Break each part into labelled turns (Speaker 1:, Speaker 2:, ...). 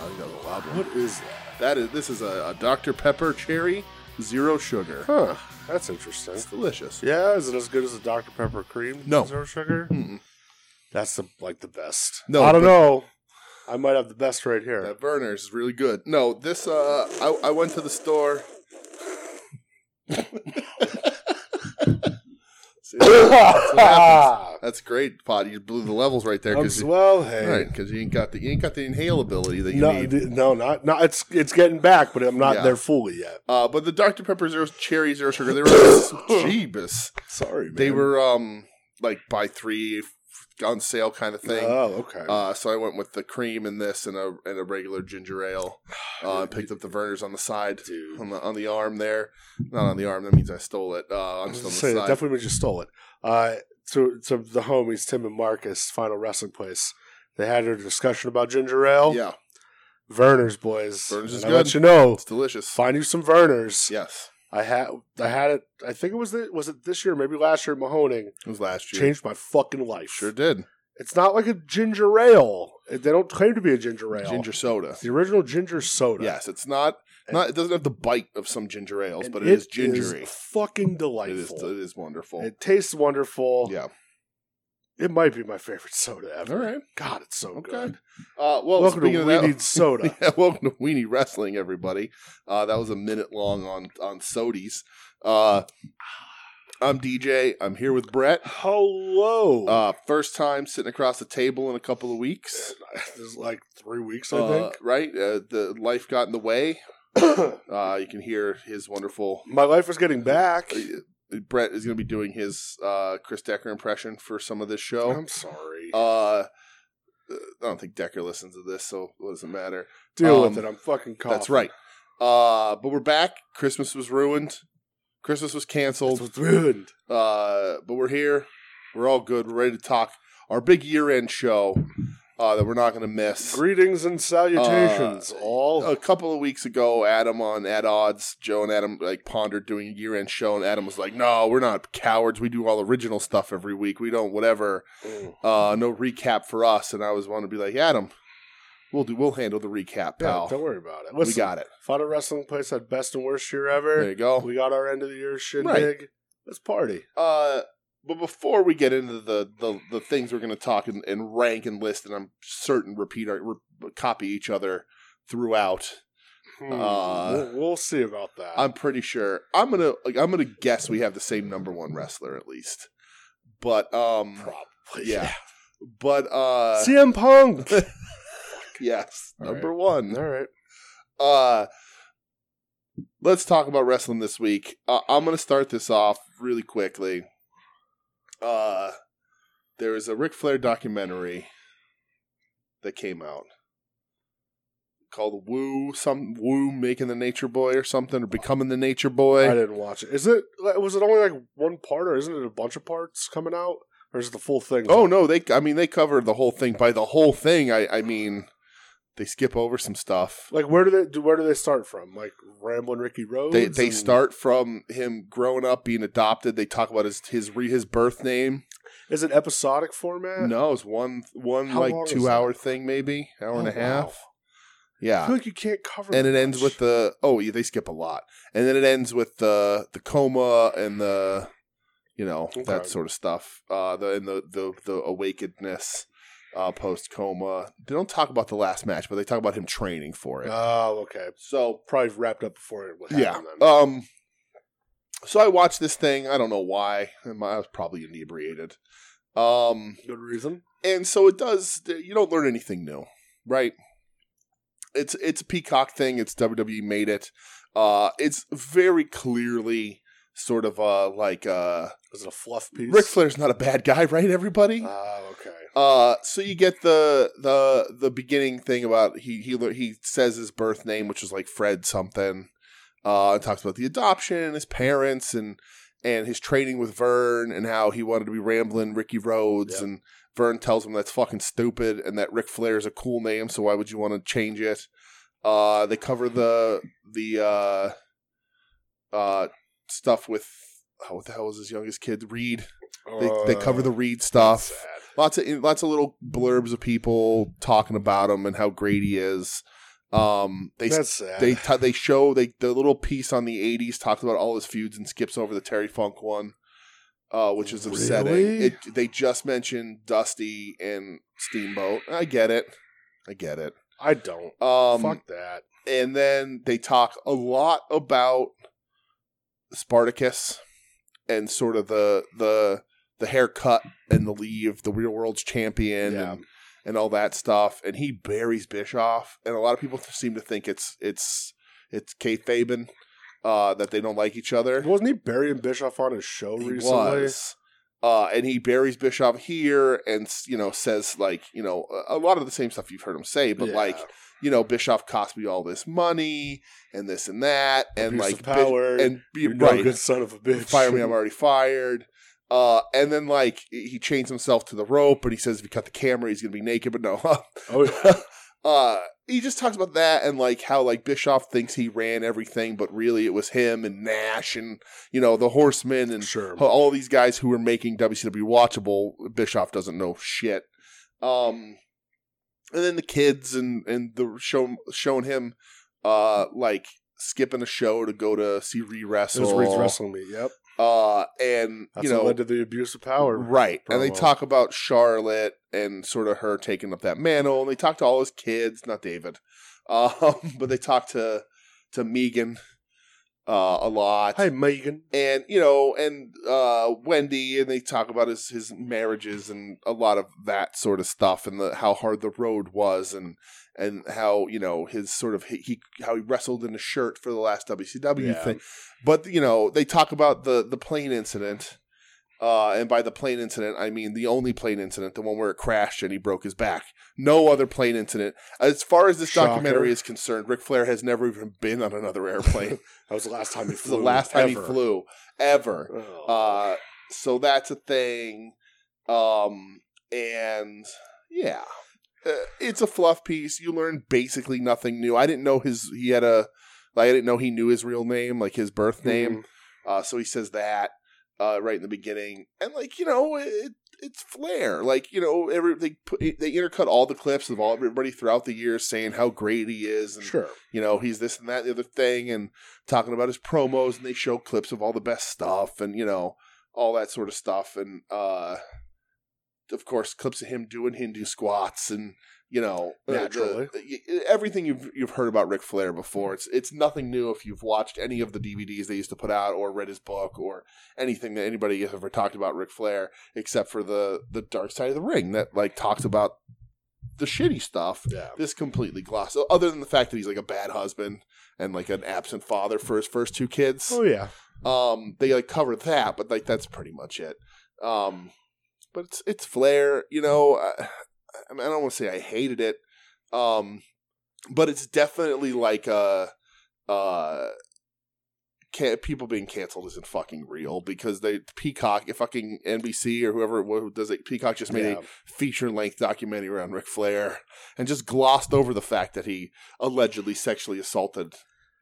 Speaker 1: Oh, problem. What is that? That is this is a, a Dr Pepper cherry, zero sugar.
Speaker 2: Huh. That's interesting.
Speaker 1: It's delicious.
Speaker 2: Yeah, is it as good as the Dr. Pepper cream? with
Speaker 1: No.
Speaker 2: Zero sugar?
Speaker 1: Mm-mm.
Speaker 2: That's the like the best.
Speaker 1: No,
Speaker 2: I don't
Speaker 1: but-
Speaker 2: know. I might have the best right here.
Speaker 1: That Verner's is really good. No, this uh, I I went to the store. See, that's great, Pot. You blew the levels right there
Speaker 2: I'm
Speaker 1: because
Speaker 2: s-
Speaker 1: you,
Speaker 2: well, hey.
Speaker 1: right, 'cause you ain't got the you ain't got the inhale ability that you
Speaker 2: No,
Speaker 1: need.
Speaker 2: d- no, not not. It's it's getting back, but I'm not
Speaker 1: Yeah.
Speaker 2: there fully yet.
Speaker 1: uh, but the Dr Pepper Zero Cherry Zero Sugar, they were jeebus.
Speaker 2: Sorry, man.
Speaker 1: They were um like buy three f- on sale kind of thing.
Speaker 2: Oh, okay.
Speaker 1: Uh, so I went with the cream and this and a and a regular ginger ale. Uh, I picked up the Verner's on the side,
Speaker 2: Dude.
Speaker 1: on the on the arm there. Not on the arm. That means I stole it. Uh,
Speaker 2: I
Speaker 1: I'm
Speaker 2: was
Speaker 1: just on
Speaker 2: gonna
Speaker 1: the
Speaker 2: say, it
Speaker 1: side.
Speaker 2: definitely just stole it. Uh, to to the homies Tim and Marcus, Final Wrestling Place. They had their discussion about ginger ale.
Speaker 1: Yeah,
Speaker 2: Verner's boys.
Speaker 1: Verner's is
Speaker 2: And I let
Speaker 1: good.
Speaker 2: you know.
Speaker 1: it's delicious.
Speaker 2: Find you some Verner's.
Speaker 1: Yes,
Speaker 2: I had I had it. I think it was the, was it this year, maybe last year. Mahoning
Speaker 1: it was last year.
Speaker 2: changed my fucking life.
Speaker 1: Sure did.
Speaker 2: It's not like a ginger ale. They don't claim to be a ginger ale.
Speaker 1: Ginger soda.
Speaker 2: It's the original ginger soda.
Speaker 1: Yes, it's not not. It doesn't have the bite of some ginger ales,
Speaker 2: And
Speaker 1: but it is gingery.
Speaker 2: fucking
Speaker 1: it is.
Speaker 2: delightful.
Speaker 1: It is wonderful.
Speaker 2: It tastes wonderful.
Speaker 1: yeah.
Speaker 2: It might be my favorite soda ever.
Speaker 1: All right.
Speaker 2: God, it's so
Speaker 1: Okay.
Speaker 2: good.
Speaker 1: Uh, well,
Speaker 2: Welcome
Speaker 1: speaking
Speaker 2: to
Speaker 1: of
Speaker 2: We
Speaker 1: that,
Speaker 2: Need Soda.
Speaker 1: Yeah, welcome to Weenie Wrestling, everybody. Uh, that was a minute long on on Sodies. Uh, I'm DJ. I'm here with Brett.
Speaker 2: Hello.
Speaker 1: Uh, first time sitting across the table in a couple of weeks.
Speaker 2: this is like three weeks, I
Speaker 1: Uh,
Speaker 2: think.
Speaker 1: right? Uh, the life got in the way. Uh, you can hear his wonderful.
Speaker 2: my life is getting back.
Speaker 1: uh, Brett is going to be doing his uh, Chris Decker impression for some of this show.
Speaker 2: I'm sorry.
Speaker 1: Uh, I don't think Decker listens to this, so what does it matter?
Speaker 2: Deal
Speaker 1: um,
Speaker 2: with it. I'm fucking coughing.
Speaker 1: That's right. Uh, but we're back. Christmas was ruined. Christmas was
Speaker 2: That's
Speaker 1: canceled.
Speaker 2: what's ruined.
Speaker 1: Uh, but we're here. We're all good. We're ready to talk our big year-end show uh, that we're not going to miss.
Speaker 2: Greetings and salutations,
Speaker 1: Uh,
Speaker 2: all.
Speaker 1: A couple of weeks ago, Adam on At Odds, Joe and Adam like pondered doing a year-end show, and Adam was like, "No, we're not cowards. We do all original stuff every week. We don't whatever.
Speaker 2: Mm.
Speaker 1: Uh, no recap for us." And I was wanting to be like, "Adam, we'll do. We'll handle the recap,
Speaker 2: Yeah,
Speaker 1: pal.
Speaker 2: don't worry about it.
Speaker 1: we
Speaker 2: Listen,
Speaker 1: got it.
Speaker 2: Final Wrestling Place had best and worst year
Speaker 1: There
Speaker 2: ever.
Speaker 1: you go.
Speaker 2: We got our end of the year shindig.
Speaker 1: Right.
Speaker 2: Let's party.
Speaker 1: Uh, but before we get into the the, the things we're going to talk and, and rank and list, and I'm certain repeat our re- copy each other throughout.
Speaker 2: Hmm.
Speaker 1: Uh,
Speaker 2: we'll, we'll see about that.
Speaker 1: I'm pretty sure I'm gonna like, I'm gonna guess we have the same number one wrestler at least. But um,
Speaker 2: probably.
Speaker 1: yeah. But uh,
Speaker 2: CM Punk.
Speaker 1: yes,
Speaker 2: All
Speaker 1: number one.
Speaker 2: all right.
Speaker 1: Uh, let's talk about wrestling this week. Uh, I'm going to start this off really quickly. Uh, there was a Ric Flair documentary that came out called "Woo" some "Woo Making the Nature Boy" or something, or "Becoming the Nature
Speaker 2: I
Speaker 1: Boy."
Speaker 2: didn't watch it. Is it? like, Was it only like one part, or isn't it a bunch of parts coming out, or is it the full thing?
Speaker 1: Oh no, they I mean they covered the whole thing. By the whole thing, I I mean they skip over some stuff.
Speaker 2: Like where do they do? Where do they start from? Like Ramblin' Ricky Rhodes.
Speaker 1: They they
Speaker 2: and-
Speaker 1: start from him growing up, being adopted. They talk about his his re, his birth name.
Speaker 2: Is it episodic format?
Speaker 1: No, it's one one
Speaker 2: Uh, How long
Speaker 1: like
Speaker 2: is
Speaker 1: two
Speaker 2: that?
Speaker 1: hour thing, maybe hour and
Speaker 2: Oh,
Speaker 1: a half.
Speaker 2: wow. I
Speaker 1: Yeah,
Speaker 2: feel like you can't cover.
Speaker 1: and
Speaker 2: that
Speaker 1: it ends
Speaker 2: much.
Speaker 1: with the oh yeah, they skip a lot, and then it ends with the the coma and the you know
Speaker 2: Okay.
Speaker 1: that sort of stuff. Uh, the and the the the awakenedness uh, post coma. They don't talk about the last match, but they talk about him training for it.
Speaker 2: Oh, okay.
Speaker 1: so
Speaker 2: Probably wrapped up before it would happen.
Speaker 1: yeah.
Speaker 2: Then.
Speaker 1: Um. So I watched this thing. I don't know why. I was probably inebriated. Um.
Speaker 2: Good reason.
Speaker 1: and so it does you don't learn anything new right it's it's a peacock thing it's wwe made it uh it's very clearly sort of uh like uh
Speaker 2: Is it a fluff piece?
Speaker 1: rick flair's not a bad guy right everybody
Speaker 2: Oh, okay.
Speaker 1: uh so you get the the the beginning thing about he he le- he says his birth name which was like fred something uh and talks about the adoption and his parents and and his training with Vern and how he wanted to be rambling Ricky Rhodes
Speaker 2: Yep.
Speaker 1: and Vern tells him that's fucking stupid and that Ric Flair is a cool name, so why would you want to change it? Uh, they cover the the uh, uh, stuff with oh, what the hell was his youngest kid? Reed. They, they cover
Speaker 2: Oh,
Speaker 1: the Reed stuff. Lots of lots of little blurbs of people talking about him and how great he is. Um, they
Speaker 2: That's sad.
Speaker 1: they t- they show they the little piece on the 80s talks about all his feuds and skips over the Terry Funk one, uh, which is upsetting.
Speaker 2: Really?
Speaker 1: It, they just mentioned Dusty and Steamboat. I get it, I get it.
Speaker 2: I don't.
Speaker 1: Um,
Speaker 2: Fuck that.
Speaker 1: and then they talk a lot about Spartacus and sort of the the the haircut and the leave, the real world's champion,
Speaker 2: Yeah.
Speaker 1: and, and all that stuff. And he buries Bischoff, and a lot of people seem to think it's it's it's Kate Fabian uh, that they don't like each other.
Speaker 2: Wasn't he burying Bischoff on his show
Speaker 1: He
Speaker 2: recently?
Speaker 1: was. Uh, and he buries Bischoff here, and you know says like you know a- a lot of the same stuff you've heard him say, but
Speaker 2: Yeah.
Speaker 1: like you know, Bischoff cost me all this money and this and that, and
Speaker 2: Abuse
Speaker 1: like
Speaker 2: of power,
Speaker 1: Bish- and be
Speaker 2: You're no
Speaker 1: right,
Speaker 2: good son of a bitch.
Speaker 1: fire me, I'm already fired. Uh, and then like he chains himself to the rope, and he says if you cut the camera, he's gonna be naked. But no,
Speaker 2: Oh, yeah.
Speaker 1: uh, he just talks about that and like how like Bischoff thinks he ran everything, but really it was him and Nash and you know the Horsemen and
Speaker 2: sure.
Speaker 1: all these guys who were making WCW watchable, Bischoff doesn't know shit. Um, and then the kids and and the show showing him uh like skipping a show to go to see re
Speaker 2: It was
Speaker 1: wrestle,
Speaker 2: Reed's wrestling me. Yep.
Speaker 1: uh, and
Speaker 2: That's
Speaker 1: you know
Speaker 2: what led to the abuse of power.
Speaker 1: Right. And they
Speaker 2: promo.
Speaker 1: talk about Charlotte and sort of her taking up that mantle. And they talk to all his kids, not David. Um, but they talk to to Megan uh, a lot.
Speaker 2: Hi, Megan.
Speaker 1: And, you know, and uh, Wendy, and they talk about his, his marriages and a lot of that sort of stuff and the, how hard the road was and and how, you know, his sort of, he, he how he wrestled in a shirt for the last WCW
Speaker 2: Yeah.
Speaker 1: thing but you know they talk about the the plane incident uh, and by the plane incident i mean the only plane incident the one where it crashed and he broke his back no other plane incident as far as this
Speaker 2: Shocker.
Speaker 1: documentary is concerned Ric flair has never even been on another airplane
Speaker 2: That was the last time he
Speaker 1: This is
Speaker 2: flew.
Speaker 1: the last time he
Speaker 2: ever.
Speaker 1: flew ever
Speaker 2: Oh.
Speaker 1: uh, so that's a thing um, and yeah uh, it's a fluff piece you learn basically nothing new i didn't know his he had a like i didn't know he knew his real name like his birth name
Speaker 2: Mhm.
Speaker 1: uh, so he says that uh, right in the beginning, and like you know, it, it's flair. Like you know, every they put, they intercut all the clips of all everybody throughout the years saying how great he is, and
Speaker 2: Sure.
Speaker 1: you know he's this and that and the other thing, and talking about his promos, and they show clips of all the best stuff, and you know all that sort of stuff, and uh, of course clips of him doing Hindu squats and. You know, uh, the-
Speaker 2: Naturally.
Speaker 1: y- everything you've you've heard about Ric Flair before. It's it's nothing new if you've watched any of the DVDs they used to put out or read his book or anything that anybody has ever talked about Ric Flair, except for the the Dark Side of the Ring that like talks about the shitty stuff.
Speaker 2: Yeah.
Speaker 1: This completely glossed. Other than the fact that he's like a bad husband and like an absent father for his first two kids,
Speaker 2: Oh yeah.
Speaker 1: um, they like cover that, but like that's pretty much it. Um, but it's it's Flair, you know. I, I, mean, I don't want to say I hated it, um, but it's definitely like uh uh can people being canceled isn't fucking real because they Peacock, fucking NBC or whoever it wa- who does it, Peacock just made
Speaker 2: yeah.
Speaker 1: a feature length documentary around Ric Flair and just glossed over the fact that he allegedly sexually assaulted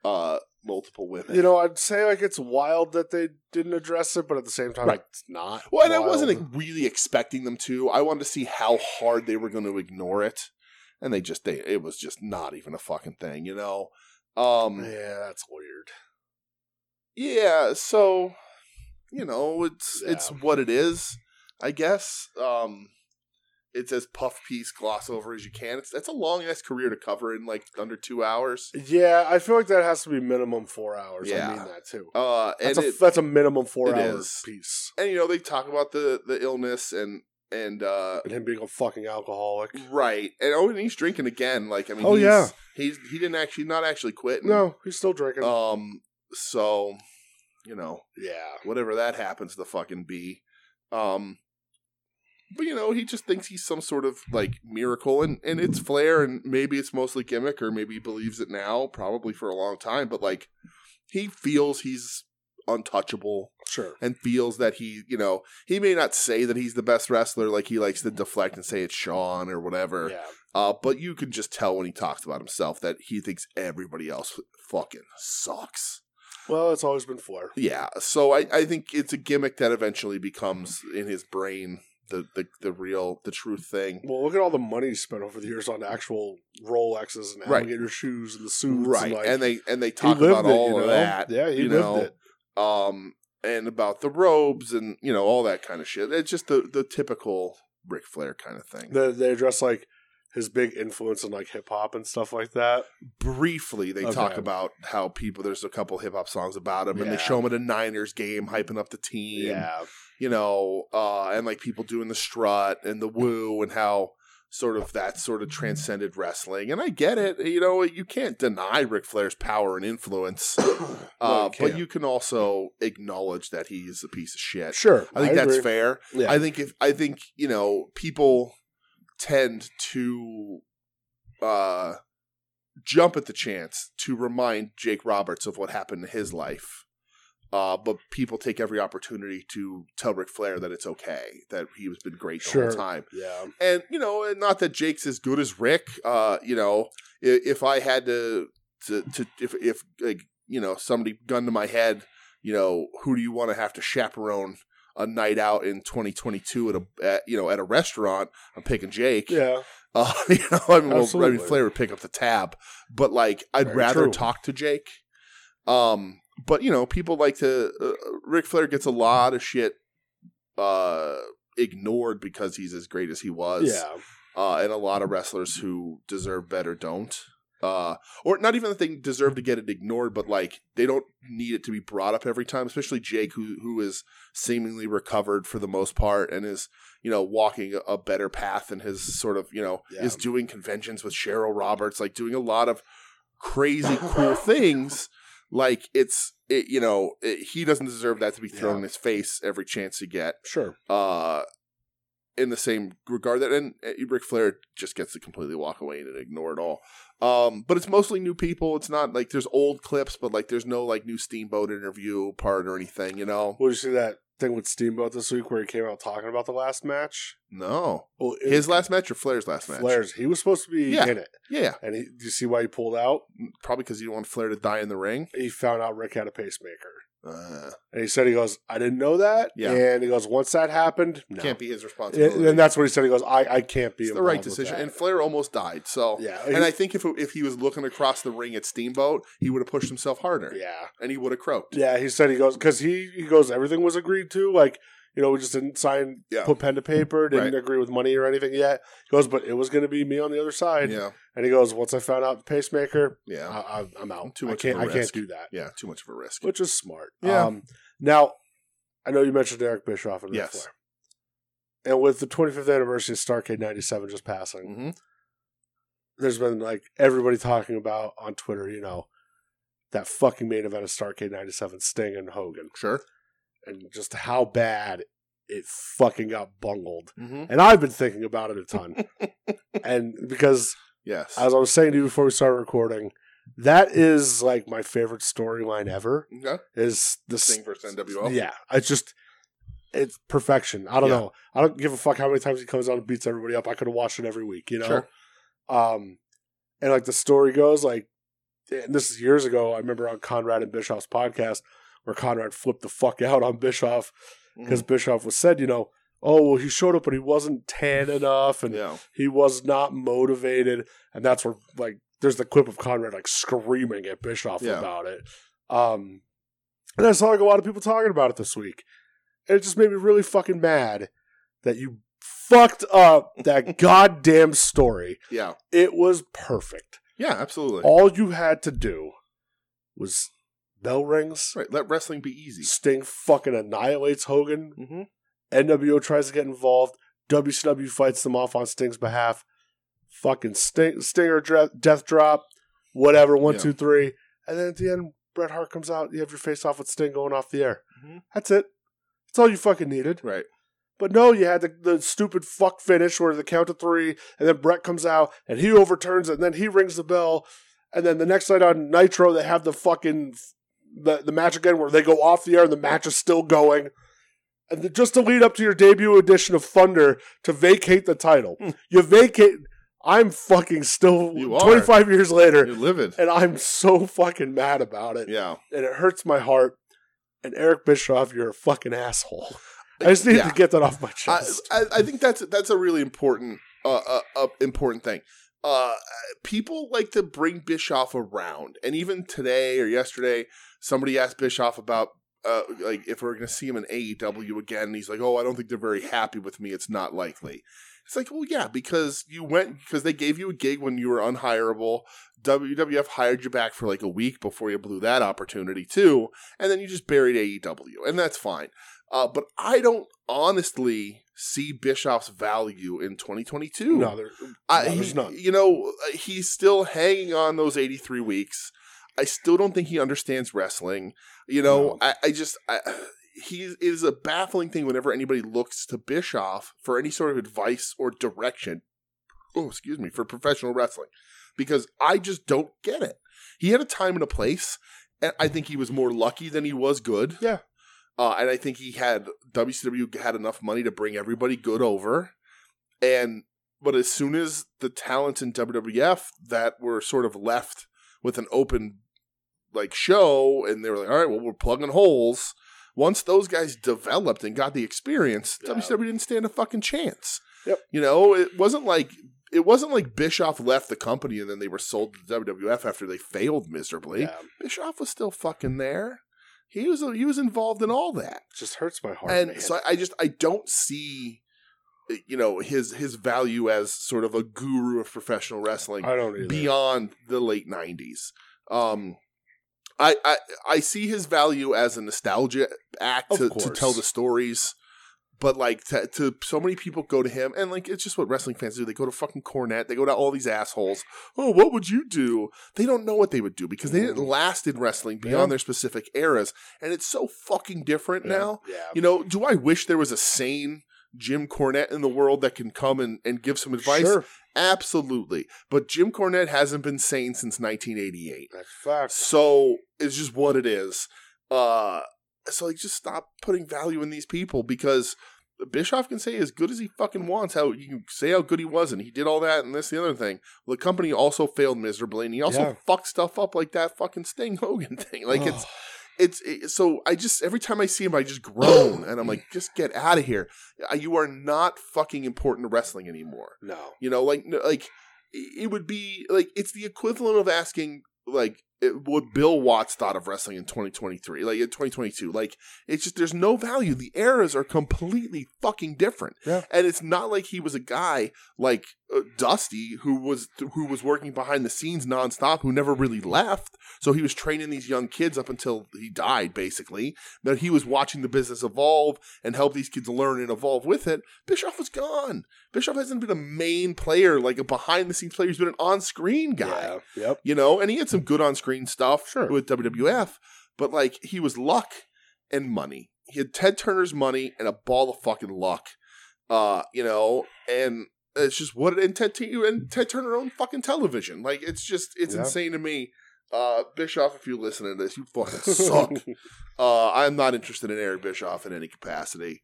Speaker 1: uh multiple women.
Speaker 2: You know, I'd say like it's wild that they didn't address it, but at the same time,
Speaker 1: Right.
Speaker 2: like, it's not.
Speaker 1: Well, and I
Speaker 2: wild.
Speaker 1: wasn't really expecting them to. I wanted to see how hard they were going to ignore it, and they just they it was just not even a fucking thing, you know. Um,
Speaker 2: Yeah, that's weird.
Speaker 1: yeah, so you know, it's it's
Speaker 2: Yeah.
Speaker 1: what it is, I guess. Um, it's as puff piece gloss over as you can. It's that's a long ass career to cover in like under two hours.
Speaker 2: Yeah, I feel like that has to be minimum four hours.
Speaker 1: Yeah.
Speaker 2: I mean that too.
Speaker 1: Uh, and
Speaker 2: That's a
Speaker 1: it-
Speaker 2: that's a minimum four
Speaker 1: it
Speaker 2: hour
Speaker 1: is.
Speaker 2: piece.
Speaker 1: and you know they talk about the the illness and and uh
Speaker 2: And him being a fucking alcoholic.
Speaker 1: Right. And oh, and he's drinking again. Like I mean,
Speaker 2: Oh,
Speaker 1: he's,
Speaker 2: yeah.
Speaker 1: he's he didn't actually not actually quit.
Speaker 2: No, he's still drinking.
Speaker 1: Um. So, you know,
Speaker 2: yeah.
Speaker 1: whatever that happens to fucking be, um. But you know, he just thinks he's some sort of like miracle, and and it's flair, and maybe it's mostly gimmick, or maybe he believes it now, probably for a long time. But like, he feels he's untouchable
Speaker 2: Sure.
Speaker 1: and feels that he, you know, he may not say that he's the best wrestler, like he likes to deflect and say it's Sean or whatever.
Speaker 2: Mm-hmm. Yeah.
Speaker 1: Uh, but you can just tell when he talks about himself that he thinks everybody else fucking sucks.
Speaker 2: Well, it's always been Flair.
Speaker 1: Yeah, so I, I think it's a gimmick that eventually becomes in his brain the, the the real the true thing.
Speaker 2: Well, look at all the money you spent over the years on actual Rolexes and
Speaker 1: Right.
Speaker 2: alligator shoes and the suits.
Speaker 1: Right.
Speaker 2: And, like,
Speaker 1: and they and they
Speaker 2: he
Speaker 1: talk
Speaker 2: lived
Speaker 1: about
Speaker 2: it,
Speaker 1: all
Speaker 2: you
Speaker 1: of
Speaker 2: know?
Speaker 1: that.
Speaker 2: Yeah, he
Speaker 1: you
Speaker 2: lived
Speaker 1: know?
Speaker 2: it.
Speaker 1: um, and about the robes and you know all that kind of shit. It's just the the typical Ric Flair kind of thing.
Speaker 2: They, they address like his big influence on like hip hop and stuff like that.
Speaker 1: Briefly, they talk
Speaker 2: Okay.
Speaker 1: about how people. There's a couple hip hop songs about him, and
Speaker 2: Yeah.
Speaker 1: they show him at a Niners game, hyping up the team. You know, uh, and like people doing the strut and the woo, and how sort of that sort of transcended wrestling. And I get it. You know, you can't deny Ric Flair's power and influence, uh, but
Speaker 2: can't.
Speaker 1: you can also acknowledge that he is a piece of shit.
Speaker 2: sure.
Speaker 1: I think that's
Speaker 2: agree.
Speaker 1: fair.
Speaker 2: Yeah.
Speaker 1: I think if I think you know people tend to uh jump at the chance to remind Jake Roberts of what happened in his life. Uh, but people take every opportunity to tell Ric Flair that it's okay, that he has been great the
Speaker 2: Sure.
Speaker 1: whole time.
Speaker 2: yeah.
Speaker 1: And, you know, and not that Jake's as good as Rick. Uh, you know, if, if I had to, to, to if, if like, you know, somebody gunned to my head, you know, who do you want to have to chaperone a night out in 2022 at a, at, you know, at a restaurant? I'm picking Jake.
Speaker 2: Yeah.
Speaker 1: Uh, you know, I mean, well, I mean,
Speaker 2: Absolutely.
Speaker 1: Flair would pick up the tab, but like, I'd
Speaker 2: Very
Speaker 1: rather
Speaker 2: true.
Speaker 1: talk to Jake. Um, but you know, people like to. Uh, Ric Flair gets a lot of shit uh, ignored because he's as great as he was,
Speaker 2: Yeah.
Speaker 1: uh, and a lot of wrestlers who deserve better don't. Uh, or not even that they deserve to get it ignored, but like they don't need it to be brought up every time. Especially Jake, who who is seemingly recovered for the most part and is you know walking a- a better path and his sort of you know
Speaker 2: Yeah.
Speaker 1: is doing conventions with Cheryl Roberts, like doing a lot of crazy cool things. Like it's it, you know it, he doesn't deserve that to be thrown
Speaker 2: Yeah.
Speaker 1: in his face every chance he get
Speaker 2: Sure.
Speaker 1: uh in the same regard that and uh, Ric Flair just gets to completely walk away and ignore it all. Um but it's mostly new people. It's not like there's old clips, but like there's no like new Steamboat interview part or anything, you know.
Speaker 2: Well, you see that thing with Steamboat this week where he came out talking about the last match.
Speaker 1: No.
Speaker 2: Well, it-
Speaker 1: His last match or Flair's last match?
Speaker 2: Flair's. He was supposed to be
Speaker 1: Yeah.
Speaker 2: in it,
Speaker 1: Yeah.
Speaker 2: and he, do you see why he pulled out?
Speaker 1: Probably because you don't want Flair to die in the ring.
Speaker 2: He found out Rick had a pacemaker.
Speaker 1: Uh,
Speaker 2: And he said, he goes, I didn't know that.
Speaker 1: Yeah.
Speaker 2: And he goes, once that happened, no.
Speaker 1: Can't be his responsibility.
Speaker 2: And, and that's what he said. He goes, I, I can't be
Speaker 1: it's the right
Speaker 2: involved with
Speaker 1: decision.
Speaker 2: that."
Speaker 1: And Flair almost died. So
Speaker 2: yeah.
Speaker 1: and I think if if he was looking across the ring at Steamboat, he would have pushed himself harder.
Speaker 2: yeah.
Speaker 1: And he would have croaked.
Speaker 2: Yeah. He said, he goes, because he, he goes, everything was agreed to. Like, you know, we just didn't sign,
Speaker 1: Yeah.
Speaker 2: put pen to paper, didn't
Speaker 1: Right.
Speaker 2: agree with money or anything yet. He goes, but it was going to be me on the other side.
Speaker 1: Yeah.
Speaker 2: And he goes, once I found out the pacemaker,
Speaker 1: Yeah.
Speaker 2: I, I, I'm out.
Speaker 1: Too
Speaker 2: I
Speaker 1: much of
Speaker 2: can't,
Speaker 1: a
Speaker 2: I can't
Speaker 1: risk.
Speaker 2: do that,
Speaker 1: Yeah, too much of a risk.
Speaker 2: which is smart.
Speaker 1: Yeah.
Speaker 2: Um, now, I know you mentioned Eric Bischoff and Ric
Speaker 1: Yes.
Speaker 2: Flair. And with the 25th anniversary of Starcade 97 just passing,
Speaker 1: hmm
Speaker 2: there's been like everybody talking about on Twitter, you know, that fucking main event of Starcade 97, Sting and Hogan,
Speaker 1: Sure.
Speaker 2: and just how bad it fucking got bungled.
Speaker 1: Mm-hmm.
Speaker 2: And I've been thinking about it a ton. and because,
Speaker 1: Yes.
Speaker 2: as I was saying to you before we started recording, that is like my favorite storyline ever.
Speaker 1: okay.
Speaker 2: Is the
Speaker 1: Sting versus NWO.
Speaker 2: Yeah, it's just it's perfection. I don't
Speaker 1: Yeah.
Speaker 2: know. I don't give a fuck how many times he comes out and beats everybody up. I could watch it every week, you know.
Speaker 1: Sure.
Speaker 2: Um, and like the story goes, like and this is years ago. I remember on Conrad and Bischoff's podcast where Conrad flipped the fuck out on Bischoff
Speaker 1: Mm-hmm. Mm.
Speaker 2: because Bischoff was said, you know, oh well, he showed up but he wasn't tan enough and
Speaker 1: yeah.
Speaker 2: he was not motivated, and that's where like there's the clip of Conrad like screaming at Bischoff
Speaker 1: Yeah.
Speaker 2: about it. Um, and I saw like a lot of people talking about it this week, and it just made me really fucking mad that you fucked up that goddamn story.
Speaker 1: Yeah.
Speaker 2: It was perfect.
Speaker 1: Yeah. Absolutely.
Speaker 2: All you had to do was bell rings.
Speaker 1: right. Let wrestling be easy.
Speaker 2: Sting fucking annihilates Hogan.
Speaker 1: Mm-hmm.
Speaker 2: NWO tries to get involved. WCW fights them off on Sting's behalf. Fucking Sting, Stinger dra- death drop, whatever. One,
Speaker 1: Yeah.
Speaker 2: two, three, and then at the end, Bret Hart comes out. You have your face off with Sting going off the air.
Speaker 1: Mhm.
Speaker 2: That's it. That's all you fucking needed.
Speaker 1: Right.
Speaker 2: But no, you had the, the stupid fuck finish where the count of three, and then Brett comes out and he overturns it, and then he rings the bell, and then the next night on Nitro they have the fucking the, the match again where they go off the air and the match is still going. And the, just to lead up to your debut edition of Thunder to vacate the title,
Speaker 1: Hmm.
Speaker 2: you vacate. I'm fucking still
Speaker 1: You are.
Speaker 2: 25 years later,
Speaker 1: You're livid.
Speaker 2: and I'm so fucking mad about it,
Speaker 1: Yeah.
Speaker 2: and it hurts my heart. And Eric Bischoff, you're a fucking asshole. I just needed
Speaker 1: Yeah.
Speaker 2: to get that off my
Speaker 1: I,
Speaker 2: chest.
Speaker 1: I, I think that's that's a really important uh, uh, uh important thing. Uh, people like to bring Bischoff around, and even today or yesterday, somebody asked Bischoff about uh, like if we're going to see him in AEW again. And he's like, "Oh, I don't think they're very happy with me. It's not likely." It's like, well, yeah, because you went because they gave you a gig when you were unhireable. WWF hired you back for like a week before you blew that opportunity too, and then you just buried AEW, and that's fine. Uh, but I don't honestly see Bischoff's value in 2022.
Speaker 2: no, there,
Speaker 1: I,
Speaker 2: no, there's
Speaker 1: he-
Speaker 2: none.
Speaker 1: You know, uh, he's still hanging on those 83 weeks. I still don't think he understands wrestling. You know,
Speaker 2: No.
Speaker 1: I, I just, I, he it is a baffling thing whenever anybody looks to Bischoff for any sort of advice or direction. Oh, excuse me, for professional wrestling, because I just don't get it. He had a time and a place, and I think he was more lucky than he was good.
Speaker 2: Yeah.
Speaker 1: Uh, and I think he had WCW had enough money to bring everybody good over, and but as soon as the talents in WWF that were sort of left with an open like show, and they were like, all right, well, we're plugging holes. Once those guys developed and got the experience,
Speaker 2: Yeah.
Speaker 1: WCW didn't stand a fucking chance.
Speaker 2: Yep.
Speaker 1: You know, it wasn't like it wasn't like Bischoff left the company and then they were sold to WWF after they failed miserably.
Speaker 2: Yeah,
Speaker 1: Bischoff was still fucking there. He was he was involved in all that,
Speaker 2: just hurts my heart.
Speaker 1: and
Speaker 2: man.
Speaker 1: so I, I just I don't see, you know, his his value as sort of a guru of professional wrestling
Speaker 2: I don't either.
Speaker 1: beyond the late nineties. Um, I, I I see his value as a nostalgia act
Speaker 2: Of
Speaker 1: to, to
Speaker 2: course.
Speaker 1: tell the stories, but like to, to so many people go to him and like it's just what wrestling fans do. They go to fucking Cornette. They go to all these assholes. Oh, what would you do? They don't know what they would do because they didn't
Speaker 2: Mhm.
Speaker 1: last in wrestling beyond
Speaker 2: Yeah.
Speaker 1: their specific eras, and it's so fucking different
Speaker 2: Yeah.
Speaker 1: now.
Speaker 2: yeah,
Speaker 1: You know, do I wish there was a sane Jim Cornette in the world that can come and, and give some advice?
Speaker 2: Sure,
Speaker 1: Absolutely. But Jim Cornette hasn't been sane since 1988.
Speaker 2: that's facts.
Speaker 1: So it's just what it is. Uh, so like, just stop putting value in these people because Bischoff can say as good as he fucking wants. How you can say how good he was and he did all that and this the other thing. Well, the company also failed miserably and he also
Speaker 2: Yeah.
Speaker 1: fucked stuff up like that fucking Sting Hogan thing. Like it's it's it, so I just every time I see him, I just groan and I'm like, just get out of here. Uh, You are not fucking important to wrestling anymore.
Speaker 2: no.
Speaker 1: You know, like no- like it would be like it's the equivalent of asking like it, what Bill Watts thought of wrestling in 2023, like in 2022. Like it's just there's no value. The eras are completely fucking different,
Speaker 2: Yeah.
Speaker 1: and it's not like he was a guy like uh, Dusty who was who was working behind the scenes nonstop, who never really left. So he was training these young kids up until he died, basically. That he was watching the business evolve and help these kids learn and evolve with it. Bischoff was gone. Bischoff hasn't been a main player, like a behind the scenes player. He's been an on screen guy,
Speaker 2: Yeah. Yep.
Speaker 1: you know, and he had some good on screen stuff
Speaker 2: Sure.
Speaker 1: with WWF, but like he was luck and money. He had Ted Turner's money and a ball of fucking luck, uh, you know, and it's just what and Ted, T- and Ted Turner owned fucking television. Like it's just it's
Speaker 2: Yeah.
Speaker 1: insane to me. Uh, Bischoff, if you listen to this, you fucking suck. Uh, I'm not interested in Eric Bischoff in any capacity.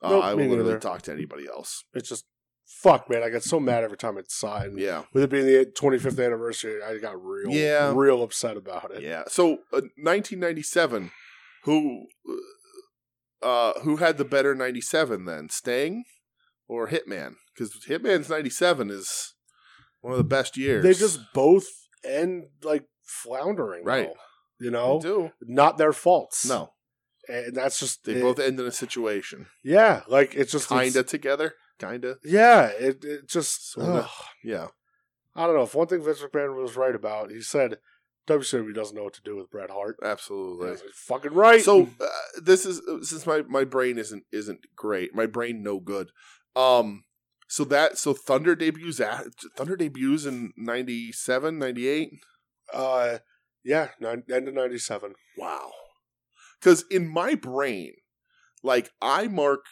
Speaker 1: Uh,
Speaker 2: Nope,
Speaker 1: I
Speaker 2: me
Speaker 1: will literally
Speaker 2: neither.
Speaker 1: talk to anybody else.
Speaker 2: it's just fuck, man. I got so mad every time it's signed.
Speaker 1: Yeah,
Speaker 2: With it being the 25th anniversary, I got real,
Speaker 1: Yeah.
Speaker 2: real upset about it.
Speaker 1: yeah. So uh, 1997, who uh, who had the better 97 then, Sting or Hitman? Because Hitman's 97 is one of the best years.
Speaker 2: They just both end like floundering,
Speaker 1: Right.
Speaker 2: though. you
Speaker 1: They
Speaker 2: know,
Speaker 1: do
Speaker 2: not their faults.
Speaker 1: no.
Speaker 2: and that's just
Speaker 1: They
Speaker 2: it-
Speaker 1: both end in a situation,
Speaker 2: yeah, like it's just
Speaker 1: kinda
Speaker 2: it's-
Speaker 1: together, kinda.
Speaker 2: yeah, it, it just
Speaker 1: Sorta.
Speaker 2: ugh.
Speaker 1: Yeah,
Speaker 2: I don't know. If one thing Vince McMahon was right about, he said WCW doesn't know what to do with Bret Hart.
Speaker 1: absolutely.
Speaker 2: He's fucking right.
Speaker 1: So uh, this is since my my brain isn't isn't great. My brain no good. Um so that so Thunder debuts at Thunder debuts in 97, 98.
Speaker 2: uh, yeah, nine, end of '97.
Speaker 1: Wow. Cuz in my brain like I mark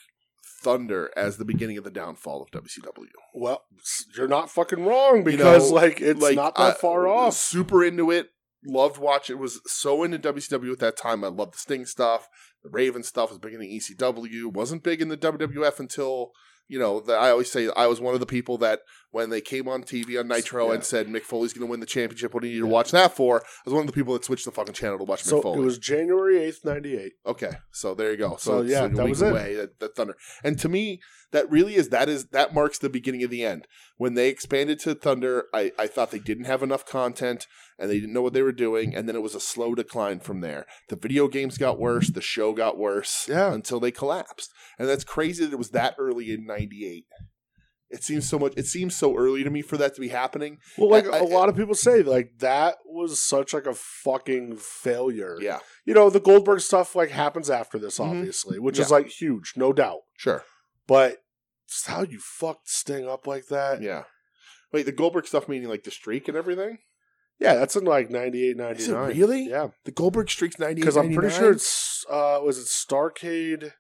Speaker 1: Thunder as the beginning of the downfall of WCW.
Speaker 2: Well, s- you're not fucking wrong because
Speaker 1: know,
Speaker 2: like it's
Speaker 1: like,
Speaker 2: not that
Speaker 1: I- uh,
Speaker 2: far off.
Speaker 1: Super into it. Loved watching. Was so into WCW at that time. I loved the Sting stuff. The Raven stuff was big in the E ECW. Wasn't big in the WWF until you know. The, I always say I was one of the people that when they came on TV on Nitro
Speaker 2: Yeah.
Speaker 1: and said Mick Foley's going to win the championship. What do you need to watch that for? I was one of the people that switched the fucking channel to watch
Speaker 2: So
Speaker 1: Mick Foley.
Speaker 2: it was January 8th, 98.
Speaker 1: Okay, so there you go.
Speaker 2: So,
Speaker 1: So, it's
Speaker 2: yeah,
Speaker 1: like a
Speaker 2: that
Speaker 1: week
Speaker 2: was it.
Speaker 1: away. That, that Thunder, and to me, that really is that is that marks the beginning of the end. When they expanded to Thunder, I I thought they didn't have enough content and they didn't know what they were doing, and then it was a slow decline from there. The video games got worse, the show got worse,
Speaker 2: Yeah.
Speaker 1: until they collapsed. And that's crazy that it was that early in '98. It seems so much. It seems so early to me for that to be happening.
Speaker 2: Well, like
Speaker 1: I-
Speaker 2: a
Speaker 1: I-
Speaker 2: lot of people say, like that was such like a fucking failure.
Speaker 1: Yeah,
Speaker 2: You know, the Goldberg stuff like happens after this,
Speaker 1: Mhm.
Speaker 2: obviously, which is
Speaker 1: Yeah.
Speaker 2: like huge, no doubt.
Speaker 1: sure.
Speaker 2: But it's how you fucked Sting up like that? Yeah,
Speaker 1: Yeah. Wait, the Goldberg stuff meaning like the streak and everything.
Speaker 2: that's in like 98, 99.
Speaker 1: Is it really?
Speaker 2: Yeah,
Speaker 1: The Goldberg streak's ninety
Speaker 2: because I'm pretty sure it's uh was it Starcade?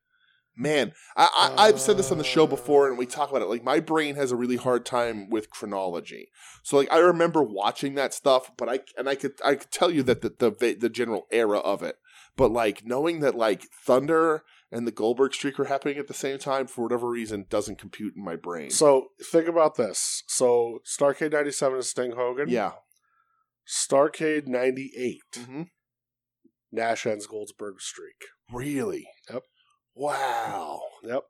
Speaker 1: man. I, I, I've said this on the show before, and we talk about it. Like my brain has a really hard time with chronology. So like I remember watching that stuff, but I and I could I could tell you that the the, va- the general era of it, but like knowing that like Thunder and the Goldberg streak are happening at the same time for whatever reason doesn't compute in my brain.
Speaker 2: So think about this. So Starcade 97 is Sting Hogan.
Speaker 1: yeah,
Speaker 2: Starcade 98,
Speaker 1: Mhm.
Speaker 2: Nash ends Goldberg streak.
Speaker 1: really.
Speaker 2: Yep.
Speaker 1: Wow.
Speaker 2: Yep.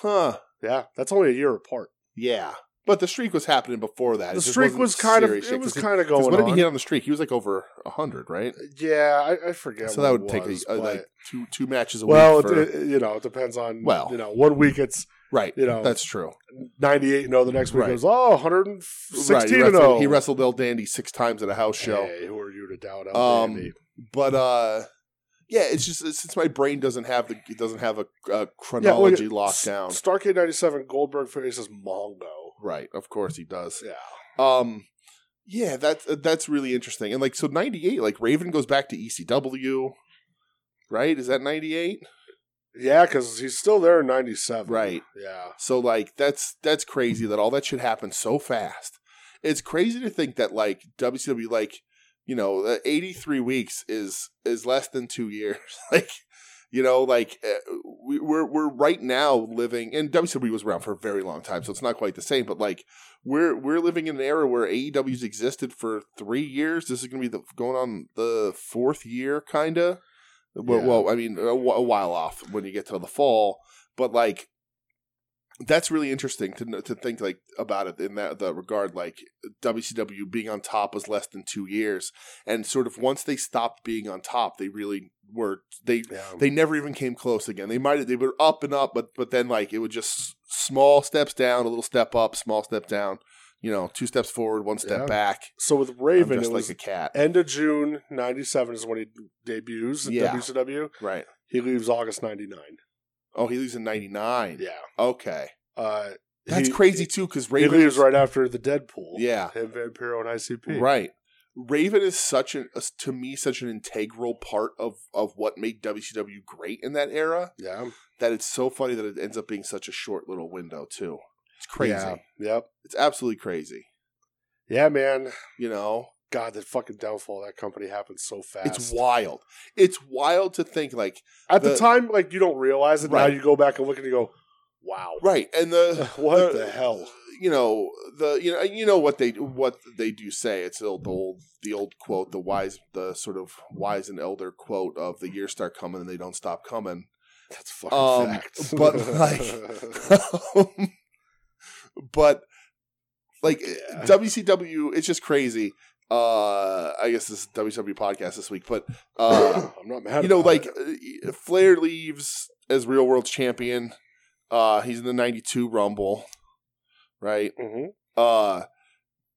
Speaker 1: Huh.
Speaker 2: Yeah, that's only a year apart.
Speaker 1: Yeah. But the streak was happening before that.
Speaker 2: the
Speaker 1: It just
Speaker 2: streak
Speaker 1: wasn't
Speaker 2: was kind of
Speaker 1: serious
Speaker 2: it
Speaker 1: yet,
Speaker 2: was
Speaker 1: 'cause
Speaker 2: kind of
Speaker 1: 'cause
Speaker 2: going
Speaker 1: What did he
Speaker 2: on.
Speaker 1: hit on the streak? He was like over hundred, right?
Speaker 2: yeah, I, I forget.
Speaker 1: so that
Speaker 2: what
Speaker 1: would
Speaker 2: it
Speaker 1: take a,
Speaker 2: was,
Speaker 1: a,
Speaker 2: but-
Speaker 1: like two two matches a
Speaker 2: well,
Speaker 1: week. for-
Speaker 2: it, it- you know, it depends on
Speaker 1: Well.
Speaker 2: well, you know, one week it's
Speaker 1: right,
Speaker 2: you know
Speaker 1: that's true.
Speaker 2: 98 and 0, the next week
Speaker 1: Right.
Speaker 2: it was oh
Speaker 1: right,
Speaker 2: 116
Speaker 1: he
Speaker 2: and oh. 0.
Speaker 1: wrestled, he wrestled El Dandy six times at a house show,
Speaker 2: Hey, who are you to doubt? El
Speaker 1: Um,
Speaker 2: Dandy?
Speaker 1: but uh, yeah, it's just it's, since my brain doesn't have the it doesn't have a, a
Speaker 2: Yeah, well,
Speaker 1: chronology
Speaker 2: yeah,
Speaker 1: locked down.
Speaker 2: S- Starcade 97 Goldberg faces Mongo.
Speaker 1: right, of course he does.
Speaker 2: Yeah.
Speaker 1: Um, yeah, that's uh, that's really interesting. And like so, ninety eight, like Raven goes back to ECW, right? Is that ninety eight?
Speaker 2: Yeah, cuz he's still there in 97.
Speaker 1: Right.
Speaker 2: Yeah.
Speaker 1: So like that's that's crazy that all that shit happened so fast. It's crazy to think that like WCW like you know eighty three weeks is is less than two years. like you know like uh, we, we're we're right now living and WCW was around for a very long time, so it's not quite the same. But like we're we're living in an era where AEW's existed for three years. This is going to be the, going on the fourth year, kind of. Well,
Speaker 2: Yeah.
Speaker 1: well, I mean, a, wh- a while off when you get to the fall, but like that's really interesting to kn- to think like about it in that the regard. Like WCW being on top was less than two years, and sort of once they stopped being on top, they really were they
Speaker 2: Yeah.
Speaker 1: they never even came close again. They might they were up and up, but but then like it would just s- small steps down, a little step up, small step down. You know, two steps forward, one step
Speaker 2: Yeah.
Speaker 1: back.
Speaker 2: so with
Speaker 1: I'm
Speaker 2: Raven
Speaker 1: just
Speaker 2: it
Speaker 1: like
Speaker 2: was eh,
Speaker 1: a cat,
Speaker 2: end of June 97 is when he debuts in
Speaker 1: Yeah.
Speaker 2: WCW.
Speaker 1: right?
Speaker 2: He leaves August 99.
Speaker 1: Oh, he leaves in '99.
Speaker 2: Yeah.
Speaker 1: Okay,
Speaker 2: Uh
Speaker 1: that's
Speaker 2: he-
Speaker 1: crazy too, because
Speaker 2: He
Speaker 1: Raven
Speaker 2: leaves right after the Deadpool.
Speaker 1: Yeah.
Speaker 2: Him, Vampiro, and ICP.
Speaker 1: Right. Raven is such an is- to me such an integral part of of what made WCW great in that era
Speaker 2: Yeah.
Speaker 1: that it's so funny that it ends up being such a short little window too. It's crazy.
Speaker 2: Yeah. Yep.
Speaker 1: It's absolutely crazy.
Speaker 2: Yeah, man.
Speaker 1: You know,
Speaker 2: God, the fucking downfall of that company happened so fast.
Speaker 1: it's wild. It's wild to think like
Speaker 2: At the,
Speaker 1: the-
Speaker 2: time, like you don't realize it.
Speaker 1: Right.
Speaker 2: Now you go back and look and you go, "Wow,
Speaker 1: right and the
Speaker 2: what the hell?"
Speaker 1: you know the you know you know what they what they do say it's the old the old, the old quote the wise the sort of wise and elder quote of the years start coming and they don't stop coming
Speaker 2: That's a fucking
Speaker 1: Um,
Speaker 2: facts.
Speaker 1: but, like- but like
Speaker 2: Yeah.
Speaker 1: WCW, it's just crazy. Uh, I guess this is WCW podcast this week, but uh,
Speaker 2: I'm not mad.
Speaker 1: you know,
Speaker 2: about
Speaker 1: like
Speaker 2: it.
Speaker 1: uh, Flair leaves as real world champion. Uh, he's in the '92 Rumble, right?
Speaker 2: Mhm.
Speaker 1: Uh,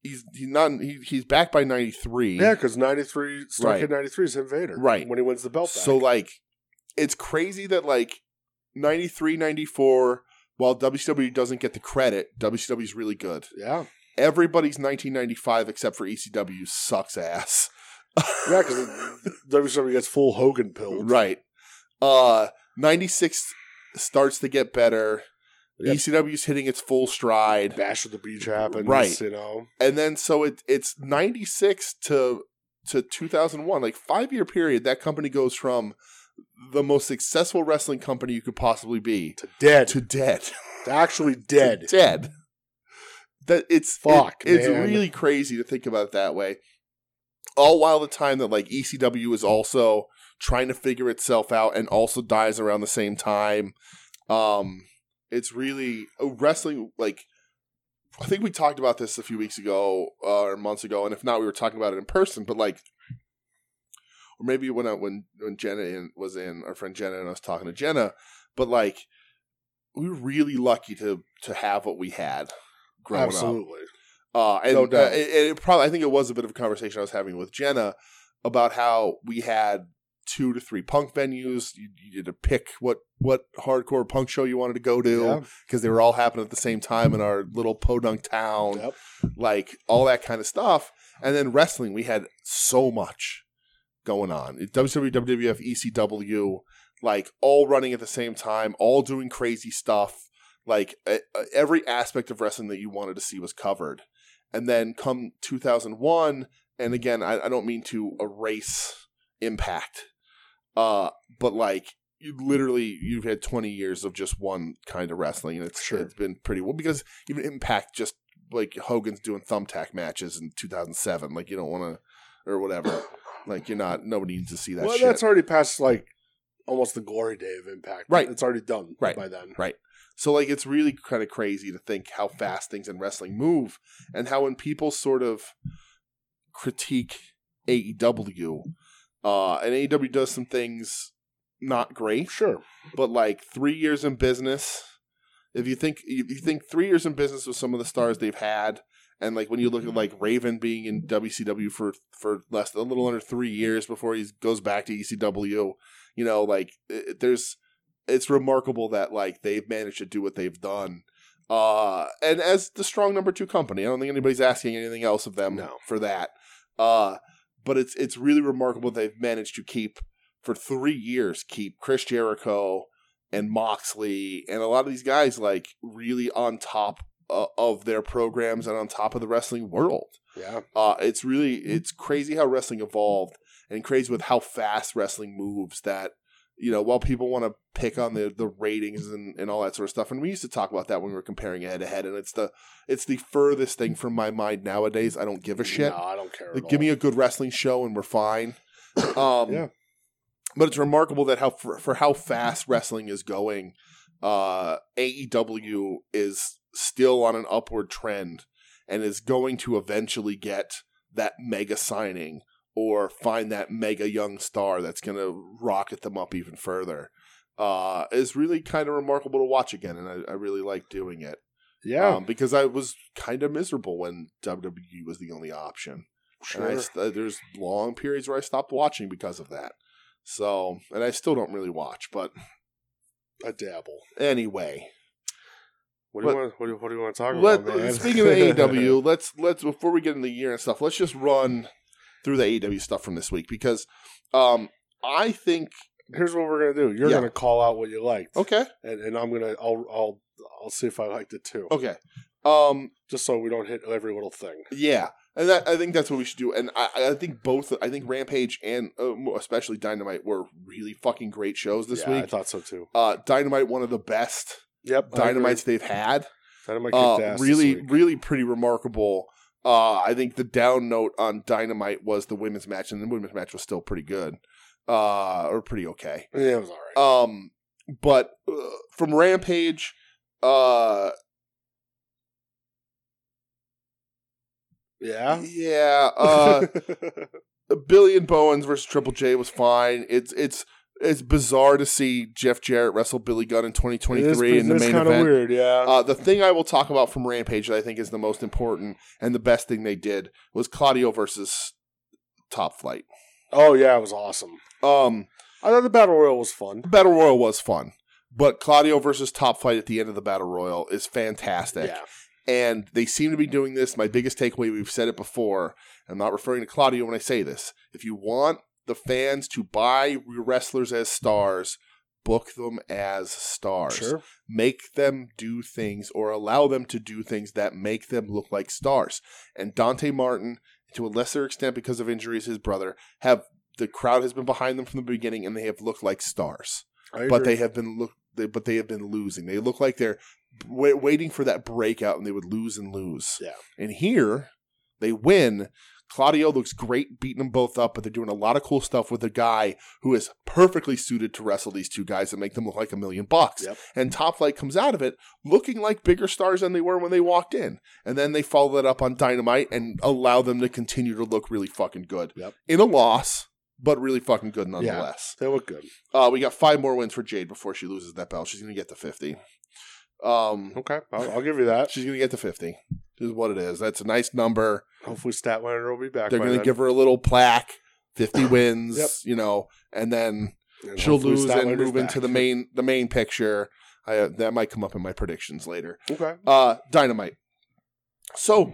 Speaker 1: he's he's not he, he's back by '93.
Speaker 2: yeah, because '93 Starcade
Speaker 1: Right.
Speaker 2: '93 is Invader,
Speaker 1: Right.
Speaker 2: When he wins the belt, back.
Speaker 1: So like it's crazy that like 93 94 while WCW doesn't get the credit, WCW's really good.
Speaker 2: yeah,
Speaker 1: Everybody's 1995 except for ECW sucks ass.
Speaker 2: yeah, because WWE E gets full Hogan pilled.
Speaker 1: right. Uh 96 starts to get better. E
Speaker 2: Yep.
Speaker 1: ECW's hitting its full stride.
Speaker 2: Bash at the Beach happens,
Speaker 1: Right.
Speaker 2: You know,
Speaker 1: And then so it it's 96 to to 2001, like 5 year period that company goes from the most successful wrestling company you could possibly be
Speaker 2: to dead,
Speaker 1: to dead.
Speaker 2: to actually dead.
Speaker 1: To dead. that it's
Speaker 2: Fuck,
Speaker 1: it- it's
Speaker 2: man.
Speaker 1: really crazy to think about it that way. All while the time that like ECW is also trying to figure itself out and also dies around the same time. Um, it's really uh, wrestling. Like I think we talked about this a few weeks ago uh, or months ago, and if not, we were talking about it in person. But like, or maybe when I, when when Jenna in, was in, our friend Jenna and I was talking to Jenna, but like. We were really lucky to to have what we had growing up.
Speaker 2: Absolutely.
Speaker 1: Uh, and
Speaker 2: No doubt.
Speaker 1: uh, it, it probably, I think it was a bit of a conversation I was having with Jenna about how we had two to three punk venues. You, you had to pick what what hardcore punk show you wanted to go to because they were all happening at the same time in our little podunk
Speaker 2: Yeah.
Speaker 1: town,
Speaker 2: Yep.
Speaker 1: like all that kind of stuff. And then wrestling, we had so much going on. WWE, WWF, ECW, E like all running at the same time, all doing crazy stuff. Like e- every aspect of wrestling that you wanted to see was covered. And then come 2001, and again, I, I don't mean to erase impact, uh, but like you literally you've had 20 years of just one kind of wrestling, and it's
Speaker 2: Sure.
Speaker 1: it's been pretty well because even Impact just like Hogan's doing thumbtack matches in 2007, like you don't want to or whatever, like you're not nobody needs to see that.
Speaker 2: well,
Speaker 1: shit.
Speaker 2: that's already past like almost the glory day of Impact.
Speaker 1: Right.
Speaker 2: It's already done
Speaker 1: Right.
Speaker 2: by then.
Speaker 1: So like it's really kind of crazy to think how fast things in wrestling move and how when people sort of critique AEW, uh, and AEW does some things not great,
Speaker 2: Sure.
Speaker 1: but like three years in business, if you think if you think three years in business with some of the stars they've had, and like when you look at like Raven being in WCW for for less a little under three years before he goes back to ECW, you know, like it, there's it's remarkable that like they've managed to do what they've done. Uh, and as the strong number two company, I don't think anybody's asking anything else of them
Speaker 2: No.
Speaker 1: for that. Uh, but it's it's really remarkable they've managed to keep for three years keep Chris Jericho and Moxley and a lot of these guys like really on top uh, of their programs and on top of the wrestling world.
Speaker 2: Yeah.
Speaker 1: Uh, it's really it's crazy how wrestling evolved and crazy with how fast wrestling moves. That you know, while people want to pick on the the ratings and, and all that sort of stuff, and we used to talk about that when we were comparing head to head, and it's the it's the furthest thing from my mind nowadays. I don't give a shit.
Speaker 2: No, I don't care.
Speaker 1: Like, give me a good wrestling show and we're fine. Um,
Speaker 2: Yeah.
Speaker 1: But it's remarkable that how for, for how fast wrestling is going, uh, AEW is still on an upward trend and is going to eventually get that mega signing or find that mega young star that's going to rocket them up even further. Uh, is really kind of remarkable to watch again, and I, I really like doing it.
Speaker 2: yeah.
Speaker 1: Um, because I was kind of miserable when WWE was the only option.
Speaker 2: sure.
Speaker 1: And I, st- uh, there's long periods where I stopped watching because of that. So, and I still don't really watch. But
Speaker 2: a dabble.
Speaker 1: anyway,
Speaker 2: What
Speaker 1: But-
Speaker 2: do you want? What do, you- what do you want to talk
Speaker 1: let, uh,
Speaker 2: about, Oh, man?
Speaker 1: speaking of E AEW, let's let's before we get into the year and stuff, let's just run through the AEW stuff from this week because um, I think
Speaker 2: here's what we're gonna do. You're
Speaker 1: Yeah. Oh.
Speaker 2: gonna call out what you liked,
Speaker 1: okay,
Speaker 2: and, and I'm gonna I'll I'll I'll see if I liked it too,
Speaker 1: okay, um,
Speaker 2: just so we don't hit every little thing.
Speaker 1: yeah. And that, I think that's what we should do. And I, I think both, I think Rampage and uh, especially Dynamite were really fucking great shows this
Speaker 2: Yeah,
Speaker 1: week.
Speaker 2: I thought so too.
Speaker 1: uh, Dynamite, one of the best
Speaker 2: Yep, I
Speaker 1: Dynamites they've had.
Speaker 2: agree. Dynamite kicked
Speaker 1: Uh,
Speaker 2: ass.
Speaker 1: really,
Speaker 2: this week.
Speaker 1: really pretty remarkable. Uh, I think the down note on Dynamite was the women's match, and the women's match was still pretty good, uh, or pretty okay.
Speaker 2: yeah, it was all right.
Speaker 1: Um, but uh, from Rampage, uh,
Speaker 2: yeah,
Speaker 1: yeah, uh, Billy and Bowens versus Triple J was fine. It's it's it's bizarre to see Jeff Jarrett wrestle Billy Gunn in 2023 in the main
Speaker 2: kind
Speaker 1: event.
Speaker 2: of weird. Yeah,
Speaker 1: Uh, the thing I will talk about from Rampage that I think is the most important and the best thing they did was Claudio versus Top Flight.
Speaker 2: oh yeah, it was awesome.
Speaker 1: Um,
Speaker 2: I thought the battle royal was fun.
Speaker 1: the Battle Royal was fun, but Claudio versus Top Flight at the end of the Battle Royal is fantastic.
Speaker 2: Yeah,
Speaker 1: And they seem to be doing this. My biggest takeaway, we've said it before, I'm not referring to Claudio when I say this. If you want the fans to buy wrestlers as stars, book them as stars.
Speaker 2: sure.
Speaker 1: make them do things or allow them to do things that make them look like stars. And Dante Martin, to a lesser extent because of injuries, his brother, have the crowd has been behind them from the beginning and they have looked like stars.
Speaker 2: I
Speaker 1: But
Speaker 2: agree.
Speaker 1: they have been look they, but they have been losing. They look like they're wa waiting for that breakout, and they would lose and lose.
Speaker 2: Yeah.
Speaker 1: And here they win. Claudio looks great beating them both up, but they're doing a lot of cool stuff with a guy who is perfectly suited to wrestle these two guys and make them look like a million bucks.
Speaker 2: Yep.
Speaker 1: And Top Flight comes out of it looking like bigger stars than they were when they walked in. And then they follow that up on Dynamite and allow them to continue to look really fucking good.
Speaker 2: Yep.
Speaker 1: In a loss, but really fucking good nonetheless.
Speaker 2: They look good.
Speaker 1: Uh, we got five more wins for Jade before she loses that belt. She's going to get to 50. Um,
Speaker 2: Okay, I'll, I'll give you that.
Speaker 1: She's going to get to 50. Is what it is. That's a nice number.
Speaker 2: Hopefully, Statlander will be back.
Speaker 1: They're
Speaker 2: by
Speaker 1: going to
Speaker 2: then.
Speaker 1: give her a little plaque, 50 wins,
Speaker 2: Yep.
Speaker 1: you know, and then
Speaker 2: And
Speaker 1: she'll
Speaker 2: hopefully
Speaker 1: lose and
Speaker 2: Statlander's
Speaker 1: move into
Speaker 2: back.
Speaker 1: the main the main picture. I, uh, that might come up in my predictions later.
Speaker 2: Okay,
Speaker 1: Uh, Dynamite.
Speaker 2: Hmm.
Speaker 1: So,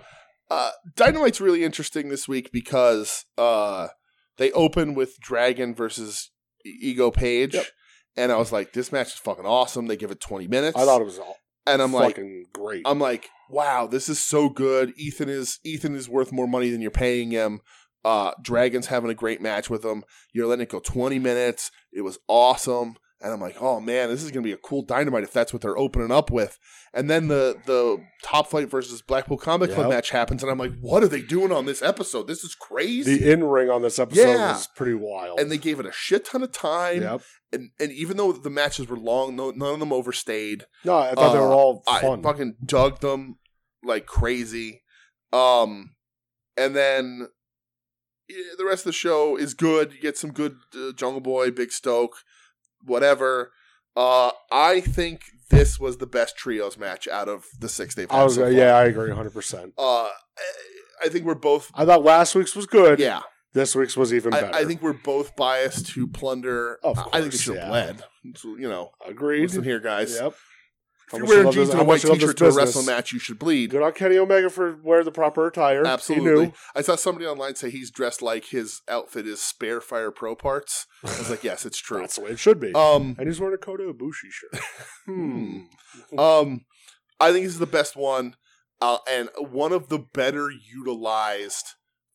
Speaker 1: uh, Dynamite's really interesting this week because uh, they open with Dragon versus E- Ego Page,
Speaker 2: Yep.
Speaker 1: and I was like, "This match is fucking awesome." They give it twenty minutes,
Speaker 2: I thought it was all
Speaker 1: and I'm like, um,
Speaker 2: fucking great.
Speaker 1: I'm like, wow, this is so good. Ethan is Ethan is worth more money than you're paying him. Uh, Dragon's having a great match with him. You're letting it go 20 minutes. It was awesome. And I'm like, oh man, this is gonna be a cool dynamite if that's what they're opening up with. And then the the top flight versus Blackpool Combat Club
Speaker 2: Yep.
Speaker 1: match happens, and I'm like, what are they doing on this episode? This is crazy.
Speaker 2: the in ring on this episode
Speaker 1: Yeah.
Speaker 2: was pretty wild.
Speaker 1: and they gave it a shit ton of time.
Speaker 2: yep.
Speaker 1: And and even though the matches were long, no, none of them overstayed.
Speaker 2: No, I thought they were
Speaker 1: Uh,
Speaker 2: all
Speaker 1: I
Speaker 2: fun.
Speaker 1: fucking dug them like crazy. Um, and then yeah, the rest of the show is good. You get some good uh, Jungle Boy, Big Stoke, whatever. Uh, I think this was the best trios match out of the six they've had.
Speaker 2: I was,
Speaker 1: so far.
Speaker 2: yeah, I agree, hundred percent.
Speaker 1: Uh, I think we're both.
Speaker 2: I thought last week's was good.
Speaker 1: Yeah,
Speaker 2: This week's was even better.
Speaker 1: I, I think we're both biased to plunder.
Speaker 2: Of
Speaker 1: I think they
Speaker 2: course,
Speaker 1: should have
Speaker 2: yeah.
Speaker 1: bled. So, you know,
Speaker 2: agreed.
Speaker 1: listen here, guys.
Speaker 2: Yep. How
Speaker 1: If you're
Speaker 2: much you
Speaker 1: wearing
Speaker 2: love
Speaker 1: jeans
Speaker 2: this-
Speaker 1: and
Speaker 2: how
Speaker 1: a white
Speaker 2: much you love this
Speaker 1: t-shirt to a
Speaker 2: business.
Speaker 1: wrestle match, you should bleed.
Speaker 2: Good on Kenny Omega for wearing the proper attire. He
Speaker 1: Absolutely.
Speaker 2: knew.
Speaker 1: I saw somebody online say he's dressed like his outfit is spare fire pro parts. I was like, yes, it's true.
Speaker 2: That's the way it should be.
Speaker 1: Um,
Speaker 2: and he's wearing a Kota Ibushi shirt.
Speaker 1: hmm. um, I think this is the best one, uh, and one of the better utilized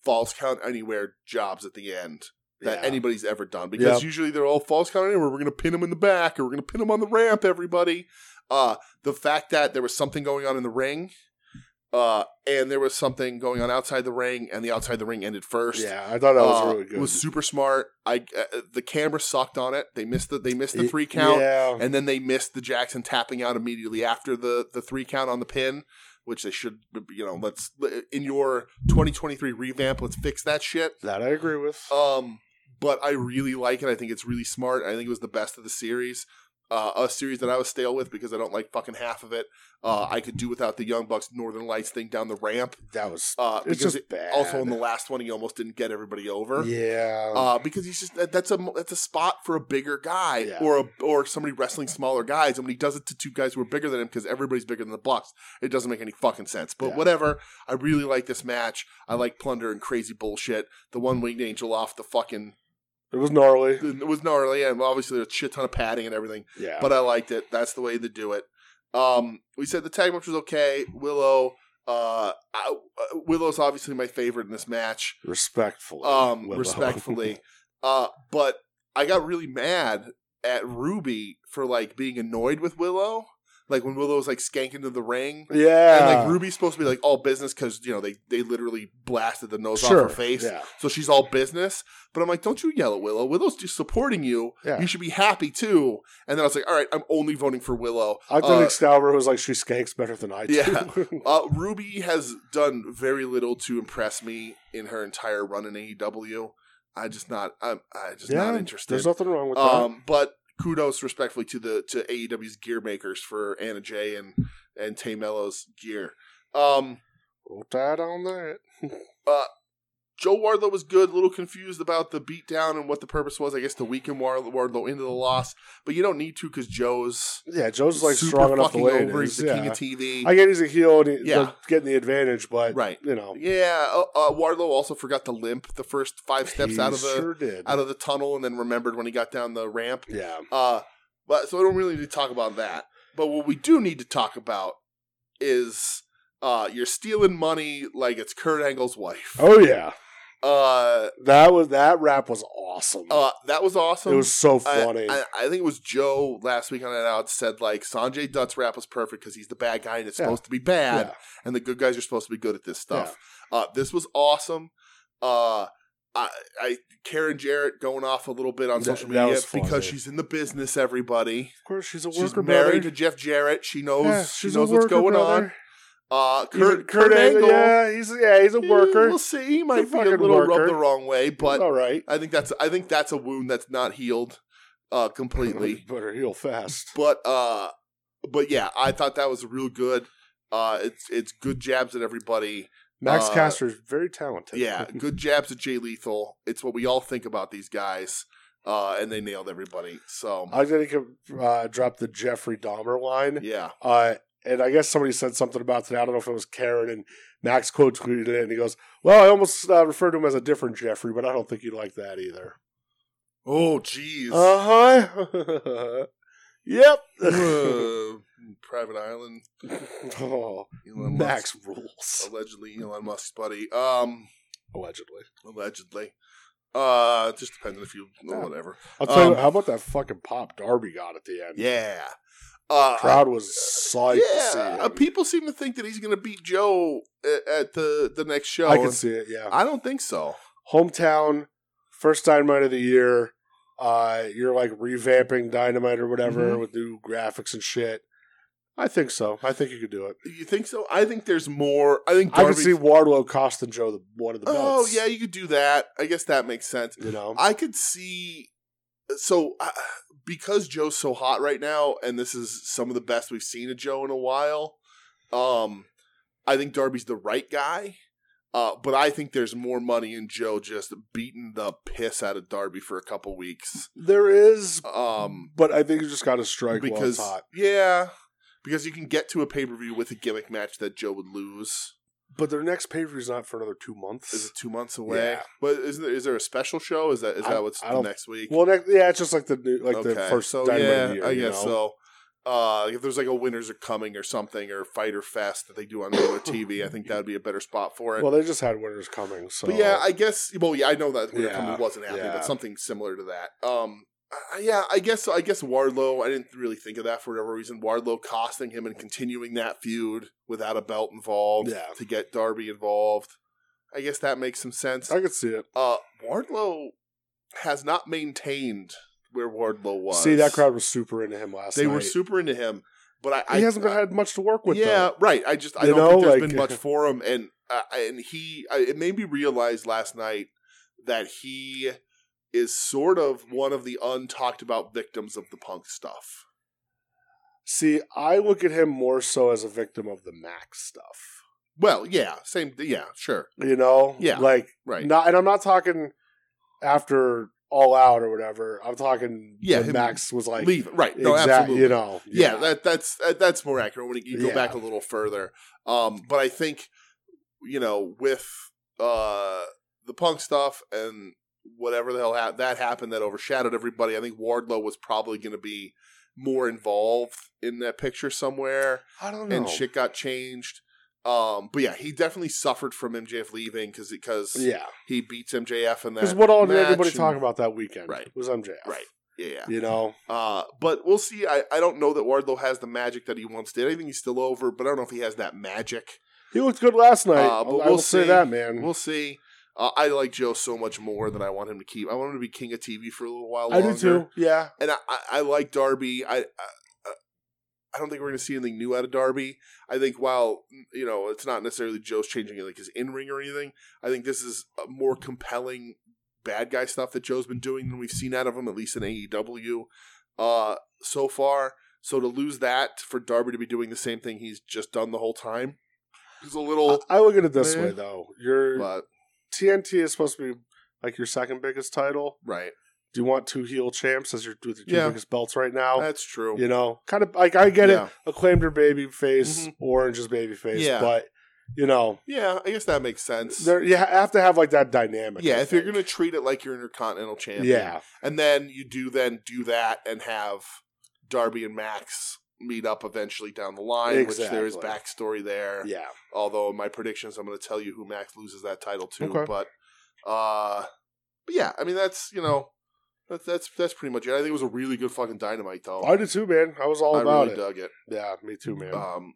Speaker 1: false count anywhere jobs at the end that
Speaker 2: Yeah.
Speaker 1: anybody's ever done because
Speaker 2: Yep.
Speaker 1: usually they're all false count anywhere. We're going to pin them in the back or we're going to pin them on the ramp. Everybody, uh, the fact that there was something going on in the ring. Uh, and there was something going on outside the ring, and the outside the ring ended first.
Speaker 2: Yeah, I thought that was
Speaker 1: Uh,
Speaker 2: really good.
Speaker 1: It was super smart. I uh, the camera sucked on it. They missed the they missed the
Speaker 2: It-
Speaker 1: three count,
Speaker 2: Yeah.
Speaker 1: and then they missed the Jackson tapping out immediately after the the three count on the pin, which they should you know let's in your 2023 revamp let's fix that shit.
Speaker 2: that I agree with.
Speaker 1: Um, but I really like it. I think it's really smart. I think it was the best of the series. Uh, a series that I was stale with because I don't like fucking half of it. Uh, I could do without the Young Bucks Northern Lights thing down the ramp.
Speaker 2: that was
Speaker 1: Uh,
Speaker 2: it's
Speaker 1: because
Speaker 2: just
Speaker 1: it-
Speaker 2: bad.
Speaker 1: also in the last one, he almost didn't get everybody over
Speaker 2: yeah.
Speaker 1: uh, because he's just that, that's a that's a spot for a bigger guy
Speaker 2: Yeah.
Speaker 1: or a, or somebody wrestling smaller guys, and when he does it to two guys who are bigger than him because everybody's bigger than the Bucks, it doesn't make any fucking sense. But
Speaker 2: Yeah.
Speaker 1: whatever, I really like this match. I like plunder and crazy bullshit. The one winged angel off the fucking
Speaker 2: it was gnarly.
Speaker 1: it was gnarly, and obviously there's a shit ton of padding and everything,
Speaker 2: Yeah.
Speaker 1: but I liked it. That's the way to do it. Um, we said the tag match was okay. Willow, uh, I, uh, Willow's obviously my favorite in this match
Speaker 2: respectfully.
Speaker 1: um
Speaker 2: Willow.
Speaker 1: respectfully uh but i got really mad at ruby for like being annoyed with willow like when willow was like skanking to the ring and
Speaker 2: yeah.
Speaker 1: like ruby's supposed to be like all business because you know they they literally blasted the nose
Speaker 2: Sure,
Speaker 1: off her face
Speaker 2: Yeah.
Speaker 1: so she's all business but i'm like don't you yell at willow willow's just supporting you
Speaker 2: Yeah.
Speaker 1: you should be happy too and then i was like all right i'm only voting for willow
Speaker 2: I thought
Speaker 1: Uh,
Speaker 2: Excalibur was like she skanks better than I do.
Speaker 1: Yeah. uh, Ruby has done very little to impress me in her entire run in AEW. I just not. I'm, I just
Speaker 2: Yeah,
Speaker 1: not
Speaker 2: There's
Speaker 1: interested.
Speaker 2: nothing wrong with that.
Speaker 1: Um, but kudos respectfully to the to AEW's gear makers for Anna Jay and and Tay Mello's gear. Um,
Speaker 2: Put that on that.
Speaker 1: Joe Wardlow was good. A little confused about the beatdown and what the purpose was. I guess to weaken Wardlow, Wardlow into the loss, but you don't need to because Joe's
Speaker 2: Yeah, Joe's like strong enough the way
Speaker 1: over.
Speaker 2: it
Speaker 1: He's
Speaker 2: is.
Speaker 1: the king
Speaker 2: Yeah.
Speaker 1: of TV.
Speaker 2: I get he's a heel and he,
Speaker 1: Yeah.
Speaker 2: they're getting the advantage, but
Speaker 1: Right.
Speaker 2: you know,
Speaker 1: Yeah, uh, uh, Wardlow also forgot to limp the first five steps
Speaker 2: he
Speaker 1: out of the
Speaker 2: sure did.
Speaker 1: out of the tunnel, and then remembered when he got down the ramp.
Speaker 2: yeah,
Speaker 1: Uh, but so I don't really need to talk about that. But what we do need to talk about is uh, you're stealing money like it's Kurt Angle's wife.
Speaker 2: oh yeah,
Speaker 1: Uh,
Speaker 2: That was that rap was awesome.
Speaker 1: uh, that was awesome.
Speaker 2: it was so
Speaker 1: I-
Speaker 2: funny.
Speaker 1: I, I think it was Joe last week on that out said like Sanjay Dutt's rap was perfect because he's the bad guy and it's
Speaker 2: Yeah.
Speaker 1: supposed to be bad,
Speaker 2: Yeah.
Speaker 1: and the good guys are supposed to be good at this stuff. Uh, this was awesome. Uh, I, I Karen Jarrett going off a little bit on
Speaker 2: That-
Speaker 1: social
Speaker 2: that
Speaker 1: media
Speaker 2: was fun,
Speaker 1: because
Speaker 2: dude.
Speaker 1: she's in the business. Everybody,
Speaker 2: Of course, she's a
Speaker 1: she's
Speaker 2: worker
Speaker 1: married
Speaker 2: brother.
Speaker 1: to Jeff Jarrett. She knows
Speaker 2: Yeah,
Speaker 1: she
Speaker 2: she's a
Speaker 1: knows what's
Speaker 2: worker
Speaker 1: going
Speaker 2: brother.
Speaker 1: on. Uh,
Speaker 2: Even
Speaker 1: Kurt, Kurt, Angle,
Speaker 2: yeah, he's yeah, he's a
Speaker 1: eh,
Speaker 2: worker.
Speaker 1: We'll see. He might be a
Speaker 2: fucking
Speaker 1: little
Speaker 2: worker.
Speaker 1: rubbed the wrong way, but
Speaker 2: all right,
Speaker 1: I think that's I think that's a wound that's not healed uh, completely.
Speaker 2: but her heel fast.
Speaker 1: But uh, but yeah, I thought that was real good. Uh, it's it's good jabs at everybody.
Speaker 2: Max
Speaker 1: Uh,
Speaker 2: Caster is very talented.
Speaker 1: Yeah, good jabs at Jay Lethal. It's what we all think about these guys, uh, and they nailed everybody. So
Speaker 2: I think I uh, dropped the Jeffrey Dahmer line.
Speaker 1: yeah,
Speaker 2: Uh, and I guess somebody said something about that. I don't know if it was Karen and Max quote tweeted it, and he goes, "Well, I almost uh, referred to him as a different Jeffrey, but I don't think you'd like that either."
Speaker 1: oh jeez,
Speaker 2: Uh huh. yep.
Speaker 1: Uh, Private Island,
Speaker 2: oh,
Speaker 1: Elon
Speaker 2: Max
Speaker 1: Musk,
Speaker 2: rules.
Speaker 1: allegedly Elon Musk's buddy. Um,
Speaker 2: Allegedly,
Speaker 1: allegedly. Uh, just depends if you
Speaker 2: Yeah.
Speaker 1: whatever.
Speaker 2: I'll tell
Speaker 1: Um,
Speaker 2: you. How about that fucking pop Darby got at the end?
Speaker 1: Yeah. Uh,
Speaker 2: crowd was psyched to see
Speaker 1: yeah.
Speaker 2: him.
Speaker 1: uh, people seem to think that he's going to beat Joe at, at the the next show.
Speaker 2: I can
Speaker 1: and
Speaker 2: see it. Yeah,
Speaker 1: I don't think so.
Speaker 2: hometown, first dynamite of the year. Uh, you're like revamping dynamite or whatever
Speaker 1: Mhm.
Speaker 2: with new graphics and shit. I think so. I think you could do it.
Speaker 1: You think so? I think there's more. I think
Speaker 2: I
Speaker 1: Darby.
Speaker 2: could see Wardlow costing Joe the one of the
Speaker 1: oh
Speaker 2: belts.
Speaker 1: yeah, you could do that. I guess that makes sense.
Speaker 2: you know.
Speaker 1: I could see. So uh, because Joe's so hot right now, and this is some of the best we've seen of Joe in a while. Um, I think Darby's the right guy. Uh, but I think there's more money in Joe just beating the piss out of Darby for a couple weeks.
Speaker 2: there is,
Speaker 1: Um,
Speaker 2: but I think you just got to strike because, while it's
Speaker 1: because
Speaker 2: hot.
Speaker 1: yeah, because you can get to a pay per view with a gimmick match that Joe would lose.
Speaker 2: But their next pay per view is not for another two months.
Speaker 1: Is it two months away?
Speaker 2: Yeah.
Speaker 1: But is there is there a special show? Is that is
Speaker 2: I-
Speaker 1: that what's
Speaker 2: I
Speaker 1: the
Speaker 2: don't-
Speaker 1: next week?
Speaker 2: well, next, yeah, it's just like the new, like the
Speaker 1: Okay,
Speaker 2: first
Speaker 1: so
Speaker 2: dynamite
Speaker 1: yeah,
Speaker 2: of the year.
Speaker 1: I
Speaker 2: you
Speaker 1: guess
Speaker 2: know?
Speaker 1: so. Uh, if there's like a winners are coming or something or fighter fest that they do on regular TV, I think that would be a better spot for it.
Speaker 2: Well, they just had winners coming. So
Speaker 1: but yeah, I guess. Well, yeah, I know that winner
Speaker 2: Yeah,
Speaker 1: coming wasn't happening,
Speaker 2: yeah.
Speaker 1: but something similar to that. Um, I- yeah, I guess. I guess Wardlow. I didn't really think of that for whatever reason. Wardlow costing him and continuing that feud without a belt involved
Speaker 2: Yeah.
Speaker 1: to get Darby involved. I guess that makes some sense.
Speaker 2: I could see it.
Speaker 1: Uh, Wardlow has not maintained where Wardlow was.
Speaker 2: See, that crowd was super into him last
Speaker 1: They
Speaker 2: night.
Speaker 1: were super into him, but I, I
Speaker 2: He hasn't had much to work with.
Speaker 1: yeah,
Speaker 2: though.
Speaker 1: right. I just I
Speaker 2: You
Speaker 1: don't think
Speaker 2: know,
Speaker 1: there's
Speaker 2: like-
Speaker 1: been much for him, and uh, and he I, it made me realize last night that he is sort of one of the untalked about victims of the punk stuff.
Speaker 2: See, I look at him more so as a victim of the Max stuff.
Speaker 1: Well, yeah, same. Yeah, sure,
Speaker 2: You know,
Speaker 1: Yeah.
Speaker 2: like
Speaker 1: right.
Speaker 2: not, and I'm not talking after all out or whatever. I'm talking
Speaker 1: Yeah,
Speaker 2: when
Speaker 1: him
Speaker 2: Max was like
Speaker 1: Leave. Right. No,
Speaker 2: exact-
Speaker 1: absolutely.
Speaker 2: You know,
Speaker 1: yeah, that that's that, that's more accurate when you go
Speaker 2: Yeah.
Speaker 1: back a little further um but i think you know with uh the punk stuff and whatever the hell ha- that happened that overshadowed everybody i think wardlow was probably going to be more involved in that picture somewhere
Speaker 2: I don't know.
Speaker 1: and shit got changed um but yeah he definitely suffered from mjf leaving because because
Speaker 2: Yeah,
Speaker 1: he beats mjf in
Speaker 2: because
Speaker 1: that
Speaker 2: what all did
Speaker 1: match
Speaker 2: everybody
Speaker 1: and-
Speaker 2: talk about that weekend?
Speaker 1: Right.
Speaker 2: was MJF.
Speaker 1: Right. yeah
Speaker 2: You know,
Speaker 1: uh, but we'll see. I, I don't know that Wardlow has the magic that he once did. I think he's still over, but I don't know if he has that magic.
Speaker 2: he looked good last night.
Speaker 1: Uh, but
Speaker 2: I
Speaker 1: we'll
Speaker 2: will say
Speaker 1: see.
Speaker 2: that, man.
Speaker 1: We'll see. Uh, I like Joe so much more than I want him to keep. I want him to be king of TV for a little while
Speaker 2: I
Speaker 1: longer.
Speaker 2: do too. Yeah,
Speaker 1: And I, I, I like Darby. I, I I don't think we're going to see anything new out of Darby. I think while mm, you know it's not necessarily Joe's changing like his in ring or anything, I think this is a more compelling bad guy stuff that Joe's been doing than we've seen out of him at least in AEW uh, so far. So to lose that for Darby to be doing the same thing he's just done the whole time is a little.
Speaker 2: I, I look at it this
Speaker 1: man.
Speaker 2: way though. Your
Speaker 1: But
Speaker 2: TNT is supposed to be like your second biggest title.
Speaker 1: right,
Speaker 2: Do you want two heel champs as your with your two
Speaker 1: Yeah.
Speaker 2: biggest belts right now?
Speaker 1: that's true.
Speaker 2: you know, kind of like I get
Speaker 1: yeah.
Speaker 2: it. Acclaimed her baby face,
Speaker 1: Mhm.
Speaker 2: orange is baby face,
Speaker 1: Yeah.
Speaker 2: but you know,
Speaker 1: Yeah, I guess that makes sense.
Speaker 2: there you ha- have to have like that dynamic.
Speaker 1: yeah,
Speaker 2: I
Speaker 1: if you're
Speaker 2: think.
Speaker 1: going to treat it like your Intercontinental Champion,
Speaker 2: yeah,
Speaker 1: And then you do then do that and have Darby and Max meet up eventually down the line, which there is
Speaker 2: Exactly.
Speaker 1: backstory there.
Speaker 2: yeah,
Speaker 1: Although in my predictions, I'm going to tell you who Max loses that title to.
Speaker 2: Okay.
Speaker 1: But Uh, but yeah, I mean that's you know that's that's that's pretty much it. I think it was a really good fucking dynamite though.
Speaker 2: I did too, man. I was all
Speaker 1: I
Speaker 2: about
Speaker 1: really
Speaker 2: it.
Speaker 1: dug it.
Speaker 2: Yeah, me too, man.
Speaker 1: Um,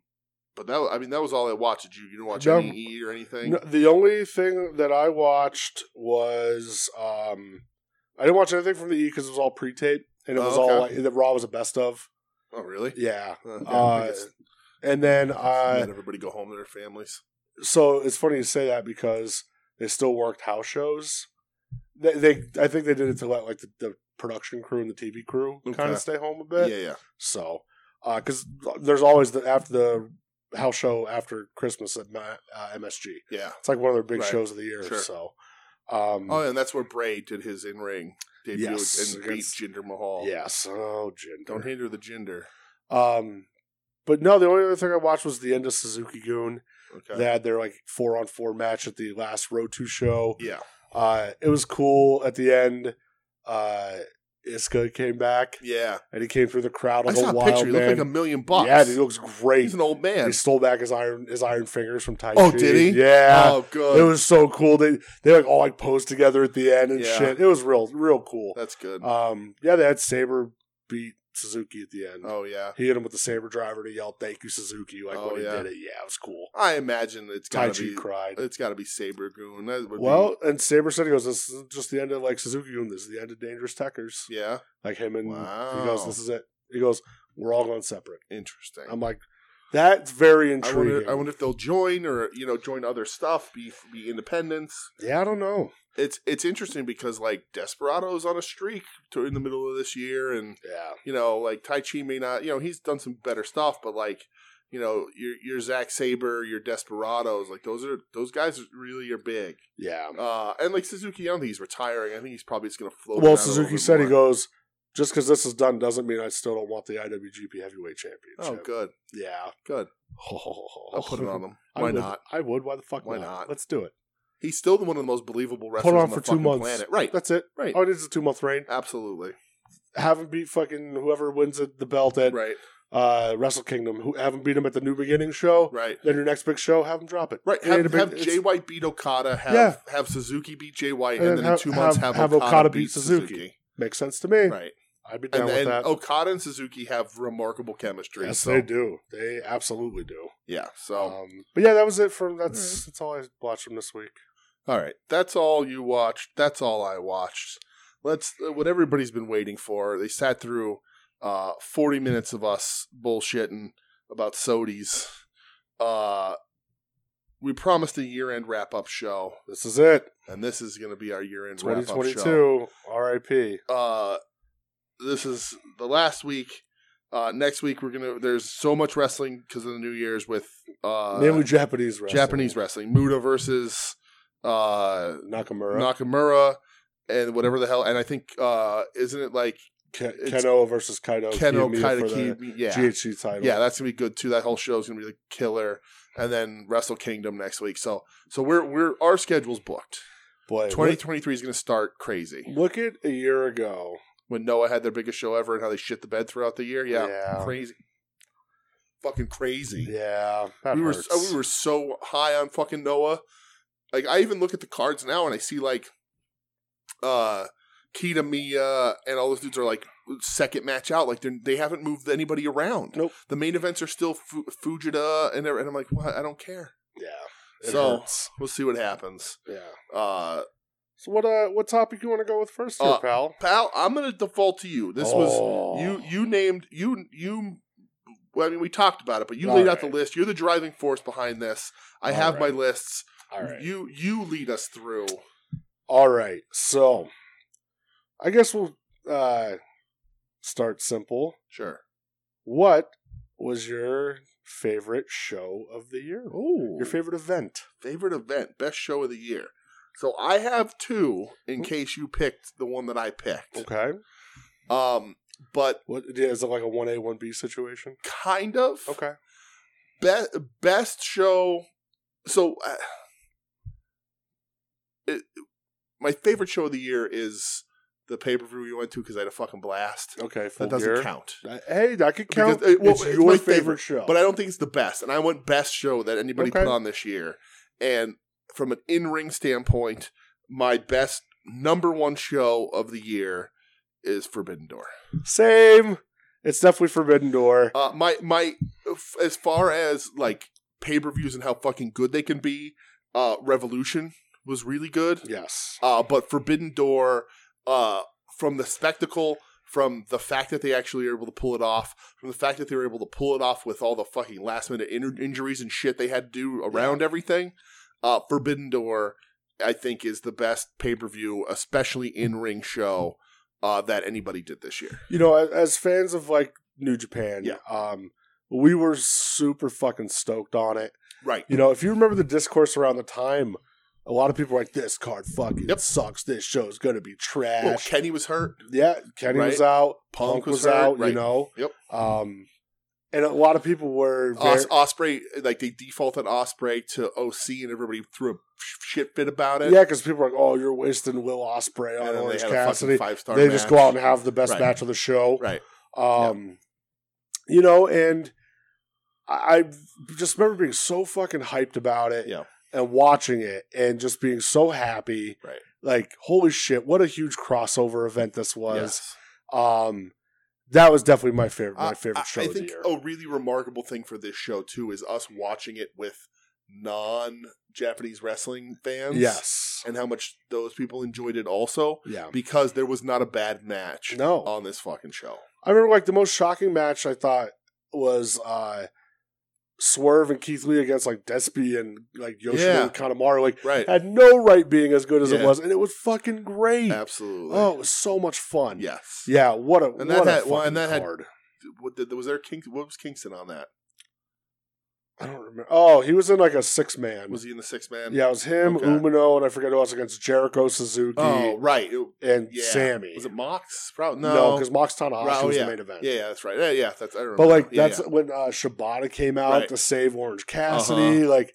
Speaker 1: but that I mean that was all I watched. Did you you didn't watch
Speaker 2: No.
Speaker 1: any E or anything?
Speaker 2: No, the only thing that I watched was um, I didn't watch anything from the E because it was all pre-tape and it
Speaker 1: Oh,
Speaker 2: was
Speaker 1: okay.
Speaker 2: all like the Raw was a best of.
Speaker 1: Oh really?
Speaker 2: Yeah,
Speaker 1: Uh,
Speaker 2: Uh, and then I
Speaker 1: let everybody go home to their families.
Speaker 2: so it's funny you say that because they still worked house shows. They, they I think they did it to let like the, the production crew and the TV crew kind
Speaker 1: Okay.
Speaker 2: of stay home a
Speaker 1: Yeah,
Speaker 2: bit.
Speaker 1: yeah.
Speaker 2: So, because there's always the after the house show after Christmas at my, uh, MSG.
Speaker 1: Yeah.
Speaker 2: It's like one of their big
Speaker 1: Right.
Speaker 2: shows of the year.
Speaker 1: Sure.
Speaker 2: So, um,
Speaker 1: Oh, and that's where Bray did his in ring debut
Speaker 2: Yes,
Speaker 1: and beat
Speaker 2: against-
Speaker 1: Jinder Mahal.
Speaker 2: yes. Oh, Jin.
Speaker 1: Don't hinder the Jinder.
Speaker 2: Um, but no, the only other thing I watched was the end of Suzuki Goon.
Speaker 1: Okay.
Speaker 2: They had their like four on four match at the last Row Two show.
Speaker 1: yeah.
Speaker 2: Uh, it was cool at the end. Uh, Iska came back
Speaker 1: Yeah.
Speaker 2: and he came through the crowd
Speaker 1: I
Speaker 2: like
Speaker 1: saw
Speaker 2: a
Speaker 1: a
Speaker 2: wild
Speaker 1: picture. He
Speaker 2: man.
Speaker 1: looked like a million bucks.
Speaker 2: Yeah, dude, he looks great.
Speaker 1: He's an old man.
Speaker 2: He stole back his iron his iron fingers from Tai
Speaker 1: Oh,
Speaker 2: Chi.
Speaker 1: did he?
Speaker 2: Yeah.
Speaker 1: oh, good.
Speaker 2: It was so cool. They they like all like posed together at the end and
Speaker 1: Yeah.
Speaker 2: shit. It was real real cool.
Speaker 1: That's good.
Speaker 2: Um yeah, they had Saber beat Suzuki at the end.
Speaker 1: oh, yeah.
Speaker 2: He hit him with the Saber driver and he yelled, Thank you, Suzuki, like
Speaker 1: Oh,
Speaker 2: when he
Speaker 1: yeah.
Speaker 2: did it. Yeah, it was cool.
Speaker 1: I imagine it's
Speaker 2: Tai
Speaker 1: got
Speaker 2: Chi
Speaker 1: to be.
Speaker 2: cried.
Speaker 1: It's got to be Saber Goon. That would be-
Speaker 2: Well, and Saber said he goes, This is just the end of like Suzuki and this is the end of Dangerous Techers.
Speaker 1: yeah.
Speaker 2: Like him and he
Speaker 1: Wow.
Speaker 2: goes, This is it. He goes, We're all going separate.
Speaker 1: Interesting.
Speaker 2: I'm like, that's very
Speaker 1: I
Speaker 2: intriguing.
Speaker 1: wonder. I wonder if they'll join or you know join other stuff. Be be independents.
Speaker 2: yeah, I don't know.
Speaker 1: It's it's interesting because like Desperado's on a streak to, in the middle of this year, and
Speaker 2: Yeah.
Speaker 1: you know, like Tai Chi may not, you know, he's done some better stuff, but like, you know, your your Zack Saber, your Desperados, like those are those guys really are big.
Speaker 2: Yeah.
Speaker 1: Uh, and like Suzuki, I don't think he's retiring. I think he's probably just gonna float.
Speaker 2: Well,
Speaker 1: around a little
Speaker 2: Suzuki
Speaker 1: bit
Speaker 2: said he
Speaker 1: more.
Speaker 2: goes, just because this is done doesn't mean I still don't want the IWGP Heavyweight Championship.
Speaker 1: Oh, good,
Speaker 2: Yeah.
Speaker 1: good. I'll put it on him.
Speaker 2: I
Speaker 1: Why
Speaker 2: would.
Speaker 1: not?
Speaker 2: I would. Why the fuck
Speaker 1: Why
Speaker 2: not?
Speaker 1: not?
Speaker 2: Let's do it.
Speaker 1: He's still the one of the most believable wrestlers
Speaker 2: Put it on
Speaker 1: on, the
Speaker 2: for two
Speaker 1: fucking
Speaker 2: months.
Speaker 1: planet. Right,
Speaker 2: That's it.
Speaker 1: right,
Speaker 2: All it is a two month reign.
Speaker 1: absolutely,
Speaker 2: Have him beat fucking whoever wins it- the belt at
Speaker 1: right,
Speaker 2: uh, Wrestle Kingdom. Who have him beat him at the New Beginning show.
Speaker 1: right.
Speaker 2: Then your next big show, have him drop it.
Speaker 1: Right,
Speaker 2: It ain't
Speaker 1: have,
Speaker 2: a big-
Speaker 1: have
Speaker 2: it's-
Speaker 1: Jay White beat Okada, have
Speaker 2: Yeah.
Speaker 1: have Suzuki beat Jay White,
Speaker 2: And
Speaker 1: and,
Speaker 2: then
Speaker 1: then
Speaker 2: have-
Speaker 1: in two months
Speaker 2: have-
Speaker 1: have,
Speaker 2: have
Speaker 1: Okada,
Speaker 2: Okada
Speaker 1: beat
Speaker 2: beat
Speaker 1: Suzuki.
Speaker 2: Makes sense to me.
Speaker 1: Right,
Speaker 2: I'd be down
Speaker 1: and,
Speaker 2: with
Speaker 1: and
Speaker 2: that.
Speaker 1: Okada and Suzuki have remarkable chemistry.
Speaker 2: yes,
Speaker 1: so- Oh.
Speaker 2: they do. They absolutely do.
Speaker 1: Yeah. So,
Speaker 2: Um, but yeah, that was it from that's that's all I watched from this week.
Speaker 1: all right, that's all you watched. That's all I watched. Let's uh, what everybody's been waiting for. They sat through uh, forty minutes of us bullshitting about sodies. Uh, we promised a year-end wrap-up show,
Speaker 2: This is it.
Speaker 1: and this is going to be our year-end wrap-up show.
Speaker 2: 2022. R.I.P.
Speaker 1: Uh, this is the last week. Uh, next week we're gonna. There's so much wrestling because of the New Year's with uh,
Speaker 2: Namely Japanese wrestling.
Speaker 1: Japanese wrestling. Muda versus uh,
Speaker 2: Nakamura.
Speaker 1: Nakamura and whatever the hell. And I think uh isn't it like
Speaker 2: Ke-
Speaker 1: it's-
Speaker 2: Keno versus Kaido.
Speaker 1: Keno
Speaker 2: Oh, Kiyomiya
Speaker 1: Kaida
Speaker 2: for the
Speaker 1: Kiyomi- Yeah,
Speaker 2: GHC title.
Speaker 1: yeah, that's gonna be good too. That whole show's gonna be the killer. And then Wrestle Kingdom next week. So so we're we're our schedule's booked.
Speaker 2: Boy,
Speaker 1: Twenty twenty three is gonna start crazy.
Speaker 2: Look, look at a year ago.
Speaker 1: When Noah had their biggest show ever and how they shit the bed throughout the year. Yeah,
Speaker 2: Yeah.
Speaker 1: crazy, fucking crazy.
Speaker 2: Yeah. That
Speaker 1: we were uh, oh,
Speaker 2: hurts.
Speaker 1: we were so high on fucking Noah. Like I even look at the cards now and I see like uh Kita Mia and all those dudes are like second match out. Like they they haven't moved anybody around.
Speaker 2: Nope.
Speaker 1: The main events are still Fu- Fujita and every- and I'm like, what? I don't care.
Speaker 2: yeah. It
Speaker 1: So-
Speaker 2: hurts.
Speaker 1: We'll see what happens.
Speaker 2: Yeah.
Speaker 1: Uh
Speaker 2: So what uh what topic you want to go with first here,
Speaker 1: Uh,
Speaker 2: pal?
Speaker 1: pal, I'm gonna default to you. This was
Speaker 2: Oh.
Speaker 1: you you named you you well, I mean we talked about it, but you
Speaker 2: All
Speaker 1: laid out the
Speaker 2: right.
Speaker 1: list. You're the driving force behind this. I
Speaker 2: All
Speaker 1: have
Speaker 2: right.
Speaker 1: my lists.
Speaker 2: All right.
Speaker 1: You you lead us through.
Speaker 2: All right. So I guess we'll uh start simple.
Speaker 1: Sure.
Speaker 2: What was your favorite show of the year?
Speaker 1: Oh,
Speaker 2: Your favorite event?
Speaker 1: favorite event, best show of the year. So I have two in case you picked the one that I picked.
Speaker 2: Okay.
Speaker 1: Um, but
Speaker 2: What is it like a one A one B situation?
Speaker 1: kind of
Speaker 2: Okay.
Speaker 1: be- best show. So uh, it, my favorite show of the year is the pay per view we went to because I had a fucking blast.
Speaker 2: Okay. Oh, Full
Speaker 1: That doesn't
Speaker 2: Gear.
Speaker 1: count.
Speaker 2: Uh, Hey, that could count.
Speaker 1: Because, uh, well,
Speaker 2: it's
Speaker 1: it's
Speaker 2: your
Speaker 1: my
Speaker 2: favorite,
Speaker 1: favorite,
Speaker 2: show.
Speaker 1: but I don't think it's the best. And I went best show that anybody
Speaker 2: Okay.
Speaker 1: put on this year. And from an in ring standpoint, my best number one show of the year is Forbidden Door.
Speaker 2: Same. It's definitely Forbidden Door.
Speaker 1: Uh, my my, f- as far as like pay per views and how fucking good they can be, uh, Revolution was really good.
Speaker 2: Yes.
Speaker 1: Uh, but Forbidden Door, uh, from the spectacle, from the fact that they actually were able to pull it off, from the fact that they were able to pull it off with all the fucking last minute in- injuries and shit they had to do around everything, uh, Forbidden Door, I think, is the best pay per view, especially in ring show, uh, that anybody did this year.
Speaker 2: You know, as, as fans of like New Japan,
Speaker 1: Yeah.
Speaker 2: um, we were super fucking stoked on it.
Speaker 1: Right.
Speaker 2: You know, if you remember the discourse around the time, a lot of people were like, "This card fucking
Speaker 1: Yep. Oh,
Speaker 2: sucks. This show's gonna be trash."
Speaker 1: Well, Kenny was hurt.
Speaker 2: yeah, Kenny was out, Punk,
Speaker 1: Punk
Speaker 2: was,
Speaker 1: was hurt,
Speaker 2: out. You
Speaker 1: right.
Speaker 2: know,
Speaker 1: Yep.
Speaker 2: Um, and a lot of people were very,
Speaker 1: Os- Osprey, like they defaulted Osprey to OC, and everybody threw a sh- shit fit about it.
Speaker 2: yeah, because people were like, "Oh, you're wasting Will Osprey
Speaker 1: and
Speaker 2: on
Speaker 1: then they
Speaker 2: Orange
Speaker 1: had a
Speaker 2: Cassidy."
Speaker 1: fucking five star.
Speaker 2: They just go out and have the best
Speaker 1: Right.
Speaker 2: match of the show.
Speaker 1: right.
Speaker 2: Um, you know, and I, I just remember being so fucking hyped about it,
Speaker 1: Yeah.
Speaker 2: and watching it, and just being so happy,
Speaker 1: Right.
Speaker 2: Like, holy shit, what a huge crossover event this was.
Speaker 1: Yes.
Speaker 2: Um, that was definitely my favorite,
Speaker 1: I-
Speaker 2: my favorite
Speaker 1: I,
Speaker 2: show
Speaker 1: I
Speaker 2: of the
Speaker 1: think
Speaker 2: year.
Speaker 1: a really remarkable thing for this show too is us watching it with non-Japanese wrestling fans.
Speaker 2: yes,
Speaker 1: and how much those people enjoyed it also
Speaker 2: yeah.
Speaker 1: because there was not a bad match
Speaker 2: No,
Speaker 1: on this fucking show.
Speaker 2: I remember like the most shocking match I thought was uh Swerve and Keith Lee against like Despy and like Yoshino
Speaker 1: Yeah.
Speaker 2: and Kanemaru. Like,
Speaker 1: Right.
Speaker 2: had no right being as good as it
Speaker 1: Yeah.
Speaker 2: was, and it was fucking great.
Speaker 1: Absolutely.
Speaker 2: Oh, it was so much fun.
Speaker 1: yes.
Speaker 2: yeah. What a
Speaker 1: And
Speaker 2: what
Speaker 1: that
Speaker 2: a
Speaker 1: had-
Speaker 2: fucking
Speaker 1: well, and that had-
Speaker 2: card.
Speaker 1: What did, was there King, what was Kingston on that?
Speaker 2: I don't remember. Oh, he was in like a six man.
Speaker 1: Was he in the six man?
Speaker 2: yeah, it was him,
Speaker 1: Okay.
Speaker 2: Umino, and I forget who else against Jericho, Suzuki,
Speaker 1: Oh, right. It-
Speaker 2: and
Speaker 1: yeah.
Speaker 2: Sammy.
Speaker 1: was it Mox? Probably
Speaker 2: no,
Speaker 1: no.
Speaker 2: because Mox Tanahashi
Speaker 1: Oh,
Speaker 2: was
Speaker 1: yeah.
Speaker 2: the main event.
Speaker 1: yeah, yeah, that's right. Yeah, yeah, that's I remember.
Speaker 2: But like
Speaker 1: Yeah,
Speaker 2: that's
Speaker 1: yeah.
Speaker 2: when uh, Shibata came out
Speaker 1: Right. Uh-huh.
Speaker 2: to save Orange Cassidy. Like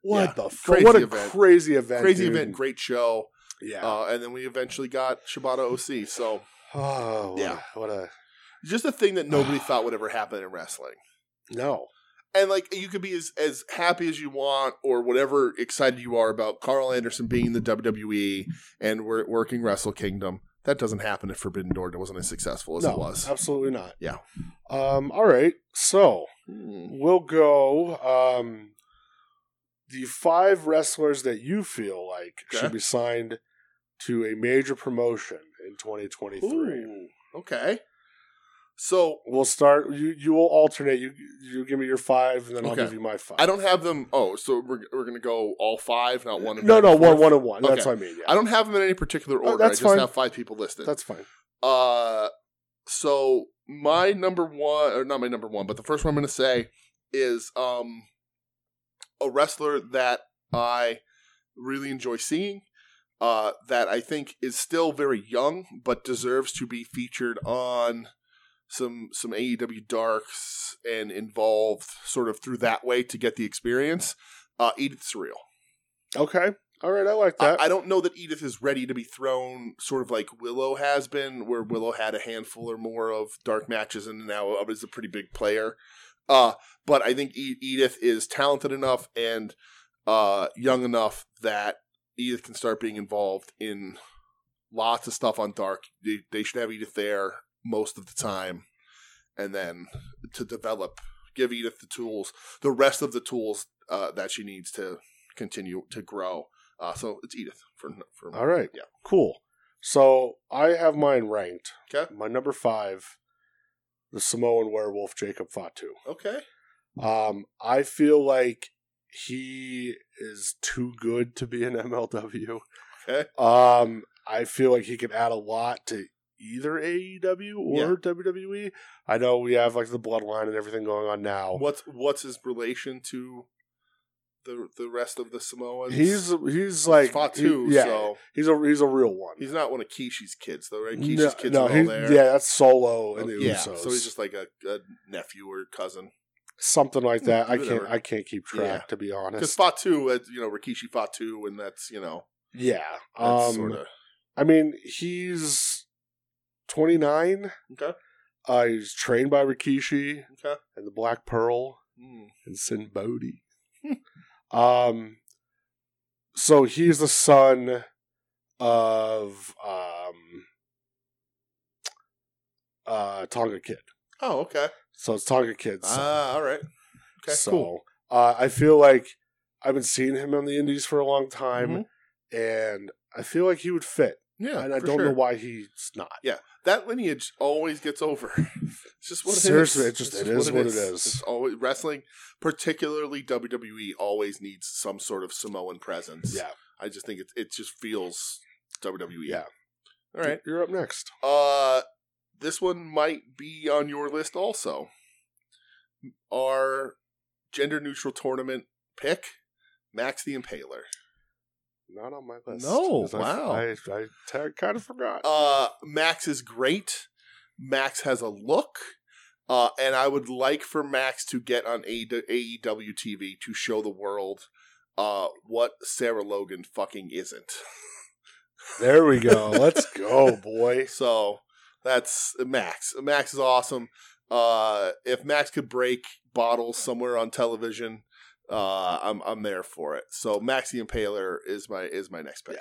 Speaker 2: what the fuck?
Speaker 1: Crazy
Speaker 2: What a
Speaker 1: event.
Speaker 2: crazy event!
Speaker 1: crazy
Speaker 2: dude.
Speaker 1: event, great show.
Speaker 2: Yeah.
Speaker 1: Uh, and then we eventually got Shibata OC. So
Speaker 2: oh yeah.
Speaker 1: yeah.
Speaker 2: What a
Speaker 1: just a thing that nobody thought would ever happen in wrestling.
Speaker 2: no.
Speaker 1: And like you could be as, as happy as you want or whatever excited you are about Carl Anderson being in the WWE and we're working Wrestle Kingdom. That doesn't happen if Forbidden Door wasn't as successful as
Speaker 2: no,
Speaker 1: it was.
Speaker 2: absolutely not.
Speaker 1: Yeah.
Speaker 2: Um. All right. So
Speaker 1: Hmm.
Speaker 2: we'll go. Um. The five wrestlers that you feel like
Speaker 1: Okay.
Speaker 2: should be signed to a major promotion in 2023.
Speaker 1: Ooh, okay. So
Speaker 2: We'll start. You you will alternate. You you give me your five, and then I'll
Speaker 1: Okay.
Speaker 2: give you my five.
Speaker 1: I don't have them. Oh, so we're, we're going to go all five, not one. and
Speaker 2: Uh, No,
Speaker 1: back
Speaker 2: no,
Speaker 1: and
Speaker 2: one,
Speaker 1: forth?
Speaker 2: one, and one. That's
Speaker 1: Okay.
Speaker 2: what I mean. Yeah,
Speaker 1: I don't have them in any particular
Speaker 2: Oh,
Speaker 1: order.
Speaker 2: that's
Speaker 1: I just
Speaker 2: fine.
Speaker 1: have five people listed.
Speaker 2: that's fine.
Speaker 1: Uh, so my number one, or not my number one, but the first one I'm going to say is um a wrestler that I really enjoy seeing. Uh, that I think is still very young, but deserves to be featured on some some AEW darks and involved sort of through that way to get the experience. Uh, Edith Surreal.
Speaker 2: Okay, all right, I like
Speaker 1: I,
Speaker 2: that.
Speaker 1: I don't know that Edith is ready to be thrown, sort of like Willow has been, where Willow had a handful or more of dark matches and now is a pretty big player. Uh, but I think e- Edith is talented enough and uh, young enough that Edith can start being involved in lots of stuff on Dark. They, they should have Edith there most of the time, and then to develop, give Edith the tools, the rest of the tools uh, that she needs to continue to grow. Uh, so it's Edith for for
Speaker 2: all right,
Speaker 1: yeah.
Speaker 2: cool. So I have mine ranked.
Speaker 1: 'Kay.
Speaker 2: my number five, the Samoan werewolf Jacob Fatu.
Speaker 1: Okay.
Speaker 2: Um, I feel like he is too good to be in MLW.
Speaker 1: Okay.
Speaker 2: Um, I feel like he could add a lot to either AEW or
Speaker 1: Yeah.
Speaker 2: WWE. I know we have like the bloodline and everything going on now.
Speaker 1: What's what's his relation to the the rest of the Samoans?
Speaker 2: He's he's like
Speaker 1: Fatu,
Speaker 2: he- yeah,
Speaker 1: so
Speaker 2: he's a he's a real one.
Speaker 1: he's not one of Kishi's kids though, right? Kishi's
Speaker 2: no,
Speaker 1: kids
Speaker 2: no,
Speaker 1: are all
Speaker 2: he-
Speaker 1: there.
Speaker 2: yeah, that's Solo
Speaker 1: Oh,
Speaker 2: and the
Speaker 1: yeah.
Speaker 2: Usos,
Speaker 1: So he's just like a, a nephew or cousin.
Speaker 2: something like that. I
Speaker 1: Whatever.
Speaker 2: can't I can't keep track
Speaker 1: Yeah.
Speaker 2: to be
Speaker 1: Because
Speaker 2: honest.
Speaker 1: Fatu, uh, you know, Rikishi Fatu, and that's you know,
Speaker 2: yeah,
Speaker 1: that's
Speaker 2: um,
Speaker 1: sort of
Speaker 2: I mean he's twenty nine.
Speaker 1: okay.
Speaker 2: Uh, he's trained by Rikishi
Speaker 1: Okay.
Speaker 2: and the Black Pearl
Speaker 1: Mm.
Speaker 2: and Sin
Speaker 1: Hmm.
Speaker 2: Bodhi. um, so he's the son of um, uh, Tonga Kid.
Speaker 1: Oh, okay.
Speaker 2: So it's Tonga Kid. son.
Speaker 1: Ah, all right. Okay,
Speaker 2: so
Speaker 1: cool.
Speaker 2: uh, I feel like I've been seeing him on the indies for a long time,
Speaker 1: Mm-hmm.
Speaker 2: and I feel like he would fit.
Speaker 1: Yeah,
Speaker 2: and I
Speaker 1: for
Speaker 2: don't know
Speaker 1: sure.
Speaker 2: why he's not.
Speaker 1: that lineage always gets over. It's just what it is.
Speaker 2: Seriously, it just-
Speaker 1: It's
Speaker 2: it is what it is.
Speaker 1: It's always wrestling, particularly WWE, always needs some sort of Samoan presence.
Speaker 2: Yeah.
Speaker 1: I just think it it just feels WWE.
Speaker 2: Yeah.
Speaker 1: All right.
Speaker 2: You're up next.
Speaker 1: Uh, this one might be on your list also. Our gender neutral tournament pick, Max the Impaler.
Speaker 2: Not on my list.
Speaker 1: No,
Speaker 2: 'Cause I-
Speaker 1: wow.
Speaker 2: I, I, kind of forgot.
Speaker 1: Uh, Max is great. Max has a look. Uh, and I would like for Max to get on E AEW TV to show the world uh, what Sarah Logan fucking isn't.
Speaker 2: there we go. Let's go, boy.
Speaker 1: So that's Max. Max is awesome. Uh, if Max could break bottles somewhere on television, uh, I'm I'm there for it. So Max the Impaler is my is my next pick.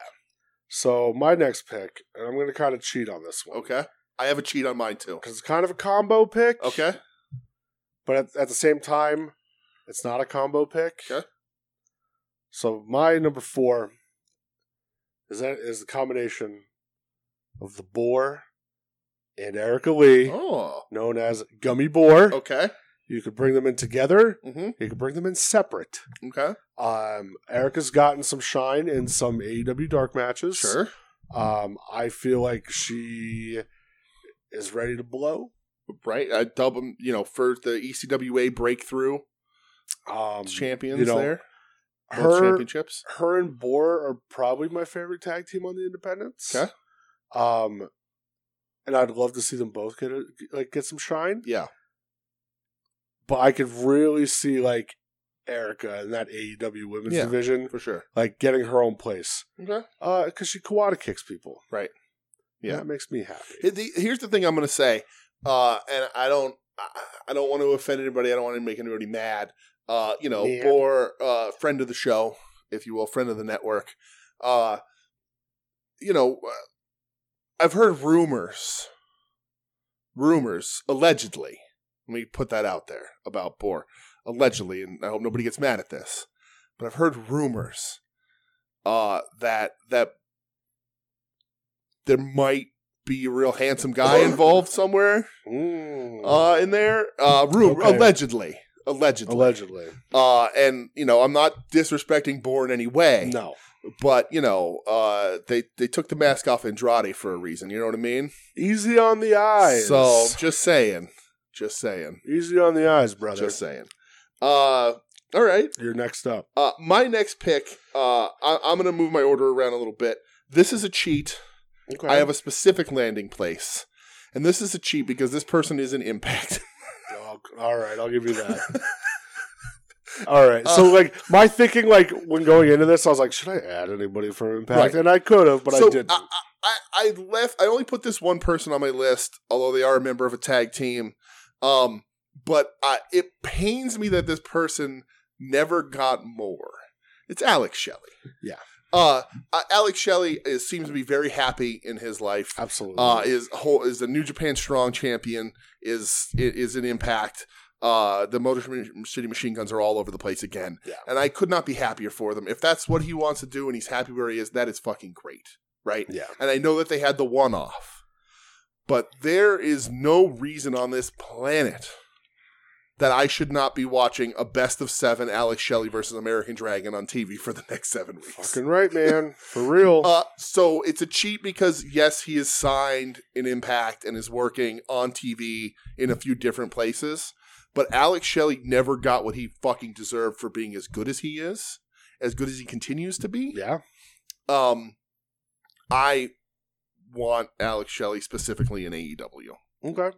Speaker 2: So my next pick, and I'm going to kind of cheat on this one
Speaker 1: Okay, I have a cheat on mine too.
Speaker 2: because it's kind of a combo pick.
Speaker 1: Okay,
Speaker 2: but at, at the same time, it's not a combo pick.
Speaker 1: Okay.
Speaker 2: So my number four is that is the combination of the boar and Erica Lee,
Speaker 1: oh
Speaker 2: known as Gummy Boar.
Speaker 1: okay,
Speaker 2: You could bring them in together.
Speaker 1: hmm
Speaker 2: You could bring them in separate.
Speaker 1: okay,
Speaker 2: Um, Erica's gotten some shine in some AEW dark matches.
Speaker 1: sure,
Speaker 2: Um, I feel like she is ready to blow.
Speaker 1: right. I dub them, you know, for the E ECWA breakthrough
Speaker 2: Um,
Speaker 1: champions
Speaker 2: you know,
Speaker 1: there, both
Speaker 2: her
Speaker 1: championships.
Speaker 2: her and Boar are probably my favorite tag team on the independents.
Speaker 1: Okay.
Speaker 2: Um, and I'd love to see them both get a, like get some shine,
Speaker 1: Yeah,
Speaker 2: but I could really see like Erica in that AEW women's
Speaker 1: Yeah.
Speaker 2: division
Speaker 1: for sure.
Speaker 2: like getting her own place
Speaker 1: Okay.
Speaker 2: because Uh, she Kawada kicks people.
Speaker 1: Right.
Speaker 2: Yeah,
Speaker 1: Yeah.
Speaker 2: that makes me happy.
Speaker 1: Here- the- here's the thing I'm going to say, uh, and I don't, I- I don't want to offend anybody. I don't want to make anybody mad. Uh, you know,
Speaker 2: Yeah.
Speaker 1: or uh, friend of the show, if you will, friend of the network. Uh, you know, uh, I've heard rumors, rumors allegedly. Let me put that out there about Boar, allegedly, and I hope nobody gets mad at this. But I've heard rumors uh, that that there might be a real handsome guy involved somewhere
Speaker 2: Mm.
Speaker 1: uh, in there. Uh, rumor,
Speaker 2: Okay.
Speaker 1: allegedly, allegedly.
Speaker 2: Allegedly,
Speaker 1: uh, and you know, I'm not disrespecting Boar in any way,
Speaker 2: no.
Speaker 1: but you know, uh, they they took the mask off Andrade for a reason. You know what I mean?
Speaker 2: Easy on the eyes.
Speaker 1: So just saying, just saying,
Speaker 2: easy on the eyes, brother.
Speaker 1: just saying. Uh, all right.
Speaker 2: You're next up.
Speaker 1: Uh, my next pick, uh, I, I'm going to move my order around a little bit. This is a cheat.
Speaker 2: Okay.
Speaker 1: I have a specific landing place. And this is a cheat because this person is an impact.
Speaker 2: Oh, all right, I'll give you that. all right. So like my thinking like when going into this, I was like, should I add anybody from Impact?
Speaker 1: Right. uh,
Speaker 2: And I could have, but I didn't.
Speaker 1: I, I, I left. I only put this one person on my list, although they are a member of a tag team. Um, but I, it pains me that this person never got more. It's Alex Shelley.
Speaker 2: Yeah.
Speaker 1: Uh, uh, Alex Shelley is, seems to be very happy in his life.
Speaker 2: Absolutely.
Speaker 1: Uh, is whole is the New Japan Strong champion. Is is an impact. Uh, the Motor City Machine Guns are all over the place again,
Speaker 2: Yeah.
Speaker 1: and I could not be happier for them. If that's what he wants to do, and he's happy where he is, that is fucking great, right?
Speaker 2: yeah.
Speaker 1: and I know that they had the one off, but there is no reason on this planet that I should not be watching a best of seven Alex Shelley versus American Dragon on TV for the next seven weeks.
Speaker 2: Fucking right, man. For real.
Speaker 1: Uh, so it's a cheat because yes, he is signed in Impact and is working on TV in a few different places. But Alex Shelley never got what he fucking deserved for being as good as he is, as good as he continues to be.
Speaker 2: yeah.
Speaker 1: Um, I want Alex Shelley specifically in E AEW.
Speaker 2: Okay.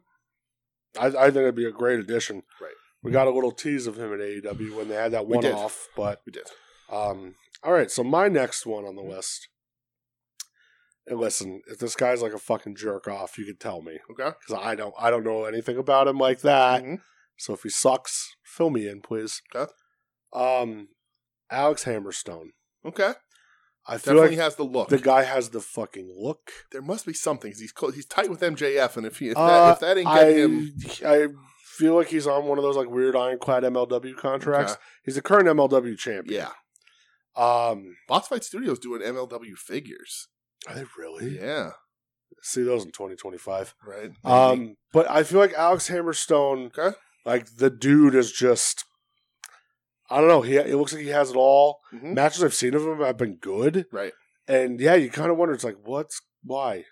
Speaker 2: I, I think it'd be a great addition.
Speaker 1: Right.
Speaker 2: We got a little tease of him at AEW when they had that
Speaker 1: We
Speaker 2: one
Speaker 1: did.
Speaker 2: off, but
Speaker 1: We did.
Speaker 2: Um, all right, so my next one on the
Speaker 1: Mm-hmm.
Speaker 2: list. And listen, if this guy's like a fucking jerk off, you could tell me
Speaker 1: Okay.
Speaker 2: because I don't I don't know anything about him like that.
Speaker 1: Mhm.
Speaker 2: So if he sucks, fill me in, please.
Speaker 1: Okay.
Speaker 2: Um, Alex Hammerstone.
Speaker 1: Okay.
Speaker 2: I feel
Speaker 1: Definitely
Speaker 2: like
Speaker 1: has the look.
Speaker 2: the guy has the fucking look.
Speaker 1: there must be something. 'cause He's close, he's tight with MJF, and if he, if,
Speaker 2: Uh,
Speaker 1: that, if that ain't
Speaker 2: I
Speaker 1: getting him,
Speaker 2: I feel like he's on one of those like weird ironclad MLW contracts. He's the current MLW champion.
Speaker 1: yeah.
Speaker 2: Yeah. Um,
Speaker 1: Boss Fight Studios doing MLW figures.
Speaker 2: are they really?
Speaker 1: Yeah,
Speaker 2: See those in 2025.
Speaker 1: right.
Speaker 2: Um, but I feel like Alex Hammerstone,
Speaker 1: Okay.
Speaker 2: like the dude is just, I don't know. He it looks like he has it all.
Speaker 1: Mhm.
Speaker 2: Matches I've seen of him have been good,
Speaker 1: Right.
Speaker 2: and yeah, you kind of wonder. It's like, what's why?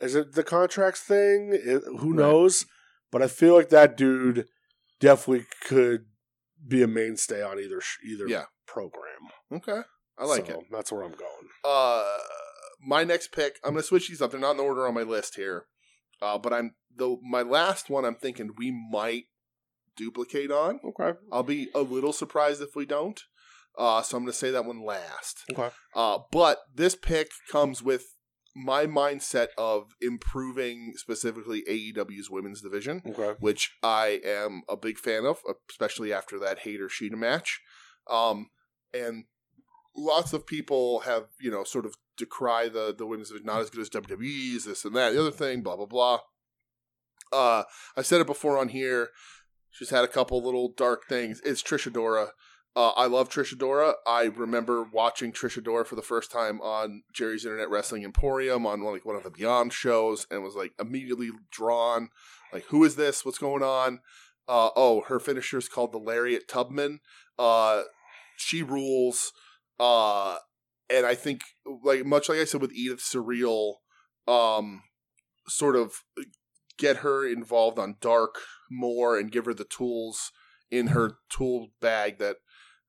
Speaker 2: Is it the contracts thing? It- who
Speaker 1: Right.
Speaker 2: knows? But I feel like that dude definitely could be a mainstay on either sh- either
Speaker 1: Yeah.
Speaker 2: program.
Speaker 1: Okay, I like it.
Speaker 2: So That's where I'm going.
Speaker 1: Uh, my next pick, I'm gonna switch these up. They're not in order on my list here, uh, but I'm the my last one. I'm thinking we might duplicate on.
Speaker 2: Okay.
Speaker 1: I'll be a little surprised if we don't. Uh, so I'm gonna say that one last.
Speaker 2: Okay.
Speaker 1: Uh, but this pick comes with my mindset of improving specifically AEW's women's division,
Speaker 2: Okay.
Speaker 1: which I am a big fan of, especially after that Hater Sheeta match. Um, and lots of people have you know sort of decry the the women's division not as good as WWE's this and that the other thing blah blah blah. Uh, I said it before on here. She's had a couple little dark things. It's Trisha Dora. Uh, I love Trisha Dora. I remember watching Trisha Dora for the first time on Jerry's Internet Wrestling Emporium on like one of the Beyond shows, and was like immediately drawn. Like, who is this? What's going on? Uh, oh, her finisher is called the Lariat Tubman. Uh, she rules. Uh, and I think, like much like I said with Edith Surreal, um, sort of get her involved on Dark more and give her the tools in her tool bag that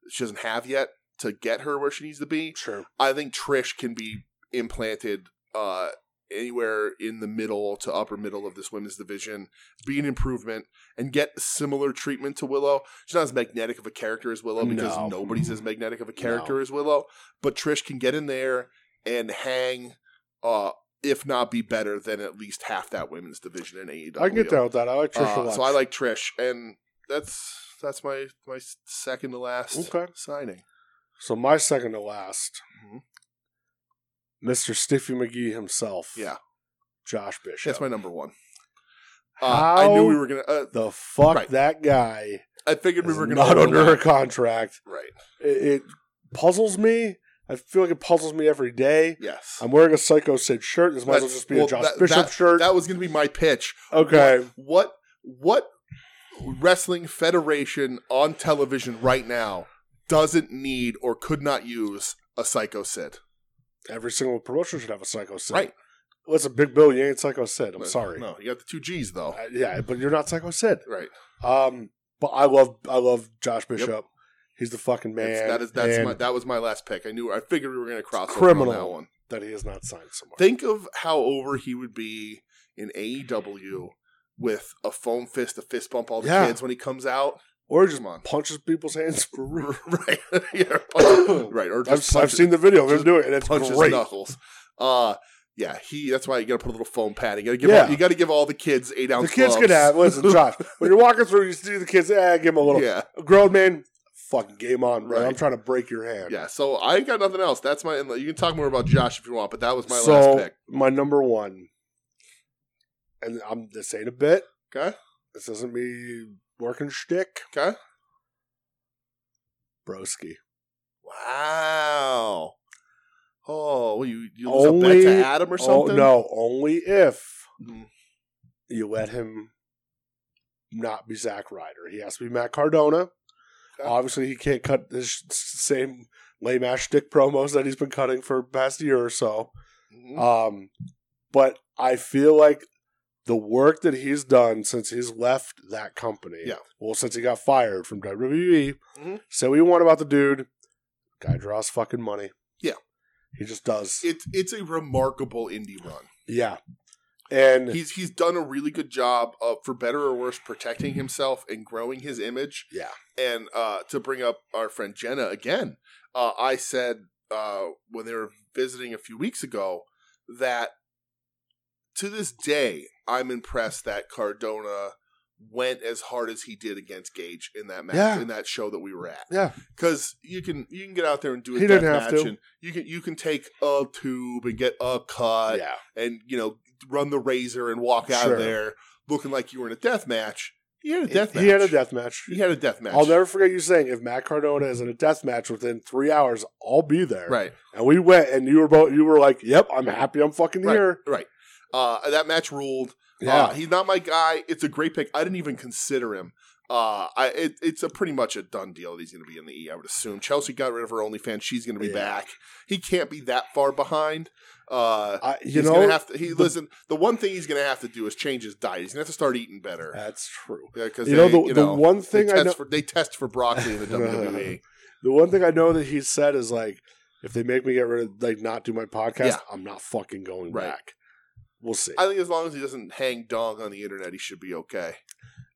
Speaker 1: she doesn't have yet to get her where she needs to be.
Speaker 2: Sure.
Speaker 1: I think Trish can be implanted uh, anywhere in the middle to upper middle of this women's division, be an improvement, and get similar treatment to Willow. She's not as magnetic of a character as Willow because
Speaker 2: No.
Speaker 1: nobody's as magnetic of a character as Willow, but Trish can get in there and hang, uh, if not be better than at least half that women's division in AEW.
Speaker 2: I can get down with that. I like Trisha. a
Speaker 1: Uh,
Speaker 2: lot.
Speaker 1: so I like Trish, and that's that's my my second to last
Speaker 2: Okay.
Speaker 1: signing.
Speaker 2: So my second to last,
Speaker 1: Mhm.
Speaker 2: Mr. Stiffy McGee himself.
Speaker 1: Yeah.
Speaker 2: Josh Bishop.
Speaker 1: That's my number one. Uh,
Speaker 2: How
Speaker 1: I knew we were gonna. Uh,
Speaker 2: the fuck
Speaker 1: Right.
Speaker 2: that guy
Speaker 1: I figured we
Speaker 2: is
Speaker 1: were gonna
Speaker 2: not under a
Speaker 1: overlap.
Speaker 2: contract.
Speaker 1: Right.
Speaker 2: It, it puzzles me. I feel like it puzzles me every day.
Speaker 1: Yes.
Speaker 2: I'm wearing a Psycho Sid shirt. This might as well
Speaker 1: That's-
Speaker 2: just be
Speaker 1: well,
Speaker 2: a Josh
Speaker 1: that-
Speaker 2: Bishop
Speaker 1: that-
Speaker 2: shirt.
Speaker 1: That was gonna be my pitch.
Speaker 2: okay.
Speaker 1: What what wrestling federation on television right now doesn't need or could not use a psycho Sid?
Speaker 2: Every single promotion should have a Psycho Sid.
Speaker 1: Right.
Speaker 2: Listen, Big Bill, you ain't Psycho Sid. I'm
Speaker 1: But-
Speaker 2: sorry.
Speaker 1: No, you got the two G's though.
Speaker 2: Uh, yeah, but you're not Psycho Sid.
Speaker 1: Right.
Speaker 2: Um, but I love I love Josh Bishop. He's the fucking man.
Speaker 1: That's- that is that's
Speaker 2: and-
Speaker 1: my that was my last pick. I knew I figured we were gonna cross over
Speaker 2: criminal.
Speaker 1: on that one.
Speaker 2: that he is not signed somewhere.
Speaker 1: Think of how over he would be in AEW with a foam fist, a fist bump all the
Speaker 2: Yeah.
Speaker 1: kids when he comes out.
Speaker 2: or just
Speaker 1: Come on.
Speaker 2: punches people's hands for real.
Speaker 1: right. Yeah, punch- right. Or
Speaker 2: I've,
Speaker 1: just
Speaker 2: I've
Speaker 1: punches,
Speaker 2: seen the video of him
Speaker 1: just
Speaker 2: doing it. and It's
Speaker 1: punches
Speaker 2: great.
Speaker 1: knuckles. Uh yeah, he that's why you gotta put a little foam pad. You gotta give
Speaker 2: Yeah.
Speaker 1: all, you gotta give all the kids eight
Speaker 2: The
Speaker 1: ounce.
Speaker 2: kids
Speaker 1: gloves.
Speaker 2: could have listen, Josh. When you're walking through, you see the kids. Eh, give them a little.
Speaker 1: Yeah.
Speaker 2: Grown man, fucking game on, bro.
Speaker 1: Right.
Speaker 2: I'm trying to break your hand.
Speaker 1: Yeah. So I ain't got nothing else. That's my you can talk more about Josh if you want, but that was my
Speaker 2: so
Speaker 1: last pick.
Speaker 2: my number one, and I'm this ain't a bit.
Speaker 1: Okay?
Speaker 2: This isn't me working shtick,
Speaker 1: Okay.
Speaker 2: broski.
Speaker 1: Wow. Oh, well, you you lose a bet
Speaker 2: Only-
Speaker 1: to Adam or
Speaker 2: Oh
Speaker 1: something?
Speaker 2: no, only if
Speaker 1: Mm.
Speaker 2: you let him not be Zack Ryder. He has to be Matt Cardona.
Speaker 1: Okay.
Speaker 2: Obviously, he can't cut his sh- same lame ass dick promos that he's been cutting for the past year or so.
Speaker 1: Mhm.
Speaker 2: Um, but I feel like the work that he's done since he's left that company,
Speaker 1: Yeah.
Speaker 2: well, since he got fired from WWE,
Speaker 1: Mhm.
Speaker 2: say what you want about the dude, guy draws fucking money.
Speaker 1: Yeah.
Speaker 2: he just does.
Speaker 1: it's it's a remarkable indie run.
Speaker 2: yeah, and
Speaker 1: He's he's done a really good job of for better or worse protecting himself and growing his image.
Speaker 2: yeah,
Speaker 1: And uh, to bring up our friend Jenna again, uh, I said uh, when they were visiting a few weeks ago that to this day I'm impressed that Cardona went as hard as he did against Gage in that match
Speaker 2: Yeah.
Speaker 1: in that show that we were at.
Speaker 2: Yeah.
Speaker 1: Because you can you can get out there and do a
Speaker 2: He
Speaker 1: death
Speaker 2: didn't have
Speaker 1: match
Speaker 2: to.
Speaker 1: and you can you can take a tube and get a cut
Speaker 2: yeah.
Speaker 1: and you know run the razor and walk out
Speaker 2: Sure.
Speaker 1: of there looking like you were in a death match. He had a death match.
Speaker 2: He had a death match.
Speaker 1: He had a death match.
Speaker 2: I'll never forget you saying, if Matt Cardona is in a death match within three hours, I'll be there.
Speaker 1: right.
Speaker 2: And we went, and you were both, you were like, yep, I'm happy I'm fucking
Speaker 1: Right.
Speaker 2: here.
Speaker 1: Right. Uh, that match ruled.
Speaker 2: Yeah.
Speaker 1: Uh, he's not my guy. It's a great pick. I didn't even consider him. Uh, I it, it's a pretty much a done deal that he's going to be in the E. I would assume Chelsea got rid of her OnlyFans. She's going to be
Speaker 2: Yeah.
Speaker 1: back. He can't be that far behind. Uh,
Speaker 2: I, you
Speaker 1: he's
Speaker 2: know,
Speaker 1: gonna have to. He
Speaker 2: the-
Speaker 1: listen. The one thing he's going to have to do is change his diet. He's going to have to start eating better.
Speaker 2: that's true.
Speaker 1: Yeah, because
Speaker 2: You know, the,
Speaker 1: you
Speaker 2: the
Speaker 1: know,
Speaker 2: one
Speaker 1: they
Speaker 2: thing I
Speaker 1: test,
Speaker 2: know,
Speaker 1: for, they test for broccoli in the E. WWE.
Speaker 2: the one thing I know that he said is like, if they make me get rid of, like, not do my podcast,
Speaker 1: Yeah.
Speaker 2: I'm not fucking going
Speaker 1: Right.
Speaker 2: back. We'll see.
Speaker 1: I think as long as he doesn't hang dong on the internet, he should be okay.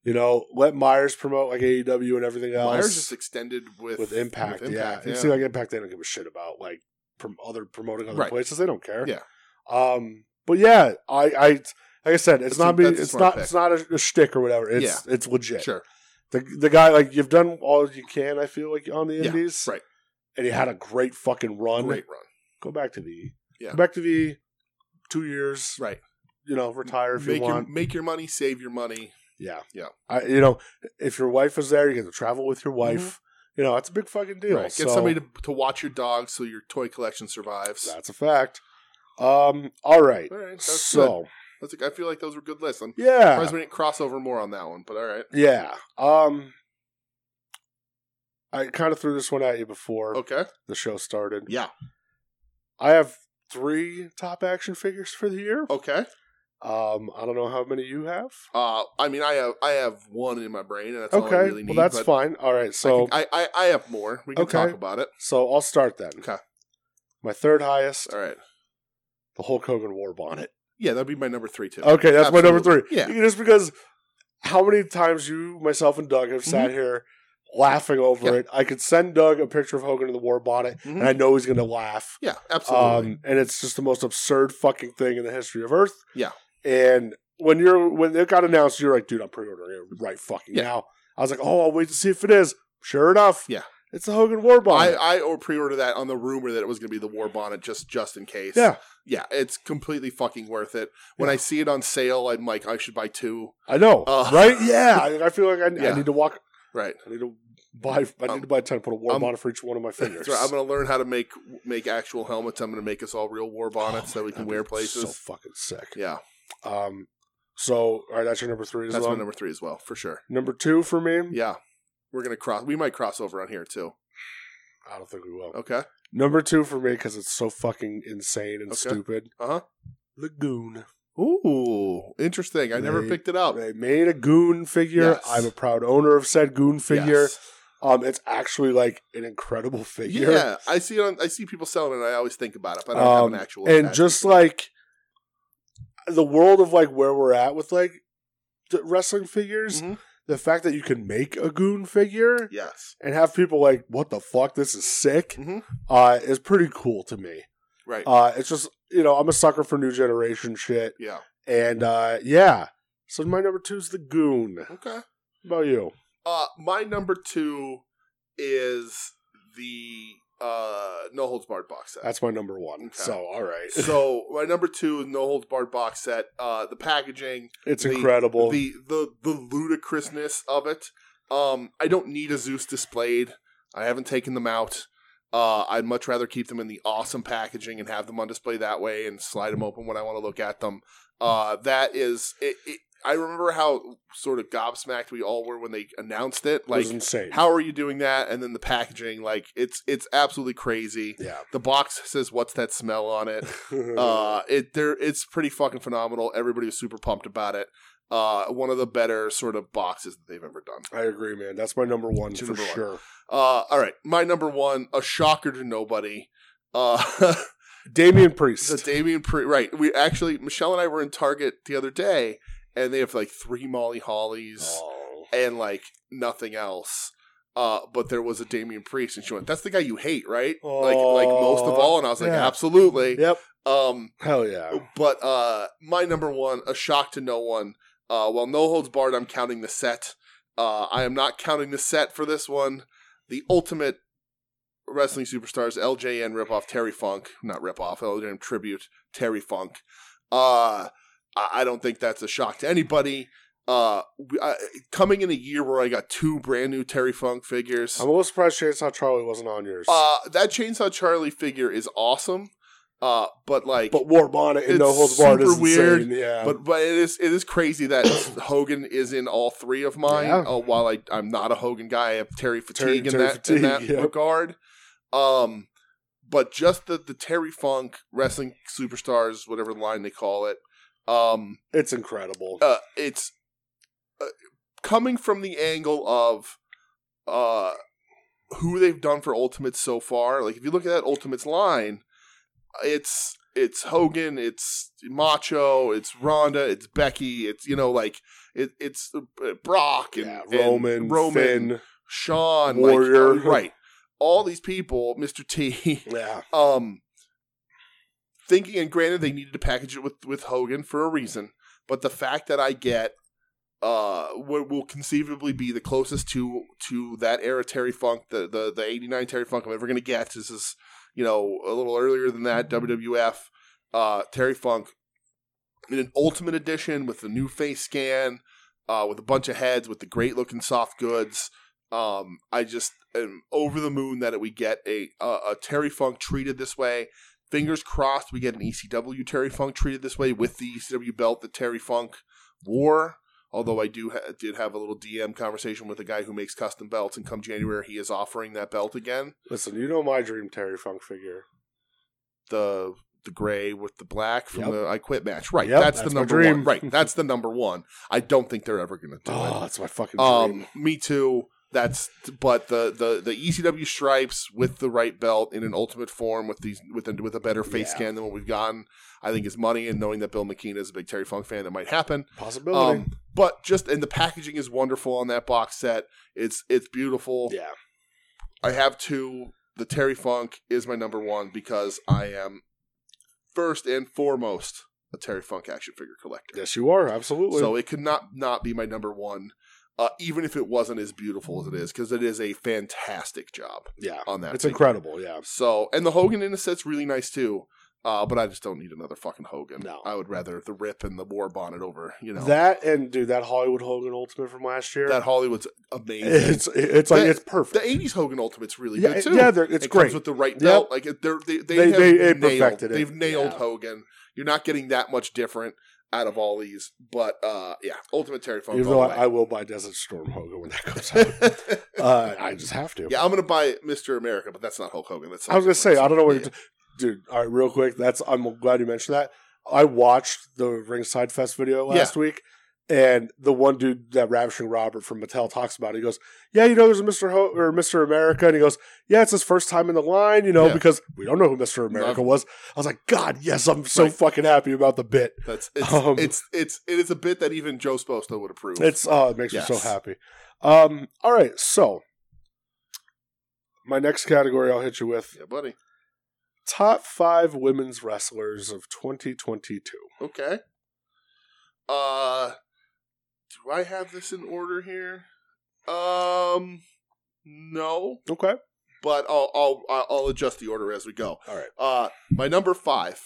Speaker 2: you know, let Myers promote like AEW and everything else.
Speaker 1: Myers just extended with
Speaker 2: with impact,
Speaker 1: with
Speaker 2: yeah. It seems like impact they don't give a shit about like prom- other promoting other
Speaker 1: Right.
Speaker 2: places. They don't care.
Speaker 1: Yeah.
Speaker 2: Um. But yeah, I I like I said, it's,
Speaker 1: It's a-
Speaker 2: not me.
Speaker 1: that's a
Speaker 2: It's
Speaker 1: smart
Speaker 2: not. It's not a, a shtick or whatever. It's it's legit.
Speaker 1: Sure.
Speaker 2: The the guy like you've done all you can. I feel like on the
Speaker 1: Yeah,
Speaker 2: Indies,
Speaker 1: right.
Speaker 2: And he had a great fucking run.
Speaker 1: Great run.
Speaker 2: Go back to the.
Speaker 1: Yeah.
Speaker 2: Go back to the. Two years.
Speaker 1: Right.
Speaker 2: You know, retire if
Speaker 1: make
Speaker 2: you want.
Speaker 1: your make your money, save your money.
Speaker 2: Yeah.
Speaker 1: Yeah.
Speaker 2: I, you know, if your wife is there, you get to travel with your wife. You know, that's a big fucking deal.
Speaker 1: Mm-hmm. Right. Get
Speaker 2: So-
Speaker 1: somebody to, to watch your dog so your toy collection survives.
Speaker 2: That's a fact. Um. All right.
Speaker 1: all right. That's
Speaker 2: So
Speaker 1: good. That's, I feel like those were good lists. I'm
Speaker 2: yeah,
Speaker 1: surprised we didn't cross over more on that one, but all right.
Speaker 2: yeah. Um, I kind of threw this one at you before
Speaker 1: Okay.
Speaker 2: the show started.
Speaker 1: Yeah.
Speaker 2: I have three top action figures for the year.
Speaker 1: Okay.
Speaker 2: Um, I don't know how many you have.
Speaker 1: Uh, I mean, I have I have one in my brain, and that's all I
Speaker 2: okay,
Speaker 1: really need.
Speaker 2: well that's
Speaker 1: but
Speaker 2: fine. All right,
Speaker 1: I
Speaker 2: so
Speaker 1: can- I, I, I have more. We can
Speaker 2: Okay.
Speaker 1: talk about it.
Speaker 2: so I'll start then.
Speaker 1: Okay.
Speaker 2: My third highest,
Speaker 1: All right.
Speaker 2: the Hulk Hogan War Bonnet.
Speaker 1: Yeah, that'd be my number three too.
Speaker 2: Okay, that's my number
Speaker 1: Absolutely.
Speaker 2: three.
Speaker 1: Yeah.
Speaker 2: Just because how many times you, myself, and Doug have sat here laughing over
Speaker 1: Mm-hmm. Yeah.
Speaker 2: it. I could send Doug a picture of Hogan in the war bonnet,
Speaker 1: Mhm.
Speaker 2: and I know he's going to laugh.
Speaker 1: Yeah, absolutely.
Speaker 2: Um, and it's just the most absurd fucking thing in the history of Earth.
Speaker 1: Yeah.
Speaker 2: And when you're when it got announced, you're like, dude, I'm pre-ordering it right fucking
Speaker 1: Yeah.
Speaker 2: now. I was like, oh, I'll wait to see if it is. Sure enough,
Speaker 1: Yeah.
Speaker 2: it's the Hogan war
Speaker 1: I,
Speaker 2: bonnet.
Speaker 1: I or pre-order that on the rumor that it was going to be the war bonnet just just in case.
Speaker 2: yeah,
Speaker 1: yeah, it's completely fucking worth it. When I
Speaker 2: Yeah.
Speaker 1: see it on sale, I'm like, I should buy two.
Speaker 2: I know,
Speaker 1: Uh,
Speaker 2: right? Yeah, I, I feel like I, I
Speaker 1: Yeah.
Speaker 2: need to walk.
Speaker 1: Right.
Speaker 2: I need to buy. I need
Speaker 1: Um,
Speaker 2: to buy ten. Put a war
Speaker 1: um,
Speaker 2: bonnet for each one of my fingers.
Speaker 1: That's right. I'm going to learn how to make make actual helmets. I'm going to make us all real war bonnets that we can
Speaker 2: That'd
Speaker 1: wear
Speaker 2: Oh, be
Speaker 1: places.
Speaker 2: So fucking sick.
Speaker 1: yeah,
Speaker 2: Um, so all right, that's your number three as
Speaker 1: that's
Speaker 2: well. Hmm.
Speaker 1: my number three as well for sure.
Speaker 2: Number two for me.
Speaker 1: Yeah, we're going to cross. We might cross over on here too.
Speaker 2: I don't think we will.
Speaker 1: Okay.
Speaker 2: Number two for me because it's so fucking insane and
Speaker 1: Okay.
Speaker 2: stupid.
Speaker 1: Uh huh.
Speaker 2: Lagoon.
Speaker 1: Ooh, interesting. I never
Speaker 2: They-
Speaker 1: picked it up.
Speaker 2: They made a goon figure.
Speaker 1: Yes.
Speaker 2: I'm a proud owner of said goon figure.
Speaker 1: Yes.
Speaker 2: Um, it's actually like an incredible figure.
Speaker 1: Yeah, I see it on. I see people selling it. and I always think about it, but I don't
Speaker 2: Um,
Speaker 1: have an actual.
Speaker 2: and
Speaker 1: attachment.
Speaker 2: just like the world of like where we're at with like the wrestling figures,
Speaker 1: Mhm.
Speaker 2: the fact that you can make a goon figure
Speaker 1: yes,
Speaker 2: and have people like, "What the fuck? This is sick."
Speaker 1: Mhm.
Speaker 2: Uh, is pretty cool to me.
Speaker 1: right.
Speaker 2: Uh, it's just you know I'm a sucker for new generation shit,
Speaker 1: yeah.
Speaker 2: and uh, yeah. So my number two is the Goon. How
Speaker 1: Okay.
Speaker 2: about you?
Speaker 1: Uh, my number two is the uh, no holds barred box set.
Speaker 2: That's my number one.
Speaker 1: Okay.
Speaker 2: So all right,
Speaker 1: so my number two is no holds barred box set. Uh, the packaging,
Speaker 2: it's
Speaker 1: The-
Speaker 2: incredible.
Speaker 1: the the the ludicrousness of it. Um, I don't need a Zeus displayed. I haven't taken them out. Uh, I'd much rather keep them in the awesome packaging and have them on display that way and slide them open when I want to look at them. Uh, that is, it, it, I remember how sort of gobsmacked we all were when they announced it.
Speaker 2: it was
Speaker 1: Like,
Speaker 2: insane.
Speaker 1: how are you doing that and then the packaging like it's it's absolutely crazy
Speaker 2: yeah.
Speaker 1: the box says what's that smell on it uh it there it's pretty fucking phenomenal everybody was super pumped about it uh one of the better sort of boxes that they've ever done
Speaker 2: I agree, man. That's my number one
Speaker 1: It's
Speaker 2: for
Speaker 1: your number one.
Speaker 2: sure.
Speaker 1: uh all right my number one a shocker to nobody uh
Speaker 2: Damian
Speaker 1: the
Speaker 2: Priest.
Speaker 1: damien Pri- right we actually michelle and i were in target the other day and they have like three molly hollies
Speaker 2: Oh.
Speaker 1: and like nothing else. Uh, but there was a Damian Priest, and she went, "That's the guy you hate, right? Like, like most of all." And I was like,
Speaker 2: Yeah.
Speaker 1: "Absolutely."
Speaker 2: Yep.
Speaker 1: Um,
Speaker 2: Hell yeah.
Speaker 1: but uh, my number one, a shock to no one, Uh, while No Holds Barred, I'm counting the set. Uh, I am not counting the set for this one. The ultimate wrestling superstars LJN ripoff Terry Funk, not ripoff, LJN tribute Terry Funk. Uh, I I don't think that's a shock to anybody. Uh, we- I, coming in a year where I got two brand new Terry Funk figures.
Speaker 2: I'm a little surprised Chainsaw Charlie wasn't on yours.
Speaker 1: Uh, that Chainsaw Charlie figure is awesome. Uh, but like,
Speaker 2: but War Bonnet and
Speaker 1: it's
Speaker 2: No Holds Barred
Speaker 1: super
Speaker 2: is
Speaker 1: weird,
Speaker 2: insane. Yeah.
Speaker 1: but but it is it is crazy that Hogan is in all three of mine.
Speaker 2: Yeah.
Speaker 1: Uh, while I I'm not a Hogan guy, I have Terry fatigue in
Speaker 2: Terry
Speaker 1: that in
Speaker 2: fatigue,
Speaker 1: that
Speaker 2: yep.
Speaker 1: regard. Um, but just the the Terry Funk wrestling superstars, whatever line they call it, um,
Speaker 2: it's incredible.
Speaker 1: uh, it's uh, coming from the angle of uh who they've done for Ultimates so far. Like if you look at that Ultimates line, it's it's Hogan, it's Macho, it's Ronda, it's Becky, it's you know like it, it's uh, Brock and,
Speaker 2: yeah,
Speaker 1: and
Speaker 2: Roman,
Speaker 1: Roman,
Speaker 2: Finn.
Speaker 1: Sean,
Speaker 2: Warrior.
Speaker 1: like, right? All these people, Mr. T,
Speaker 2: Yeah.
Speaker 1: um thinking and granted they needed to package it with with Hogan for a reason but the fact that I get uh what will conceivably be the closest to to that era Terry Funk the the the 89 Terry Funk I'm ever going to get this is you know a little earlier than that WWF uh Terry Funk in an ultimate edition with the new face scan uh with a bunch of heads with the great looking soft goods um, I just am over the moon that we get a, a a Terry Funk treated this way. Fingers crossed we get an ECW Terry Funk treated this way with the ECW belt that Terry Funk wore. Although I do ha- did have a little DM conversation with a guy who makes custom belts, and come January he is offering that belt again.
Speaker 2: Listen, you know my dream Terry Funk figure.
Speaker 1: The the gray with the black from
Speaker 2: Yep.
Speaker 1: the I Quit match, right?
Speaker 2: Yep,
Speaker 1: that's,
Speaker 2: that's
Speaker 1: the
Speaker 2: my
Speaker 1: number one.
Speaker 2: dream.
Speaker 1: Right, that's the number one. I don't think they're ever going to do it.
Speaker 2: Oh, that's my fucking dream.
Speaker 1: Um, me too. That's but the the the ECW stripes with the right belt in an ultimate form with these with a, with a better face
Speaker 2: Yeah.
Speaker 1: scan than what we've gotten. I think is money, and knowing that Bill McKean is a big Terry Funk fan, that might happen.
Speaker 2: Possibility.
Speaker 1: Um, but just and the packaging is wonderful on that box set. It's it's beautiful.
Speaker 2: yeah.
Speaker 1: I have two. The Terry Funk is my number one because I am first and foremost a Terry Funk action figure collector.
Speaker 2: Yes, you are. Absolutely.
Speaker 1: So it could not not be my number one, uh, even if it wasn't as beautiful as it is, because it is a fantastic job
Speaker 2: yeah.
Speaker 1: on that.
Speaker 2: It's
Speaker 1: thing.
Speaker 2: incredible. Yeah.
Speaker 1: So, and the Hogan in the set's really nice too. Uh, but I just don't need another fucking Hogan.
Speaker 2: No.
Speaker 1: I would rather the Rip and the War Bonnet over. You know that,
Speaker 2: That and dude, that Hollywood Hogan Ultimate from last year.
Speaker 1: Hollywood's amazing.
Speaker 2: it's it's like
Speaker 1: That-
Speaker 2: it's perfect.
Speaker 1: the '80s Hogan Ultimate's really
Speaker 2: yeah,
Speaker 1: good
Speaker 2: it-
Speaker 1: too.
Speaker 2: yeah, they're- it's
Speaker 1: It
Speaker 2: great.
Speaker 1: comes with the right
Speaker 2: Yep.
Speaker 1: belt. Like it- they're, they they
Speaker 2: They-
Speaker 1: have
Speaker 2: they- it
Speaker 1: nailed,
Speaker 2: perfected it.
Speaker 1: They've nailed
Speaker 2: Yeah.
Speaker 1: Hogan. You're not getting that much different out of all these. But uh, yeah, Ultimate Terry Funk.
Speaker 2: Even
Speaker 1: all
Speaker 2: though
Speaker 1: the
Speaker 2: I,
Speaker 1: way.
Speaker 2: I will buy Desert Storm Hogan when that comes out, uh, I just have to.
Speaker 1: Yeah, I'm gonna buy Mr. America, but that's not Hulk Hogan. That's
Speaker 2: I was gonna say I don't know what,
Speaker 1: Yeah.
Speaker 2: you're t- dude. All right, real quick. That's I'm glad you mentioned that. I watched the Ringside Fest video last week, and the one dude that Ravishing Robert from Mattel talks about, he goes, "Yeah, you know, there's a Mister Ho- or Mister America," and he goes, "Yeah, it's his first time in the line, you know,
Speaker 1: Yeah.
Speaker 2: because we don't know who Mister America
Speaker 1: I've-
Speaker 2: was." I was like, "God, yes, I'm so
Speaker 1: Right.
Speaker 2: fucking happy about the bit."
Speaker 1: that's it's,
Speaker 2: Um,
Speaker 1: it's it's it is a bit that even Joe Sposto would approve.
Speaker 2: It's oh, it makes me
Speaker 1: Yes.
Speaker 2: so happy. Um, all right, so my next category, I'll hit you with
Speaker 1: yeah, buddy.
Speaker 2: top five women's wrestlers of 2022.
Speaker 1: Okay. Uh, do I have this in order here? Um, no,
Speaker 2: Okay,
Speaker 1: but I'll I'll I'll I'll adjust the order as we go.
Speaker 2: all right.
Speaker 1: Uh, my number five,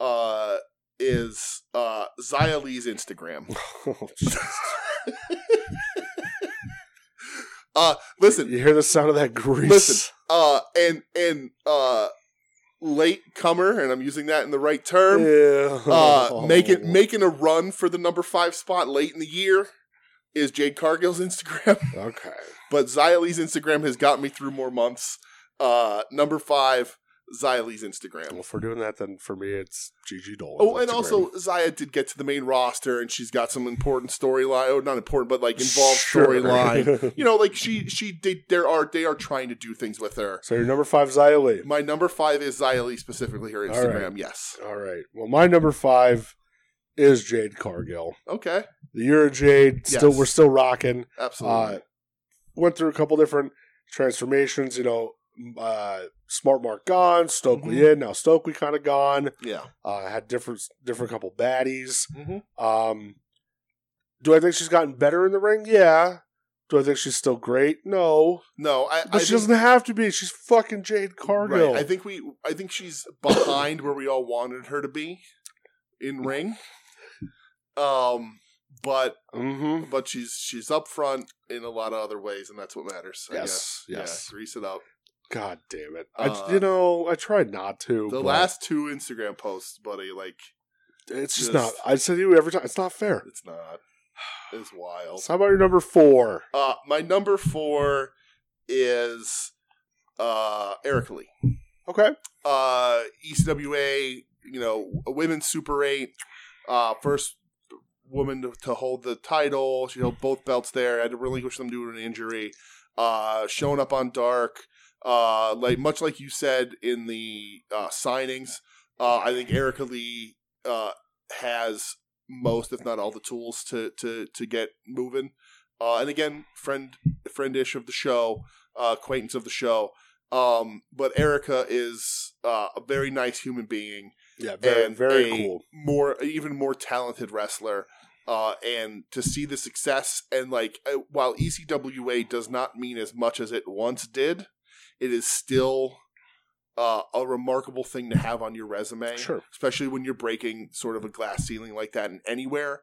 Speaker 1: uh, is uh Zia Lee's Instagram. Uh, listen,
Speaker 2: you hear the sound of that grease?
Speaker 1: Listen. uh and and uh late comer and i'm using that in the right term
Speaker 2: Ew.
Speaker 1: Erm. uh making making a run for the number five spot late in the year is jade cargill's instagram
Speaker 2: Okay.
Speaker 1: but xylee's instagram has got me through more months uh number five xylee's
Speaker 2: Well,
Speaker 1: instagram
Speaker 2: if we're doing that, then for me it's Gigi Dolan.
Speaker 1: Oh, and also Zaya did get to the main roster, and she's got some important storyline. Oh, not important, but like involved storyline. You know, like she she did. There are they are trying to do things with her.
Speaker 2: so your number five, Zia Lee.
Speaker 1: My number five is Xylee, specifically her
Speaker 2: All
Speaker 1: Instagram. Yes.
Speaker 2: All right. Well, my number five is Jade Cargill.
Speaker 1: Okay.
Speaker 2: The year of Jade. Still,
Speaker 1: Yes.
Speaker 2: we're still rocking.
Speaker 1: Absolutely.
Speaker 2: Uh, went through a couple different transformations. You know, uh, Smart Mark gone, Stokely in, now Stokely kind of gone.
Speaker 1: yeah.
Speaker 2: Uh, had different different couple baddies.
Speaker 1: Mm-hmm.
Speaker 2: Um, Do I think she's gotten better in the ring? Yeah. Do I think she's still great? No.
Speaker 1: No, I,
Speaker 2: But
Speaker 1: I
Speaker 2: she
Speaker 1: think-
Speaker 2: doesn't have to be. She's fucking Jade Cargill.
Speaker 1: Right. I think we I think she's behind where we all wanted her to be in ring. Um but
Speaker 2: mm-hmm.
Speaker 1: but she's she's up front in a lot of other ways and that's what matters. I guess.
Speaker 2: Yes. Yes.
Speaker 1: Yeah, grease it up.
Speaker 2: God damn it.
Speaker 1: Uh,
Speaker 2: I, you know, I tried not to.
Speaker 1: The
Speaker 2: but
Speaker 1: last two Instagram posts, buddy, like
Speaker 2: It's just
Speaker 1: just-
Speaker 2: not. I said to you every time. It's not fair.
Speaker 1: it's not it's wild.
Speaker 2: So how about your number four?
Speaker 1: Uh my number 4 is uh Eric Lee.
Speaker 2: Okay.
Speaker 1: uh ECWA, you know, women's Super 8, uh first woman to, to hold the title. She held both belts there. Had to relinquish them due to an injury. Uh showing up on dark. Uh like much like you said in the uh signings, uh I think Erica Lee uh has most if not all the tools to to to get moving. Uh and again, friend friendish of the show, uh acquaintance of the show. Um, but Erica is uh, a very nice human being,
Speaker 2: Yeah. Very,
Speaker 1: and
Speaker 2: very
Speaker 1: a
Speaker 2: cool.
Speaker 1: more even more talented wrestler. Uh, and to see the success and like uh, while ECWA does not mean as much as it once did, it is still uh, a remarkable thing to have on your resume,
Speaker 2: Sure.
Speaker 1: especially when you're breaking sort of a glass ceiling like that in anywhere.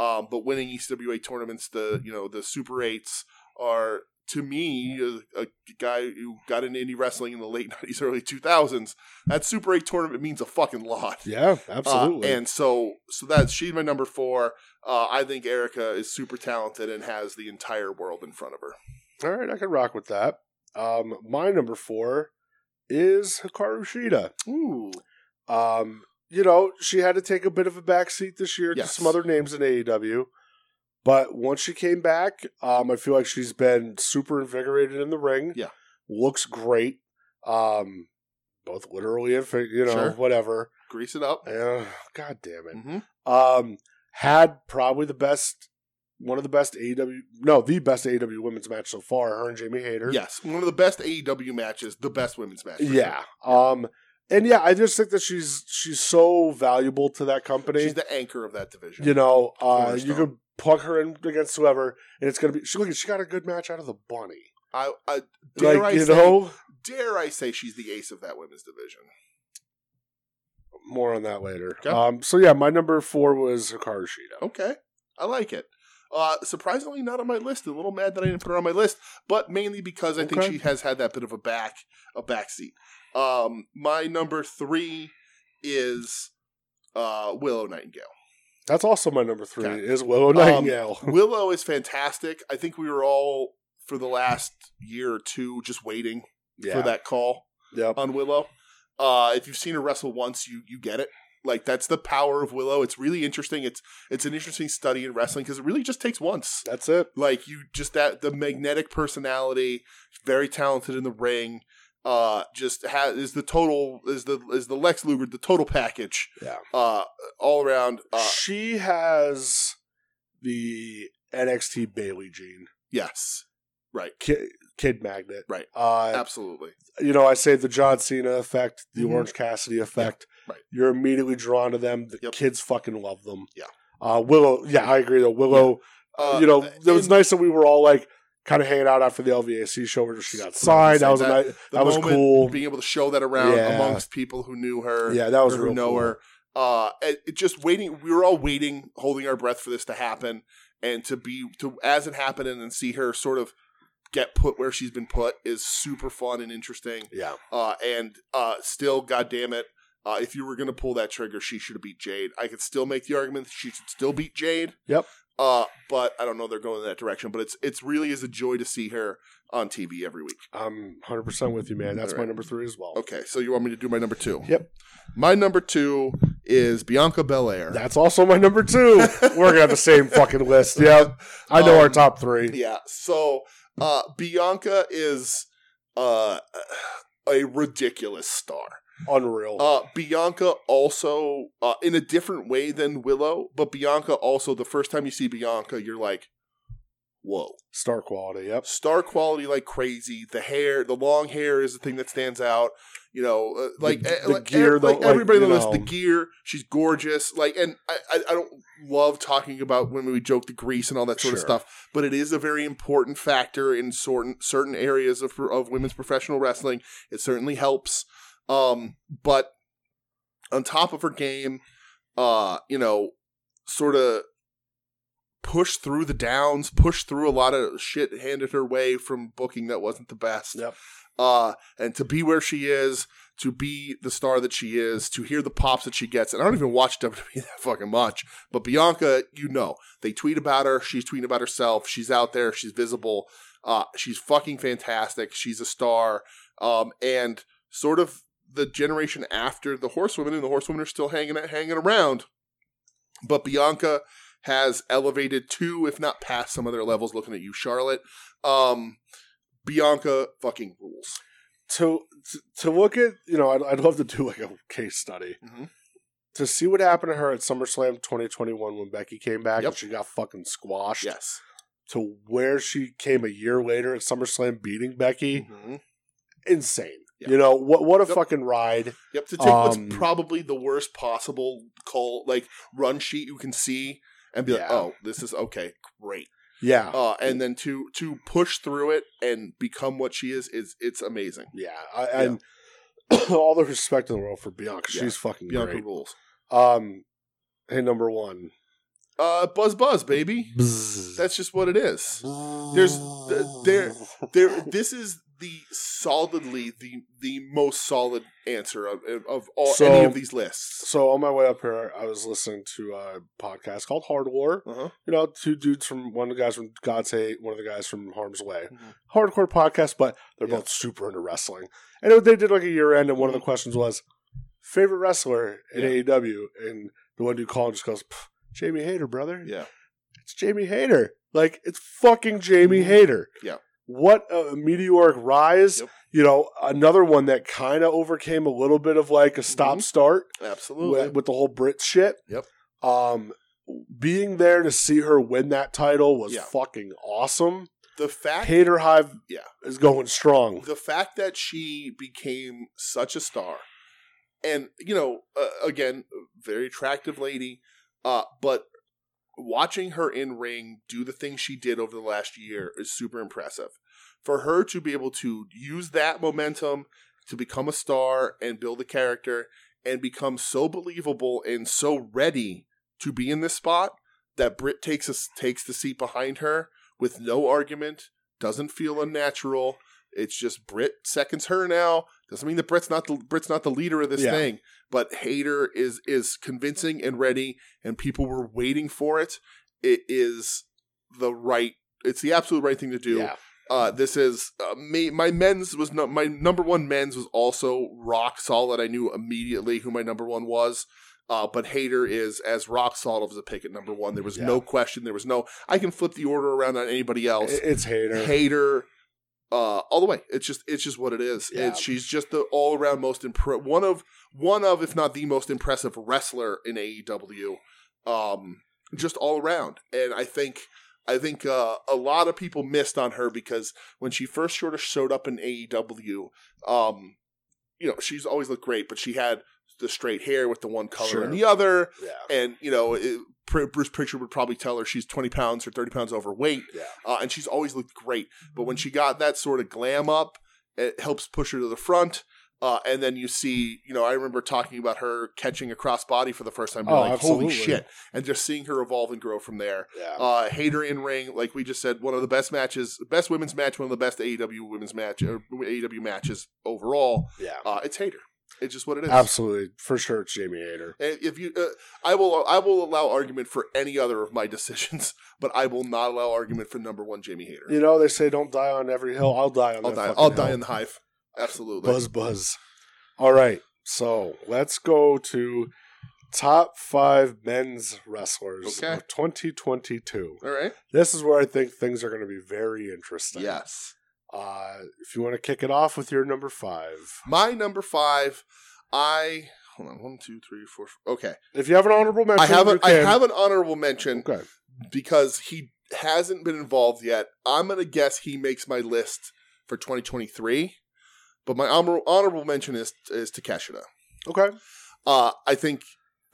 Speaker 1: Um, but winning ECWA tournaments, the you know the Super Eights are to me a, a guy who got into indie wrestling in the late '90s, early 2000s. That Super Eight tournament means a fucking lot.
Speaker 2: Yeah.
Speaker 1: Uh,
Speaker 2: Absolutely.
Speaker 1: and so, so that's she's my number four. Uh, I think Erica is super talented and has the entire world in front of her.
Speaker 2: All right. I can rock with that. Um, my number four is Hikaru Shida.
Speaker 1: Ooh,
Speaker 2: Um, you know, she had to take a bit of a backseat this year to
Speaker 1: Yes.
Speaker 2: some other names in AEW. But once she came back, um, I feel like she's been super invigorated in the ring.
Speaker 1: Yeah.
Speaker 2: Looks great. Um, both literally and, fig- you know,
Speaker 1: Sure.
Speaker 2: whatever.
Speaker 1: grease it up.
Speaker 2: Yeah, God damn it.
Speaker 1: hmm
Speaker 2: Um, had probably the best, one of the best AEW, no, the best AEW women's match so far, her and Jamie Hayter.
Speaker 1: Yes, one of the best AEW matches, the best women's match. for
Speaker 2: Yeah. Um, and yeah, I just think that she's she's so valuable to that
Speaker 1: sure.
Speaker 2: company.
Speaker 1: she's the anchor of that division.
Speaker 2: You know, uh,
Speaker 1: Cornerstone.
Speaker 2: you could plug her in against whoever, and it's gonna be. She, look, she got a good match out of the bunny.
Speaker 1: I, I dare
Speaker 2: like
Speaker 1: I
Speaker 2: you
Speaker 1: say,
Speaker 2: know,
Speaker 1: dare I say, she's the ace of that women's division.
Speaker 2: more on that later.
Speaker 1: Okay.
Speaker 2: Um, so yeah, my number four was Hikaru Shida.
Speaker 1: Okay, I like it. Uh, surprisingly, not on my list. A little mad that I didn't put her on my list, but mainly because I think
Speaker 2: Okay.
Speaker 1: she has had that bit of a back a backseat. Um, my number three is uh, Willow Nightingale.
Speaker 2: That's also my number three
Speaker 1: Okay. Um,
Speaker 2: is Willow Nightingale.
Speaker 1: Willow is fantastic. I think we were all for the last year or two just waiting
Speaker 2: yeah.
Speaker 1: for that call
Speaker 2: Yep.
Speaker 1: on Willow. Uh, if you've seen her wrestle once, you you get it. Like that's the power of Willow. It's really interesting. It's it's an interesting study in wrestling because it really just takes once.
Speaker 2: That's it.
Speaker 1: like you just that the magnetic personality very talented in the ring uh just ha- is the total is the is the lex luger the total package
Speaker 2: Yeah.
Speaker 1: uh all around uh
Speaker 2: she has the NXT Bailey gene,
Speaker 1: yes right
Speaker 2: kid, kid magnet,
Speaker 1: Right.
Speaker 2: Uh,
Speaker 1: absolutely
Speaker 2: you know, I say the John Cena effect, the
Speaker 1: Mhm.
Speaker 2: Orange Cassidy effect.
Speaker 1: right.
Speaker 2: You're immediately drawn to them. The
Speaker 1: Yep.
Speaker 2: kids fucking love them.
Speaker 1: Yeah.
Speaker 2: Uh, Willow, yeah, I agree though. Willow,
Speaker 1: uh,
Speaker 2: you know, it was
Speaker 1: and
Speaker 2: nice that we were all like kind of hanging out after the LVAC show where she got signed. That was a
Speaker 1: That-
Speaker 2: nice,
Speaker 1: the
Speaker 2: that was
Speaker 1: moment
Speaker 2: cool.
Speaker 1: being able to show that around
Speaker 2: Yeah.
Speaker 1: amongst people who knew her
Speaker 2: Yeah, that was
Speaker 1: or who
Speaker 2: real
Speaker 1: know
Speaker 2: cool.
Speaker 1: her uh it, it just waiting we were all waiting holding our breath for this to happen and to be to as it happened and then see her sort of get put where she's been put is super fun and interesting
Speaker 2: Yeah,
Speaker 1: Uh, and uh, still, goddamn it, uh, if you were going to pull that trigger, she should have beat Jade. I could still make the argument that she should still beat Jade.
Speaker 2: Yep.
Speaker 1: Uh, but I don't know they're going in that direction. But it's it's really is a joy to see her on TV every week.
Speaker 2: I'm 100 percent with you, man. That's my
Speaker 1: Alright.
Speaker 2: number three as well.
Speaker 1: Okay, so you want me to do my number two?
Speaker 2: Yep.
Speaker 1: My number two is Bianca Belair.
Speaker 2: That's also my number two. we're gonna have the same fucking list. Yeah, I know our
Speaker 1: Um,
Speaker 2: top three.
Speaker 1: Yeah. So uh, Bianca is uh, a ridiculous star.
Speaker 2: Unreal.
Speaker 1: Uh, Bianca also, uh, in a different way than Willow, but Bianca also, the first time you see Bianca, you're like, whoa.
Speaker 2: Star quality. Yep.
Speaker 1: Star quality like crazy. The hair, the long hair is the thing that stands out. You know, uh, like
Speaker 2: The-
Speaker 1: eh,
Speaker 2: the
Speaker 1: like,
Speaker 2: gear,
Speaker 1: ev-
Speaker 2: the-
Speaker 1: like
Speaker 2: like,
Speaker 1: everybody
Speaker 2: you
Speaker 1: that lives the
Speaker 2: know.
Speaker 1: gear. She's gorgeous. Like, and I, I, I don't love talking about when we joke the grease and all that sort of
Speaker 2: Sure.
Speaker 1: stuff, but it is a very important factor in certain certain areas of of women's professional wrestling. It certainly helps. Um, but on top of her game, uh, you know, sort of push through the downs, push through a lot of shit handed her way from booking that wasn't the best.
Speaker 2: Yep.
Speaker 1: Uh, and to be where she is, to be the star that she is, to hear the pops that she gets. And I don't even watch WWE that fucking much, but Bianca, you know, they tweet about her. She's tweeting about herself. She's out there. She's visible. Uh, she's fucking fantastic. She's a star. Um, and sort of the generation after the horsewomen, and the horsewomen are still hanging hanging around. But Bianca has elevated to, if not past, some of their levels. Looking at you, Charlotte. Um, Bianca fucking rules.
Speaker 2: To, to to look at you know I'd, I'd love to do like a case study
Speaker 1: Mhm.
Speaker 2: to see what happened to her at SummerSlam 2021 when Becky came back
Speaker 1: Yep.
Speaker 2: and she got fucking squashed.
Speaker 1: Yes.
Speaker 2: To where she came a year later at SummerSlam beating Becky,
Speaker 1: Mhm.
Speaker 2: insane.
Speaker 1: Yeah.
Speaker 2: You know what? What a
Speaker 1: Yep.
Speaker 2: fucking ride.
Speaker 1: Yep. To take what's
Speaker 2: Um,
Speaker 1: probably the worst possible call, like run sheet you can see, and be like,
Speaker 2: Yeah.
Speaker 1: "Oh, this is okay, great."
Speaker 2: Yeah,
Speaker 1: Uh, and then to to push through it and become what she is is it's amazing.
Speaker 2: yeah, I, and all the respect in the world for Bianca.
Speaker 1: Yeah.
Speaker 2: She's fucking
Speaker 1: Bianca
Speaker 2: great.
Speaker 1: rules.
Speaker 2: Um, hey, number one.
Speaker 1: Uh, buzz, buzz, baby. That's just what it is. There's- th- there- there this is the solidly the the most solid answer of of all
Speaker 2: So-
Speaker 1: any of these lists.
Speaker 2: So on my way up here, I was listening to a podcast called Hard War.
Speaker 1: Uh-huh.
Speaker 2: You know, two dudes from one of the guys from God's Hate, one of the guys from Harm's Way.
Speaker 1: Mhm.
Speaker 2: Hardcore podcast, but they're
Speaker 1: Yeah. Mm-hmm.
Speaker 2: both super into wrestling. And it- they did like a year end, and one of the questions was favorite wrestler in
Speaker 1: Yeah.
Speaker 2: AEW, and the one dude called just goes, "Pff, "Jamie Hayter, brother.
Speaker 1: Yeah.
Speaker 2: It's Jamie Hayter. Like it's fucking Jamie Hayter.
Speaker 1: Mm-hmm. Yeah.
Speaker 2: What a meteoric rise.
Speaker 1: Yep.
Speaker 2: You know, another one that kind of overcame a little bit of like a stop
Speaker 1: Mhm.
Speaker 2: start
Speaker 1: Absolutely.
Speaker 2: with, with the whole Brit shit.
Speaker 1: Yep.
Speaker 2: Um, being there to see her win that title was
Speaker 1: Yeah.
Speaker 2: fucking awesome.
Speaker 1: the fact
Speaker 2: Hater Hive,
Speaker 1: Yeah.
Speaker 2: is going strong.
Speaker 1: the fact that she became such a star and you know uh, again very attractive lady uh but watching her in ring do the things she did over the last year is super impressive for her to be able to use that momentum to become a star and build a character and become so believable and so ready to be in this spot that Britt takes us takes the seat behind her with no argument doesn't feel unnatural it's just Britt seconds her now. Doesn't mean that Britt's not the Britt's not the leader of this
Speaker 2: Yeah.
Speaker 1: thing, but Hater is is convincing and ready, and people were waiting for it. It is the right. It's the absolute right thing to do.
Speaker 2: Yeah.
Speaker 1: Uh, this is uh, me. My men's was no, my number one. Men's was also rock solid. I knew immediately who my number one was. Uh, but Hater is as rock solid as a pick at number one. There was no question. There was no. I can flip the order around on anybody else
Speaker 2: It- It's Hater.
Speaker 1: hater uh all the way it's just it's just what it is
Speaker 2: Yeah.
Speaker 1: it's, she's just the all around most impre- one of one of if not the most impressive wrestler in AEW um just all around and i think i think uh a lot of people missed on her because when she first sort of showed up in AEW um you know she's always looked great but she had the straight hair with the one color
Speaker 2: Sure.
Speaker 1: and the other
Speaker 2: yeah.
Speaker 1: and you know it, Pr- Bruce Pritchard would probably tell her she's 20 pounds or 30 pounds overweight
Speaker 2: Yeah.
Speaker 1: uh, and she's always looked great. But
Speaker 2: Mm-hmm.
Speaker 1: when she got that sort of glam up, it helps push her to the front. Uh, and then you see, you know, I remember talking about her catching a crossbody for the first time, being
Speaker 2: Oh,
Speaker 1: like,
Speaker 2: absolutely.
Speaker 1: "Holy shit!" and just seeing her evolve and grow from there.
Speaker 2: Yeah.
Speaker 1: Uh, Hater in ring, like we just said, one of the best matches, best women's match, one of the best AEW women's match, or AEW matches overall.
Speaker 2: yeah.
Speaker 1: Uh, it's Hater. It's just what it is.
Speaker 2: Absolutely. For sure, it's Jamie Hater.
Speaker 1: And If you, uh, I will, I will allow argument for any other of my decisions, but I will not allow argument for number one Jamie Hater.
Speaker 2: You know, they say don't die on every hill. I'll die on
Speaker 1: I'll
Speaker 2: that
Speaker 1: die.
Speaker 2: fucking
Speaker 1: I'll
Speaker 2: hill.
Speaker 1: die in the hive. Absolutely.
Speaker 2: Buzz, buzz. All right. So let's go to top five men's wrestlers
Speaker 1: Okay.
Speaker 2: of 2022.
Speaker 1: All right.
Speaker 2: This is where I think things are going to be very interesting.
Speaker 1: Yes.
Speaker 2: Uh, if you want to kick it off with your number five,
Speaker 1: My number five. I hold on. One, two, three, four. f- Okay.
Speaker 2: if you have an honorable mention,
Speaker 1: I have
Speaker 2: you
Speaker 1: a, I
Speaker 2: can.
Speaker 1: have an honorable mention
Speaker 2: Okay.
Speaker 1: because he hasn't been involved yet. I'm gonna guess he makes my list for 2023. But my honor- honorable mention is is Takeshita.
Speaker 2: Okay.
Speaker 1: Uh, I think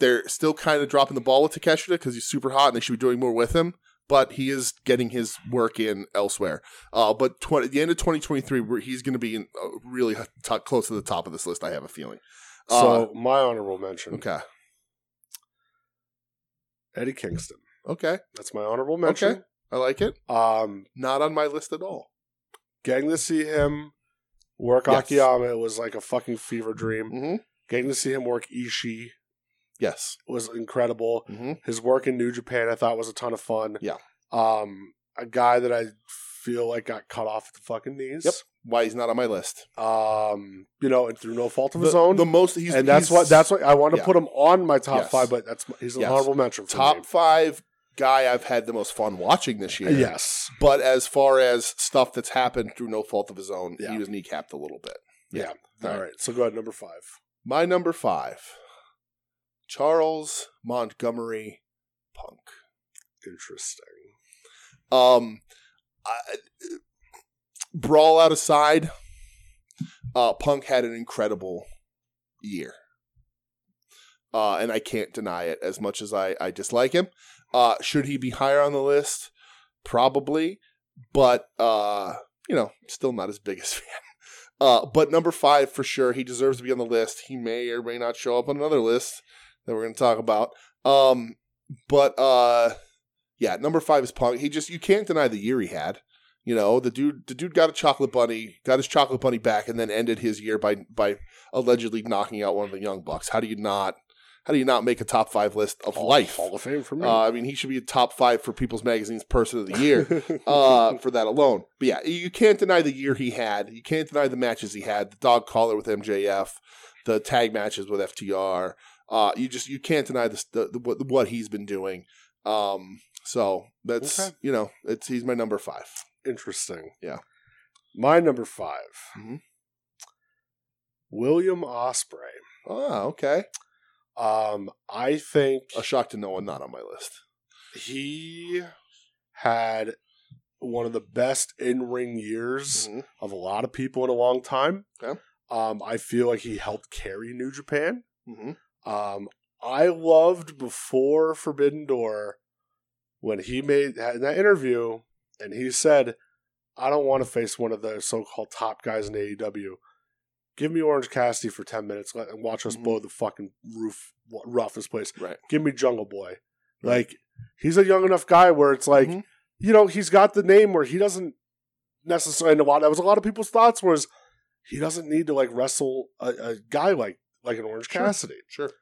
Speaker 1: they're still kind of dropping the ball with Takeshita because he's super hot and they should be doing more with him. But he is getting his work in elsewhere. Uh, but 20, at the end of 2023, we're- he's going to be in, uh, really h- to- close to the top of this list. I have a feeling. Uh,
Speaker 2: So my honorable mention,
Speaker 1: okay,
Speaker 2: Eddie Kingston.
Speaker 1: okay,
Speaker 2: That's my honorable mention.
Speaker 1: I like it.
Speaker 2: Um,
Speaker 1: Not on my list at all.
Speaker 2: getting to see him work
Speaker 1: Yes.
Speaker 2: Akiyama was like a fucking fever dream.
Speaker 1: Mm-hmm.
Speaker 2: Getting to see him work Ishii
Speaker 1: Yes.
Speaker 2: was incredible.
Speaker 1: Mm-hmm.
Speaker 2: His work in New Japan, I thought was a ton of fun.
Speaker 1: Yeah.
Speaker 2: Um, a guy that I feel like got cut off at the fucking knees.
Speaker 1: Yep. Why he's not on my list?
Speaker 2: Um, you know, and through no fault of
Speaker 1: The,
Speaker 2: his own.
Speaker 1: the most. He's,
Speaker 2: and that's
Speaker 1: he's
Speaker 2: what that's what I want to
Speaker 1: yeah.
Speaker 2: put him on my top
Speaker 1: Yes.
Speaker 2: five, but that's my- he's an
Speaker 1: Yes.
Speaker 2: honorable mention. For
Speaker 1: top
Speaker 2: me.
Speaker 1: five guy I've had the most fun watching this year.
Speaker 2: Yes.
Speaker 1: But as far as stuff that's happened through no fault of his own,
Speaker 2: Yeah.
Speaker 1: he was kneecapped a little bit.
Speaker 2: Yeah.
Speaker 1: All
Speaker 2: All
Speaker 1: right.
Speaker 2: right. So go ahead, number five.
Speaker 1: My number five, Charles Montgomery Punk.
Speaker 2: Interesting.
Speaker 1: Um, I, brawl out aside, uh, Punk had an incredible year. Uh, and I can't deny it as much as I, I dislike him. Uh, should he be higher on the list? Probably. But, uh, you know, still not his biggest fan. Uh, but number five for sure. He deserves to be on the list. He may or may not show up on another list that we're going to talk about. Um, but, uh, yeah, number five is Punk. He just you can't deny the year he had. You know, the dude the dude got a chocolate bunny, got his chocolate bunny back, and then ended his year by by allegedly knocking out one of the young bucks. How do you not how do you not make a top five list of life?
Speaker 2: Hall of Fame for me.
Speaker 1: Uh, I mean, he should be a top five for People's Magazine's Person of the Year uh, for that alone. But yeah, you can't deny the year he had. You can't deny the matches he had. The dog collar with MJF, the tag matches with FTR. Uh, you just you can't deny this, the, the what, what he's been doing. Um, so that's
Speaker 2: Okay.
Speaker 1: you know it's he's my number five.
Speaker 2: Interesting.
Speaker 1: Yeah.
Speaker 2: My number 5
Speaker 1: Mhm.
Speaker 2: William Osprey.
Speaker 1: Oh, okay.
Speaker 2: Um, I think
Speaker 1: A shock to no one not on my list.
Speaker 2: he had one of the best in ring years
Speaker 1: Mhm.
Speaker 2: of a lot of people in a long time.
Speaker 1: Okay.
Speaker 2: Um, I feel like he helped carry New Japan.
Speaker 1: Mhm.
Speaker 2: Um, I loved before Forbidden Door when he made in that interview and he said, I don't want to face one of the so called top guys in AEW. Give me Orange Cassidy for 10 minutes let- and watch us
Speaker 1: Mhm.
Speaker 2: blow the fucking roof rough this place.
Speaker 1: Right.
Speaker 2: Give me Jungle Boy. Like, he's a young enough guy where it's like,
Speaker 1: Mhm.
Speaker 2: you know, he's got the name where he doesn't necessarily, and a lot, that was a lot of people's thoughts was he doesn't need to like wrestle a, a guy like, like an Orange
Speaker 1: Sure.
Speaker 2: Cassidy.
Speaker 1: Sure.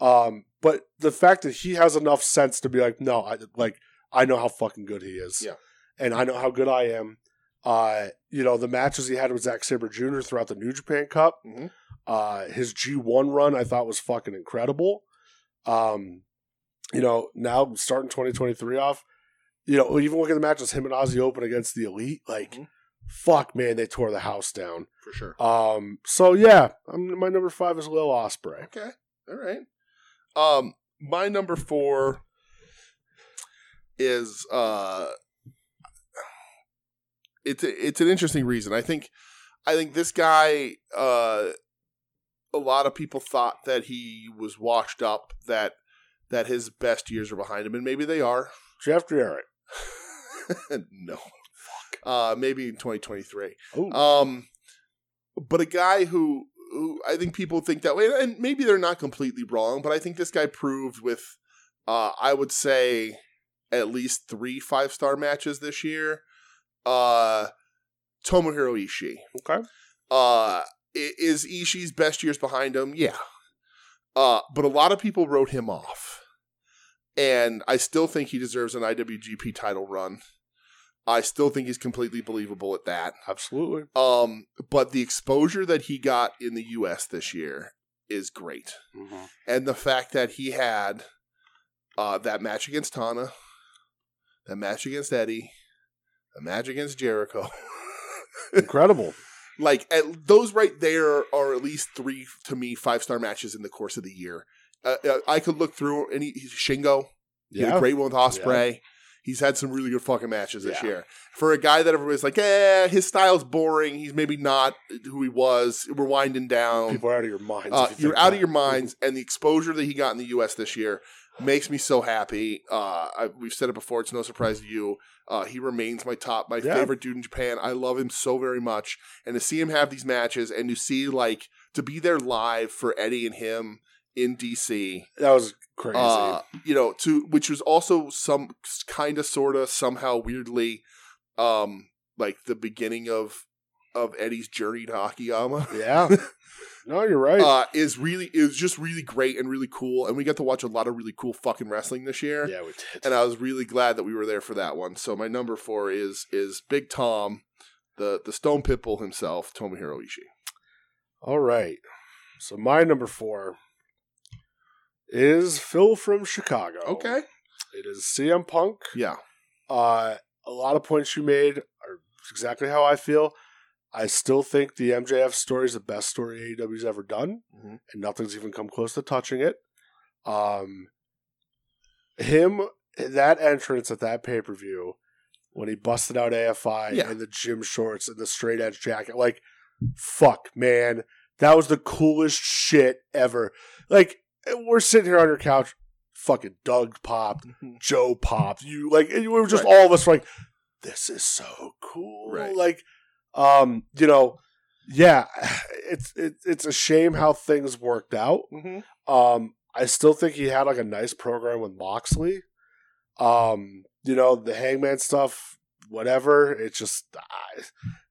Speaker 2: Um, but the fact that he has enough sense to be like, no, I like I know how fucking good he is.
Speaker 1: Yeah.
Speaker 2: And I know how good I am. Uh, you know, the matches he had with Zack Sabre Jr. throughout the New Japan Cup.
Speaker 1: Mhm.
Speaker 2: Uh his G one run I thought was fucking incredible. Um, you know, now starting twenty twenty three off, you know, even look at the matches him and Ozzy open against the elite, like
Speaker 1: Mhm.
Speaker 2: fuck man, they tore the house down.
Speaker 1: For sure.
Speaker 2: Um, so yeah, I'm, my number five is Lil Osprey.
Speaker 1: Okay. All right. Um, my number four is uh, it's a, it's an interesting reason. I think I think this guy. Uh, a lot of people thought that he was washed up. That that his best years are behind him, and maybe they are.
Speaker 2: Jeff Jarrett.
Speaker 1: no. Uh, maybe in 2023.
Speaker 2: Ooh.
Speaker 1: Um, but a guy who who I think people think that way, and maybe they're not completely wrong, but I think this guy proved with, uh, I would say, at least three five star matches this year. Uh, Tomohiro Ishii.
Speaker 2: Okay.
Speaker 1: Uh, i- is Ishii's best years behind him? Yeah. Uh, but a lot of people wrote him off. And I still think he deserves an IWGP title run. I still think he's completely believable at that.
Speaker 2: Absolutely.
Speaker 1: Um, but the exposure that he got in the U.S. this year is great,
Speaker 2: Mm-hmm.
Speaker 1: and the fact that he had uh, that match against Tana, that match against Eddie, that match against Jericho,
Speaker 2: Incredible.
Speaker 1: like at, those right there are at least three to me five star matches in the course of the year. Uh, uh, I could look through any Shingo, he had a great one with Osprey. He's had some really good fucking matches this
Speaker 2: Yeah.
Speaker 1: year. For a guy that everybody's like, eh, his style's boring. He's maybe not who he was. We're winding down.
Speaker 2: People are out of your minds.
Speaker 1: Uh,
Speaker 2: if you think
Speaker 1: you're out of
Speaker 2: that.
Speaker 1: your minds, and the exposure that he got in the U.S. this year makes me so happy. Uh, I, we've said it before; it's no surprise to you. Uh, he remains my top, my
Speaker 2: Yeah.
Speaker 1: favorite dude in Japan. I love him so very much, and to see him have these matches, and to see like to be there live for Eddie and him in D.C.
Speaker 2: That was crazy.
Speaker 1: Uh, you know, to which was also some kind of, sort of, somehow, weirdly, um, like the beginning of of Eddie's journey to Akiyama.
Speaker 2: yeah. No, you're right.
Speaker 1: uh, is really it was just really great and really cool, and we got to watch a lot of really cool fucking wrestling this year.
Speaker 2: yeah, we did.
Speaker 1: And uh, I was really glad that we were there for that one. So my number four is is Big Tom, the the Stone Pitbull himself, Tomohiro Ishii.
Speaker 2: All right. So my number four is Phil from Chicago. It is CM Punk.
Speaker 1: yeah,
Speaker 2: Uh, a lot of points you made are exactly how I feel. I still think the MJF story is the best story AEW's ever done,
Speaker 1: Mhm.
Speaker 2: and nothing's even come close to touching it. Um, him that entrance at that pay per view when he busted out AFI
Speaker 1: Yeah.
Speaker 2: and the gym shorts and the straight edge jacket, like fuck, man, that was the coolest shit ever. Like we're sitting here on your couch, fucking Doug popped. Joe popped. You like it- we were just all of us like, this is so cool.
Speaker 1: Right.
Speaker 2: Like, um, you know, yeah, it's it, it's a shame how things worked out.
Speaker 1: Mm-hmm.
Speaker 2: Um, I still think he had like a nice program with Moxley. Um, you know, the Hangman stuff, whatever. It's just I,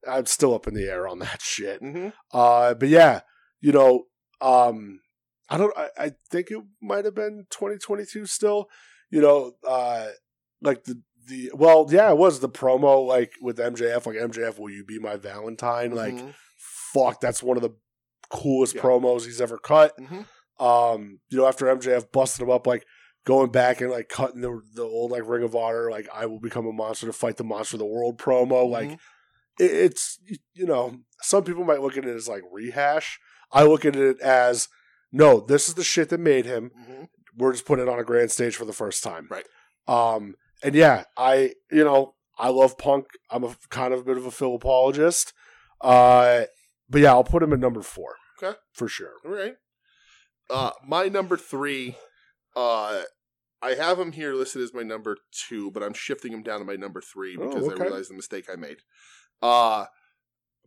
Speaker 2: I'm still up in the air on that shit.
Speaker 1: Mm-hmm.
Speaker 2: Uh, but yeah, you know, um, I don't. I, I think it might have been 2022 still. You know, uh, like the the well, yeah, it was the promo like with MJF, like MJF, will you be my Valentine? Like, fuck, that's one of the coolest
Speaker 1: Mm-hmm. Yeah.
Speaker 2: promos he's ever cut
Speaker 1: hmm
Speaker 2: um, you know, after MJF busted him up, like going back and like cutting the the old like Ring of Honor, like I will become a monster to fight the monster of the world promo. Like
Speaker 1: Mhm.
Speaker 2: it, it's you know, some people might look at it as like rehash. I look at it as no, this is the shit that made him.
Speaker 1: Mm-hmm.
Speaker 2: We're just putting it on a grand stage for the first time,
Speaker 1: Right.
Speaker 2: Um, and yeah, I you know I love Punk. I'm a kind of a bit of a Phil apologist, uh, but yeah, I'll put him at number four.
Speaker 1: Okay.
Speaker 2: for sure.
Speaker 1: All right. Uh, my number three, uh, I have him here listed as my number two, but I'm shifting him down to my number three
Speaker 2: Oh,
Speaker 1: because
Speaker 2: okay.
Speaker 1: I realized the mistake I made. Uh,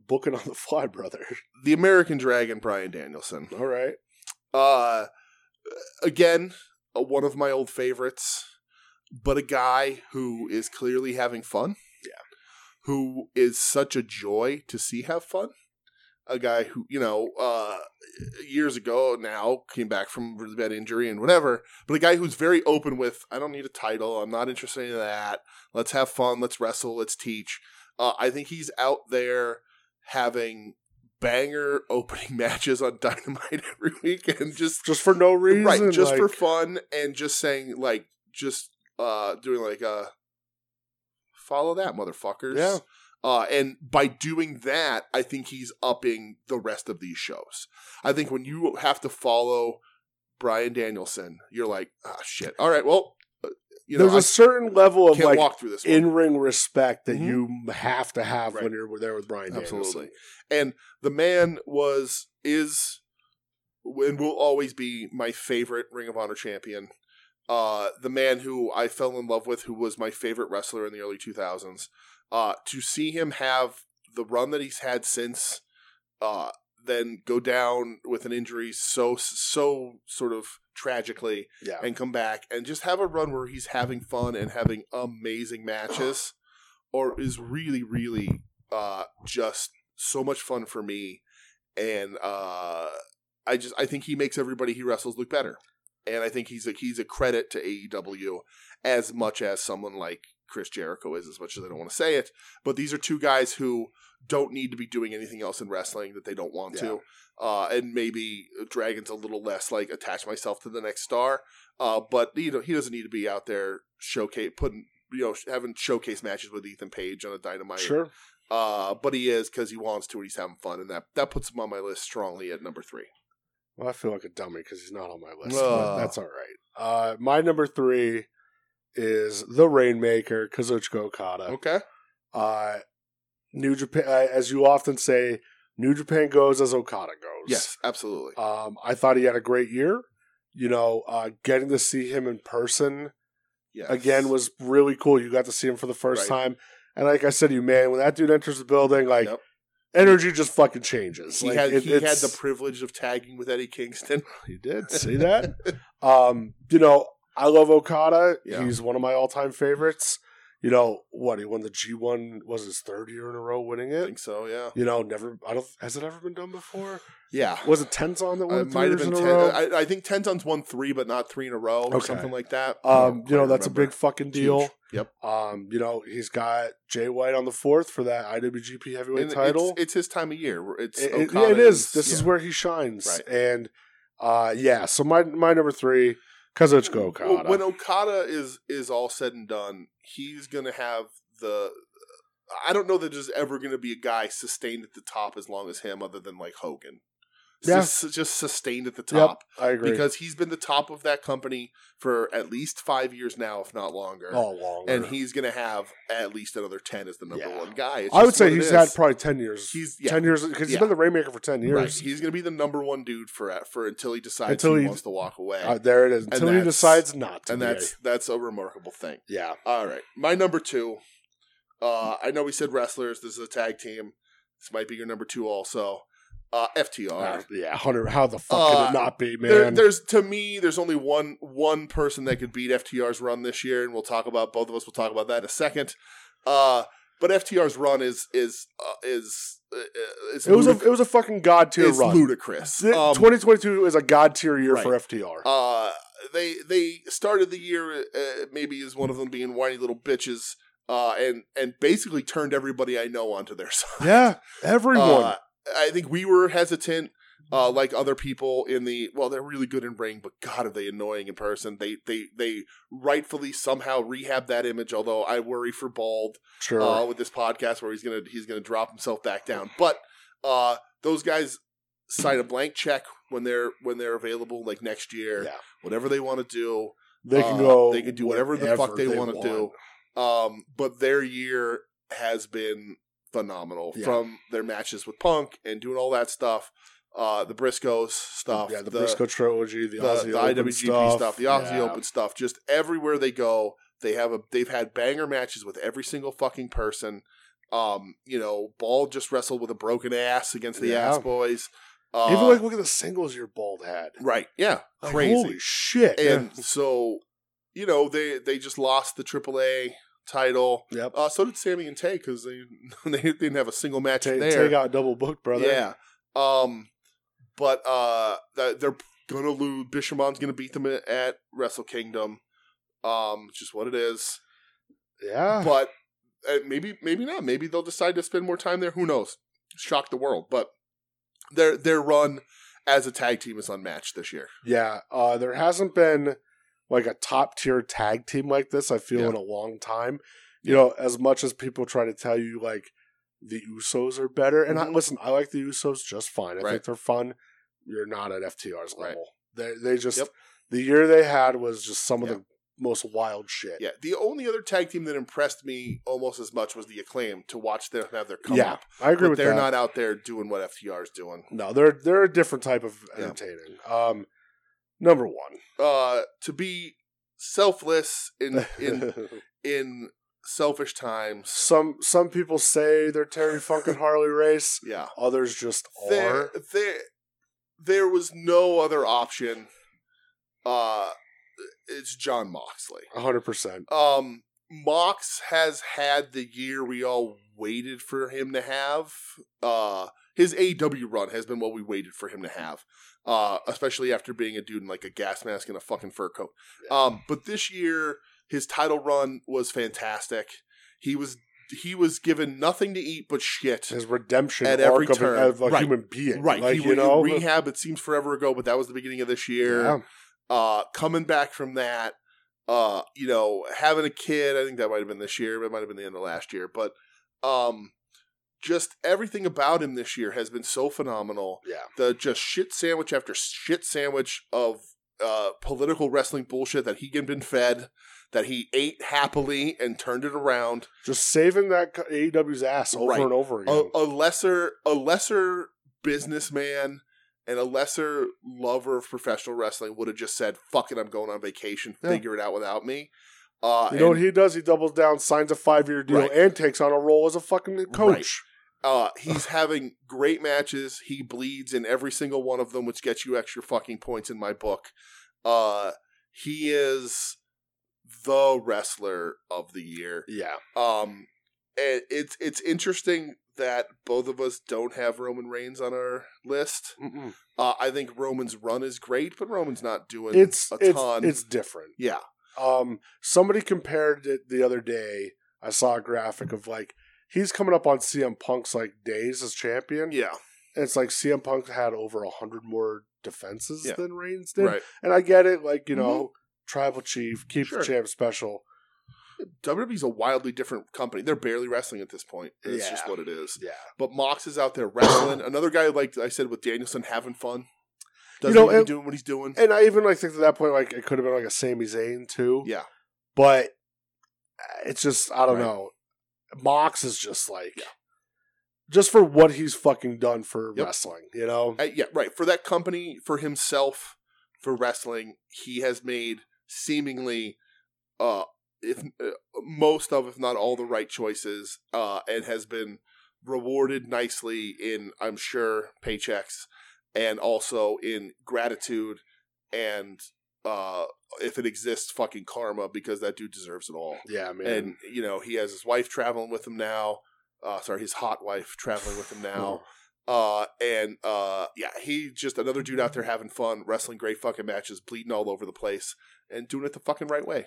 Speaker 2: Booking on the fly, brother.
Speaker 1: the American Dragon, Brian Danielson.
Speaker 2: All right.
Speaker 1: Uh, again, uh, one of my old favorites, but a guy who is clearly having fun.
Speaker 2: Yeah.
Speaker 1: Who is such a joy to see have fun. A guy who, you know, uh, years ago now came back from really bad injury and whatever, but a guy who's very open with, I don't need a title. I'm not interested in that. Let's have fun. Let's wrestle. Let's teach. Uh, I think he's out there having banger opening matches on Dynamite every week and just
Speaker 2: just for no reason,
Speaker 1: right just for
Speaker 2: like-
Speaker 1: fun and just saying like just uh doing like uh follow that motherfuckers
Speaker 2: Yeah.
Speaker 1: uh and by doing that i think he's upping the rest of these shows i think when you have to follow brian danielson you're like ah shit all right well uh, you know
Speaker 2: There's a certain level
Speaker 1: i
Speaker 2: of
Speaker 1: can't
Speaker 2: like
Speaker 1: walk through this one.
Speaker 2: in ring respect that
Speaker 1: Mhm.
Speaker 2: you have to have
Speaker 1: Right.
Speaker 2: when you're there with Brian Danielson.
Speaker 1: Absolutely. And the man was, is, and will always be my favorite Ring of Honor champion. Uh, the man who I fell in love with, who was my favorite wrestler in the early 2000s. Uh, to see him have the run that he's had since, uh, then go down with an injury so, so sort of tragically,
Speaker 2: Yeah,
Speaker 1: and come back and just have a run where he's having fun and having amazing matches or is really really uh just so much fun for me and uh I just I think he makes everybody he wrestles look better and I think he's a he's a credit to AEW as much as someone like Chris Jericho is as much as I don't want to say it but these are two guys who don't need to be doing anything else in wrestling that they don't want to uh and maybe Dragon's a little less like attach myself to the next star uh, but you know he doesn't need to be out there showcase putting you know having showcase matches with Ethan Page on a Dynamite.
Speaker 2: sure.
Speaker 1: Uh, but he is because he wants to and he's having fun, and that that puts him on my list strongly at number three.
Speaker 2: Well, I feel like a dummy because he's not on my list.
Speaker 1: Ugh.
Speaker 2: But that's all right. Uh, my number three is the Rainmaker, Kazuchika Okada.
Speaker 1: Okay.
Speaker 2: Uh, New Japan, uh, as you often say, New Japan goes as Okada goes.
Speaker 1: Yes, absolutely.
Speaker 2: Um, I thought he had a great year. You know, uh, getting to see him in person
Speaker 1: Yes.
Speaker 2: again was really cool. You got to see him for the first
Speaker 1: Right.
Speaker 2: time. And like I said to you, man, when that dude enters the building, like
Speaker 1: Yep.
Speaker 2: energy just fucking changes.
Speaker 1: he
Speaker 2: Like,
Speaker 1: had
Speaker 2: it-
Speaker 1: he had
Speaker 2: it's-
Speaker 1: the privilege of tagging with Eddie Kingston.
Speaker 2: he did see that. um, you know, I love Okada.
Speaker 1: Yeah.
Speaker 2: He's one of my all time favorites. You know what? He won the G one was his third year in a row winning
Speaker 1: I
Speaker 2: it.
Speaker 1: think so. Yeah.
Speaker 2: You know, never. I don't. Has it ever been done before?
Speaker 1: Yeah.
Speaker 2: Was it Tenzon that won
Speaker 1: It
Speaker 2: it
Speaker 1: might have been
Speaker 2: in
Speaker 1: ten.
Speaker 2: a row?
Speaker 1: I, I think Tenzon's won three, but not three in a row, or
Speaker 2: Okay.
Speaker 1: something like that. I
Speaker 2: um,
Speaker 1: don't
Speaker 2: you know,
Speaker 1: quite
Speaker 2: that's a
Speaker 1: remember.
Speaker 2: big fucking deal.
Speaker 1: Huge. Yep.
Speaker 2: Um, you know, he's got Jay White on the fourth for that IWGP Heavyweight
Speaker 1: And
Speaker 2: title.
Speaker 1: It's, it's his time of year. It's
Speaker 2: It- it- yeah,
Speaker 1: Okada
Speaker 2: it is.
Speaker 1: and-
Speaker 2: This is
Speaker 1: yeah.
Speaker 2: where he shines.
Speaker 1: Right.
Speaker 2: And uh, yeah, so my my number three, Kazuchika Okada.
Speaker 1: Well, when Okada is is all said and done, he's gonna have the. I don't know that there's ever gonna be a guy sustained at the top as long as him, other than like Hogan.
Speaker 2: Yeah.
Speaker 1: Just, just sustained at the top
Speaker 2: I agree.
Speaker 1: because he's been the top of that company for at least five years now, if not longer.
Speaker 2: all longer.
Speaker 1: And he's gonna have at least another ten as the number
Speaker 2: Yeah.
Speaker 1: one guy. It's
Speaker 2: I would
Speaker 1: just
Speaker 2: say
Speaker 1: what it
Speaker 2: he's
Speaker 1: is.
Speaker 2: had probably ten years.
Speaker 1: he's yeah,
Speaker 2: Ten years because he's
Speaker 1: Yeah.
Speaker 2: been the Rainmaker for ten
Speaker 1: right.
Speaker 2: years.
Speaker 1: He's gonna be the number one dude for for until he decides
Speaker 2: Until
Speaker 1: he,
Speaker 2: he-
Speaker 1: wants to walk away,
Speaker 2: Uh, there it is. Until he
Speaker 1: that's-
Speaker 2: decides not to.
Speaker 1: and
Speaker 2: be.
Speaker 1: that's that's a remarkable thing.
Speaker 2: yeah.
Speaker 1: All right. My number two. Uh, I know we said wrestlers. This is a tag team. This might be your number two also. Uh, FTR.
Speaker 2: Uh, yeah, Hunter. How the fuck could
Speaker 1: Uh,
Speaker 2: it not be, man?
Speaker 1: There, there's to me, there's only one one person that could beat FTR's run this year, and we'll talk about both of us. will talk about that in a second. Uh, but FTR's run is is uh, is uh, is
Speaker 2: it was a
Speaker 1: ludic-
Speaker 2: it was a fucking god tier
Speaker 1: is
Speaker 2: run.
Speaker 1: ludicrous. Um,
Speaker 2: Twenty twenty two is a god tier year
Speaker 1: right.
Speaker 2: for FTR.
Speaker 1: Uh, they they started the year uh, maybe as one of them being whiny little bitches, uh, and and basically turned everybody I know onto their side.
Speaker 2: yeah, everyone.
Speaker 1: Uh, I think we were hesitant, uh, like other people in the. Well, they're really good in ring, but God, are they annoying in person? They they they rightfully somehow rehab that image. Although I worry for Bald
Speaker 2: sure.
Speaker 1: uh, with this podcast where he's gonna he's gonna drop himself back down. But uh, those guys sign a blank check when they're when they're available, like next year,
Speaker 2: Yeah.
Speaker 1: whatever they want to do.
Speaker 2: they can
Speaker 1: uh,
Speaker 2: go.
Speaker 1: they can do whatever the fuck they, wanna do. Um, but their year has been phenomenal
Speaker 2: Yeah.
Speaker 1: from their matches with Punk and doing all that stuff, uh, the Briscoes stuff,
Speaker 2: Yeah, the, Briscoe trilogy, the,
Speaker 1: the,
Speaker 2: Aussie
Speaker 1: the
Speaker 2: Open
Speaker 1: IWGP
Speaker 2: stuff,
Speaker 1: stuff, the Aussie
Speaker 2: Yeah.
Speaker 1: Open stuff. Just everywhere they go, they have a they've had banger matches with every single fucking person. Um, you know, Ball just wrestled with a broken ass against the
Speaker 2: Yeah.
Speaker 1: Ass Boys. Uh,
Speaker 2: Even like look at the singles your bald had.
Speaker 1: right, yeah,
Speaker 2: Like,
Speaker 1: crazy.
Speaker 2: holy shit.
Speaker 1: And so, you know, they they just lost the AAA title.
Speaker 2: yep.
Speaker 1: Uh, so did Sammy and Tay because they they didn't have a single match
Speaker 2: Take,
Speaker 1: there.
Speaker 2: take out double booked, brother.
Speaker 1: Yeah. Um, but uh, th- they're gonna lose. Bishamon's gonna beat them at- at Wrestle Kingdom. Um, it's just what it is.
Speaker 2: Yeah.
Speaker 1: But uh, maybe maybe not. Maybe they'll decide to spend more time there. Who knows? Shock the world. But their their run as a tag team is unmatched this year.
Speaker 2: Yeah, uh, there hasn't been like a top tier tag team like this. I feel
Speaker 1: Yeah.
Speaker 2: in a long time. You know, as much as people try to tell you like the Usos are better, and I,
Speaker 1: Mhm.
Speaker 2: listen, I like the Usos just fine. I
Speaker 1: Right.
Speaker 2: think they're fun. You're not at FTR's
Speaker 1: Right.
Speaker 2: level. They they just
Speaker 1: Yep.
Speaker 2: the year they had was just some of
Speaker 1: Yeah.
Speaker 2: the most wild shit.
Speaker 1: Yeah. The only other tag team that impressed me almost as much was the Acclaim to watch them have their come
Speaker 2: Yeah,
Speaker 1: up.
Speaker 2: I agree
Speaker 1: But
Speaker 2: with
Speaker 1: they're
Speaker 2: that.
Speaker 1: not out there doing what FTR is doing.
Speaker 2: no, they're they're a different type of
Speaker 1: Yeah.
Speaker 2: entertaining. Um, number one.
Speaker 1: uh to be selfless in in in selfish times
Speaker 2: some some people say they're Terry Funk and Harley Race.
Speaker 1: yeah
Speaker 2: Others just
Speaker 1: there
Speaker 2: are.
Speaker 1: there there was no other option uh it's john moxley
Speaker 2: hundred percent.
Speaker 1: um mox has had the year we all waited for him to have uh his AEW run has been what we waited for him to
Speaker 2: Mm-hmm.
Speaker 1: have, uh, especially after being a dude in like a gas mask and a fucking fur coat. Um, but this year, his title run was fantastic. He was he was given nothing to eat but shit.
Speaker 2: His redemption
Speaker 1: At
Speaker 2: arc
Speaker 1: every
Speaker 2: of,
Speaker 1: turn.
Speaker 2: a, of a
Speaker 1: Right.
Speaker 2: human being,
Speaker 1: Right,
Speaker 2: Like
Speaker 1: he
Speaker 2: you
Speaker 1: re-
Speaker 2: know,
Speaker 1: rehab. It seems forever ago, but that was the beginning of this year.
Speaker 2: yeah,
Speaker 1: Uh, coming back from that, uh, you know, having a kid. I think that might have been this year. It might have been the end of last year, but um, just everything about him this year has been so phenomenal.
Speaker 2: yeah,
Speaker 1: the just shit sandwich after shit sandwich of uh, political wrestling bullshit that he had been fed. that he ate happily and turned it around.
Speaker 2: Just saving that co- AEW's ass over
Speaker 1: Right. Oh,
Speaker 2: and over again.
Speaker 1: A, a lesser a lesser businessman and a lesser lover of professional wrestling would have just said, "Fuck it, I'm going on vacation.
Speaker 2: Yeah.
Speaker 1: Figure it out without me." Uh,
Speaker 2: you know what
Speaker 1: and-
Speaker 2: he does? He doubles down, signs a five year deal,
Speaker 1: Right.
Speaker 2: and takes on a role as a fucking coach.
Speaker 1: Uh, he's having great matches. He bleeds in every single one of them, which gets you extra fucking points in my book. Uh, he is the wrestler of the year.
Speaker 2: Yeah.
Speaker 1: Um, and it's it's interesting that both of us don't have Roman Reigns on our list.
Speaker 2: Mm-mm.
Speaker 1: Uh, I think Roman's run is great, but Roman's not doing
Speaker 2: It's
Speaker 1: a
Speaker 2: it's,
Speaker 1: ton.
Speaker 2: it's different.
Speaker 1: yeah,
Speaker 2: Um, somebody compared it the other day. I saw a graphic of like he's coming up on CM Punk's like days as champion.
Speaker 1: yeah,
Speaker 2: And it's like CM Punk had over a hundred more defenses
Speaker 1: Yeah.
Speaker 2: than Reigns did.
Speaker 1: right.
Speaker 2: And I get it, like, you know, tribal chief, keep
Speaker 1: Sure.
Speaker 2: the champ special.
Speaker 1: WWE's a wildly different company. They're barely wrestling at this point. It's
Speaker 2: Yeah.
Speaker 1: just what it is.
Speaker 2: Yeah.
Speaker 1: But Mox is out there wrestling. Another guy, like I said, with Danielson having fun.
Speaker 2: You
Speaker 1: Doesn't
Speaker 2: know,
Speaker 1: even
Speaker 2: and-
Speaker 1: doing what he's doing.
Speaker 2: And I even like think at that point, like it could have been like a Sami Zayn too.
Speaker 1: Yeah.
Speaker 2: But uh, it's just I don't
Speaker 1: Right.
Speaker 2: know. Mox is just like just for what he's fucking done for
Speaker 1: Yep.
Speaker 2: wrestling, you know?
Speaker 1: Uh, yeah, right. For that company, for himself, for wrestling, he has made seemingly, uh, if uh, most of, if not all, the right choices, uh, and has been rewarded nicely in, I'm sure, paychecks, and also in gratitude, and uh, if it exists, fucking karma, because that dude deserves it all.
Speaker 2: Yeah, man.
Speaker 1: and you know he has his wife traveling with him now uh sorry his hot wife traveling with him now uh and uh yeah he just another dude out there having fun wrestling great fucking matches bleeding all over the place and doing it the fucking right way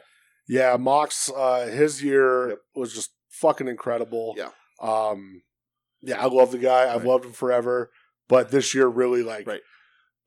Speaker 2: Yeah, Mox, uh, his year
Speaker 1: Yep.
Speaker 2: was just fucking incredible.
Speaker 1: Yeah.
Speaker 2: Um, yeah, I love the guy. I've
Speaker 1: Right.
Speaker 2: loved him forever. But this year really like
Speaker 1: Right.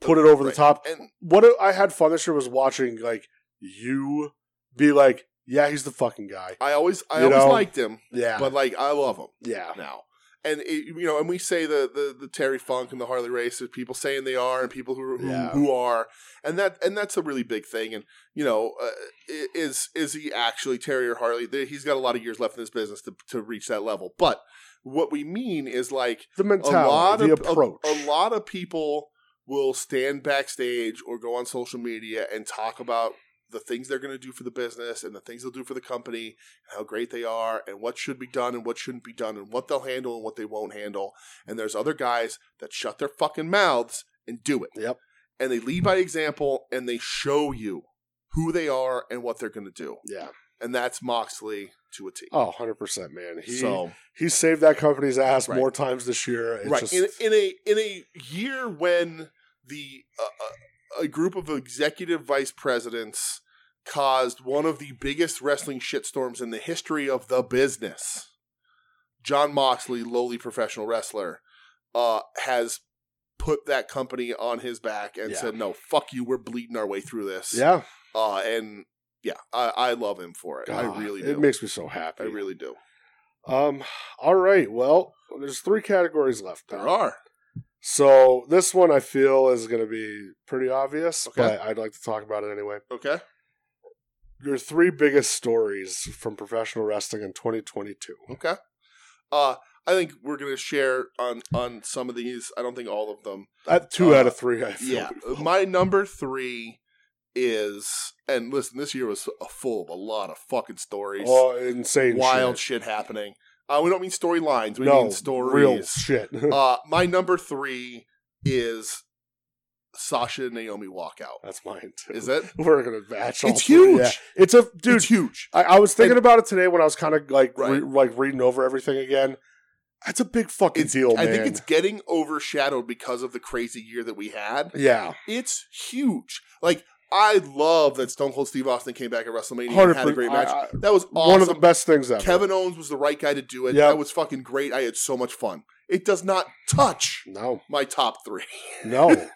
Speaker 2: put it over
Speaker 1: Right.
Speaker 2: the top.
Speaker 1: and
Speaker 2: What I had fun this year was watching like you be like, yeah, he's the fucking guy.
Speaker 1: i always i
Speaker 2: You
Speaker 1: always
Speaker 2: know?
Speaker 1: liked him
Speaker 2: Yeah,
Speaker 1: but like i love him
Speaker 2: yeah,
Speaker 1: now and it, you know and we say the, the the terry funk and the harley race is people saying they are and people who who,
Speaker 2: Yeah.
Speaker 1: who are and that and that's a really big thing and you know uh, i- is is he actually terry or harley There- he's got a lot of years left in this business to, to reach that level but what we mean is like
Speaker 2: the
Speaker 1: a
Speaker 2: mentality,
Speaker 1: lot
Speaker 2: the
Speaker 1: of a-
Speaker 2: approach.
Speaker 1: A, lot of people will stand backstage or go on social media and talk about the things they're going to do for the business and the things they'll do for the company and how great they are and what should be done and what shouldn't be done and what they'll handle and what they won't handle. And there's other guys that shut their fucking mouths and do it.
Speaker 2: Yep.
Speaker 1: And they lead by example and they show you who they are and what they're going to do.
Speaker 2: yeah,
Speaker 1: And that's Moxley to a T.
Speaker 2: oh, 100 percent, man. He
Speaker 1: so
Speaker 2: he saved that company's ass
Speaker 1: Right.
Speaker 2: more times this year. It's
Speaker 1: right
Speaker 2: just,
Speaker 1: in, in a in a year when the uh, uh, a group of executive vice presidents caused one of the biggest wrestling shitstorms in the history of the business. John Moxley, lowly professional wrestler, uh, has put that company on his back and
Speaker 2: Yeah.
Speaker 1: said, "No, fuck you. We're bleeding our way through this."
Speaker 2: yeah,
Speaker 1: Uh, and yeah, I, I love him for it.
Speaker 2: God,
Speaker 1: I really
Speaker 2: It
Speaker 1: do.
Speaker 2: makes me so happy.
Speaker 1: I really do.
Speaker 2: Um. All right. Well, there's three categories left.
Speaker 1: There are.
Speaker 2: So this one I feel is going to be pretty obvious,
Speaker 1: Okay.
Speaker 2: but I'd like to talk about it anyway.
Speaker 1: Okay.
Speaker 2: Your three biggest stories from professional wrestling in 2022.
Speaker 1: Okay. Uh, I think we're gonna share on on some of these. I don't think all of them.
Speaker 2: Uh, two
Speaker 1: Uh,
Speaker 2: out of three. I feel.
Speaker 1: My number three is, and listen, this year was a- full of a lot of fucking stories,
Speaker 2: Oh, insane!
Speaker 1: wild shit,
Speaker 2: shit.
Speaker 1: happening. Uh, we don't mean storylines. We
Speaker 2: no
Speaker 1: mean stories.
Speaker 2: Real shit.
Speaker 1: uh, my number three is Sasha and Naomi walkout.
Speaker 2: That's mine too.
Speaker 1: Is it?
Speaker 2: We're gonna match. All
Speaker 1: It's
Speaker 2: three,
Speaker 1: huge.
Speaker 2: yeah. It's a dude.
Speaker 1: it's huge.
Speaker 2: I, I was thinking about it today when I was kind of like re-
Speaker 1: Right.
Speaker 2: like reading over everything again. That's a big fucking
Speaker 1: It's,
Speaker 2: deal,
Speaker 1: I
Speaker 2: man.
Speaker 1: think it's getting overshadowed because of the crazy year that we had.
Speaker 2: yeah.
Speaker 1: it's huge. Like I love that Stone Cold Steve Austin came back at WrestleMania and
Speaker 2: Hundred
Speaker 1: had a great match.
Speaker 2: percent.
Speaker 1: that was awesome.
Speaker 2: One of the best things ever.
Speaker 1: Kevin Owens was the right guy to do it.
Speaker 2: Yep.
Speaker 1: That was fucking great. I had so much fun. It does not touch
Speaker 2: No,
Speaker 1: my top three.
Speaker 2: no, it,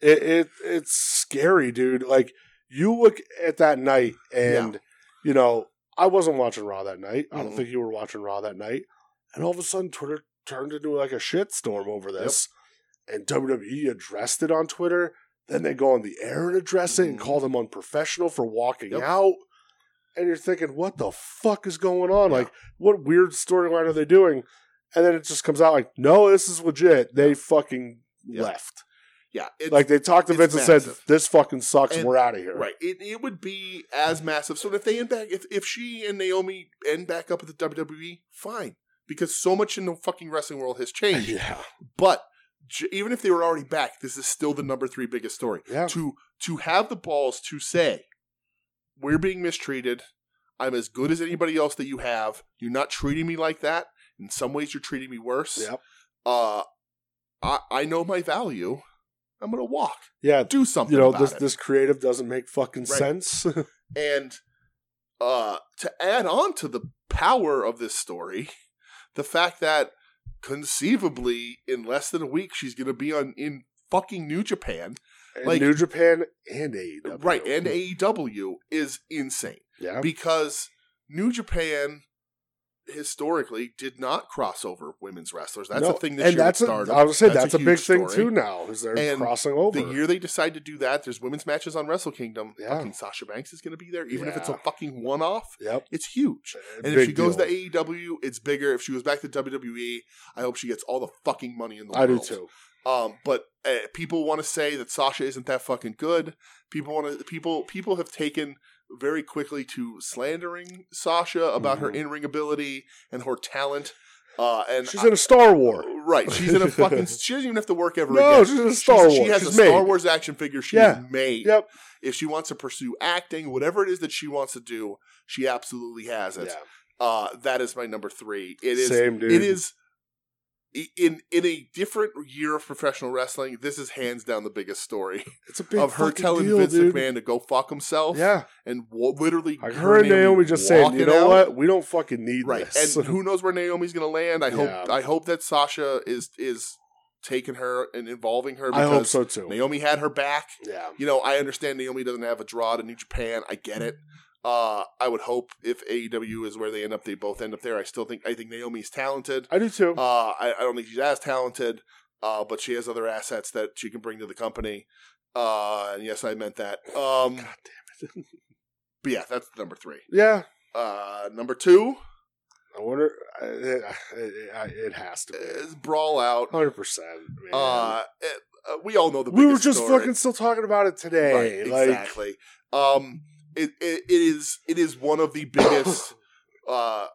Speaker 2: it it's scary, dude. Like you look at that night, and you know I wasn't watching Raw that night. I don't
Speaker 1: Mhm.
Speaker 2: think you were watching Raw that night. And all of a sudden, Twitter turned into like a shitstorm over this, and WWE addressed it on Twitter. Then they go on the air and address it and
Speaker 1: Mhm.
Speaker 2: call them unprofessional for walking
Speaker 1: Yep.
Speaker 2: out. and you're thinking, what the fuck is going on? Like, what weird storyline are they doing? And then it just comes out like, no, this is legit. They fucking
Speaker 1: Yeah.
Speaker 2: left.
Speaker 1: Yeah, it's,
Speaker 2: like they talked to
Speaker 1: it's
Speaker 2: Vince and said,
Speaker 1: massive.
Speaker 2: this fucking sucks.
Speaker 1: And-
Speaker 2: We're out of here.
Speaker 1: right. It, it would be as massive. So if they end back, if if she and Naomi end back up at the WWE, fine, because so much in the fucking wrestling world has changed.
Speaker 2: Yeah.
Speaker 1: But j- even if they were already back, this is still the number three biggest story.
Speaker 2: Yeah.
Speaker 1: To to have the balls to say, we're being mistreated. I'm as good as anybody else that you have. You're not treating me like that. In some ways, you're treating me worse.
Speaker 2: Yep.
Speaker 1: Uh, I I know my value. I'm gonna walk.
Speaker 2: Yeah.
Speaker 1: Do something.
Speaker 2: You know,
Speaker 1: about
Speaker 2: this
Speaker 1: it.
Speaker 2: this creative doesn't make fucking
Speaker 1: Right.
Speaker 2: sense.
Speaker 1: And uh, to add on to the power of this story, the fact that conceivably in less than a week she's going to be on in fucking New Japan,
Speaker 2: And
Speaker 1: Like-
Speaker 2: New Japan and E AEW.
Speaker 1: right? And E AEW is insane
Speaker 2: yeah.
Speaker 1: because New Japan historically did not cross over women's wrestlers. That's
Speaker 2: No,
Speaker 1: a thing this
Speaker 2: and
Speaker 1: year
Speaker 2: that's
Speaker 1: with
Speaker 2: a,
Speaker 1: Stardom.
Speaker 2: I was saying that's, a, big
Speaker 1: huge
Speaker 2: thing
Speaker 1: story.
Speaker 2: too now is they're
Speaker 1: And
Speaker 2: crossing over.
Speaker 1: The year they decide to do that, there's women's matches on Wrestle Kingdom.
Speaker 2: Yeah.
Speaker 1: Fucking Sasha Banks is going to be there, even if it's a
Speaker 2: Yeah.
Speaker 1: fucking one-off.
Speaker 2: yep.
Speaker 1: It's huge. And if
Speaker 2: Big
Speaker 1: she goes
Speaker 2: deal.
Speaker 1: to E AEW, it's bigger. If she goes back to WWE, I hope she gets all the fucking money in the
Speaker 2: I do
Speaker 1: world.
Speaker 2: too.
Speaker 1: Um, but uh, people want to say that Sasha isn't that fucking good. People want to people people have taken very quickly to slandering Sasha about her
Speaker 2: Mhm.
Speaker 1: in ring ability and her talent. Uh, and
Speaker 2: She's in a Star
Speaker 1: I-
Speaker 2: War.
Speaker 1: right, she's in a fucking. she doesn't even have to work ever
Speaker 2: No,
Speaker 1: again.
Speaker 2: she's in a Star
Speaker 1: She's-
Speaker 2: War.
Speaker 1: She has
Speaker 2: she's
Speaker 1: a
Speaker 2: made.
Speaker 1: Star Wars action figure she's
Speaker 2: Yeah.
Speaker 1: made.
Speaker 2: Yep.
Speaker 1: If she wants to pursue acting, whatever it is that she wants to do, she absolutely has it.
Speaker 2: Yeah.
Speaker 1: Uh, that is my number three. It is.
Speaker 2: Same dude.
Speaker 1: It is. i- In in a different year of professional wrestling, this is hands down the biggest story
Speaker 2: It's a big
Speaker 1: of her
Speaker 2: fucking
Speaker 1: telling
Speaker 2: deal,
Speaker 1: Vince
Speaker 2: dude.
Speaker 1: McMahon to go fuck himself,
Speaker 2: Yeah.
Speaker 1: and w- literally
Speaker 2: Like her and Naomi just saying, you
Speaker 1: walking
Speaker 2: know
Speaker 1: out."
Speaker 2: what? We don't fucking need
Speaker 1: right?
Speaker 2: this.
Speaker 1: And who knows where Naomi's going to land? I hope
Speaker 2: Yeah.
Speaker 1: I hope that Sasha is is taking her and involving her.
Speaker 2: I
Speaker 1: Because
Speaker 2: hope so too.
Speaker 1: Naomi had her back.
Speaker 2: Yeah.
Speaker 1: You know, I understand Naomi doesn't have a draw to New Japan. I get it. Uh, I would hope if AEW is where they end up, they both end up there. I still think I think Naomi's talented.
Speaker 2: I do too.
Speaker 1: Uh, I, I don't think she's as talented, uh, but she has other assets that she can bring to the company. Uh, and yes, I meant that. Um,
Speaker 2: God damn it.
Speaker 1: but yeah, that's number three.
Speaker 2: yeah.
Speaker 1: Uh, number two
Speaker 2: I wonder. I- It, I- I- it has to be.
Speaker 1: is Brawl Out.
Speaker 2: Hundred percent.
Speaker 1: Uh, it- uh, we all know the
Speaker 2: Oh, We were
Speaker 1: biggest
Speaker 2: just
Speaker 1: story.
Speaker 2: fucking still talking about it
Speaker 1: Right,
Speaker 2: today. like,
Speaker 1: exactly. Um, it, it it is it is one of the biggest uh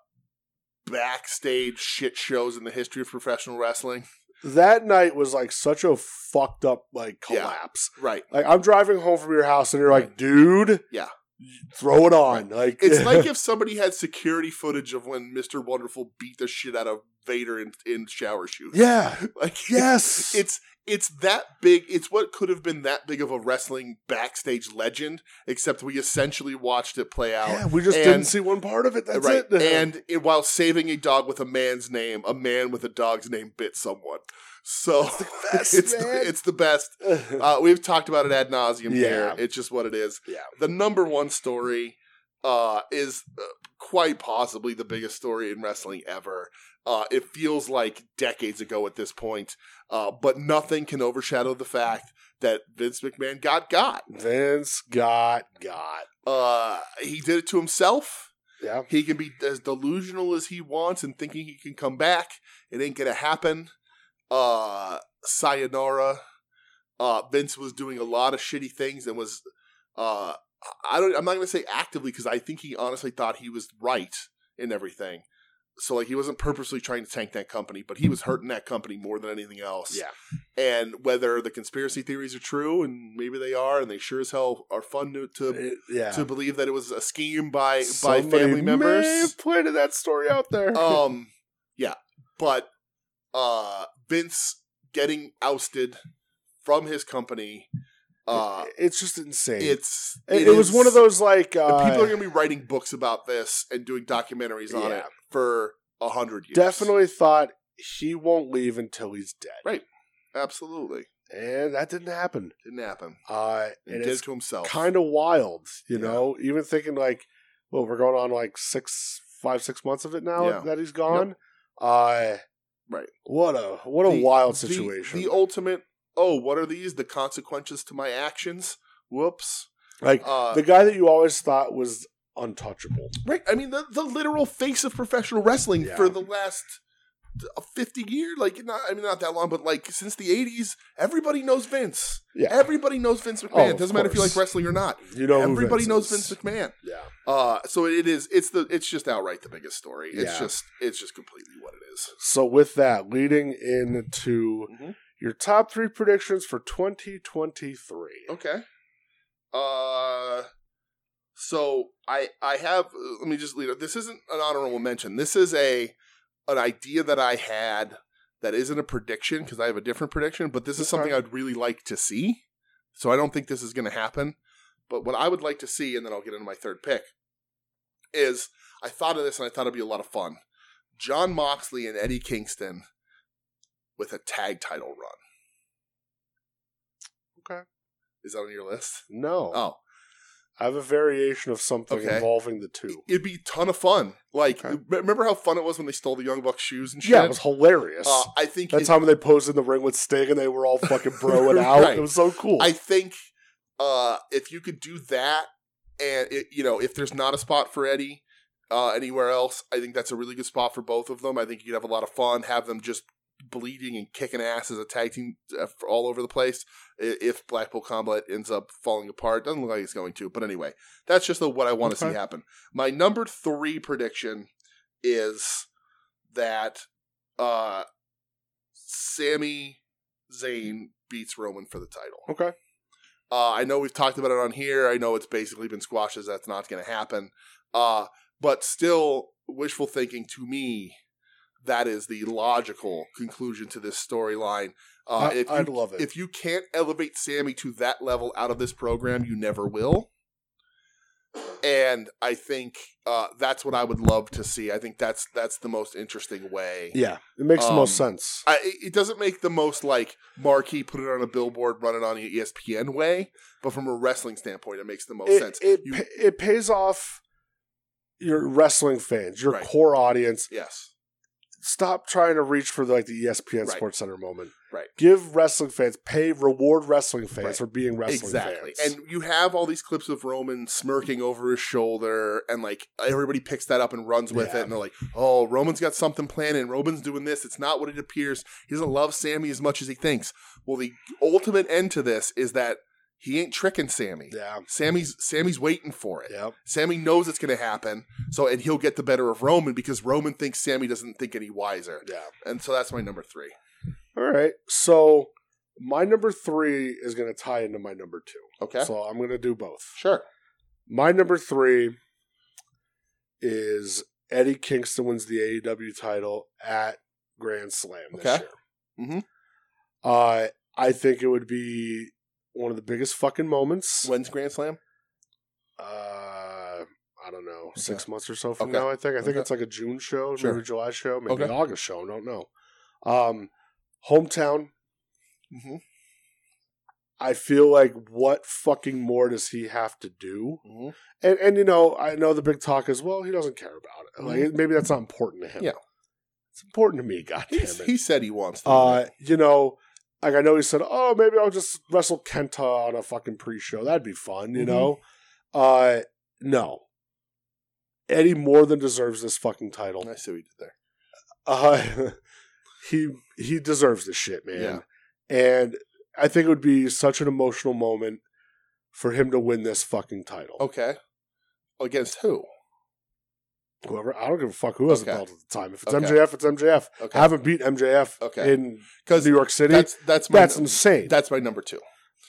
Speaker 1: backstage shit shows in the history of professional wrestling.
Speaker 2: that night was like such a fucked up like
Speaker 1: Yeah.
Speaker 2: collapse.
Speaker 1: Right.
Speaker 2: Like I'm driving home from your house and you're like, dude,
Speaker 1: Yeah.
Speaker 2: throw it on. Like
Speaker 1: It's like if somebody had security footage of when Mr. Wonderful beat the shit out of Vader in, in shower shoes.
Speaker 2: yeah,
Speaker 1: Like
Speaker 2: yes,
Speaker 1: it's it's that big. It's what could have been that big of a wrestling backstage legend, except we essentially watched it play out.
Speaker 2: yeah. We just
Speaker 1: and-
Speaker 2: didn't see one part of it. That's
Speaker 1: right.
Speaker 2: it.
Speaker 1: And it, while saving a dog with a man's name, a man with a dog's name bit someone. So
Speaker 2: It's the best,
Speaker 1: it's,
Speaker 2: man.
Speaker 1: the, it's the best. Uh, we've talked about it ad nauseum here.
Speaker 2: Yeah.
Speaker 1: It's just what it is.
Speaker 2: Yeah.
Speaker 1: The number one story uh, is uh, quite possibly the biggest story in wrestling ever. Uh, it feels like decades ago at this point, uh, but nothing can overshadow the fact that Vince McMahon got got.
Speaker 2: Vince got got.
Speaker 1: Uh, he did it to himself.
Speaker 2: Yeah.
Speaker 1: He can be as delusional as he wants and thinking he can come back. It ain't gonna happen. Uh sayonara. Uh Vince was doing a lot of shitty things and was uh I don't I'm not gonna say actively because I think he honestly thought he was right in everything. So like he wasn't purposely trying to tank that company, but he was hurting that company more than anything else.
Speaker 2: Yeah.
Speaker 1: And whether the conspiracy theories are true, and maybe they are, and they sure as hell are fun to, to
Speaker 2: It- Eh, yeah.
Speaker 1: to believe that it was a scheme by by
Speaker 2: Somebody
Speaker 1: family members.
Speaker 2: may have planted that story out there.
Speaker 1: Um, yeah, but uh, Vince getting ousted from his company. Uh,
Speaker 2: it's just insane. It,
Speaker 1: it's
Speaker 2: it, was
Speaker 1: is-
Speaker 2: one of those like
Speaker 1: and
Speaker 2: uh,
Speaker 1: people are gonna be writing books about this and doing documentaries on it
Speaker 2: Yeah.
Speaker 1: for a hundred years.
Speaker 2: definitely thought he won't leave until he's dead,
Speaker 1: Right. absolutely
Speaker 2: and that didn't happen.
Speaker 1: didn't happen.
Speaker 2: Uh,
Speaker 1: He
Speaker 2: and
Speaker 1: did
Speaker 2: it's
Speaker 1: it to himself.
Speaker 2: kind of wild, you
Speaker 1: Yeah.
Speaker 2: know. Even thinking like, well, we're going on like six, five, six months of it now
Speaker 1: Yeah.
Speaker 2: that he's gone. Uh,
Speaker 1: Right.
Speaker 2: What a what a
Speaker 1: The-
Speaker 2: wild
Speaker 1: the-
Speaker 2: situation.
Speaker 1: The, ultimate. Oh, what are these? The consequences to my actions. Whoops.
Speaker 2: like
Speaker 1: Uh,
Speaker 2: the guy that you always thought was untouchable.
Speaker 1: Right. I mean, the, the literal face of professional wrestling
Speaker 2: Yeah.
Speaker 1: for the last uh, 50 year, like, not, I mean, not that long, but like since the 80s, everybody knows Vince.
Speaker 2: Yeah.
Speaker 1: Everybody knows Vince
Speaker 2: Oh,
Speaker 1: McMahon.
Speaker 2: of
Speaker 1: Doesn't matter if you
Speaker 2: course.
Speaker 1: like wrestling or not.
Speaker 2: You know, who
Speaker 1: everybody knows
Speaker 2: is.
Speaker 1: Vince McMahon.
Speaker 2: Yeah.
Speaker 1: Uh, so it is, it's the, it's just outright the biggest story. It's
Speaker 2: Yeah.
Speaker 1: just, it's just completely what it is.
Speaker 2: So with that, leading into
Speaker 1: Mhm.
Speaker 2: your top three predictions for 2023.
Speaker 1: Okay. Uh, so I I have. uh, Let me just lead up. This isn't an honorable mention. This is a an idea that I had that isn't a prediction because I have a different prediction. But this is
Speaker 2: Okay.
Speaker 1: something I'd really like to see. So I don't think this is going to happen. But what I would like to see, and then I'll get into my third pick, is I thought of this and I thought it'd be a lot of fun. John Moxley and Eddie Kingston with a tag title run.
Speaker 2: Okay.
Speaker 1: Is that on your list?
Speaker 2: No,
Speaker 1: Oh,
Speaker 2: I have a variation of something
Speaker 1: Okay.
Speaker 2: involving the two.
Speaker 1: it'd be ton of fun. Like,
Speaker 2: Okay.
Speaker 1: m- remember how fun it was when they stole the Young Bucks shoes and shit?
Speaker 2: Yeah, it was hilarious.
Speaker 1: uh, I think
Speaker 2: That
Speaker 1: it-
Speaker 2: time when they posed in the ring with Sting and they were all fucking broing out.
Speaker 1: Right.
Speaker 2: It was so cool.
Speaker 1: I think uh, if you could do that, and it, you know, if there's not a spot for Eddie uh, anywhere else, I think that's a really good spot for both of them. I think you could have a lot of fun, have them just bleeding and kicking ass as a tag team uh, f- all over the place. I- If Blackpool Combat ends up falling apart, doesn't look like it's going to. But anyway, that's just the, what I want to see
Speaker 2: Okay.
Speaker 1: happen. My number three prediction is that uh, Sammy Zayn beats Roman for the title.
Speaker 2: okay.
Speaker 1: Uh, I know we've talked about it on here. I know it's basically been squashed as that's not going to happen. Uh, but still, wishful thinking to me, that is the logical conclusion to this storyline. Uh,
Speaker 2: I-
Speaker 1: if,
Speaker 2: I'd
Speaker 1: you,
Speaker 2: love it.
Speaker 1: if you can't elevate Sammy to that level out of this program, you never will. And I think uh, that's what I would love to see. I think that's that's the most interesting way.
Speaker 2: yeah, it makes the most
Speaker 1: Um,
Speaker 2: sense.
Speaker 1: I, it- it doesn't make the most like marquee, put it on a billboard, run it on E ESPN way, but from a wrestling standpoint, it makes the most
Speaker 2: it,
Speaker 1: sense.
Speaker 2: It,
Speaker 1: You-
Speaker 2: pa- it pays off your wrestling fans, your
Speaker 1: Right.
Speaker 2: core audience.
Speaker 1: yes,
Speaker 2: Stop trying to reach for like the E ESPN
Speaker 1: Right.
Speaker 2: Sports Center moment.
Speaker 1: Right.
Speaker 2: Give wrestling fans, pay, reward wrestling fans
Speaker 1: Right.
Speaker 2: for being wrestling
Speaker 1: exactly.
Speaker 2: fans.
Speaker 1: And you have all these clips of Roman smirking over his shoulder, and like everybody picks that up and runs with
Speaker 2: Yeah.
Speaker 1: it, and they're like, "Oh, Roman's got something planned, and Roman's doing this. It's not what it appears. He doesn't love Sammy as much as he thinks." Well, the ultimate end to this is that he ain't tricking Sammy.
Speaker 2: yeah.
Speaker 1: Sammy's Sammy's waiting for it.
Speaker 2: Yep.
Speaker 1: Sammy knows it's going to happen, so and he'll get the better of Roman because Roman thinks Sammy doesn't think any wiser,
Speaker 2: Yeah.
Speaker 1: and so that's my number three.
Speaker 2: All right. So my number three is going to tie into my number two.
Speaker 1: Okay,
Speaker 2: So I'm going to do both.
Speaker 1: sure.
Speaker 2: My number three is Eddie Kingston wins the AEW title at Grand Slam this
Speaker 1: Okay.
Speaker 2: year.
Speaker 1: Mhm.
Speaker 2: Uh, I think it would be one of the biggest fucking moments.
Speaker 1: When's Grand Slam?
Speaker 2: uh, I don't know,
Speaker 1: Okay.
Speaker 2: six months or so from
Speaker 1: Okay.
Speaker 2: now. I think. I think
Speaker 1: Okay.
Speaker 2: it's like a June show,
Speaker 1: Sure.
Speaker 2: maybe July show, maybe
Speaker 1: Okay.
Speaker 2: August show. I don't know. Um, hometown.
Speaker 1: Mm-hmm.
Speaker 2: I feel like what fucking more does he have to do?
Speaker 1: Mm-hmm.
Speaker 2: And and you know, I know the big talk is well, he doesn't care about it. Like maybe that's not important to him.
Speaker 1: Mm-hmm. Yeah.
Speaker 2: It's important to me, god damn it.
Speaker 1: He said he wants to.
Speaker 2: uh, you know, like I know he said, Oh, maybe I'll just wrestle Kenta on a fucking pre show. That'd be fun, you
Speaker 1: Mhm.
Speaker 2: know? Uh no. Eddie more than deserves this fucking title.
Speaker 1: I see what you did there.
Speaker 2: Uh, he he deserves this shit, man. And I think it would be such an emotional moment for him to win this fucking title.
Speaker 1: Okay, against who?
Speaker 2: Whoever I don't give a fuck who has
Speaker 1: Okay.
Speaker 2: the belt at the time. If it's
Speaker 1: Okay.
Speaker 2: MJF, it's MJF.
Speaker 1: Okay,
Speaker 2: Haven't beat MJF
Speaker 1: Okay.
Speaker 2: in
Speaker 1: because
Speaker 2: New York City. That's,
Speaker 1: that's that's my that's,
Speaker 2: insane.
Speaker 1: my number two.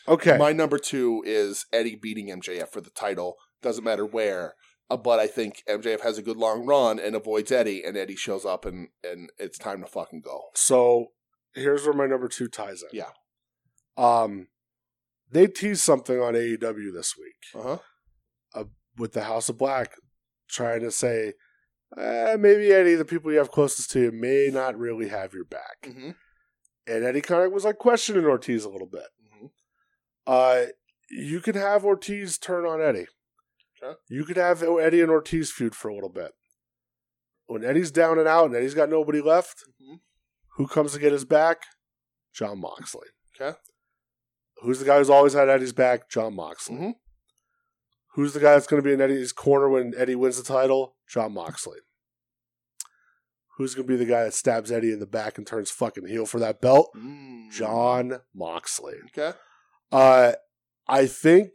Speaker 2: okay,
Speaker 1: My number two is Eddie beating MJF for the title. Doesn't matter where. Uh, but I think MJF has a good long run and avoids Eddie, and Eddie shows up, and and it's time to fucking go.
Speaker 2: so here's where my number two ties in.
Speaker 1: Yeah.
Speaker 2: Um, they teased something on AEW this week
Speaker 1: Uh huh.
Speaker 2: with the House of Black trying to say. Eh, maybe Eddie, the people you have closest to you, may not really have your back.
Speaker 1: Mm-hmm.
Speaker 2: And Eddie kind of was like questioning Ortiz a little bit.
Speaker 1: Mm-hmm.
Speaker 2: Uh, you could have Ortiz turn on Eddie.
Speaker 1: Okay.
Speaker 2: You could have Eddie and Ortiz feud for a little bit. When Eddie's down and out and Eddie's got nobody left,
Speaker 1: Mhm.
Speaker 2: who comes to get his back? John Moxley.
Speaker 1: Okay. Mm-hmm.
Speaker 2: Who's the guy who's always had Eddie's back? John Moxley.
Speaker 1: Mhm.
Speaker 2: Who's the guy that's going to be in Eddie's corner when Eddie wins the title? John Moxley. Who's going to be the guy that stabs Eddie in the back and turns fucking heel for that belt?
Speaker 1: Mm.
Speaker 2: John Moxley.
Speaker 1: Okay.
Speaker 2: Uh, I think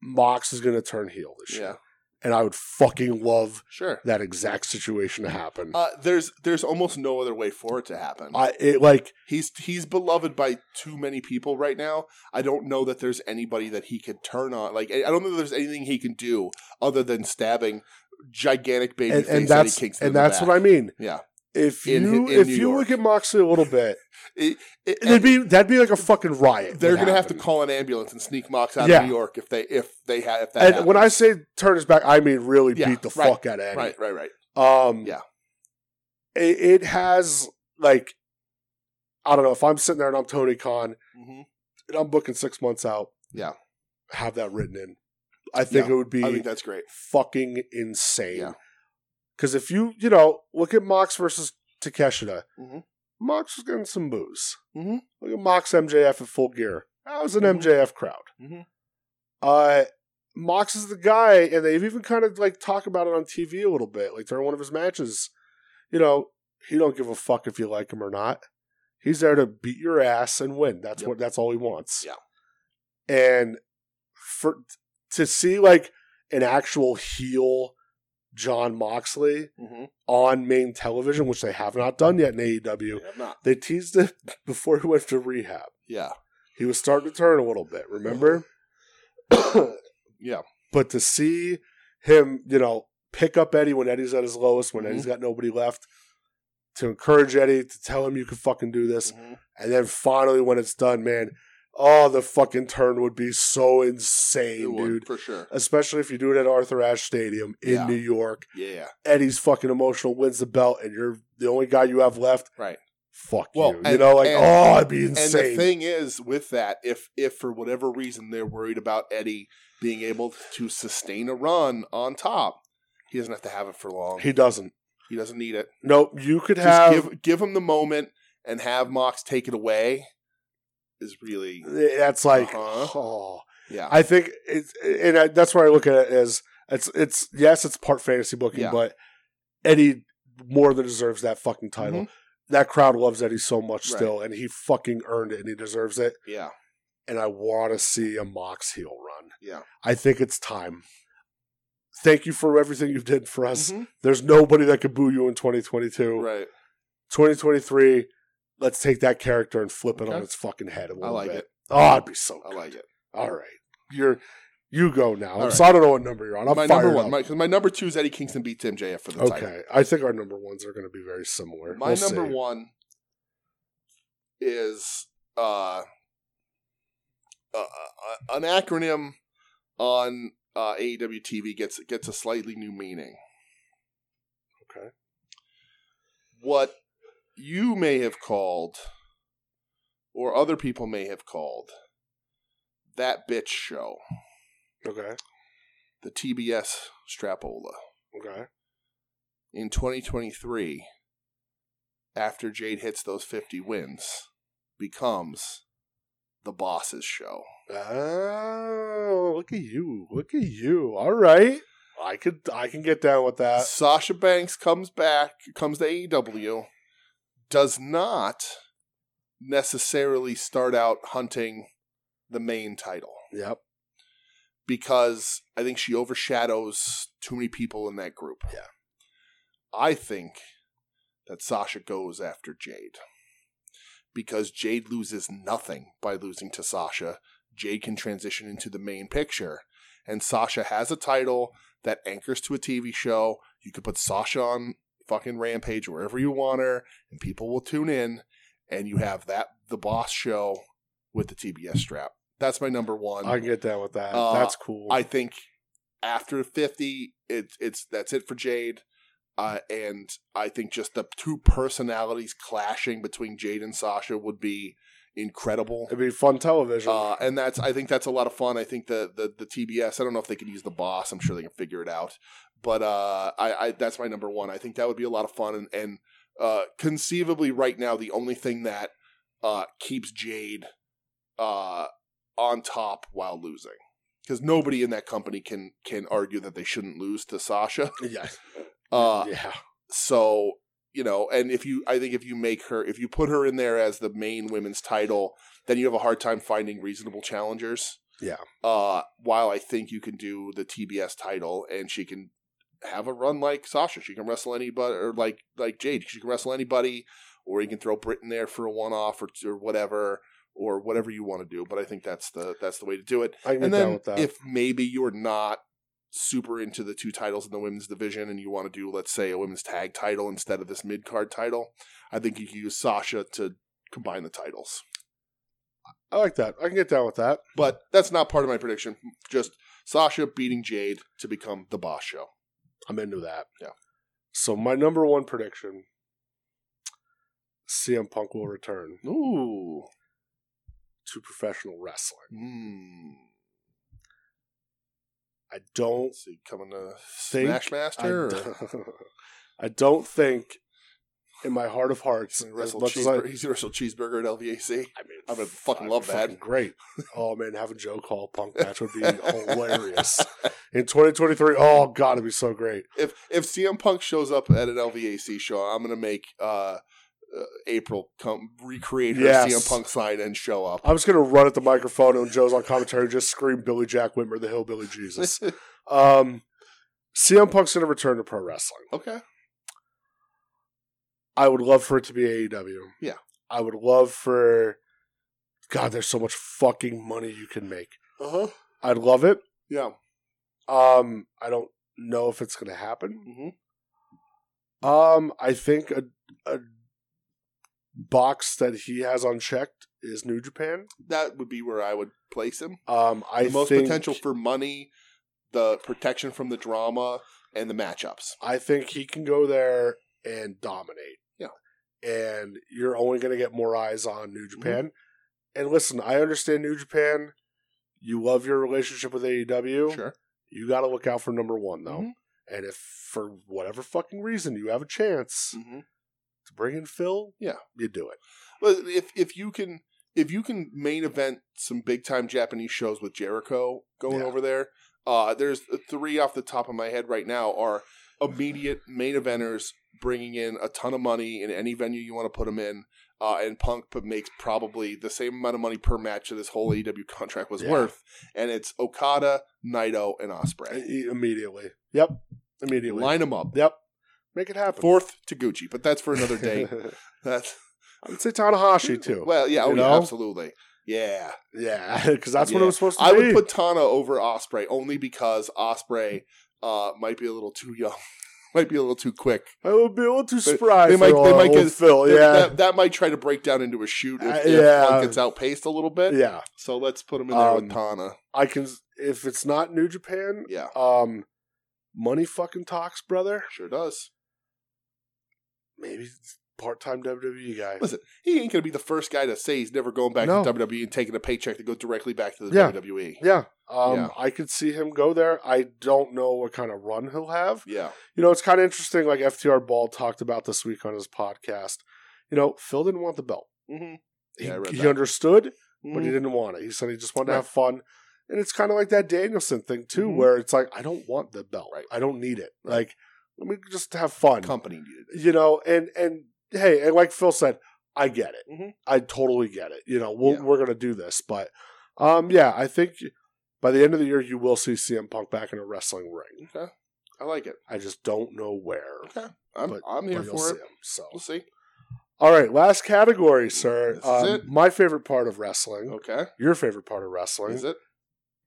Speaker 2: Mox is going to turn heel this year.
Speaker 1: Yeah.
Speaker 2: And I would fucking love
Speaker 1: Sure.
Speaker 2: that exact situation to happen.
Speaker 1: Uh, there's there's almost no other way for it to happen.
Speaker 2: I it, like
Speaker 1: He's he's beloved by too many people right now. I don't know that there's anybody that he could turn on. Like I I don't know that there's anything he can do other than stabbing gigantic baby
Speaker 2: and,
Speaker 1: face
Speaker 2: and
Speaker 1: that he
Speaker 2: that's
Speaker 1: kicks
Speaker 2: and that's what I mean.
Speaker 1: Yeah.
Speaker 2: If
Speaker 1: In-
Speaker 2: you
Speaker 1: in
Speaker 2: if
Speaker 1: New
Speaker 2: you
Speaker 1: York.
Speaker 2: look at Moxley a little bit,
Speaker 1: It-
Speaker 2: it'd be that'd be like a fucking riot.
Speaker 1: they're
Speaker 2: would
Speaker 1: gonna have to
Speaker 2: happen.
Speaker 1: call an ambulance and sneak Mox out
Speaker 2: Yeah.
Speaker 1: of New York if they if they have if that.
Speaker 2: And
Speaker 1: happens.
Speaker 2: when I say turn his back, I mean really
Speaker 1: Yeah,
Speaker 2: beat the
Speaker 1: right,
Speaker 2: fuck out of Eddie.
Speaker 1: right right right
Speaker 2: Um,
Speaker 1: Yeah.
Speaker 2: It, it has like I don't know if I'm sitting there and I'm Tony Khan
Speaker 1: hmm
Speaker 2: and I'm booking six months out.
Speaker 1: Yeah.
Speaker 2: have that written in. I think
Speaker 1: Yeah,
Speaker 2: it would be
Speaker 1: I think that's great.
Speaker 2: fucking insane.
Speaker 1: Yeah.
Speaker 2: Because if you, you know, look at Mox versus Takeshita,
Speaker 1: Mhm.
Speaker 2: Mox was getting some booze.
Speaker 1: Mhm.
Speaker 2: Look at Mox MJF at full gear. That was an
Speaker 1: Mhm.
Speaker 2: MJF crowd.
Speaker 1: Mhm.
Speaker 2: Uh, Mox is the guy, and they've even kind of like talked about it on TV a little bit, like during one of his matches. You know, he don't give a fuck if you like him or not. He's there to beat your ass and win. That's
Speaker 1: Yep.
Speaker 2: what. That's all he wants.
Speaker 1: Yeah.
Speaker 2: And for to see like an actual heel John Moxley
Speaker 1: hmm
Speaker 2: on main television, which they have not done yet in E AEW.
Speaker 1: Yeah, I'm not.
Speaker 2: They teased it before he went to rehab.
Speaker 1: Yeah,
Speaker 2: He was starting to turn a little bit, remember? but
Speaker 1: yeah,
Speaker 2: to see him, you know, pick up Eddie when Eddie's at his lowest, when
Speaker 1: Mhm.
Speaker 2: Eddie's got nobody left, to encourage Eddie, to tell him you can fucking do this,
Speaker 1: Mhm.
Speaker 2: and then finally when it's done, man, oh, the fucking turn would be so
Speaker 1: It
Speaker 2: insane,
Speaker 1: would,
Speaker 2: dude.
Speaker 1: for sure.
Speaker 2: Especially if you do it at Arthur Ashe Stadium in
Speaker 1: Yeah.
Speaker 2: New York.
Speaker 1: Yeah,
Speaker 2: Eddie's fucking emotional, wins the belt, and you're the only guy you have left.
Speaker 1: Right.
Speaker 2: Fuck
Speaker 1: Well,
Speaker 2: you. you
Speaker 1: and-
Speaker 2: know, like
Speaker 1: and-
Speaker 2: oh, it'd be
Speaker 1: and the
Speaker 2: insane.
Speaker 1: thing is, with that, if if for whatever reason they're worried about Eddie being able to sustain a run on top, he doesn't have to have it for long.
Speaker 2: he doesn't.
Speaker 1: He doesn't need it.
Speaker 2: Nope. You could
Speaker 1: Just
Speaker 2: have.
Speaker 1: give give him the moment and have Mox take it away. Is really
Speaker 2: that's like.
Speaker 1: Uh-huh.
Speaker 2: Oh,
Speaker 1: yeah.
Speaker 2: I think it's, and I, that's where I look at it as it's it's yes, it's part fantasy booking,
Speaker 1: Yeah.
Speaker 2: but Eddie more than deserves that fucking title. That crowd loves Eddie so much
Speaker 1: Mm-hmm. Right.
Speaker 2: still, and he fucking earned it, and he deserves it.
Speaker 1: yeah.
Speaker 2: and I want to see a Mox heel run.
Speaker 1: Yeah.
Speaker 2: I think it's time. Thank you for everything you did for us.
Speaker 1: Mhm.
Speaker 2: There's nobody that could boo you in 2022.
Speaker 1: Right.
Speaker 2: 2023, let's take that character and flip it
Speaker 1: Okay.
Speaker 2: on its fucking head a
Speaker 1: I
Speaker 2: little
Speaker 1: like
Speaker 2: bit.
Speaker 1: it.
Speaker 2: Oh, it'd be so
Speaker 1: I
Speaker 2: good.
Speaker 1: like it.
Speaker 2: All right. You're you go now.
Speaker 1: All
Speaker 2: So I don't know what number you're on. I'm
Speaker 1: my
Speaker 2: fired
Speaker 1: number one,
Speaker 2: up.
Speaker 1: my, 'cause my number two is Eddie Kingston beat Tim JF for the
Speaker 2: okay.
Speaker 1: title.
Speaker 2: I think our number ones are going to be very similar.
Speaker 1: My
Speaker 2: We'll
Speaker 1: number
Speaker 2: see.
Speaker 1: one is uh, uh, uh, an acronym on uh, AEW TV gets gets a slightly new meaning.
Speaker 2: Okay.
Speaker 1: What you may have called, or other people may have called, that bitch show,
Speaker 2: Okay.
Speaker 1: the TBS Strapola.
Speaker 2: Okay.
Speaker 1: in 2023 after Jade hits those 50 wins becomes the boss's show.
Speaker 2: Oh, look at you. Look at you. All right. I could I can get down with that.
Speaker 1: Sasha Banks comes back, comes to AEW, does not necessarily start out hunting the main title
Speaker 2: Yep.
Speaker 1: because I think she overshadows too many people in that group.
Speaker 2: Yeah.
Speaker 1: I think that Sasha goes after Jade because Jade loses nothing by losing to Sasha. Jade can transition into the main picture, and Sasha has a title that anchors to a TV show. You could put Sasha on fucking Rampage wherever you want her, and people will tune in, and you have that the boss show with the TBS strap. That's my number one.
Speaker 2: I can get down with that.
Speaker 1: Uh,
Speaker 2: That's cool.
Speaker 1: I think after fifty, it, it's that's it for Jade, uh, and I think just the two personalities clashing between Jade and Sasha would be incredible.
Speaker 2: It'd be fun television.
Speaker 1: Uh, and that's I think that's a lot of fun. I think the the, the TBS. I don't know if they can use the boss. I'm sure they can figure it out. But uh, I, I that's my number one. I think that would be a lot of fun. And, and uh, conceivably, right now, the only thing that uh, keeps Jade uh, on top while losing. because nobody in that company can can argue that they shouldn't lose to Sasha.
Speaker 2: Yeah.
Speaker 1: Uh,
Speaker 2: yeah.
Speaker 1: So you know, and if you, I think if you make her, if you put her in there as the main women's title, then you have a hard time finding reasonable challengers.
Speaker 2: Yeah.
Speaker 1: Uh, while I think you can do the TBS title, and she can have a run like Sasha. She can wrestle anybody, or like like Jade. She can wrestle anybody, or you can throw Britt in there for a one off or or whatever. Or whatever you want to do, but I think that's the that's the way to do it
Speaker 2: I can get
Speaker 1: and
Speaker 2: down
Speaker 1: then
Speaker 2: with that.
Speaker 1: if maybe you're not super into the two titles in the women's division and you want to do let's say a women's tag title instead of this mid card title i think you could use sasha to combine the titles
Speaker 2: I like that. I can get down with that.
Speaker 1: but that's not part of my prediction just sasha beating jade to become the boss show
Speaker 2: I'm into that.
Speaker 1: Yeah.
Speaker 2: So my number one prediction: CM Punk will return
Speaker 1: ooh
Speaker 2: to professional wrestling.
Speaker 1: mm.
Speaker 2: I don't.
Speaker 1: let's see coming to
Speaker 2: Think
Speaker 1: smash
Speaker 2: I,
Speaker 1: master or
Speaker 2: I don't think, in my heart of hearts, as
Speaker 1: wrestle
Speaker 2: much as I, I
Speaker 1: cheeseburger, he's gonna wrestle cheeseburger at lvac
Speaker 2: mean,
Speaker 1: I would fucking love that.
Speaker 2: fucking Great. Oh man, having Joe call Punk match would be hilarious in 2023. Oh god, it'd be so great.
Speaker 1: if if CM Punk shows up at an LVAC show, I'm gonna make uh, uh April come recreate her
Speaker 2: Yes.
Speaker 1: CM Punk sign and show up.
Speaker 2: I was gonna run at the microphone and Joe's on commentary, just scream Billy Jack Whitmer, the Hillbilly Jesus. Um, CM Punk's gonna return to pro wrestling.
Speaker 1: okay,
Speaker 2: I would love for it to be AEW.
Speaker 1: Yeah.
Speaker 2: I would love for. God, there's so much fucking money you can make.
Speaker 1: uh
Speaker 2: Uh-huh.
Speaker 1: huh,
Speaker 2: I'd love it.
Speaker 1: yeah,
Speaker 2: Um, I don't know if it's gonna happen.
Speaker 1: hmm
Speaker 2: Um, I think a a box that he has unchecked is New Japan.
Speaker 1: that would be where I would place him.
Speaker 2: Um, I
Speaker 1: The most
Speaker 2: think,
Speaker 1: potential for money, the protection from the drama, and the matchups.
Speaker 2: I think he can go there and dominate.
Speaker 1: Yeah.
Speaker 2: And you're only going to get more eyes on New
Speaker 1: Mm-hmm.
Speaker 2: Japan. And listen, I understand New Japan. You love your relationship with E AEW.
Speaker 1: Sure,
Speaker 2: You got to look out for number one, though.
Speaker 1: Mhm.
Speaker 2: And if for whatever fucking reason you have a chance
Speaker 1: hmm
Speaker 2: to bring in Phil,
Speaker 1: Yeah.
Speaker 2: you do it.
Speaker 1: but if if you can if you can main event some big time Japanese shows with Jericho going
Speaker 2: Yeah.
Speaker 1: over there, uh, there's three off the top of my head right now are immediate main eventers bringing in a ton of money in any venue you want to put them in. Uh, and Punk p- makes probably the same amount of money per match that his whole AEW contract was
Speaker 2: Yeah.
Speaker 1: worth, and it's Okada, Naito, and Osprey.
Speaker 2: I- Immediately. Yep. Immediately.
Speaker 1: Line them up.
Speaker 2: Yep. Make it happen.
Speaker 1: Fourth to Gucci, but that's for another day. that's
Speaker 2: I would say Tanahashi, too.
Speaker 1: well, yeah, oh,
Speaker 2: You
Speaker 1: yeah,
Speaker 2: know?
Speaker 1: absolutely, yeah.
Speaker 2: yeah, because that's what
Speaker 1: Yeah.
Speaker 2: it was supposed to
Speaker 1: I
Speaker 2: be.
Speaker 1: would put Tana over Osprey only because Osprey uh, might be a little too young, might be a little too quick.
Speaker 2: I would be a little too
Speaker 1: They-
Speaker 2: spry.
Speaker 1: they
Speaker 2: They
Speaker 1: might-
Speaker 2: might,
Speaker 1: they might get-
Speaker 2: Phil.
Speaker 1: That-
Speaker 2: Oh, Yeah,
Speaker 1: that, that might try to break down into a shoot if,
Speaker 2: Uh,
Speaker 1: if
Speaker 2: yeah.
Speaker 1: Punk gets outpaced a little bit.
Speaker 2: yeah.
Speaker 1: So let's put him in there
Speaker 2: Um,
Speaker 1: with Tana.
Speaker 2: I can if it's not New Japan.
Speaker 1: Yeah,
Speaker 2: Um, money fucking talks, brother.
Speaker 1: sure does.
Speaker 2: Maybe part time WWE E guy.
Speaker 1: Listen, He ain't gonna be the first guy to say he's never going back
Speaker 2: No.
Speaker 1: to WWE and taking a paycheck to go directly back to the E.
Speaker 2: Yeah.
Speaker 1: WWE.
Speaker 2: Yeah. Um,
Speaker 1: Yeah.
Speaker 2: I could see him go there. I don't know what kind of run he'll have.
Speaker 1: Yeah,
Speaker 2: You know, it's kind of interesting. Like FTR Ball talked about this week on his podcast. You know, Phil didn't want the belt.
Speaker 1: hmm
Speaker 2: He,
Speaker 1: Yeah, I read
Speaker 2: he
Speaker 1: that.
Speaker 2: understood,
Speaker 1: hmm
Speaker 2: but he didn't want it. He said he just wanted
Speaker 1: Right.
Speaker 2: to have fun. And it's kind of like that Danielson thing too,
Speaker 1: Mhm.
Speaker 2: where it's like I don't want the belt.
Speaker 1: Right.
Speaker 2: I don't need it.
Speaker 1: Right.
Speaker 2: Like let me just have fun.
Speaker 1: company needed it.
Speaker 2: You know, and and hey, and like Phil said, I get it.
Speaker 1: Mhm.
Speaker 2: I totally get it. You know, we'll,
Speaker 1: Yeah.
Speaker 2: we're gonna do this, but um, yeah, I think by the end of the year you will see CM Punk back in a wrestling ring.
Speaker 1: I like it.
Speaker 2: I just don't know where.
Speaker 1: Okay, I'm
Speaker 2: But-
Speaker 1: I'm here
Speaker 2: but you'll
Speaker 1: for
Speaker 2: see
Speaker 1: it.
Speaker 2: him. So,
Speaker 1: We'll see.
Speaker 2: all right, last category, sir.
Speaker 1: This is
Speaker 2: Um,
Speaker 1: it.
Speaker 2: my favorite part of wrestling.
Speaker 1: Okay,
Speaker 2: Your favorite part of wrestling.
Speaker 1: is it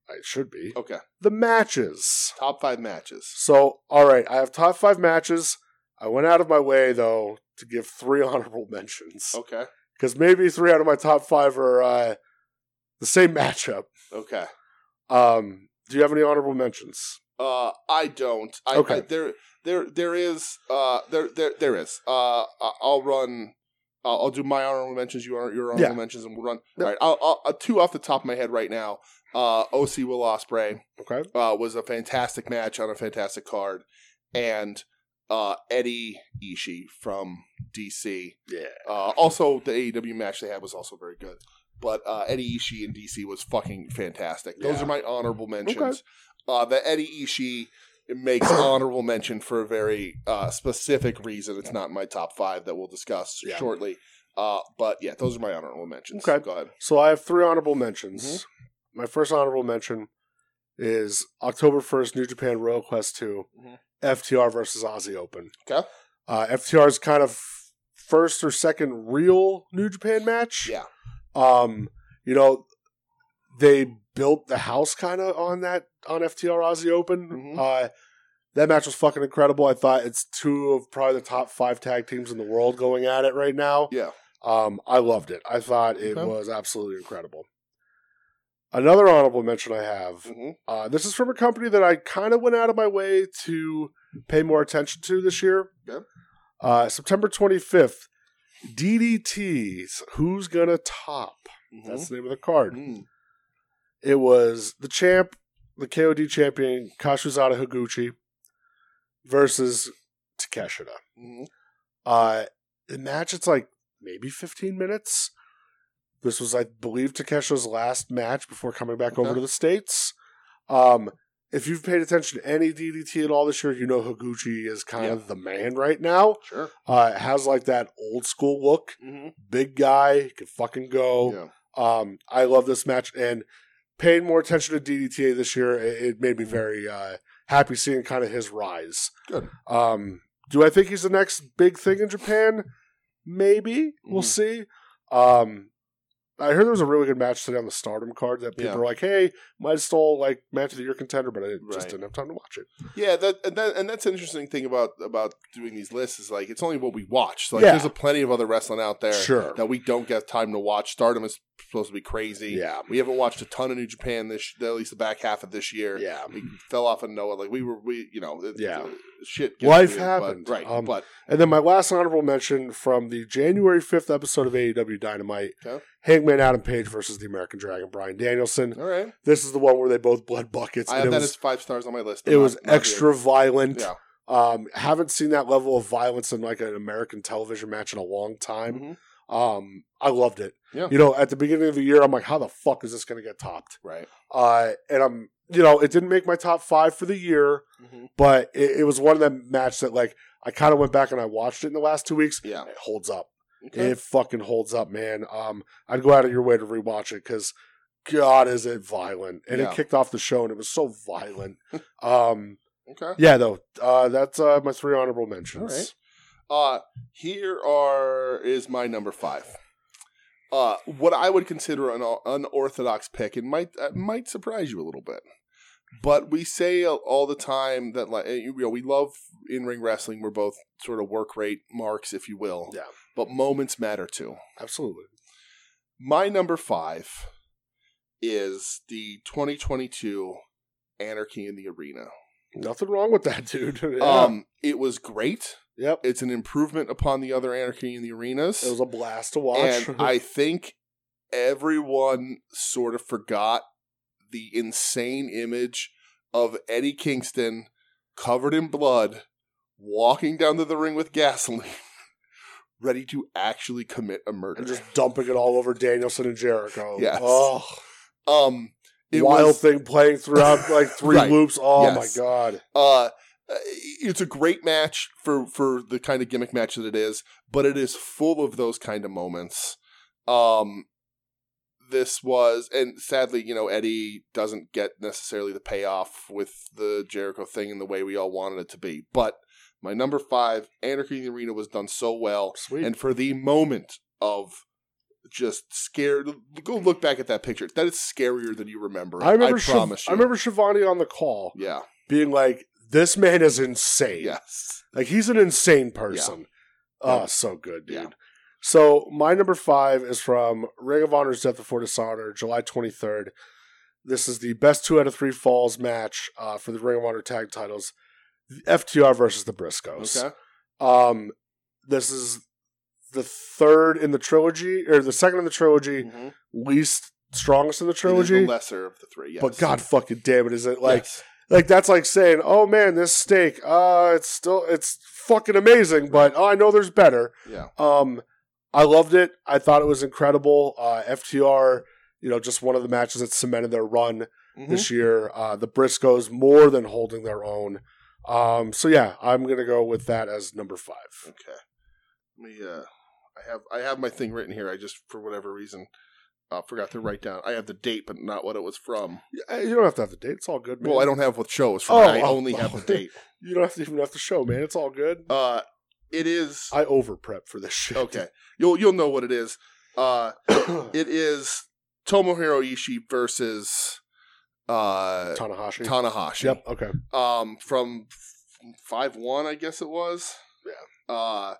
Speaker 2: It should be
Speaker 1: okay?
Speaker 2: the matches.
Speaker 1: Top five matches.
Speaker 2: So, all right, I have top five matches. I went out of my way though to give three honorable mentions
Speaker 1: Okay,
Speaker 2: because maybe three out of my top five are uh, the same matchup.
Speaker 1: okay.
Speaker 2: Um, do you have any honorable mentions?
Speaker 1: Uh, I don't. I,
Speaker 2: Okay.
Speaker 1: I, there, there, there is. Uh, there, there, there is. Uh, I- I'll run. I'll, I'll do my honorable mentions. You honor your honorable
Speaker 2: Yeah.
Speaker 1: mentions, and we'll run.
Speaker 2: Yep.
Speaker 1: All right. I'll, I'll, uh, two off the top of my head right now. Uh, OC Will Osprey
Speaker 2: Okay,
Speaker 1: uh, was a fantastic match on a fantastic card, and uh, Eddie Ishii from DC.
Speaker 2: yeah,
Speaker 1: E Uh, also, the AEW match they had was also very good. But uh, Eddie Ishii in DC was fucking fantastic. Those
Speaker 2: Yeah.
Speaker 1: are my honorable mentions.
Speaker 2: Okay.
Speaker 1: Uh, the Eddie Ishii makes honorable mention for a very uh, specific reason. It's not in my top five that we'll discuss
Speaker 2: Yeah.
Speaker 1: shortly. Uh, but yeah, those are my honorable mentions.
Speaker 2: Okay.
Speaker 1: Go ahead.
Speaker 2: So I have three honorable mentions.
Speaker 1: Mm-hmm.
Speaker 2: My first honorable mention is October 1st, New Japan Royal Quest 2,
Speaker 1: Mhm.
Speaker 2: FTR versus Aussie Open.
Speaker 1: Okay.
Speaker 2: Uh, FTR's kind of first or second real New Japan match.
Speaker 1: Yeah.
Speaker 2: Um, you know, they built the house kind of on that, on FTR Aussie Open.
Speaker 1: Mhm.
Speaker 2: Uh, that match was fucking incredible. I thought it's two of probably the top five tag teams in the world going at it right now.
Speaker 1: Yeah.
Speaker 2: Um, I loved it. I thought it
Speaker 1: Okay.
Speaker 2: was absolutely incredible. Another honorable mention I have.
Speaker 1: hmm
Speaker 2: Uh, this is from a company that I kind of went out of my way to pay more attention to this year.
Speaker 1: Yep.
Speaker 2: Uh, September 25th, DDT's Who's Gonna Top?
Speaker 1: Mm-hmm.
Speaker 2: That's the name of the card.
Speaker 1: Mm.
Speaker 2: It was the champ, the KOD champion, Kashuzada Higuchi versus Takeshita.
Speaker 1: Mm-hmm.
Speaker 2: Uh, the match, it's like maybe 15 minutes. This was, I believe, Takesha's last match before coming back over
Speaker 1: Okay.
Speaker 2: to the States. Um, if you've paid attention to any DDT at all this year, you know Higuchi is kind
Speaker 1: Yeah.
Speaker 2: of the man right now.
Speaker 1: Sure.
Speaker 2: Uh, it has like that old school look.
Speaker 1: hmm
Speaker 2: Big guy, can fucking go.
Speaker 1: Yeah.
Speaker 2: Um, I love this match and paying more attention to DDTA this year, it, it made me very uh, happy seeing kind of his rise.
Speaker 1: Good.
Speaker 2: Um, do I think he's the next big thing in Japan? Maybe we'll
Speaker 1: Mhm.
Speaker 2: see. Um, I heard there was a really good match today on the Stardom card that people
Speaker 1: Yeah.
Speaker 2: are like, "Hey, might have stole like match of the year contender," but I just
Speaker 1: Right.
Speaker 2: didn't have time to watch it.
Speaker 1: Yeah, that and, that and that's an interesting thing about about doing these lists is like it's only what we watch. So like
Speaker 2: Yeah.
Speaker 1: there's a plenty of other wrestling out there
Speaker 2: Sure.
Speaker 1: that we don't get time to watch. Stardom is supposed to be crazy.
Speaker 2: Yeah.
Speaker 1: We haven't watched a ton of New Japan this at least the back half of this year.
Speaker 2: Yeah.
Speaker 1: We fell off and Noah like we were we you know it-
Speaker 2: Yeah.
Speaker 1: it- shit
Speaker 2: Life
Speaker 1: but-
Speaker 2: happened.
Speaker 1: right
Speaker 2: Um,
Speaker 1: but
Speaker 2: And then my last honorable mention from the January 5th episode of AEW Dynamite
Speaker 1: Okay.
Speaker 2: Hangman Adam Page versus the American Dragon Brian Danielson.
Speaker 1: all right
Speaker 2: This is the one where they both bled buckets.
Speaker 1: I
Speaker 2: and
Speaker 1: have
Speaker 2: it
Speaker 1: that
Speaker 2: was,
Speaker 1: as five stars on my list. but
Speaker 2: it
Speaker 1: not-
Speaker 2: was
Speaker 1: not the-
Speaker 2: extra violent.
Speaker 1: yeah
Speaker 2: Um, haven't seen that level of violence in like an American television match in a long time.
Speaker 1: Mhm.
Speaker 2: Um, I loved it.
Speaker 1: Yeah.
Speaker 2: You know, at the beginning of the year, I'm like, how the fuck is this going to get topped?
Speaker 1: right
Speaker 2: Uh, and I'm, you know, it didn't make my top five for the year,
Speaker 1: Mm-hmm.
Speaker 2: but it, it was one of them match that like I kind of went back and I watched it in the last two weeks.
Speaker 1: yeah
Speaker 2: It holds up.
Speaker 1: okay.
Speaker 2: It fucking holds up, man. Um, I'd go out of your way to rewatch it because, God, is it violent! And
Speaker 1: Yeah.
Speaker 2: it kicked off the show, and it was so violent. um,
Speaker 1: okay
Speaker 2: yeah, though, uh, that's uh, my three honorable mentions.
Speaker 1: All right. uh here are is my number five. Uh, what I would consider an unorthodox pick, and might uh, might surprise you a little bit, but we say all- all the time that like eh, you know we love in ring wrestling. We're both sort of work rate marks, if you will.
Speaker 2: Yeah.
Speaker 1: But moments matter too.
Speaker 2: Absolutely.
Speaker 1: My number five is the 2022 Anarchy in the Arena.
Speaker 2: Nothing wrong with that, dude. Yeah.
Speaker 1: Um, it was great.
Speaker 2: yep.
Speaker 1: It's an improvement upon the other Anarchy in the Arenas.
Speaker 2: It was a blast to watch.
Speaker 1: And I think everyone sort of forgot the insane image of Eddie Kingston covered in blood walking down to the ring with gasoline, ready to actually commit a murder.
Speaker 2: And just dumping it all over Danielson and Jericho.
Speaker 1: Yes.
Speaker 2: Oh,
Speaker 1: um, it
Speaker 2: wild
Speaker 1: was,
Speaker 2: thing playing throughout like three
Speaker 1: Right.
Speaker 2: loops. Oh
Speaker 1: Yes.
Speaker 2: my god.
Speaker 1: uh, it's a great match for for the kind of gimmick match that it is, but it is full of those kind of moments. Um, this was, and sadly, you know, Eddie doesn't get necessarily the payoff with the Jericho thing in the way we all wanted it to be. But my number five, Anarchy in the Arena, was done so well,
Speaker 2: Sweet.
Speaker 1: and for the moment of just scared, go look back at that picture. That is scarier than you remember.
Speaker 2: I remember.
Speaker 1: I
Speaker 2: Shiv-
Speaker 1: promise you.
Speaker 2: I remember Shivani on the call
Speaker 1: Yeah.
Speaker 2: being like, "This man is insane.
Speaker 1: Yes.
Speaker 2: Like he's an insane person." Oh,
Speaker 1: Yeah.
Speaker 2: so good, dude.
Speaker 1: Yeah.
Speaker 2: So my number five is from Ring of Honor's Death Before Dishonor, July twenty third. This is the best two out of three falls match uh, for the Ring of Honor tag titles, FTR versus the Briscoes.
Speaker 1: Okay.
Speaker 2: Um, this is the third in the trilogy, or the second in the trilogy,
Speaker 1: Mhm.
Speaker 2: least strongest in the
Speaker 1: It is
Speaker 2: trilogy.
Speaker 1: the lesser of the three. Yes.
Speaker 2: But god fucking damn it, is it like
Speaker 1: Yes.
Speaker 2: like that's like saying, oh man, this uh, steak, uh, it's still it's fucking amazing, but oh, I know there's better.
Speaker 1: yeah,
Speaker 2: Um, I loved it. I thought it was incredible. Uh, FTR, you know, just one of the matches that cemented their run
Speaker 1: Mhm.
Speaker 2: this year. Uh, the Briscoes more than holding their own. Um, so yeah, I'm gonna go with that as number five.
Speaker 1: Okay. Let me. Uh, I have I have my thing written here. I just for whatever reason uh, forgot to write down. I have the date, but not what it was from.
Speaker 2: Yeah, You don't have to have the date. It's all good, man.
Speaker 1: Well, I don't have what show it was from.
Speaker 2: Oh,
Speaker 1: I
Speaker 2: oh,
Speaker 1: only have
Speaker 2: oh.
Speaker 1: the date.
Speaker 2: You don't have to even have to show, man. It's all good.
Speaker 1: Uh, it is
Speaker 2: I over prep for this shit.
Speaker 1: okay. You'll you'll know what it is. Uh, it is Tomohiro Ishii versus uh,
Speaker 2: Tanahashi.
Speaker 1: Tanahashi.
Speaker 2: yep. Okay.
Speaker 1: um, from five one, I guess it was. Yeah. Uh,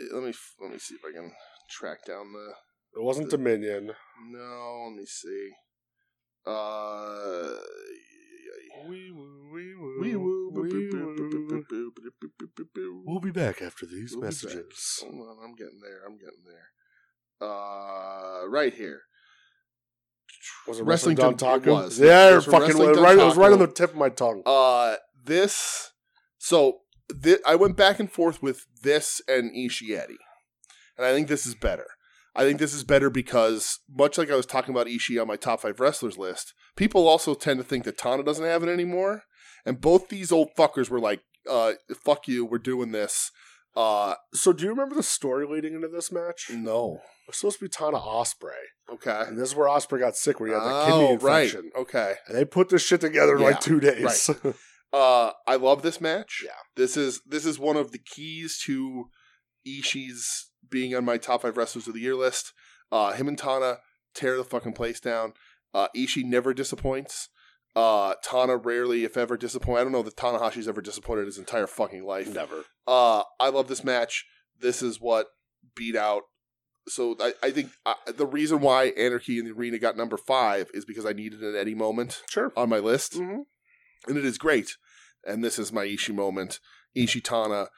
Speaker 1: eh, let me let me see if I can track down the.
Speaker 2: It wasn't Dominion.
Speaker 1: No, let me see. Uh,
Speaker 2: Wee woo, wee woo,
Speaker 1: wee woo, boop, boop,
Speaker 2: wee
Speaker 1: boop, boop, boop,
Speaker 2: woo.
Speaker 1: boop, boop, boop, boop, boop, boop, boop.
Speaker 2: We'll be back after these
Speaker 1: We'll be back.
Speaker 2: messages.
Speaker 1: Hold on, I'm getting there. I'm getting there. Uh, right here.
Speaker 2: Was it
Speaker 1: Wrestling
Speaker 2: Wrestling,
Speaker 1: Dun-
Speaker 2: Don
Speaker 1: it
Speaker 2: Taco?
Speaker 1: was.
Speaker 2: Yeah,
Speaker 1: It was
Speaker 2: fucking
Speaker 1: Wrestling Dun
Speaker 2: right. It was right on
Speaker 1: Taco.
Speaker 2: the tip of my tongue.
Speaker 1: Uh, this. So thi- I went back and forth with this and Ishieti, and I think this is better. I think this is better because much like I was talking about Ishii on my top five wrestlers list, people also tend to think that Tana doesn't have it anymore. And both these old fuckers were like, uh, "Fuck you, we're doing this." Uh,
Speaker 2: So, do you remember the story leading into this match? It
Speaker 1: no.
Speaker 2: was supposed to be Tana Osprey,
Speaker 1: Okay. Oh,
Speaker 2: and this is where Osprey got sick, where he had the kidney infection.
Speaker 1: Right. Okay.
Speaker 2: And they put this shit together in
Speaker 1: Yeah,
Speaker 2: like two days.
Speaker 1: Uh, I love this match.
Speaker 2: Yeah.
Speaker 1: This is this is one of the keys to Ishii's being on my top five wrestlers of the year list. Uh, him and Tana tear the fucking place down. Uh, Ishii never disappoints. Uh, Tana rarely, if ever, disappoint. I don't know that Tanahashi's ever disappointed his entire fucking life.
Speaker 2: Never.
Speaker 1: Uh, I love this match. This is what beat out. So I, I think uh, the reason why Anarchy in the Arena got number five is because I needed an Eddie moment
Speaker 2: Sure.
Speaker 1: on my list
Speaker 2: Mhm.
Speaker 1: and it is great. And this is my Ishi moment. Ishitana,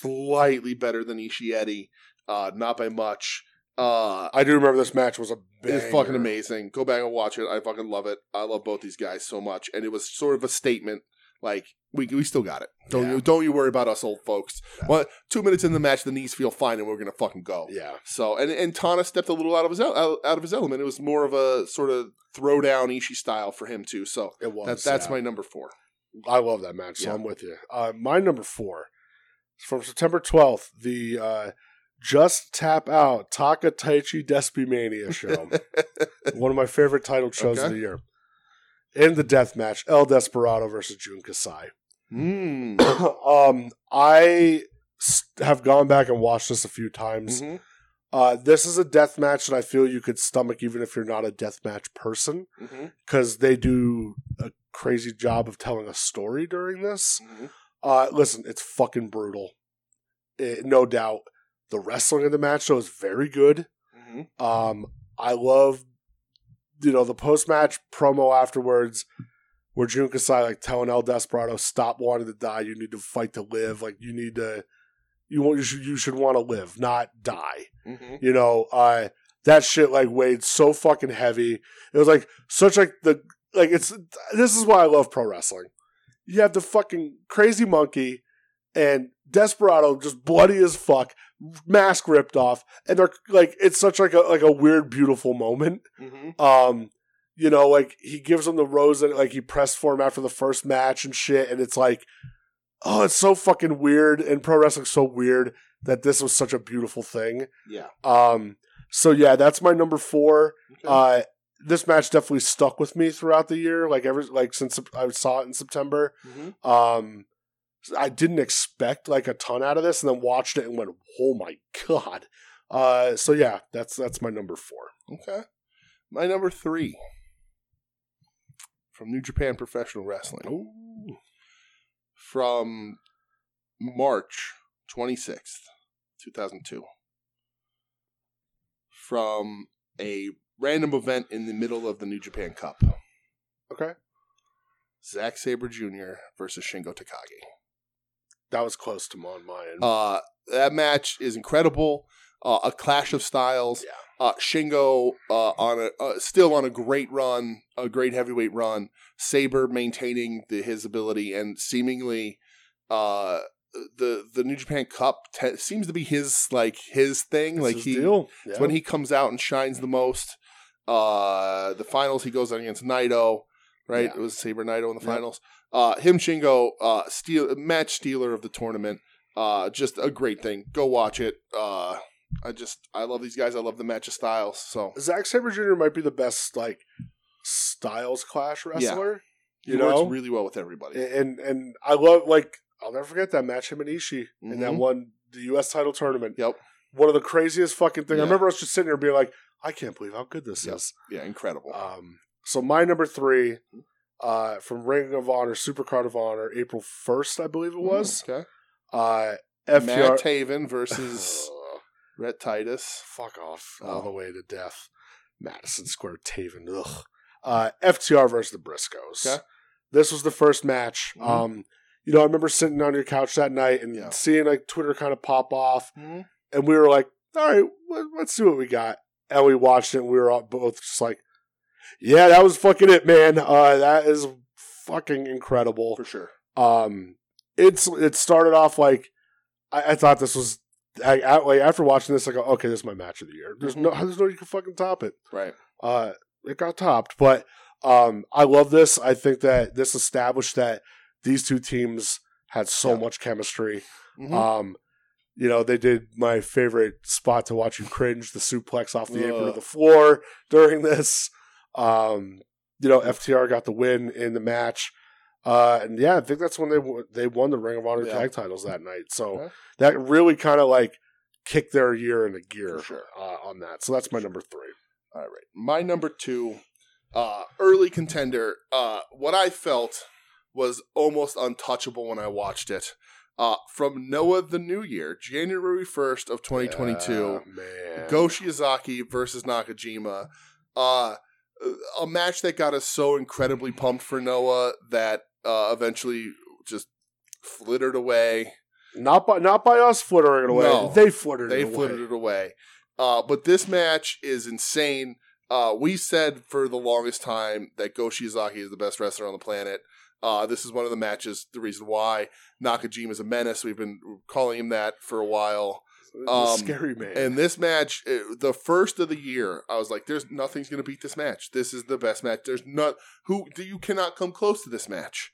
Speaker 1: slightly better than Ishieti, uh, not by much. Uh,
Speaker 2: I do remember this match was a banger.
Speaker 1: it's fucking amazing. Go back and watch it. I fucking love it. I love both these guys so much, and it was sort of a statement. Like we we still got it. Don't
Speaker 2: Yeah.
Speaker 1: you don't you worry about us old folks.
Speaker 2: Yeah.
Speaker 1: Well, two minutes in the match, the knees feel fine, and we're gonna fucking go.
Speaker 2: Yeah.
Speaker 1: So and and Tana stepped a little out of his el- out, out of his element. It was more of a sort of throwdown Ishi style for him too. So
Speaker 2: It was.
Speaker 1: that, that's
Speaker 2: yeah.
Speaker 1: my number four.
Speaker 2: I love that match, so
Speaker 1: Yeah.
Speaker 2: I'm with you. Uh, my number four is from September 12th, the uh, Just Tap Out Taka Taichi Despy Mania show. One of my favorite title shows of
Speaker 1: Okay.
Speaker 2: the year. In the death match, El Desperado versus Jun Kasai.
Speaker 1: Mm.
Speaker 2: um, I s- have gone back and watched this a few times.
Speaker 1: Mhm.
Speaker 2: Uh, this is a death match that I feel you could stomach even if you're not a death match person
Speaker 1: Mm-hmm.
Speaker 2: because they do a crazy job of telling a story during this. Uh, listen, it's fucking brutal. It, no doubt. The wrestling in the match, though, is very good.
Speaker 1: Mm-hmm.
Speaker 2: Um, I love, you know, the post match promo afterwards where Jun Kasai, like, telling El Desperado, stop wanting to die. You need to fight to live. Like, you need to, you, want, you should, you should want to live, not die
Speaker 1: Mm-hmm.
Speaker 2: you know uh that shit like weighed so fucking heavy it was like such like the like it's this is why i love pro wrestling you have the fucking crazy monkey and desperado just bloody as fuck mask ripped off and they're like it's such like a like a weird beautiful moment
Speaker 1: Mm-hmm.
Speaker 2: um you know like he gives him the rose and like he pressed for him after the first match and shit and it's like oh it's so fucking weird and pro wrestling's so weird that this was such a beautiful thing
Speaker 1: Yeah.
Speaker 2: um, so yeah, that's my number four.
Speaker 1: Okay.
Speaker 2: Uh, this match definitely stuck with me throughout the year. Like ever, like since I saw it in September, um, I didn't expect like a ton out of this, and then watched it and went, "Oh my god!" Uh, so yeah, that's that's my number four.
Speaker 1: Okay. My number three from New Japan Professional Wrestling
Speaker 2: Ooh.
Speaker 1: from March 26th, 2002. From a random event in the middle of the New Japan Cup.
Speaker 2: Okay,
Speaker 1: Zack Sabre Jr. versus Shingo Takagi.
Speaker 2: that was close to on my end.
Speaker 1: Uh, that match is incredible. Uh, a clash of styles. Uh, Shingo uh, on a uh, still on a great run, a great heavyweight run. Saber maintaining the, his ability and seemingly uh, the the New Japan Cup te- seems to be his like his thing.
Speaker 2: That's
Speaker 1: like
Speaker 2: his
Speaker 1: he
Speaker 2: deal.
Speaker 1: it's
Speaker 2: Yeah.
Speaker 1: when he comes out and shines the most. Uh, the finals he goes against Naito, right?
Speaker 2: Yeah.
Speaker 1: It was Saber Naito in the
Speaker 2: Yep.
Speaker 1: finals. Uh, him Shingo, uh, steal match stealer of the tournament. Uh, just a great thing. Go watch it. Uh, I just I love these guys. I love the match of styles. So
Speaker 2: Zack Saber Jr. might be the best like Styles Clash wrestler.
Speaker 1: he
Speaker 2: You know?
Speaker 1: works really well with everybody.
Speaker 2: and and I love like I'll never forget that match him and Ishii in that
Speaker 1: Mhm.
Speaker 2: one the U.S. title tournament.
Speaker 1: Yep.
Speaker 2: One of the craziest fucking things.
Speaker 1: Yeah.
Speaker 2: I remember us just sitting there being like, I can't believe how good this
Speaker 1: Yep.
Speaker 2: is.
Speaker 1: Yeah, incredible.
Speaker 2: Um, so my number three uh, from Ring of Honor, Supercard of Honor, April first, I believe it was.
Speaker 1: okay.
Speaker 2: Uh,
Speaker 1: Matt
Speaker 2: FTR.
Speaker 1: Taven versus Ret Titus.
Speaker 2: fuck off all
Speaker 1: Oh.
Speaker 2: the way to death. Madison Square Taven. Ugh. Uh, FTR versus the Briscoes.
Speaker 1: Okay.
Speaker 2: This was the first match.
Speaker 1: Mhm.
Speaker 2: Um, you know, I remember sitting on your couch that night and
Speaker 1: Yeah.
Speaker 2: seeing like Twitter kind of pop off, and we were like, "All right, let- let's see what we got." And we watched it, and we were all both just like, "Yeah, that was fucking it, man. Uh, that is fucking incredible."
Speaker 1: For sure.
Speaker 2: um it's it started off like I, I thought this was I, I like after watching this I go okay this is my match of the year there's no there's no you can fucking top it
Speaker 1: Right.
Speaker 2: uh it got topped but um I love this I think that this established that these two teams had so
Speaker 1: Yeah.
Speaker 2: much chemistry
Speaker 1: Mhm.
Speaker 2: um you know they did my favorite spot to watch you cringe the suplex off the apron to
Speaker 1: Ugh.
Speaker 2: the floor during this um you know FTR got the win in the match uh and yeah I think that's when they w- they won the Ring of Honor
Speaker 1: Yeah.
Speaker 2: tag titles that night so
Speaker 1: Okay.
Speaker 2: that really kind of like kicked their year into gear
Speaker 1: For sure.
Speaker 2: uh, on that so that's my number 3
Speaker 1: All right. My number two, uh, early contender. Uh, what I felt was almost untouchable when I watched it. Uh, from Noah the New Year, January 1st of 2022,
Speaker 2: Yeah, man
Speaker 1: Go Shiozaki versus Nakajima. Uh, a match that got us so incredibly pumped for Noah that uh, eventually just flittered away.
Speaker 2: not by not by us flittering it away
Speaker 1: No.
Speaker 2: they flittered
Speaker 1: They
Speaker 2: it away.
Speaker 1: flittered it away. Uh, but this match is insane. Uh, we said for the longest time that Go Shizaki is the best wrestler on the planet. Uh, this is one of the matches, the reason why Nakajima is a menace. We've been calling him that for a while.
Speaker 2: It was
Speaker 1: Um,
Speaker 2: scary man
Speaker 1: And this match, it- the first of the year, I was like, "There's nothing's going to beat this match. This is the best match. There's not who you cannot come close to this match."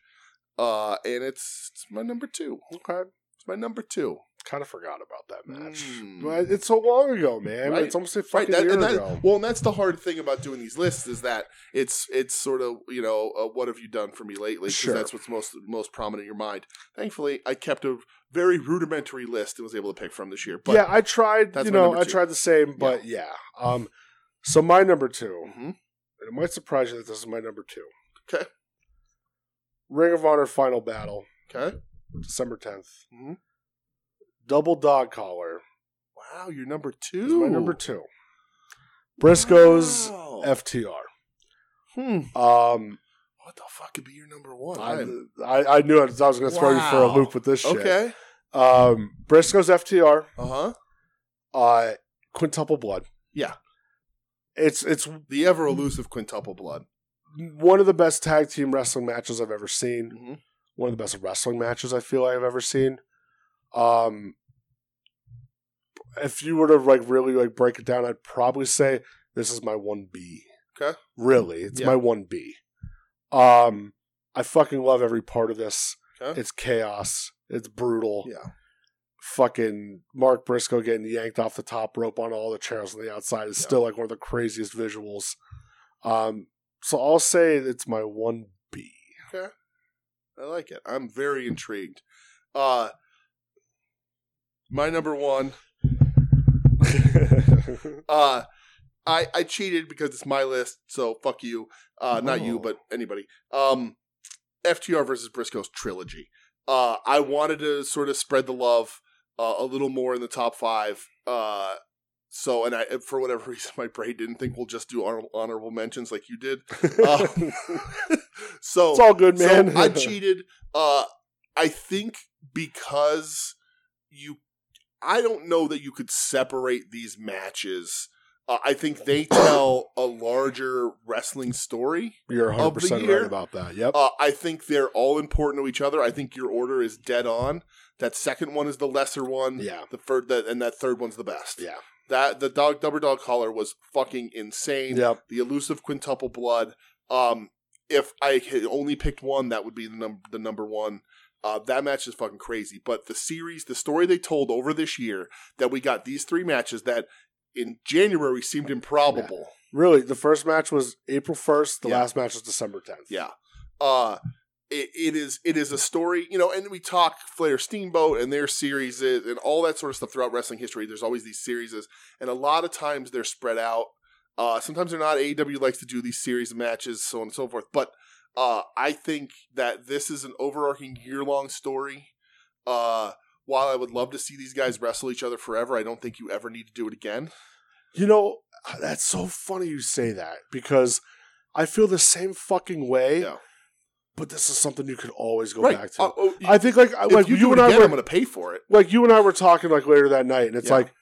Speaker 1: Uh, and it's, it's my number two.
Speaker 2: okay
Speaker 1: It's my number two.
Speaker 2: kind of forgot about that match.
Speaker 1: Mm.
Speaker 2: But it's so long ago, man.
Speaker 1: Right.
Speaker 2: It's almost a
Speaker 1: right
Speaker 2: fucking
Speaker 1: that,
Speaker 2: year
Speaker 1: and
Speaker 2: ago.
Speaker 1: that, well and that's the hard thing about doing these lists is that it's it's sort of you know uh, what have you done for me lately 'Cause
Speaker 2: Sure.
Speaker 1: that's what's most most prominent in your mind thankfully i kept a very rudimentary list and was able to pick from this year but
Speaker 2: yeah, I tried.
Speaker 1: That's
Speaker 2: You
Speaker 1: my
Speaker 2: know,
Speaker 1: number
Speaker 2: I
Speaker 1: two.
Speaker 2: tried the same, but yeah. Um, so my number two,
Speaker 1: Mhm.
Speaker 2: and it might surprise you that this is my number two.
Speaker 1: Okay.
Speaker 2: Ring of Honor Final Battle,
Speaker 1: okay
Speaker 2: December 10th
Speaker 1: Mhm.
Speaker 2: Double dog collar
Speaker 1: wow you're number
Speaker 2: is
Speaker 1: two
Speaker 2: my number two. Briscoe's
Speaker 1: Wow.
Speaker 2: FTR.
Speaker 1: hmm.
Speaker 2: Um,
Speaker 1: what the fuck could be your number one
Speaker 2: I,
Speaker 1: I'm-
Speaker 2: I, I knew it. I was going to throw you for a
Speaker 1: Wow.
Speaker 2: loop with this shit.
Speaker 1: okay
Speaker 2: Um, Briscoe's FTR.
Speaker 1: uh-huh
Speaker 2: uh quintuple blood
Speaker 1: Yeah.
Speaker 2: it's it's
Speaker 1: the ever
Speaker 2: Hmm.
Speaker 1: elusive quintuple blood
Speaker 2: one of the best tag team wrestling matches i've ever seen
Speaker 1: Mhm.
Speaker 2: one of the best wrestling matches i feel i've ever seen um if you were to like really like break it down i'd probably say this is my 1b
Speaker 1: Okay.
Speaker 2: really it's
Speaker 1: Yeah.
Speaker 2: my 1b um i fucking love every part of this
Speaker 1: Okay.
Speaker 2: it's chaos it's brutal
Speaker 1: yeah
Speaker 2: fucking Mark Briscoe getting yanked off the top rope on all the chairs on the outside is
Speaker 1: Yeah.
Speaker 2: still like one of the craziest visuals. Um, so I'll say it's my one B.
Speaker 1: I like it. I'm very intrigued. Uh my number one.
Speaker 2: Um,
Speaker 1: uh I I cheated because it's my list, so fuck you. Uh not you,
Speaker 2: Oh.
Speaker 1: but anybody. Um FTR versus Briscoe's trilogy. Uh I wanted to sort of spread the love uh, a little more in the top five. Uh so and I for whatever reason my brain didn't think we'll just do honor- honorable mentions like you did. Uh, so
Speaker 2: it's all good, man.
Speaker 1: so I cheated. Uh, I think because you, I don't know that you could separate these matches. Uh, I think they tell a larger wrestling story.
Speaker 2: You're
Speaker 1: of
Speaker 2: 100
Speaker 1: the
Speaker 2: percent
Speaker 1: year. Um,
Speaker 2: right about that. Yep.
Speaker 1: Uh, I think they're all important to each other. I think your order is dead on. That second one is the lesser one.
Speaker 2: Yeah.
Speaker 1: The third, that, and that third one's the best.
Speaker 2: Yeah.
Speaker 1: That the dog double dog collar was fucking insane.
Speaker 2: Yep.
Speaker 1: The elusive quintuple blood. Um, if I had only picked one, that would be the number the number one. Uh, that match is fucking crazy. But the series, the story they told over this year that we got these three matches that in January seemed improbable.
Speaker 2: Really, the first match was April 1st. The
Speaker 1: Yeah.
Speaker 2: last match was December 10th.
Speaker 1: Yeah. Uh it, it is it is a story, you know, and we talk Flair Steamboat and their series and all that sort of stuff throughout wrestling history. There's always these series, and a lot of times they're spread out. Uh sometimes they're not. AEW likes to do these series of matches, so on and so forth. But uh I think that this is an overarching year long story. Uh while I would love to see these guys wrestle each other forever, I don't think you ever need to do it again.
Speaker 2: You know, uh, that's so funny you say that because I feel the same fucking way.
Speaker 1: Yeah.
Speaker 2: But this is something you could always go back to.
Speaker 1: Uh, oh,
Speaker 2: I think like I-
Speaker 1: if
Speaker 2: like
Speaker 1: you,
Speaker 2: you,
Speaker 1: do it
Speaker 2: and I
Speaker 1: again,
Speaker 2: were
Speaker 1: I'm going to pay for it.
Speaker 2: like you and I were talking like later that night, and it's
Speaker 1: Yeah.
Speaker 2: like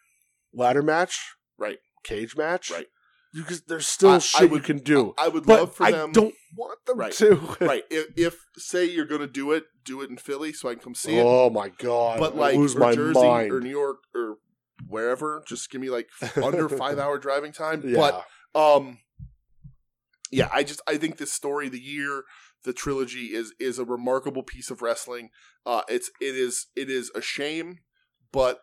Speaker 2: ladder match,
Speaker 1: Right.
Speaker 2: Cage match,
Speaker 1: Right.
Speaker 2: You can, there's still
Speaker 1: I- I
Speaker 2: shit
Speaker 1: would-
Speaker 2: you can do,
Speaker 1: I would love
Speaker 2: but
Speaker 1: for
Speaker 2: I
Speaker 1: them.
Speaker 2: don't want them
Speaker 1: Right.
Speaker 2: to.
Speaker 1: right. If, if say you're gonna do it, do it in Philly so I can come see it.
Speaker 2: oh my god!
Speaker 1: But
Speaker 2: I
Speaker 1: like
Speaker 2: lose
Speaker 1: or
Speaker 2: my
Speaker 1: Jersey
Speaker 2: mind.
Speaker 1: or New York or wherever, just give me like under five hour driving time.
Speaker 2: yeah.
Speaker 1: But um, yeah, I just I think this story, the year, the trilogy is is a remarkable piece of wrestling. Uh, it's it is it is a shame, but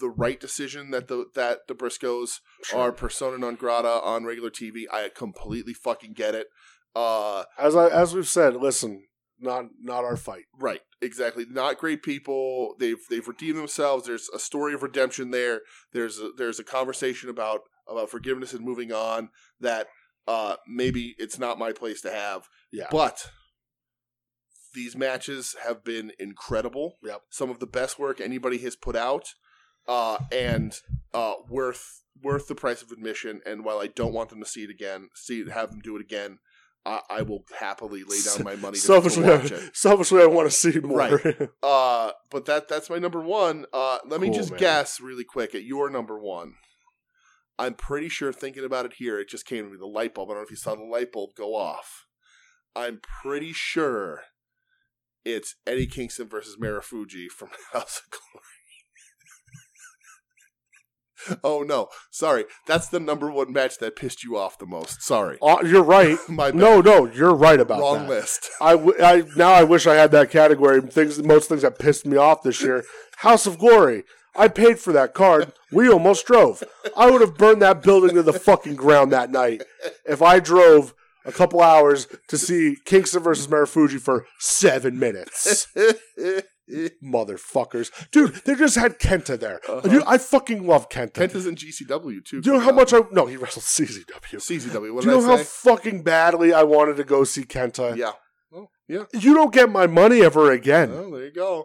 Speaker 1: the right decision that the that the Briscoes
Speaker 2: Sure.
Speaker 1: are persona non grata on regular TV. I completely fucking get it. Uh,
Speaker 2: as I, as we've said, listen, not not our fight.
Speaker 1: Right, exactly. Not great people. They've they've redeemed themselves. There's a story of redemption there. There's a, there's a conversation about about forgiveness and moving on that uh maybe it's not my place to have.
Speaker 2: Yeah.
Speaker 1: But these matches have been incredible.
Speaker 2: Yep.
Speaker 1: Some of the best work anybody has put out uh and uh worth worth the price of admission and while I don't want them to see it again, see it, have them do it again, I, I will happily lay down my money to, to watch
Speaker 2: Selfishly,
Speaker 1: it
Speaker 2: I, selfishly, I want to see more.
Speaker 1: Right. uh but that that's my number one uh let me
Speaker 2: Cool,
Speaker 1: just
Speaker 2: man.
Speaker 1: guess really quick at your number one i'm pretty sure thinking about it here it just came to me the light bulb i don't know if you saw the light bulb go off i'm pretty sure it's eddie kingston versus marafuji from house of glory oh no sorry that's the number one match that pissed you off the most sorry
Speaker 2: Uh, you're right.
Speaker 1: my bad.
Speaker 2: No, no, you're right about
Speaker 1: wrong
Speaker 2: that.
Speaker 1: list
Speaker 2: I, w- I now I wish I had that category. Things, most things that pissed me off this year. House of Glory. I paid for that card. We almost drove. I would have burned that building to the fucking ground that night if I drove a couple hours to see Kingston versus Marufuji for seven minutes. Motherfuckers, dude, they just had Kenta there.
Speaker 1: Uh-huh.
Speaker 2: Dude, I fucking love Kenta.
Speaker 1: Kent is in GCW too.
Speaker 2: Do you know how much I? No, he wrestled CZW.
Speaker 1: CZW? What
Speaker 2: Do you
Speaker 1: did
Speaker 2: know
Speaker 1: I
Speaker 2: how
Speaker 1: say?
Speaker 2: fucking badly I wanted to go see Kenta?
Speaker 1: yeah. Oh.
Speaker 2: You don't get my money ever again.
Speaker 1: Well, there you go.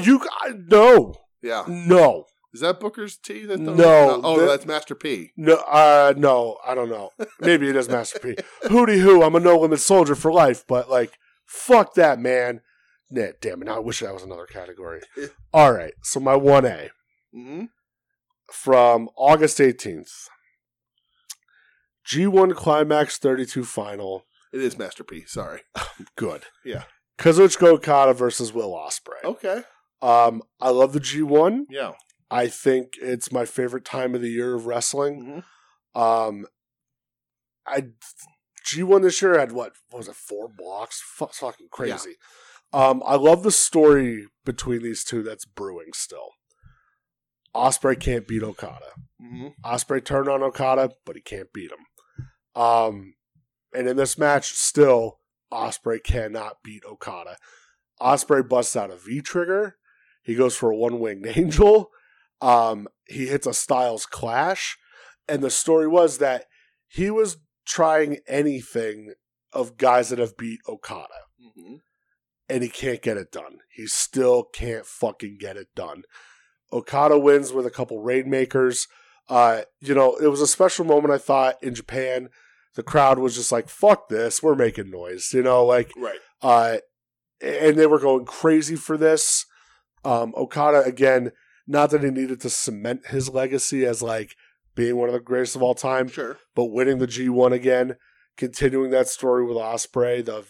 Speaker 2: You I- no,
Speaker 1: Yeah.
Speaker 2: no,
Speaker 1: Is that Booker's T? That
Speaker 2: No,
Speaker 1: Oh,
Speaker 2: that-
Speaker 1: that's Master P.
Speaker 2: no. Uh, no, I don't know. Maybe it is Master P. Hooty hoo! I'm a no limit soldier for life. But like, fuck that, man. Nah, damn it. Now I wish that was another category. All right. So my one A
Speaker 1: Mm-hmm.
Speaker 2: from August 18th. G1 Climax 32 Final.
Speaker 1: It is Master P. Sorry.
Speaker 2: Good.
Speaker 1: Yeah. Oh.
Speaker 2: Kazuchika Okada versus Will Ospreay.
Speaker 1: Okay.
Speaker 2: Um, I love the G1.
Speaker 1: Yeah.
Speaker 2: I think it's my favorite time of the year of wrestling.
Speaker 1: Mhm.
Speaker 2: Um, I G one this year had what, what was it four blocks? Fu- fucking crazy. Um, I love the story between these two that's brewing still. Osprey can't beat Okada.
Speaker 1: Mhm.
Speaker 2: Osprey turned on Okada, but he can't beat him. Um, and in this match, still Osprey cannot beat Okada. Osprey busts out a V trigger. He goes for a one winged angel. Um, he hits a Styles clash, and the story was that he was trying anything of guys that have beat Okada
Speaker 1: Mhm.
Speaker 2: and he can't get it done. He still can't fucking get it done. Okada wins with a couple rainmakers. Uh, you know, it was a special moment. I thought in Japan, the crowd was just like, "Fuck this, we're making noise." You know, like,
Speaker 1: Right.
Speaker 2: uh, and they were going crazy for this. Um, Okada again, not that he needed to cement his legacy as like being one of the greatest of all time,
Speaker 1: Sure.
Speaker 2: but winning the G1 again, continuing that story with Osprey, the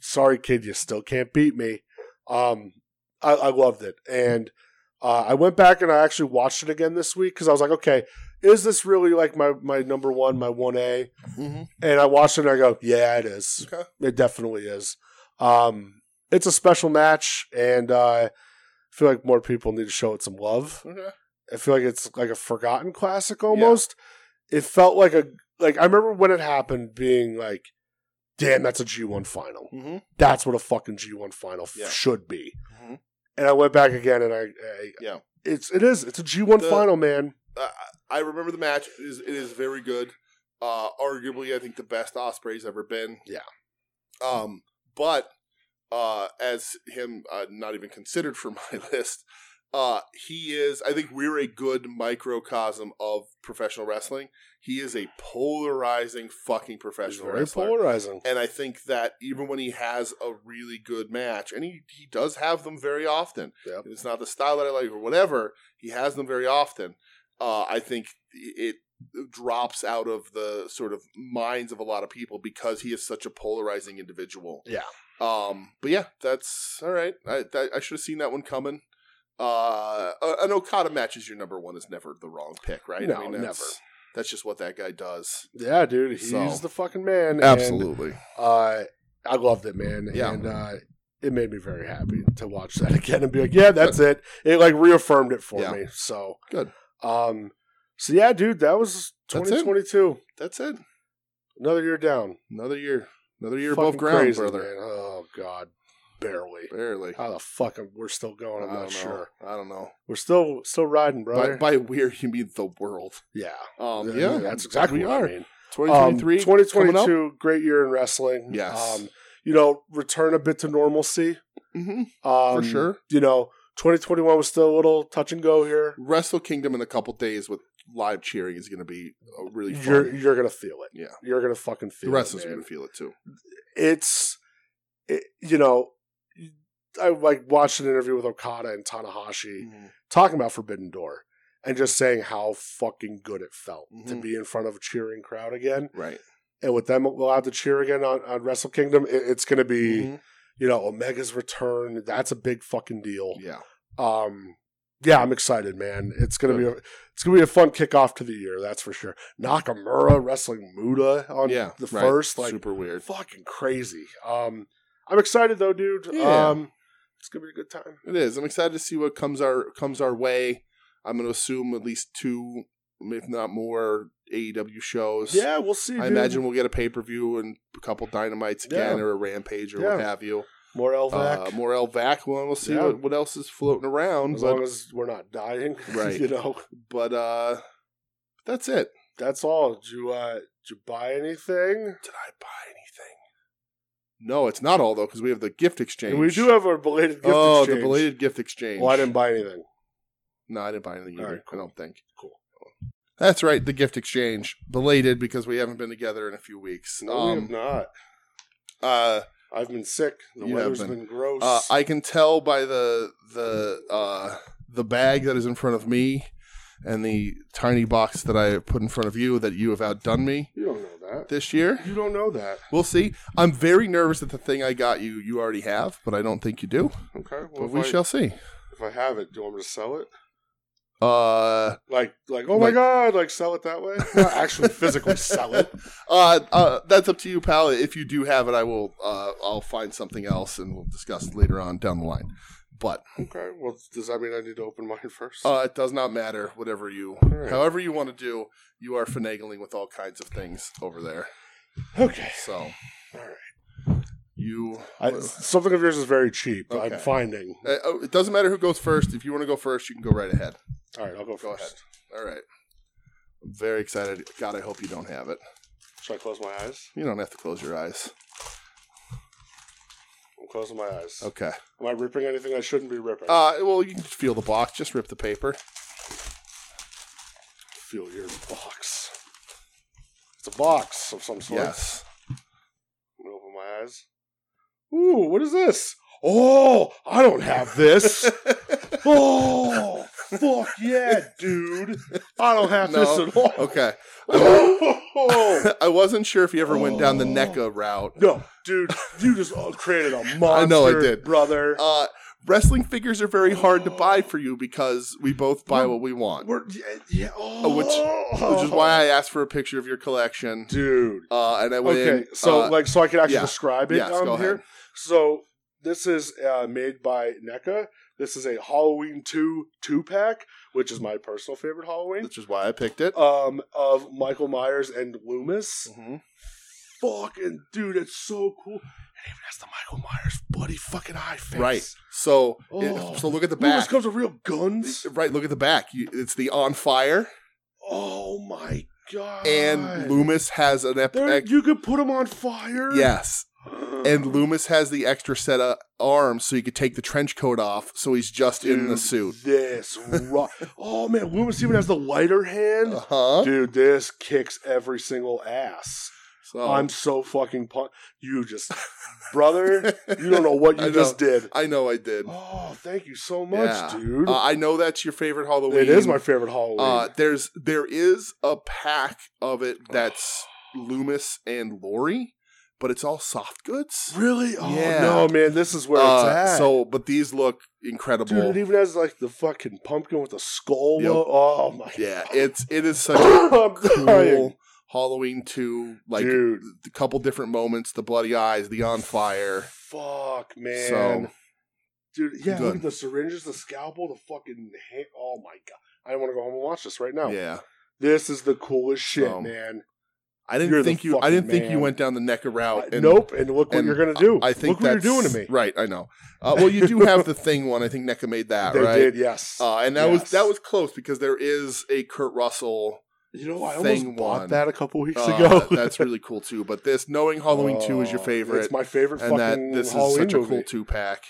Speaker 2: sorry kid, you still can't beat me. Um, I, I loved it, and uh, I went back and I actually watched it again this week because I was like, okay, is this really like my my number one, my one A?
Speaker 1: Mm-hmm.
Speaker 2: And I watched it and I go, yeah, it is.
Speaker 1: Okay.
Speaker 2: It definitely is. Um, it's a special match, and uh, I feel like more people need to show it some love.
Speaker 1: Okay.
Speaker 2: I feel like it's like a forgotten classic
Speaker 1: Yeah.
Speaker 2: almost. It felt like a like I remember when it happened being like, damn, that's a G one final.
Speaker 1: Mm-hmm.
Speaker 2: That's what a fucking G one final f-
Speaker 1: Yeah.
Speaker 2: should be.
Speaker 1: Mhm.
Speaker 2: And I went back again, and I, I
Speaker 1: Yeah.
Speaker 2: it's it is it's a G one
Speaker 1: The-
Speaker 2: final, man.
Speaker 1: Uh, I remember the match. It is, it is very good. Uh, arguably, I think the best Osprey's ever been.
Speaker 2: Yeah.
Speaker 1: Um, but uh, as him uh, not even considered for my list, uh, he is. I think we're a good microcosm of professional wrestling. He is a polarizing fucking
Speaker 2: It's
Speaker 1: professional
Speaker 2: very
Speaker 1: wrestler.
Speaker 2: polarizing.
Speaker 1: And I think that even when he has a really good match, and he, he does have them very often,
Speaker 2: Yep.
Speaker 1: if it's not the style that I like or whatever, he has them very often. Uh, I think it drops out of the sort of minds of a lot of people because he is such a polarizing individual.
Speaker 2: Yeah.
Speaker 1: Um, but yeah, that's all right. I, that, I should have seen that one coming. Uh, a- an Okada match is your number one is never the wrong pick, right?
Speaker 2: No,
Speaker 1: that's,
Speaker 2: never.
Speaker 1: That's just what that guy does.
Speaker 2: Yeah, dude, he's
Speaker 1: So-
Speaker 2: the fucking man. and, uh, I loved it, man.
Speaker 1: Yeah.
Speaker 2: and uh, it made me very happy to watch that again and be like, yeah, that's it. It like reaffirmed it for
Speaker 1: Yeah.
Speaker 2: me. So
Speaker 1: Good.
Speaker 2: Um, so yeah, dude, that was
Speaker 1: That's it.
Speaker 2: 2022.
Speaker 1: That's it.
Speaker 2: Another year down.
Speaker 1: Another year. Another year
Speaker 2: Fucking
Speaker 1: above ground,
Speaker 2: crazy,
Speaker 1: brother.
Speaker 2: man. Oh god, barely.
Speaker 1: Barely.
Speaker 2: How the fuck am, we're still
Speaker 1: I
Speaker 2: going?
Speaker 1: don't
Speaker 2: I'm
Speaker 1: know.
Speaker 2: not sure.
Speaker 1: I don't know.
Speaker 2: We're still still riding,
Speaker 1: By,
Speaker 2: brother.
Speaker 1: by weird, you mean the world.
Speaker 2: yeah,
Speaker 1: Um,
Speaker 2: Th-
Speaker 1: yeah,
Speaker 2: that's exactly
Speaker 1: we
Speaker 2: what
Speaker 1: are.
Speaker 2: I mean. Um,
Speaker 1: 2023. 2022.
Speaker 2: 2022, great year in wrestling.
Speaker 1: Yes.
Speaker 2: um, you know, return a bit to normalcy.
Speaker 1: Mm-hmm.
Speaker 2: Um,
Speaker 1: sure.
Speaker 2: You know, 2021 was still a little touch and go here.
Speaker 1: Wrestle Kingdom in a couple days with live cheering is going to be uh, really fun.
Speaker 2: You're you're gonna feel it.
Speaker 1: Yeah.
Speaker 2: you're gonna fucking feel
Speaker 1: the rest
Speaker 2: it.
Speaker 1: is
Speaker 2: man.
Speaker 1: going to feel it too.
Speaker 2: It's, it, you know, I like watched an interview with Okada and Tanahashi
Speaker 1: Mm.
Speaker 2: talking about Forbidden Door and just saying how fucking good it felt to
Speaker 1: Mhm.
Speaker 2: be in front of a cheering crowd again.
Speaker 1: Right.
Speaker 2: And with them allowed to cheer again on, on Wrestle Kingdom, it, it's gonna be
Speaker 1: Mhm.
Speaker 2: you know Omega's return. That's a big fucking deal.
Speaker 1: Yeah.
Speaker 2: um yeah i'm excited man it's gonna be a it's gonna be a fun kickoff to the year that's for sure nakamura wrestling muda on
Speaker 1: yeah.
Speaker 2: the
Speaker 1: right.
Speaker 2: first like
Speaker 1: super weird.
Speaker 2: fucking crazy um i'm excited though dude
Speaker 1: Yeah.
Speaker 2: um it's gonna be a good time
Speaker 1: It is. I'm excited to see what comes our comes our way. I'm going to assume at least two, if not more, AEW shows.
Speaker 2: yeah we'll see
Speaker 1: I
Speaker 2: dude.
Speaker 1: imagine we'll get a pay per view and a couple dynamites again
Speaker 2: Mm-hmm. Yeah.
Speaker 1: or a rampage or
Speaker 2: Yeah.
Speaker 1: what have you.
Speaker 2: more lvac
Speaker 1: Uh, more LVAC. Well, we'll see
Speaker 2: Yeah.
Speaker 1: what, what else is floating around.
Speaker 2: as
Speaker 1: but
Speaker 2: long as we're not dying
Speaker 1: Right.
Speaker 2: you know
Speaker 1: but uh, that's it.
Speaker 2: that's all did you uh did you buy anything
Speaker 1: Did I buy anything? No, it's not all though because we have the gift exchange.
Speaker 2: we do have a belated gift
Speaker 1: oh,
Speaker 2: exchange.
Speaker 1: the belated gift exchange.
Speaker 2: well i didn't buy anything
Speaker 1: No, I didn't buy anything
Speaker 2: All
Speaker 1: either.
Speaker 2: right, cool.
Speaker 1: I don't think.
Speaker 2: Cool.
Speaker 1: That's right. The gift exchange belated because we haven't been together in a few weeks.
Speaker 2: no we
Speaker 1: um,
Speaker 2: have not
Speaker 1: uh,
Speaker 2: i've been sick the
Speaker 1: You have
Speaker 2: weather's
Speaker 1: been.
Speaker 2: been. gross
Speaker 1: Uh, I can tell by the the uh, the bag that is in front of me and the tiny box that I put in front of you that you have outdone me
Speaker 2: You don't know that.
Speaker 1: this year.
Speaker 2: You don't know that.
Speaker 1: We'll see. I'm very nervous that the thing I got you you already have, but I don't think you do.
Speaker 2: Okay. Well,
Speaker 1: But
Speaker 2: if
Speaker 1: we
Speaker 2: I,
Speaker 1: shall see.
Speaker 2: If I have it, do you want me to sell it?
Speaker 1: Uh,
Speaker 2: Like, like, oh
Speaker 1: Like-
Speaker 2: my god, like sell it that way? Not actually, physically sell it.
Speaker 1: uh, uh, that's up to you, pal. If you do have it, I will. Uh, I'll find something else, and we'll discuss later on down the line. But
Speaker 2: Okay. Well, does that mean I need to open mine first?
Speaker 1: uh, it does not matter. Whatever you,
Speaker 2: right.
Speaker 1: however you want to do, you are finagling with all kinds of things over there.
Speaker 2: okay.
Speaker 1: So
Speaker 2: All right.
Speaker 1: you,
Speaker 2: I, something of yours is very cheap.
Speaker 1: Okay.
Speaker 2: I'm finding.
Speaker 1: Uh, oh, it doesn't matter who goes first. If you want to go first, you can go right ahead.
Speaker 2: All right, I'll go first.
Speaker 1: Go ahead. All right. I'm very excited. God, I hope you don't have it.
Speaker 2: Should I close my eyes?
Speaker 1: You don't have to close your eyes.
Speaker 2: I'm closing my eyes.
Speaker 1: Okay.
Speaker 2: Am I ripping anything I shouldn't be ripping?
Speaker 1: Uh, well, you can just feel the box. Just rip the paper.
Speaker 2: Feel your box. It's a box of some sort.
Speaker 1: Yes.
Speaker 2: I'm gonna open my eyes. Ooh, what is this? Oh, I don't have this. Oh, fuck yeah, dude. I don't have
Speaker 1: No.
Speaker 2: this at all.
Speaker 1: Okay.
Speaker 2: Oh.
Speaker 1: I wasn't sure if you ever went down the NECA route.
Speaker 2: no, dude, you just uh, created a monster.
Speaker 1: I know I did.
Speaker 2: Brother.
Speaker 1: Uh, Wrestling figures are very hard to buy for you because we both buy what we want,
Speaker 2: We're, yeah, yeah,
Speaker 1: Oh, which-
Speaker 2: oh.
Speaker 1: which is why I asked for a picture of your collection.
Speaker 2: dude.
Speaker 1: Uh, and I went
Speaker 2: Okay,
Speaker 1: in.
Speaker 2: so
Speaker 1: uh,
Speaker 2: like, so I could actually
Speaker 1: yeah.
Speaker 2: describe it
Speaker 1: yes,
Speaker 2: um,
Speaker 1: go
Speaker 2: here.
Speaker 1: ahead.
Speaker 2: So this is uh, made by NECA. This is a Halloween two two pack, which is my personal favorite Halloween.
Speaker 1: Which is why I picked it.
Speaker 2: Um, of Michael Myers and Loomis.
Speaker 1: Mhm.
Speaker 2: Fucking dude, it's so cool. It even has the Michael Myers bloody fucking eye face.
Speaker 1: Right. So it-
Speaker 2: Oh.
Speaker 1: so look at the
Speaker 2: Loomis
Speaker 1: back.
Speaker 2: comes with real guns.
Speaker 1: Right, look at the back. You- It's the on fire,
Speaker 2: Oh my god.
Speaker 1: and Loomis has an ep-
Speaker 2: There-
Speaker 1: ex-
Speaker 2: you could put him on fire.
Speaker 1: yes, and Loomis has the extra set of arms, so you could take the trench coat off, so he's just in the
Speaker 2: Dude,
Speaker 1: suit.
Speaker 2: This rock. oh man, Loomis even has the lighter hand.
Speaker 1: Uh huh.
Speaker 2: Dude, this kicks every single ass.
Speaker 1: So
Speaker 2: I'm so fucking pumped. You just, brother, you don't know what
Speaker 1: I
Speaker 2: you
Speaker 1: know.
Speaker 2: just did.
Speaker 1: I know I did.
Speaker 2: Oh, thank you so much,
Speaker 1: Yeah.
Speaker 2: dude.
Speaker 1: Uh, I know that's your favorite Halloween.
Speaker 2: it is my favorite Halloween.
Speaker 1: Uh, there's there is a pack of it that's Loomis and Lori, but it's all soft goods.
Speaker 2: really? Oh
Speaker 1: yeah.
Speaker 2: no, man, this is where
Speaker 1: Uh,
Speaker 2: it's at.
Speaker 1: So, but these look incredible.
Speaker 2: dude, it even has like the fucking pumpkin with the skull.
Speaker 1: Yep.
Speaker 2: lo- Oh my.
Speaker 1: yeah, it's it is such a
Speaker 2: I'm dying.
Speaker 1: cool Halloween two. Like
Speaker 2: dude.
Speaker 1: a couple different moments, the bloody eyes, the on fire.
Speaker 2: Fuck, man.
Speaker 1: So
Speaker 2: Dude, yeah, look
Speaker 1: Good.
Speaker 2: at the syringes, the scalpel, the fucking hand. Oh my god. I want to go home and watch this right now.
Speaker 1: yeah,
Speaker 2: This is the coolest shit,
Speaker 1: Um,
Speaker 2: man.
Speaker 1: I didn't
Speaker 2: You're the
Speaker 1: think you. I
Speaker 2: fucking
Speaker 1: didn't think you
Speaker 2: man.
Speaker 1: went down the neck
Speaker 2: I-
Speaker 1: route. oh, and-
Speaker 2: nope, and look what
Speaker 1: and
Speaker 2: you're gonna do.
Speaker 1: I think
Speaker 2: look what you're
Speaker 1: that's-
Speaker 2: doing to me.
Speaker 1: Right, I know. Uh, well, you do have the thing one. I think NECA made that.
Speaker 2: they
Speaker 1: right?
Speaker 2: did, yes.
Speaker 1: Uh, and that was
Speaker 2: Yes.
Speaker 1: that was close because there is a Kurt Russell.
Speaker 2: you know, I
Speaker 1: thing
Speaker 2: almost bought
Speaker 1: one.
Speaker 2: that a couple weeks
Speaker 1: uh,
Speaker 2: ago.
Speaker 1: that- that's really cool too. But this knowing Halloween two is your
Speaker 2: Oh,
Speaker 1: favorite,
Speaker 2: It's my favorite
Speaker 1: and that
Speaker 2: fucking
Speaker 1: this
Speaker 2: Halloween
Speaker 1: is such a
Speaker 2: movie.
Speaker 1: cool two pack.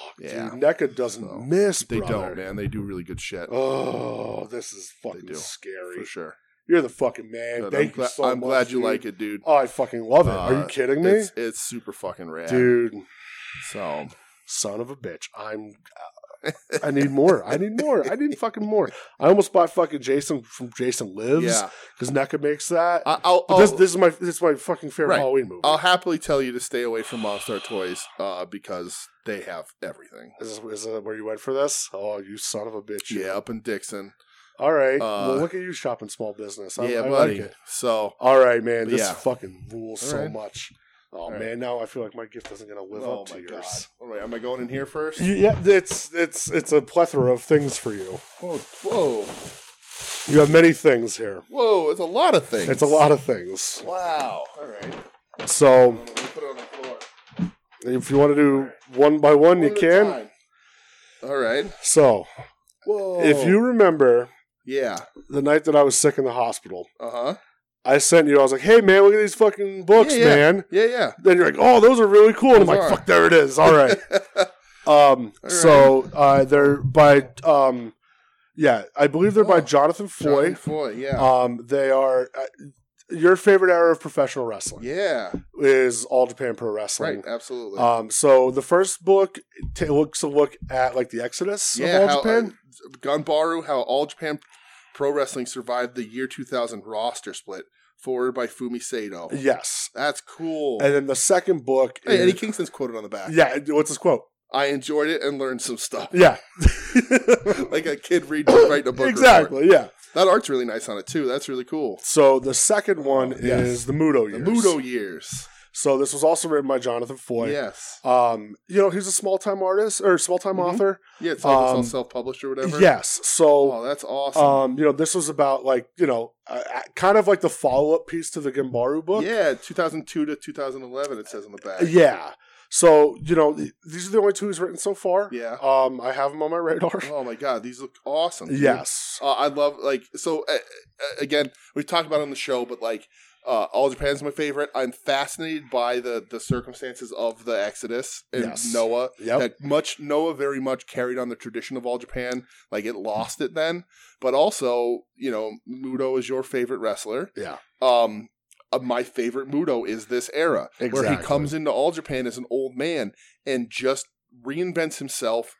Speaker 2: Fuck,
Speaker 1: Yeah.
Speaker 2: dude, NECA doesn't
Speaker 1: So,
Speaker 2: miss.
Speaker 1: They
Speaker 2: brother.
Speaker 1: don't, man. They do really good shit
Speaker 2: Oh, this is fucking
Speaker 1: do,
Speaker 2: scary.
Speaker 1: for sure.
Speaker 2: You're the fucking man.
Speaker 1: But
Speaker 2: Thank
Speaker 1: I'm,
Speaker 2: you
Speaker 1: gla-
Speaker 2: so
Speaker 1: I'm
Speaker 2: much.
Speaker 1: glad you
Speaker 2: dude.
Speaker 1: like it, dude.
Speaker 2: Oh, I fucking love it. Are
Speaker 1: Uh,
Speaker 2: you kidding me,
Speaker 1: It's, it's super fucking rad,
Speaker 2: dude?
Speaker 1: So
Speaker 2: son of a bitch. I'm. uh, I need more. I need more. I need fucking more. I almost bought fucking Jason from Jason Lives
Speaker 1: yeah,
Speaker 2: because NECA makes that.
Speaker 1: I, I'll
Speaker 2: But
Speaker 1: I'll,
Speaker 2: this, this is my this is my fucking favorite
Speaker 1: Right. Uh,
Speaker 2: Halloween movie.
Speaker 1: I'll happily tell you to stay away from Monstar Toys uh, because they have everything.
Speaker 2: is, this, is that where you went for this? Oh, you son of a bitch! you.
Speaker 1: Yeah, up in Dixon.
Speaker 2: All right.
Speaker 1: Uh,
Speaker 2: well, look at you shopping small business. I,
Speaker 1: yeah,
Speaker 2: I
Speaker 1: buddy.
Speaker 2: like it.
Speaker 1: So
Speaker 2: All right, man.
Speaker 1: But
Speaker 2: This
Speaker 1: yeah.
Speaker 2: fucking rules
Speaker 1: All
Speaker 2: so
Speaker 1: right.
Speaker 2: much. Oh
Speaker 1: All right. Oh
Speaker 2: man, now I feel like my gift isn't gonna live up to yours.
Speaker 1: All right, am I going in here first?
Speaker 2: You- yeah, it's it's it's a plethora of things for you.
Speaker 1: Whoa, whoa,
Speaker 2: You have many things here.
Speaker 1: whoa! It's a lot of things.
Speaker 2: It's a lot of things.
Speaker 1: Wow. All right.
Speaker 2: So
Speaker 1: Let me put it on the floor.
Speaker 2: if you want to do one by one, you
Speaker 1: One at a
Speaker 2: can.
Speaker 1: time. All right.
Speaker 2: So
Speaker 1: Whoa.
Speaker 2: if you remember
Speaker 1: Yeah.
Speaker 2: the night that I was sick in the hospital,
Speaker 1: Uh huh.
Speaker 2: I sent you. I was like, "Hey man, look at these fucking books,
Speaker 1: Yeah, yeah.
Speaker 2: man."
Speaker 1: Yeah, yeah.
Speaker 2: Then you're like, "Oh, those are really cool." And I'm
Speaker 1: Those
Speaker 2: like,
Speaker 1: are.
Speaker 2: "Fuck, there it is. All right." um.
Speaker 1: right.
Speaker 2: So uh, they're by um, yeah, I believe they're by
Speaker 1: Oh,
Speaker 2: Jonathan Foy.
Speaker 1: John Foy. Yeah.
Speaker 2: Um, they are. Uh, your favorite era of professional wrestling
Speaker 1: yeah.
Speaker 2: is All Japan Pro Wrestling.
Speaker 1: Right. Absolutely.
Speaker 2: Um, so the first book ta looks a look at like the Exodus
Speaker 1: yeah.
Speaker 2: of all Japan.
Speaker 1: How, uh, Gunbaru, how all Japan pro wrestling survived the year 2000 roster split, forwarded by Fumi Sato.
Speaker 2: yes,
Speaker 1: That's cool.
Speaker 2: and then the second book.
Speaker 1: uh, hey, Eddie
Speaker 2: Is,
Speaker 1: Kingston's quoted on the back.
Speaker 2: yeah, what's his quote?
Speaker 1: I enjoyed it and learned some stuff.
Speaker 2: Yeah,
Speaker 1: like a kid reading writing a book. Exactly.
Speaker 2: exactly. Yeah.
Speaker 1: That art's really nice on it too. That's really cool.
Speaker 2: So the second one
Speaker 1: Yes.
Speaker 2: is the Mudo
Speaker 1: The
Speaker 2: years.
Speaker 1: Mudo years.
Speaker 2: So this was also written by Jonathan Foy.
Speaker 1: Yes.
Speaker 2: Um, you know he's a small time artist or small time
Speaker 1: Mhm.
Speaker 2: author.
Speaker 1: Yeah, it's all, it's all
Speaker 2: Um,
Speaker 1: self-published or whatever.
Speaker 2: Yes. So.
Speaker 1: Oh, that's awesome.
Speaker 2: Um, you know, this was about like you know, uh, uh, kind of like the follow up piece to the Gimbaru book.
Speaker 1: yeah, 2002 to 2011 it says on the back.
Speaker 2: Yeah. So, you know, th- these are the only two he's written so far.
Speaker 1: Yeah.
Speaker 2: Um, I have him on my radar.
Speaker 1: Oh my god, these look awesome. dude.
Speaker 2: yes.
Speaker 1: Uh, I love like so uh, uh, again, we've talked about it on the show but like uh, All Japan's my favorite. I'm fascinated by the the circumstances of the Exodus and
Speaker 2: Yes.
Speaker 1: Noah
Speaker 2: Yep.
Speaker 1: that much Noah very much carried on the tradition of all Japan. Like it lost it then, but also you know Mudo is your favorite wrestler.
Speaker 2: Yeah.
Speaker 1: Um, uh, my favorite Mudo is this era where he
Speaker 2: Exactly.
Speaker 1: comes into all Japan as an old man and just reinvents himself,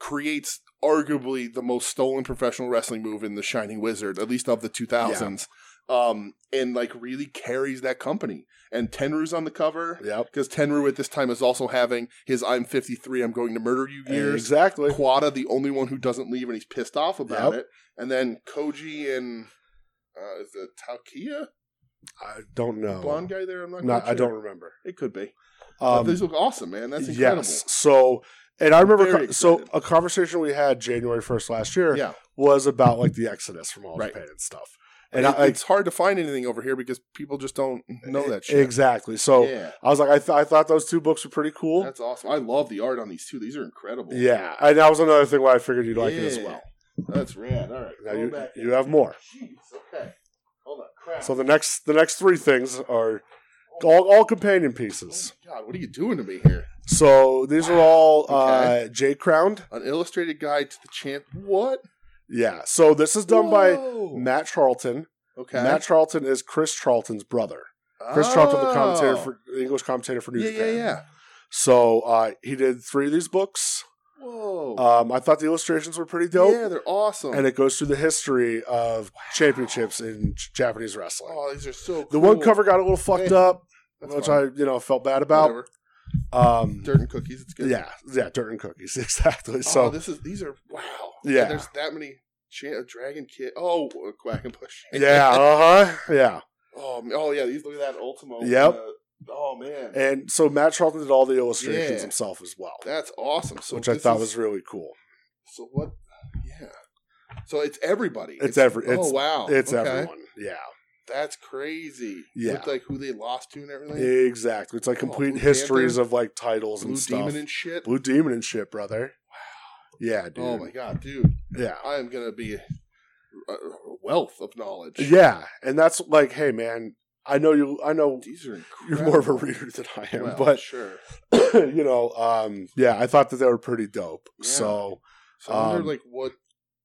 Speaker 1: creates arguably the most stolen professional wrestling move in the Shining Wizard, at least of the 2000s. um, and like really carries that company. And Tenru's on the cover
Speaker 2: Yep.
Speaker 1: because Tenru at this time is also having his "I'm 53, I'm going to murder you" years.
Speaker 2: Exactly.
Speaker 1: Quada, the only one who doesn't leave, and he's pissed off about
Speaker 2: Yep.
Speaker 1: it. And then Koji and uh, is it Taukia,
Speaker 2: I don't know.
Speaker 1: blonde guy there? I'm not.
Speaker 2: No,
Speaker 1: quite
Speaker 2: I
Speaker 1: sure.
Speaker 2: don't remember.
Speaker 1: It could be. But
Speaker 2: Um,
Speaker 1: these look awesome, man. That's incredible.
Speaker 2: Yes. So, and I remember
Speaker 1: Very
Speaker 2: co- so
Speaker 1: excited.
Speaker 2: a conversation we had January first last year
Speaker 1: Yeah.
Speaker 2: was about like the Exodus from all
Speaker 1: Right.
Speaker 2: Japan and stuff.
Speaker 1: And
Speaker 2: And I,
Speaker 1: it's hard to find anything over here because people just don't know that shit.
Speaker 2: exactly. So
Speaker 1: yeah,
Speaker 2: I was like, I, th- I thought those two books were pretty cool.
Speaker 1: that's awesome. I love the art on these two. These are incredible.
Speaker 2: yeah, and that was another thing why I figured you'd like it as
Speaker 1: Yeah.
Speaker 2: well.
Speaker 1: That's rad. All right.
Speaker 2: Now
Speaker 1: go
Speaker 2: you
Speaker 1: back
Speaker 2: you have more.
Speaker 1: Jeez, okay. Hold on. Crap.
Speaker 2: So the next the next three things are all, all companion
Speaker 1: Oh
Speaker 2: pieces.
Speaker 1: my God, what are you doing to me here?
Speaker 2: So these are all uh,
Speaker 1: Okay.
Speaker 2: J crowned.
Speaker 1: An illustrated guide to the champ. What?
Speaker 2: Yeah. So this is done by
Speaker 1: Whoa.
Speaker 2: Matt Charlton.
Speaker 1: Okay.
Speaker 2: Matt Charlton is Chris Charlton's brother. Chris Charlton, the commentator
Speaker 1: Oh.
Speaker 2: for the English commentator for New
Speaker 1: Yeah, yeah,
Speaker 2: Japan.
Speaker 1: yeah.
Speaker 2: So uh, he did three of these books.
Speaker 1: Whoa.
Speaker 2: Um, I thought the illustrations were pretty dope,
Speaker 1: Yeah, they're awesome.
Speaker 2: and it goes through the history of championships in J- Japanese wrestling.
Speaker 1: oh, these are so
Speaker 2: the
Speaker 1: cool.
Speaker 2: one cover got a little fucked
Speaker 1: Hey,
Speaker 2: up,
Speaker 1: That's
Speaker 2: which
Speaker 1: fine.
Speaker 2: I you know felt bad about.
Speaker 1: Whatever.
Speaker 2: Um,
Speaker 1: dirt and cookies. It's good.
Speaker 2: yeah, yeah, dirt and cookies, exactly.
Speaker 1: So
Speaker 2: So
Speaker 1: this is these are wow.
Speaker 2: Yeah.
Speaker 1: There's that many cha- dragon kid. Oh, quack and push.
Speaker 2: yeah, uh huh, yeah.
Speaker 1: Oh, m- oh yeah. These look at that Ultimo.
Speaker 2: Yep.
Speaker 1: Uh, oh man,
Speaker 2: And so Matt Charlton did all the illustrations
Speaker 1: Yeah.
Speaker 2: himself as well,
Speaker 1: that's awesome. So
Speaker 2: which I
Speaker 1: this
Speaker 2: thought
Speaker 1: is-
Speaker 2: was really cool.
Speaker 1: So what? Yeah. So it's everybody.
Speaker 2: It's every-
Speaker 1: oh
Speaker 2: it's-
Speaker 1: wow.
Speaker 2: It's
Speaker 1: Okay.
Speaker 2: everyone, yeah.
Speaker 1: That's crazy.
Speaker 2: Yeah.
Speaker 1: Looked like who they lost to and everything.
Speaker 2: Exactly. It's like
Speaker 1: Oh,
Speaker 2: complete
Speaker 1: Blue
Speaker 2: histories
Speaker 1: Panther,
Speaker 2: of like titles
Speaker 1: Blue
Speaker 2: and stuff.
Speaker 1: demon and shit.
Speaker 2: Blue Demon and shit, brother. Wow. Yeah, dude.
Speaker 1: Oh my god, dude!
Speaker 2: Yeah.
Speaker 1: I am gonna be a a wealth of knowledge.
Speaker 2: Yeah. And that's like, hey man, I know you I know
Speaker 1: These are incredible.
Speaker 2: you're more of a reader than I am,
Speaker 1: Well,
Speaker 2: but
Speaker 1: sure.
Speaker 2: you know, um yeah, I thought that they were pretty dope.
Speaker 1: Yeah.
Speaker 2: So
Speaker 1: So I wonder,
Speaker 2: Um,
Speaker 1: like, what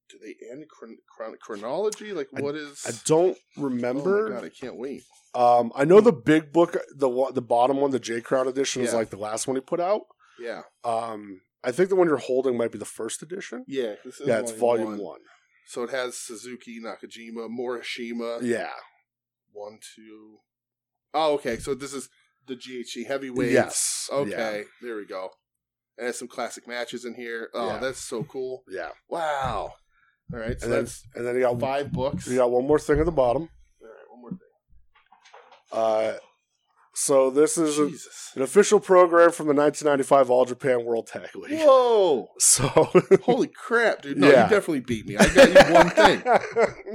Speaker 1: do they end chron- chron- chronology? Like, what is?
Speaker 2: I don't
Speaker 1: Oh my god,
Speaker 2: remember.
Speaker 1: I can't wait.
Speaker 2: um I know the big book the one- the bottom one, the J Crown edition is
Speaker 1: Yeah.
Speaker 2: like the last one he put out.
Speaker 1: Yeah,
Speaker 2: Um I think the one you're holding might be the first edition.
Speaker 1: yeah. This is
Speaker 2: Yeah, it's volume one.
Speaker 1: So it has Suzuki, Nakajima, Morishima.
Speaker 2: Yeah.
Speaker 1: One, two. Oh, okay. So this is the GHC heavyweight.
Speaker 2: Yes. Yeah.
Speaker 1: Okay, there we go. And there's some classic matches in here. Oh,
Speaker 2: Yeah.
Speaker 1: that's so cool.
Speaker 2: Yeah.
Speaker 1: Wow. All right. So
Speaker 2: And then,
Speaker 1: that's
Speaker 2: and then you got
Speaker 1: five books.
Speaker 2: You got one more thing at the bottom.
Speaker 1: All right. One more thing.
Speaker 2: Uh, so this is a,
Speaker 1: Jesus.
Speaker 2: an official program from the 1995 All Japan World Tag League.
Speaker 1: Whoa.
Speaker 2: So
Speaker 1: Holy crap, dude. No,
Speaker 2: Yeah.
Speaker 1: you definitely beat me. I got you one thing.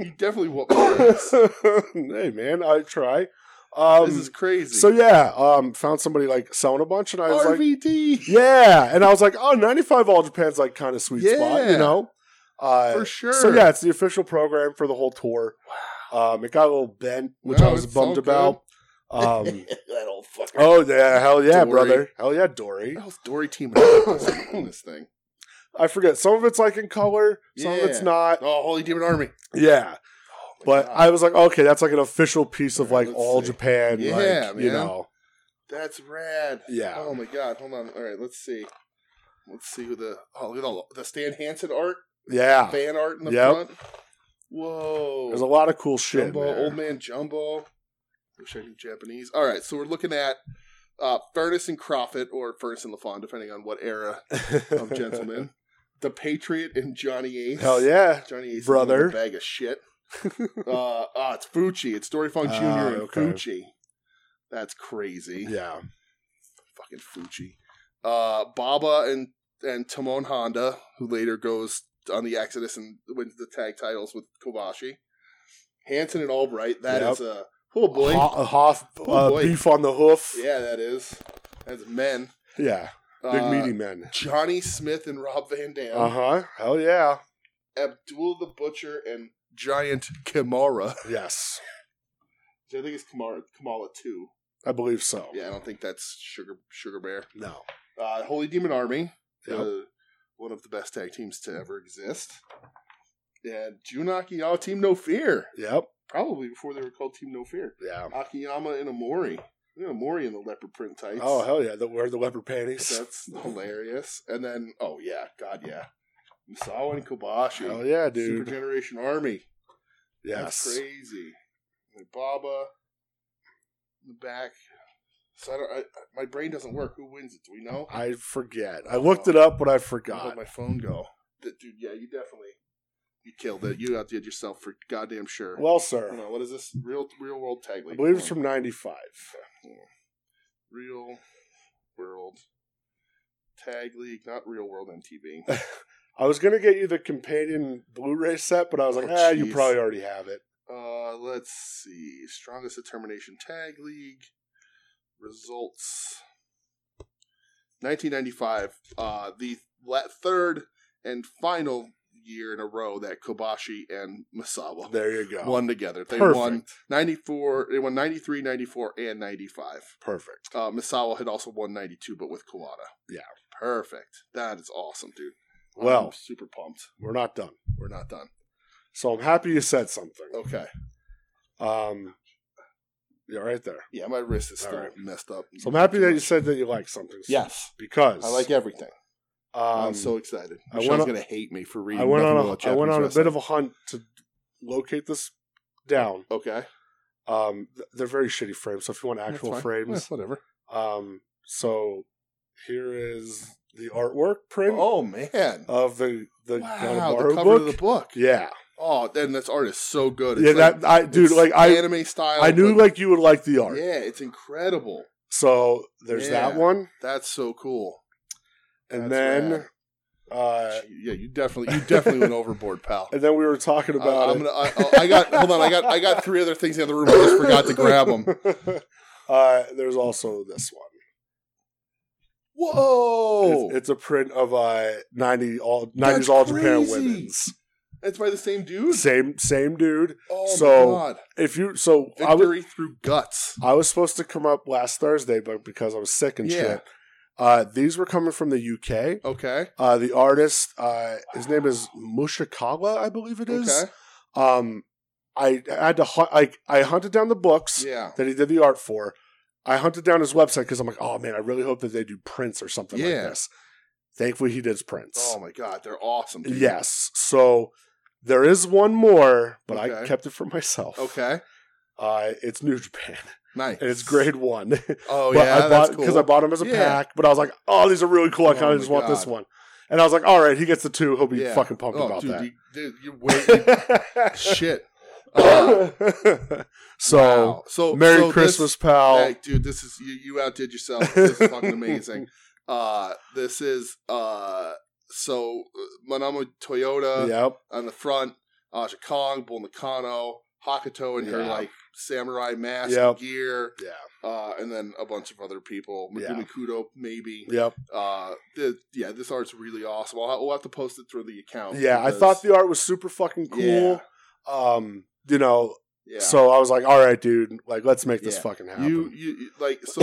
Speaker 1: You definitely whooped my ass.
Speaker 2: hey man, I try. Um,
Speaker 1: This is crazy.
Speaker 2: so yeah, um, found somebody like selling a bunch, and I was like,
Speaker 1: RVD.
Speaker 2: yeah, and I was like, oh, 95 All Japan's like kind of sweet spot, you
Speaker 1: Yeah.
Speaker 2: know. Uh,
Speaker 1: for sure.
Speaker 2: So yeah, it's the official program for the whole tour. Um, it got a little bent, which I
Speaker 1: No,
Speaker 2: was
Speaker 1: it's all
Speaker 2: bummed
Speaker 1: good.
Speaker 2: about. Um,
Speaker 1: that old fucker.
Speaker 2: Oh yeah, hell yeah,
Speaker 1: Dory.
Speaker 2: brother. Hell yeah, Dory.
Speaker 1: How's Dory teaming up with us on this thing?
Speaker 2: I forget. Some of it's like in color, some of it's
Speaker 1: Yeah.
Speaker 2: not.
Speaker 1: Oh, Holy Demon Army.
Speaker 2: Yeah.
Speaker 1: Oh my
Speaker 2: But
Speaker 1: God.
Speaker 2: I was like, okay, that's like an official piece of
Speaker 1: All right,
Speaker 2: like
Speaker 1: let's
Speaker 2: all
Speaker 1: see.
Speaker 2: Japan.
Speaker 1: Yeah,
Speaker 2: like, you
Speaker 1: man.
Speaker 2: know.
Speaker 1: That's rad.
Speaker 2: Yeah.
Speaker 1: Oh my god. Hold on. All right. Let's see. Let's see who the oh look at all the Stan Hansen art,
Speaker 2: Yeah.
Speaker 1: fan art in the
Speaker 2: Ah. Yep.
Speaker 1: front. Whoa.
Speaker 2: There's a lot of cool shit.
Speaker 1: Jumbo,
Speaker 2: in there.
Speaker 1: old man Jumbo. Wish I knew Japanese. All right. So we're looking at uh, Furnace and Crofit, or Furnace and Lafon, depending on what era of gentlemen. the Patriot and Johnny Ace.
Speaker 2: Hell yeah.
Speaker 1: Johnny Ace,
Speaker 2: Brother.
Speaker 1: is a bag of shit. uh, ah, it's Fucci. It's Dory Funk Jr.
Speaker 2: Ah,
Speaker 1: and
Speaker 2: okay.
Speaker 1: Fucci. That's crazy.
Speaker 2: Yeah.
Speaker 1: Fucking Fucci. Uh, Baba and and Timon Honda, who later goes on the Exodus and wins the tag titles with Kobashi. Hanson and Albright. That
Speaker 2: Yep.
Speaker 1: is a oh boy.
Speaker 2: Ho- a hoff
Speaker 1: Oh,
Speaker 2: uh,
Speaker 1: boy.
Speaker 2: beef on the hoof. Yeah.
Speaker 1: Yeah, that is. That's men.
Speaker 2: Big
Speaker 1: Uh,
Speaker 2: meaty men.
Speaker 1: Johnny Smith and Rob Van Dam.
Speaker 2: Uh huh. Hell yeah.
Speaker 1: Abdul the Butcher and Giant Kimara.
Speaker 2: Yes.
Speaker 1: Which I think it's Kamara, Kamala too.
Speaker 2: I believe so.
Speaker 1: Yeah, I don't think that's Sugar Sugar Bear.
Speaker 2: No.
Speaker 1: Uh, Holy Demon Army,
Speaker 2: Yep.
Speaker 1: uh, one of the best tag teams to ever exist. And Jun Akiyama, Team No Fear,
Speaker 2: Yep.
Speaker 1: probably before they were called Team No Fear.
Speaker 2: Yeah.
Speaker 1: Akiyama and Amori. Look at Amori in the leopard print tights.
Speaker 2: Oh hell yeah. The wear the leopard panties.
Speaker 1: that's hilarious. And then, oh yeah, God yeah, Misawa and Kobashi,
Speaker 2: Hell yeah,
Speaker 1: Super
Speaker 2: dude.
Speaker 1: Generation Army.
Speaker 2: Yes.
Speaker 1: That's crazy. and Baba in the back. So I don't. I, I- my brain doesn't work. Who wins it? Do we know?
Speaker 2: I forget. I looked it up, but I
Speaker 1: Where'd
Speaker 2: forgot.
Speaker 1: Oh. my phone go? D- dude, yeah, you definitely you killed it. You outdid yourself for goddamn sure.
Speaker 2: Well,
Speaker 1: You
Speaker 2: sir,
Speaker 1: know, what is this real real world tag league?
Speaker 2: I believe it's from '95.
Speaker 1: real world tag league, not real world MTV.
Speaker 2: I was gonna get you the companion Blu-ray set, but I was like,
Speaker 1: Oh,
Speaker 2: ah, you
Speaker 1: jeez.
Speaker 2: probably already have it.
Speaker 1: uh, let's see, strongest determination tag league results. 1995, uh, the la- third and final year in a row that Kobashi and Misawa
Speaker 2: There you go.
Speaker 1: won together. They
Speaker 2: Perfect.
Speaker 1: won 94, they won 93, 94, and 95.
Speaker 2: Perfect.
Speaker 1: Uh, Misawa had also won 92, but with Kawada.
Speaker 2: Yeah.
Speaker 1: Perfect. That is awesome, dude.
Speaker 2: Well-
Speaker 1: I'm super pumped.
Speaker 2: We're not done.
Speaker 1: We're not done.
Speaker 2: So I'm happy you said something.
Speaker 1: Okay.
Speaker 2: Um, yeah, right there.
Speaker 1: Yeah, my wrist is still
Speaker 2: All right.
Speaker 1: messed up.
Speaker 2: So I'm happy that you said that you like something.
Speaker 1: Yes.
Speaker 2: because
Speaker 1: I like everything.
Speaker 2: Um,
Speaker 1: I'm so excited.
Speaker 2: I
Speaker 1: Michelle's
Speaker 2: went on-
Speaker 1: going to hate me for reading.
Speaker 2: I went
Speaker 1: nothing
Speaker 2: on
Speaker 1: about
Speaker 2: a I
Speaker 1: Japanese
Speaker 2: went on a
Speaker 1: wrestling.
Speaker 2: bit of a hunt to locate this down.
Speaker 1: Okay.
Speaker 2: Um, th- they're very shitty frames. So if you want
Speaker 1: That's
Speaker 2: actual
Speaker 1: fine.
Speaker 2: frames,
Speaker 1: Yeah, whatever.
Speaker 2: um, so here is the artwork print
Speaker 1: Oh, man.
Speaker 2: of the the
Speaker 1: wow.
Speaker 2: Ganabaro
Speaker 1: The cover
Speaker 2: book.
Speaker 1: of the book.
Speaker 2: Yeah,
Speaker 1: Oh, then this art is so good. It's
Speaker 2: yeah.
Speaker 1: like-
Speaker 2: that I dude,
Speaker 1: it's
Speaker 2: like I
Speaker 1: anime style.
Speaker 2: I knew
Speaker 1: but-
Speaker 2: like you would like the art.
Speaker 1: Yeah, it's incredible.
Speaker 2: So there's that
Speaker 1: Yeah.
Speaker 2: one,
Speaker 1: That's so cool. That's
Speaker 2: and then
Speaker 1: rad.
Speaker 2: uh,
Speaker 1: yeah, you definitely you definitely went overboard, pal.
Speaker 2: and then we were talking about
Speaker 1: I,
Speaker 2: it.
Speaker 1: am Gonna, I, I- I got hold on. I got I got three other things in the other room. I just forgot to grab them.
Speaker 2: Uh, there's also this one.
Speaker 1: Whoa!
Speaker 2: It's, it's a print of uh, 90 all, 90s All Japan
Speaker 1: crazy.
Speaker 2: women's.
Speaker 1: That's by the same dude.
Speaker 2: Same same dude.
Speaker 1: Oh
Speaker 2: So-
Speaker 1: my god!
Speaker 2: If you so I was,
Speaker 1: Victory through guts.
Speaker 2: I was supposed to come up last Thursday, but because I was sick and
Speaker 1: Yeah.
Speaker 2: shit. Uh, these were coming from the UK.
Speaker 1: Okay.
Speaker 2: Uh, the artist, uh, his name is Mushikala, I believe it is.
Speaker 1: Okay.
Speaker 2: Um, I had to hunt, like I hunted down the books
Speaker 1: Yeah.
Speaker 2: that he did the art for. I hunted down his website because I'm like, oh man, I really hope that they do prints or something
Speaker 1: Yeah.
Speaker 2: like this. Thankfully, he does prints.
Speaker 1: Oh my god, they're awesome. dude.
Speaker 2: Yes. So there is one more, but I
Speaker 1: Okay.
Speaker 2: kept it for myself.
Speaker 1: Okay.
Speaker 2: Uh, it's New Japan,
Speaker 1: Nice.
Speaker 2: and it's grade one.
Speaker 1: Oh
Speaker 2: but
Speaker 1: yeah,
Speaker 2: I bought
Speaker 1: that's cool.
Speaker 2: because I bought them as a
Speaker 1: Yeah.
Speaker 2: pack. But I was like, oh, these are really cool. I
Speaker 1: Oh
Speaker 2: kind
Speaker 1: my
Speaker 2: of just want this
Speaker 1: God.
Speaker 2: one. And I was like, all right, he gets the two. He'll be
Speaker 1: Yeah.
Speaker 2: fucking pumped
Speaker 1: oh,
Speaker 2: about
Speaker 1: dude,
Speaker 2: that.
Speaker 1: You, dude, you're way- shit. Uh,
Speaker 2: so,
Speaker 1: wow. so
Speaker 2: Merry
Speaker 1: so this-
Speaker 2: Christmas, pal.
Speaker 1: Hey, dude, this is you, you outdid yourself. This is fucking amazing. Uh, this is uh, so uh, Manamo Toyota
Speaker 2: yep.
Speaker 1: on the front, Aja Kong, Bull Nakano, Hakuto, and her
Speaker 2: Yeah.
Speaker 1: like samurai mask
Speaker 2: Yep.
Speaker 1: and gear,
Speaker 2: Yeah.
Speaker 1: uh, and then a bunch of other people.
Speaker 2: Yeah.
Speaker 1: Megumi Kudo, maybe.
Speaker 2: Yep.
Speaker 1: Uh, the, yeah, this art's really awesome. I'll, I'll have to post it through the account.
Speaker 2: Yeah. I
Speaker 1: because-
Speaker 2: thought the art was super fucking cool.
Speaker 1: Yeah.
Speaker 2: Um, you know,
Speaker 1: yeah.
Speaker 2: so I was like, all right, dude, like let's make this
Speaker 1: Yeah.
Speaker 2: fucking happen.
Speaker 1: you, you you- like so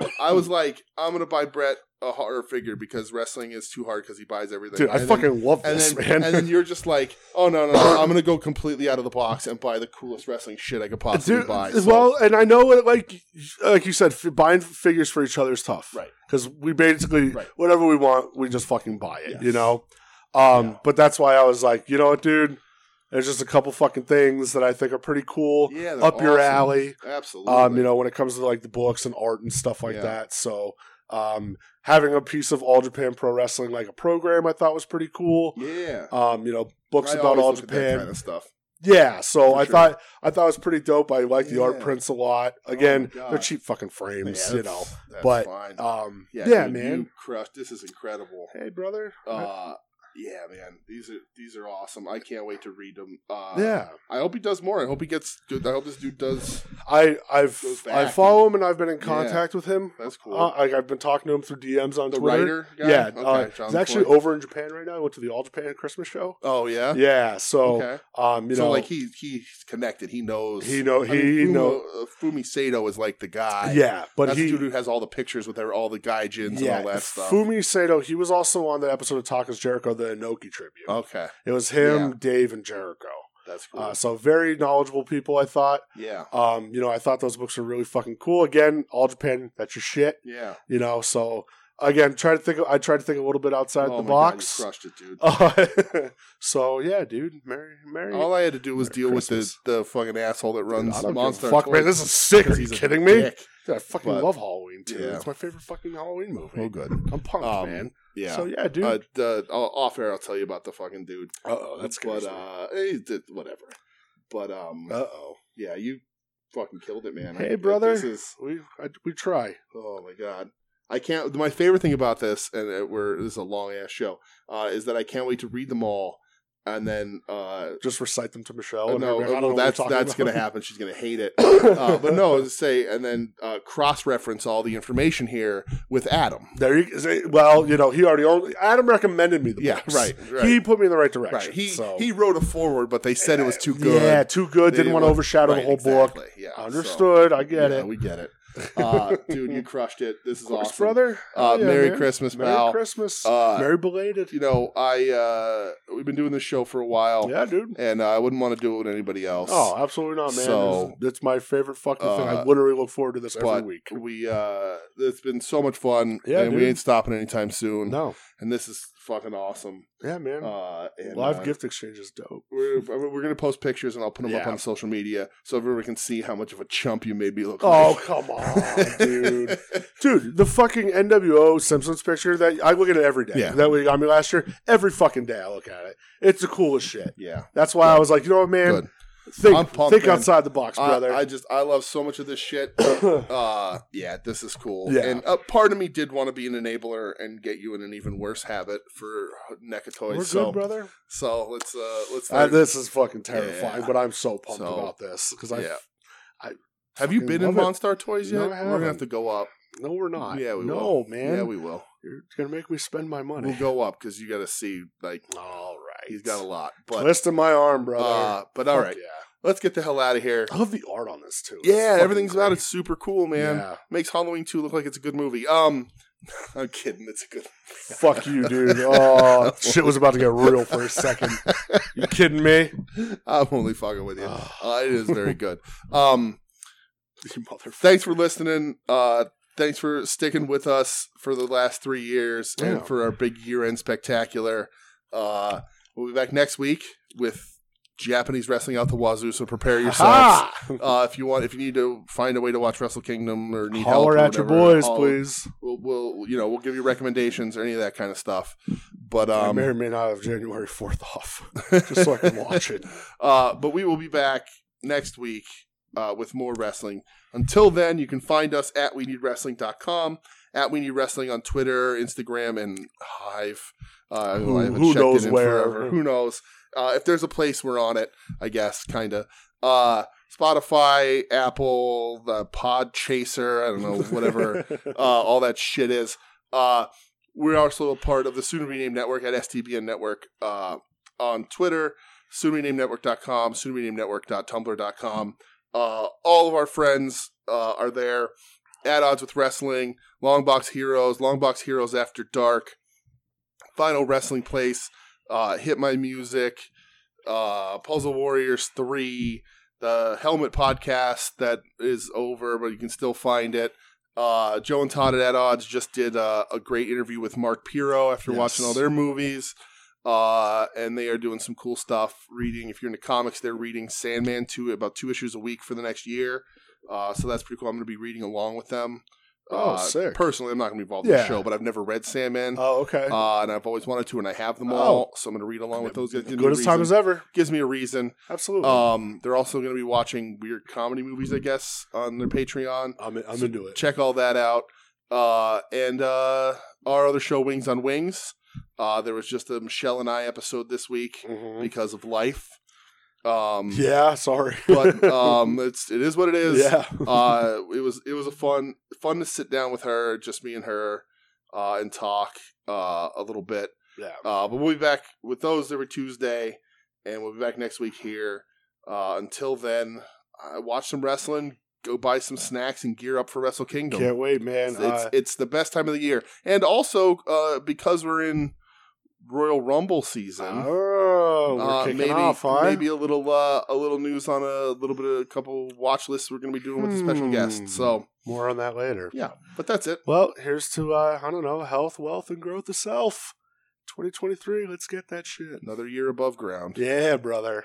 Speaker 1: like I was like, I'm gonna buy Brett a horror figure because wrestling is too hard because he buys everything.
Speaker 2: Dude, I
Speaker 1: And then-
Speaker 2: fucking love
Speaker 1: and
Speaker 2: this,
Speaker 1: then,
Speaker 2: man.
Speaker 1: and then you're just like, oh no, no, no, I'm gonna go completely out of the box and buy the coolest wrestling shit I could possibly
Speaker 2: Dude,
Speaker 1: buy. So-
Speaker 2: well, and I know what like like you said, f- buying figures for each other is tough,
Speaker 1: Right.
Speaker 2: Because we basically
Speaker 1: Right.
Speaker 2: whatever we want, we just fucking buy it,
Speaker 1: Yes.
Speaker 2: you know. Um,
Speaker 1: Yeah.
Speaker 2: but that's why I was like, you know what, dude, there's just a couple fucking things that I think are pretty cool
Speaker 1: yeah, they're
Speaker 2: up your
Speaker 1: awesome.
Speaker 2: alley.
Speaker 1: absolutely.
Speaker 2: Um, you know, when it comes to like the books and art and stuff like
Speaker 1: Yeah.
Speaker 2: that. So, um, having a piece of All Japan Pro Wrestling like a program, I thought was pretty cool.
Speaker 1: yeah,
Speaker 2: Um, you know, books
Speaker 1: I
Speaker 2: about
Speaker 1: always
Speaker 2: All
Speaker 1: look at that
Speaker 2: Japan,
Speaker 1: kind of stuff.
Speaker 2: yeah, so
Speaker 1: For
Speaker 2: I
Speaker 1: sure.
Speaker 2: thought I thought it was pretty dope. I like the art
Speaker 1: Yeah. Oh
Speaker 2: prints a lot.
Speaker 1: my
Speaker 2: Again,
Speaker 1: God.
Speaker 2: they're cheap fucking
Speaker 1: Yeah,
Speaker 2: frames,
Speaker 1: that's-
Speaker 2: you know.
Speaker 1: that's
Speaker 2: but,
Speaker 1: fine.
Speaker 2: Um, yeah,
Speaker 1: dude,
Speaker 2: man.
Speaker 1: you crushed. This is incredible.
Speaker 2: hey, brother.
Speaker 1: Uh, yeah, man, these are these are awesome. I can't wait to read them. Uh,
Speaker 2: yeah,
Speaker 1: I hope he does more. I hope he gets good. I hope this dude does.
Speaker 2: I I've
Speaker 1: goes back
Speaker 2: I follow him and I've been in contact with him.
Speaker 1: That's cool.
Speaker 2: Uh, like I've been talking to him through DMs on
Speaker 1: the
Speaker 2: Twitter.
Speaker 1: writer guy?
Speaker 2: Yeah, uh,
Speaker 1: John
Speaker 2: he's actually
Speaker 1: Ford.
Speaker 2: over in Japan right now. I went to the All Japan Christmas show.
Speaker 1: Oh yeah.
Speaker 2: Yeah, so
Speaker 1: okay.
Speaker 2: um, you
Speaker 1: so
Speaker 2: know,
Speaker 1: like he he's connected. He knows.
Speaker 2: he know
Speaker 1: I
Speaker 2: he
Speaker 1: mean, Fumi,
Speaker 2: know.
Speaker 1: uh, Fumi Sato is like the guy.
Speaker 2: Yeah, but
Speaker 1: That's
Speaker 2: he
Speaker 1: the dude who has all the pictures with their, all the gaijins
Speaker 2: yeah,
Speaker 1: and all that stuff.
Speaker 2: Fumi Sato. He was also on the episode of Tacos Jericho, the Inoki tribute.
Speaker 1: okay,
Speaker 2: It was him,
Speaker 1: Oh, Yeah.
Speaker 2: Dave, and Jericho.
Speaker 1: that's cool.
Speaker 2: Uh, so very knowledgeable people. I thought,
Speaker 1: yeah,
Speaker 2: um, you know, I thought those books were really fucking cool. Again, all Japan, that's your shit,
Speaker 1: yeah.
Speaker 2: you know. So Again, try to think. Of, I tried to think a little bit outside
Speaker 1: Oh
Speaker 2: the
Speaker 1: my God, you
Speaker 2: box.
Speaker 1: crushed it, dude.
Speaker 2: Uh, so yeah, dude, Mary, Mary.
Speaker 1: All I had to do was
Speaker 2: Merry
Speaker 1: deal with
Speaker 2: Christmas.
Speaker 1: the, the fucking asshole that runs
Speaker 2: I don't give a
Speaker 1: Monster.
Speaker 2: fuck, man,
Speaker 1: Toy
Speaker 2: this is sick.
Speaker 1: because
Speaker 2: Are you
Speaker 1: he's a
Speaker 2: kidding me?
Speaker 1: dick.
Speaker 2: Dude, I fucking
Speaker 1: But-
Speaker 2: love Halloween too.
Speaker 1: Yeah.
Speaker 2: It's my favorite fucking Halloween movie.
Speaker 1: Oh, good.
Speaker 2: I'm pumped,
Speaker 1: Um,
Speaker 2: man.
Speaker 1: Yeah.
Speaker 2: So yeah, dude.
Speaker 1: uh, the, I'll- off air, I'll tell you about the fucking dude.
Speaker 2: oh,
Speaker 1: but uh, eh, d- whatever. But um,
Speaker 2: oh.
Speaker 1: yeah, you fucking killed it, man.
Speaker 2: Hey, brother.
Speaker 1: This is
Speaker 2: We I, we try.
Speaker 1: oh my god. I can't. My favorite thing about this, and it, we're this is a long ass show, uh, is that I can't wait to read them all, and then uh,
Speaker 2: Just recite them to Michelle.
Speaker 1: no,
Speaker 2: and her- I don't know
Speaker 1: well,
Speaker 2: what we're
Speaker 1: that's
Speaker 2: talking
Speaker 1: that's
Speaker 2: about.
Speaker 1: gonna happen. She's gonna hate it. Uh, but no, just say, and then uh, cross reference all the information here with Adam.
Speaker 2: There you say, well, you know, he already owned, Adam recommended me the
Speaker 1: Yeah,
Speaker 2: books.
Speaker 1: right, right.
Speaker 2: He put me in the right direction.
Speaker 1: Right. He
Speaker 2: so.
Speaker 1: he wrote a forward, but they said it was too good.
Speaker 2: Yeah, too good.
Speaker 1: They
Speaker 2: Didn't want to overshadow the
Speaker 1: right,
Speaker 2: whole book.
Speaker 1: exactly. Yeah, so-
Speaker 2: Understood. I get
Speaker 1: Yeah,
Speaker 2: it.
Speaker 1: We get it, uh, dude. You crushed it. This is
Speaker 2: Of course,
Speaker 1: awesome,
Speaker 2: brother.
Speaker 1: Uh,
Speaker 2: Hell yeah,
Speaker 1: Merry
Speaker 2: man.
Speaker 1: Christmas,
Speaker 2: Merry
Speaker 1: pal.
Speaker 2: Christmas.
Speaker 1: Uh,
Speaker 2: Merry belated.
Speaker 1: You know, I uh, we've been doing this show for a while,
Speaker 2: Yeah, dude.
Speaker 1: and uh, I wouldn't want to do it with anybody else.
Speaker 2: Oh, absolutely not, man.
Speaker 1: So-
Speaker 2: It's- it's my favorite fucking thing. I
Speaker 1: Uh,
Speaker 2: literally look forward to this every
Speaker 1: but-
Speaker 2: week.
Speaker 1: we uh, it's been so much fun,
Speaker 2: Yeah,
Speaker 1: and we
Speaker 2: dude.
Speaker 1: ain't stopping anytime soon.
Speaker 2: No.
Speaker 1: And this is fucking awesome.
Speaker 2: Yeah, man.
Speaker 1: Uh, and,
Speaker 2: Live
Speaker 1: uh,
Speaker 2: gift exchange is dope.
Speaker 1: We're, we're gonna post pictures and I'll put them up
Speaker 2: Yeah.
Speaker 1: on social media so everyone can see how much of a chump you made me look
Speaker 2: Oh,
Speaker 1: like.
Speaker 2: come on, dude. Dude, the fucking NWO Simpsons picture that I look at it every day.
Speaker 1: Yeah.
Speaker 2: That we got me last year. Every fucking day I look at it. It's the coolest shit.
Speaker 1: yeah,
Speaker 2: That's why I was like, you know what, man?
Speaker 1: good. I'm
Speaker 2: Think
Speaker 1: pumped,
Speaker 2: think
Speaker 1: man.
Speaker 2: outside the box,
Speaker 1: I,
Speaker 2: brother.
Speaker 1: I just I love so much of this shit. uh yeah this is cool
Speaker 2: Yeah.
Speaker 1: and uh, part of me did want to be an enabler and get you in an even worse habit for
Speaker 2: We're
Speaker 1: neckatoys
Speaker 2: good,
Speaker 1: so
Speaker 2: brother.
Speaker 1: so let's uh let's
Speaker 2: Uh, this is fucking terrifying,
Speaker 1: Yeah.
Speaker 2: but I'm so pumped
Speaker 1: So,
Speaker 2: about this because I,
Speaker 1: yeah.
Speaker 2: I
Speaker 1: have you
Speaker 2: fucking
Speaker 1: been in
Speaker 2: love it.
Speaker 1: monstar toys yet
Speaker 2: No, I
Speaker 1: we're gonna have
Speaker 2: haven't.
Speaker 1: to go up
Speaker 2: No, we're not.
Speaker 1: yeah we
Speaker 2: no,
Speaker 1: will
Speaker 2: man.
Speaker 1: yeah we will
Speaker 2: You're gonna make me spend my money.
Speaker 1: we'll go up because you gotta see like
Speaker 2: All right.
Speaker 1: he's got a lot but
Speaker 2: twist in my arm, brother.
Speaker 1: uh but all
Speaker 2: Fuck
Speaker 1: right
Speaker 2: Yeah.
Speaker 1: let's get the hell out of here
Speaker 2: I love the art on this too. It's
Speaker 1: yeah
Speaker 2: fucking
Speaker 1: everything's about
Speaker 2: great.
Speaker 1: it's super cool man
Speaker 2: Yeah.
Speaker 1: makes halloween 2 look like it's a good movie um i'm kidding it's a good
Speaker 2: Fuck you, dude. Oh, shit was about to get real for a second. You kidding me?
Speaker 1: i'm only fucking with you
Speaker 2: Ah,
Speaker 1: uh, it is very good um
Speaker 2: you motherfucker.
Speaker 1: thanks for listening. Uh, thanks for sticking with us for the last three years
Speaker 2: Yeah.
Speaker 1: and for our big year end spectacular. Uh, we'll be back next week with Japanese wrestling out the wazoo. So prepare yourselves.
Speaker 2: Ha!
Speaker 1: Uh, if you want, if you need to find a way to watch Wrestle Kingdom or need help
Speaker 2: Holler
Speaker 1: or
Speaker 2: at your
Speaker 1: whatever,
Speaker 2: boys,
Speaker 1: I'll-
Speaker 2: please.
Speaker 1: We'll, we'll, you know, we'll give you recommendations or any of that kind of stuff. But
Speaker 2: I
Speaker 1: um,
Speaker 2: may or may not have January 4th off, just so I can watch it.
Speaker 1: Uh, but we will be back next week uh, with more wrestling. Until then, you can find us at we need wrestling.com, at we need wrestling on Twitter, Instagram, and Hive. Uh,
Speaker 2: Who-
Speaker 1: I haven't
Speaker 2: who
Speaker 1: checked it
Speaker 2: knows
Speaker 1: in
Speaker 2: where?
Speaker 1: forever. Who knows? Uh, if there's a place, we're on it, I guess, kind of. Uh, Spotify, Apple, the Pod Chaser, I don't know, whatever uh, all that shit is. Uh, we're also a part of the Soon to Be Named Network at STBN Network uh, on Twitter, soontobenamednetwork.com, soontobenamednetwork.tumblr.com. Uh, all of our friends uh, are there. At Odds with Wrestling, Longbox Heroes, Longbox Heroes After Dark, Final Wrestling Place, uh, Hit My Music, uh, Puzzle Warriors 3, the Helmet Podcast that is over, but you can still find it. Uh, Joe and Todd at At Odds just did uh, a great interview with Mark Piro after
Speaker 2: Yes.
Speaker 1: watching all their movies. Uh, and they are doing some cool stuff. Reading, if you're into comics, they're reading Sandman two about two issues a week for the next year. Uh, so that's pretty cool. I'm going to be reading along with them.
Speaker 2: Oh,
Speaker 1: Uh,
Speaker 2: sick.
Speaker 1: Personally, I'm not going to be involved in the
Speaker 2: Yeah.
Speaker 1: show, but I've never read Sandman.
Speaker 2: Oh, okay.
Speaker 1: Uh, and I've always wanted to, and I have them
Speaker 2: Oh.
Speaker 1: all. So I'm going to read along with those. Gives me a
Speaker 2: Good as time
Speaker 1: reason-
Speaker 2: as ever.
Speaker 1: gives me a reason.
Speaker 2: Absolutely.
Speaker 1: Um, they're also going to be watching weird comedy movies, I guess, on their Patreon.
Speaker 2: I'm, I'm
Speaker 1: so
Speaker 2: into it.
Speaker 1: Check all that out. Uh, and uh, our other show, Wings on Wings. Uh, there was just a Michelle and I episode this week
Speaker 2: Mhm.
Speaker 1: because of life. Um,
Speaker 2: Yeah, sorry.
Speaker 1: but um, it's it is what it is.
Speaker 2: yeah.
Speaker 1: uh, it was it was a fun fun to sit down with her, just me and her, uh, and talk uh, a little bit.
Speaker 2: yeah.
Speaker 1: Uh, but we'll be back with those every Tuesday, and we'll be back next week here. Uh, until then, uh, watch some wrestling, go buy some snacks, and gear up for Wrestle Kingdom.
Speaker 2: Can't wait, man.
Speaker 1: it's,
Speaker 2: Uh,
Speaker 1: it's the best time of the year, and also uh, because we're in Royal Rumble season.
Speaker 2: oh, Oh, we're
Speaker 1: Uh,
Speaker 2: kicking
Speaker 1: maybe
Speaker 2: off, huh?
Speaker 1: maybe a little uh, a little news on a little bit of a couple watch lists we're going to be doing with a special
Speaker 2: Hmm.
Speaker 1: guest. So
Speaker 2: More on that later.
Speaker 1: yeah, but that's it.
Speaker 2: Well, here's to uh, I don't know health, wealth, and growth of self. 2023. Let's get that shit.
Speaker 1: Another year above ground.
Speaker 2: Yeah, brother.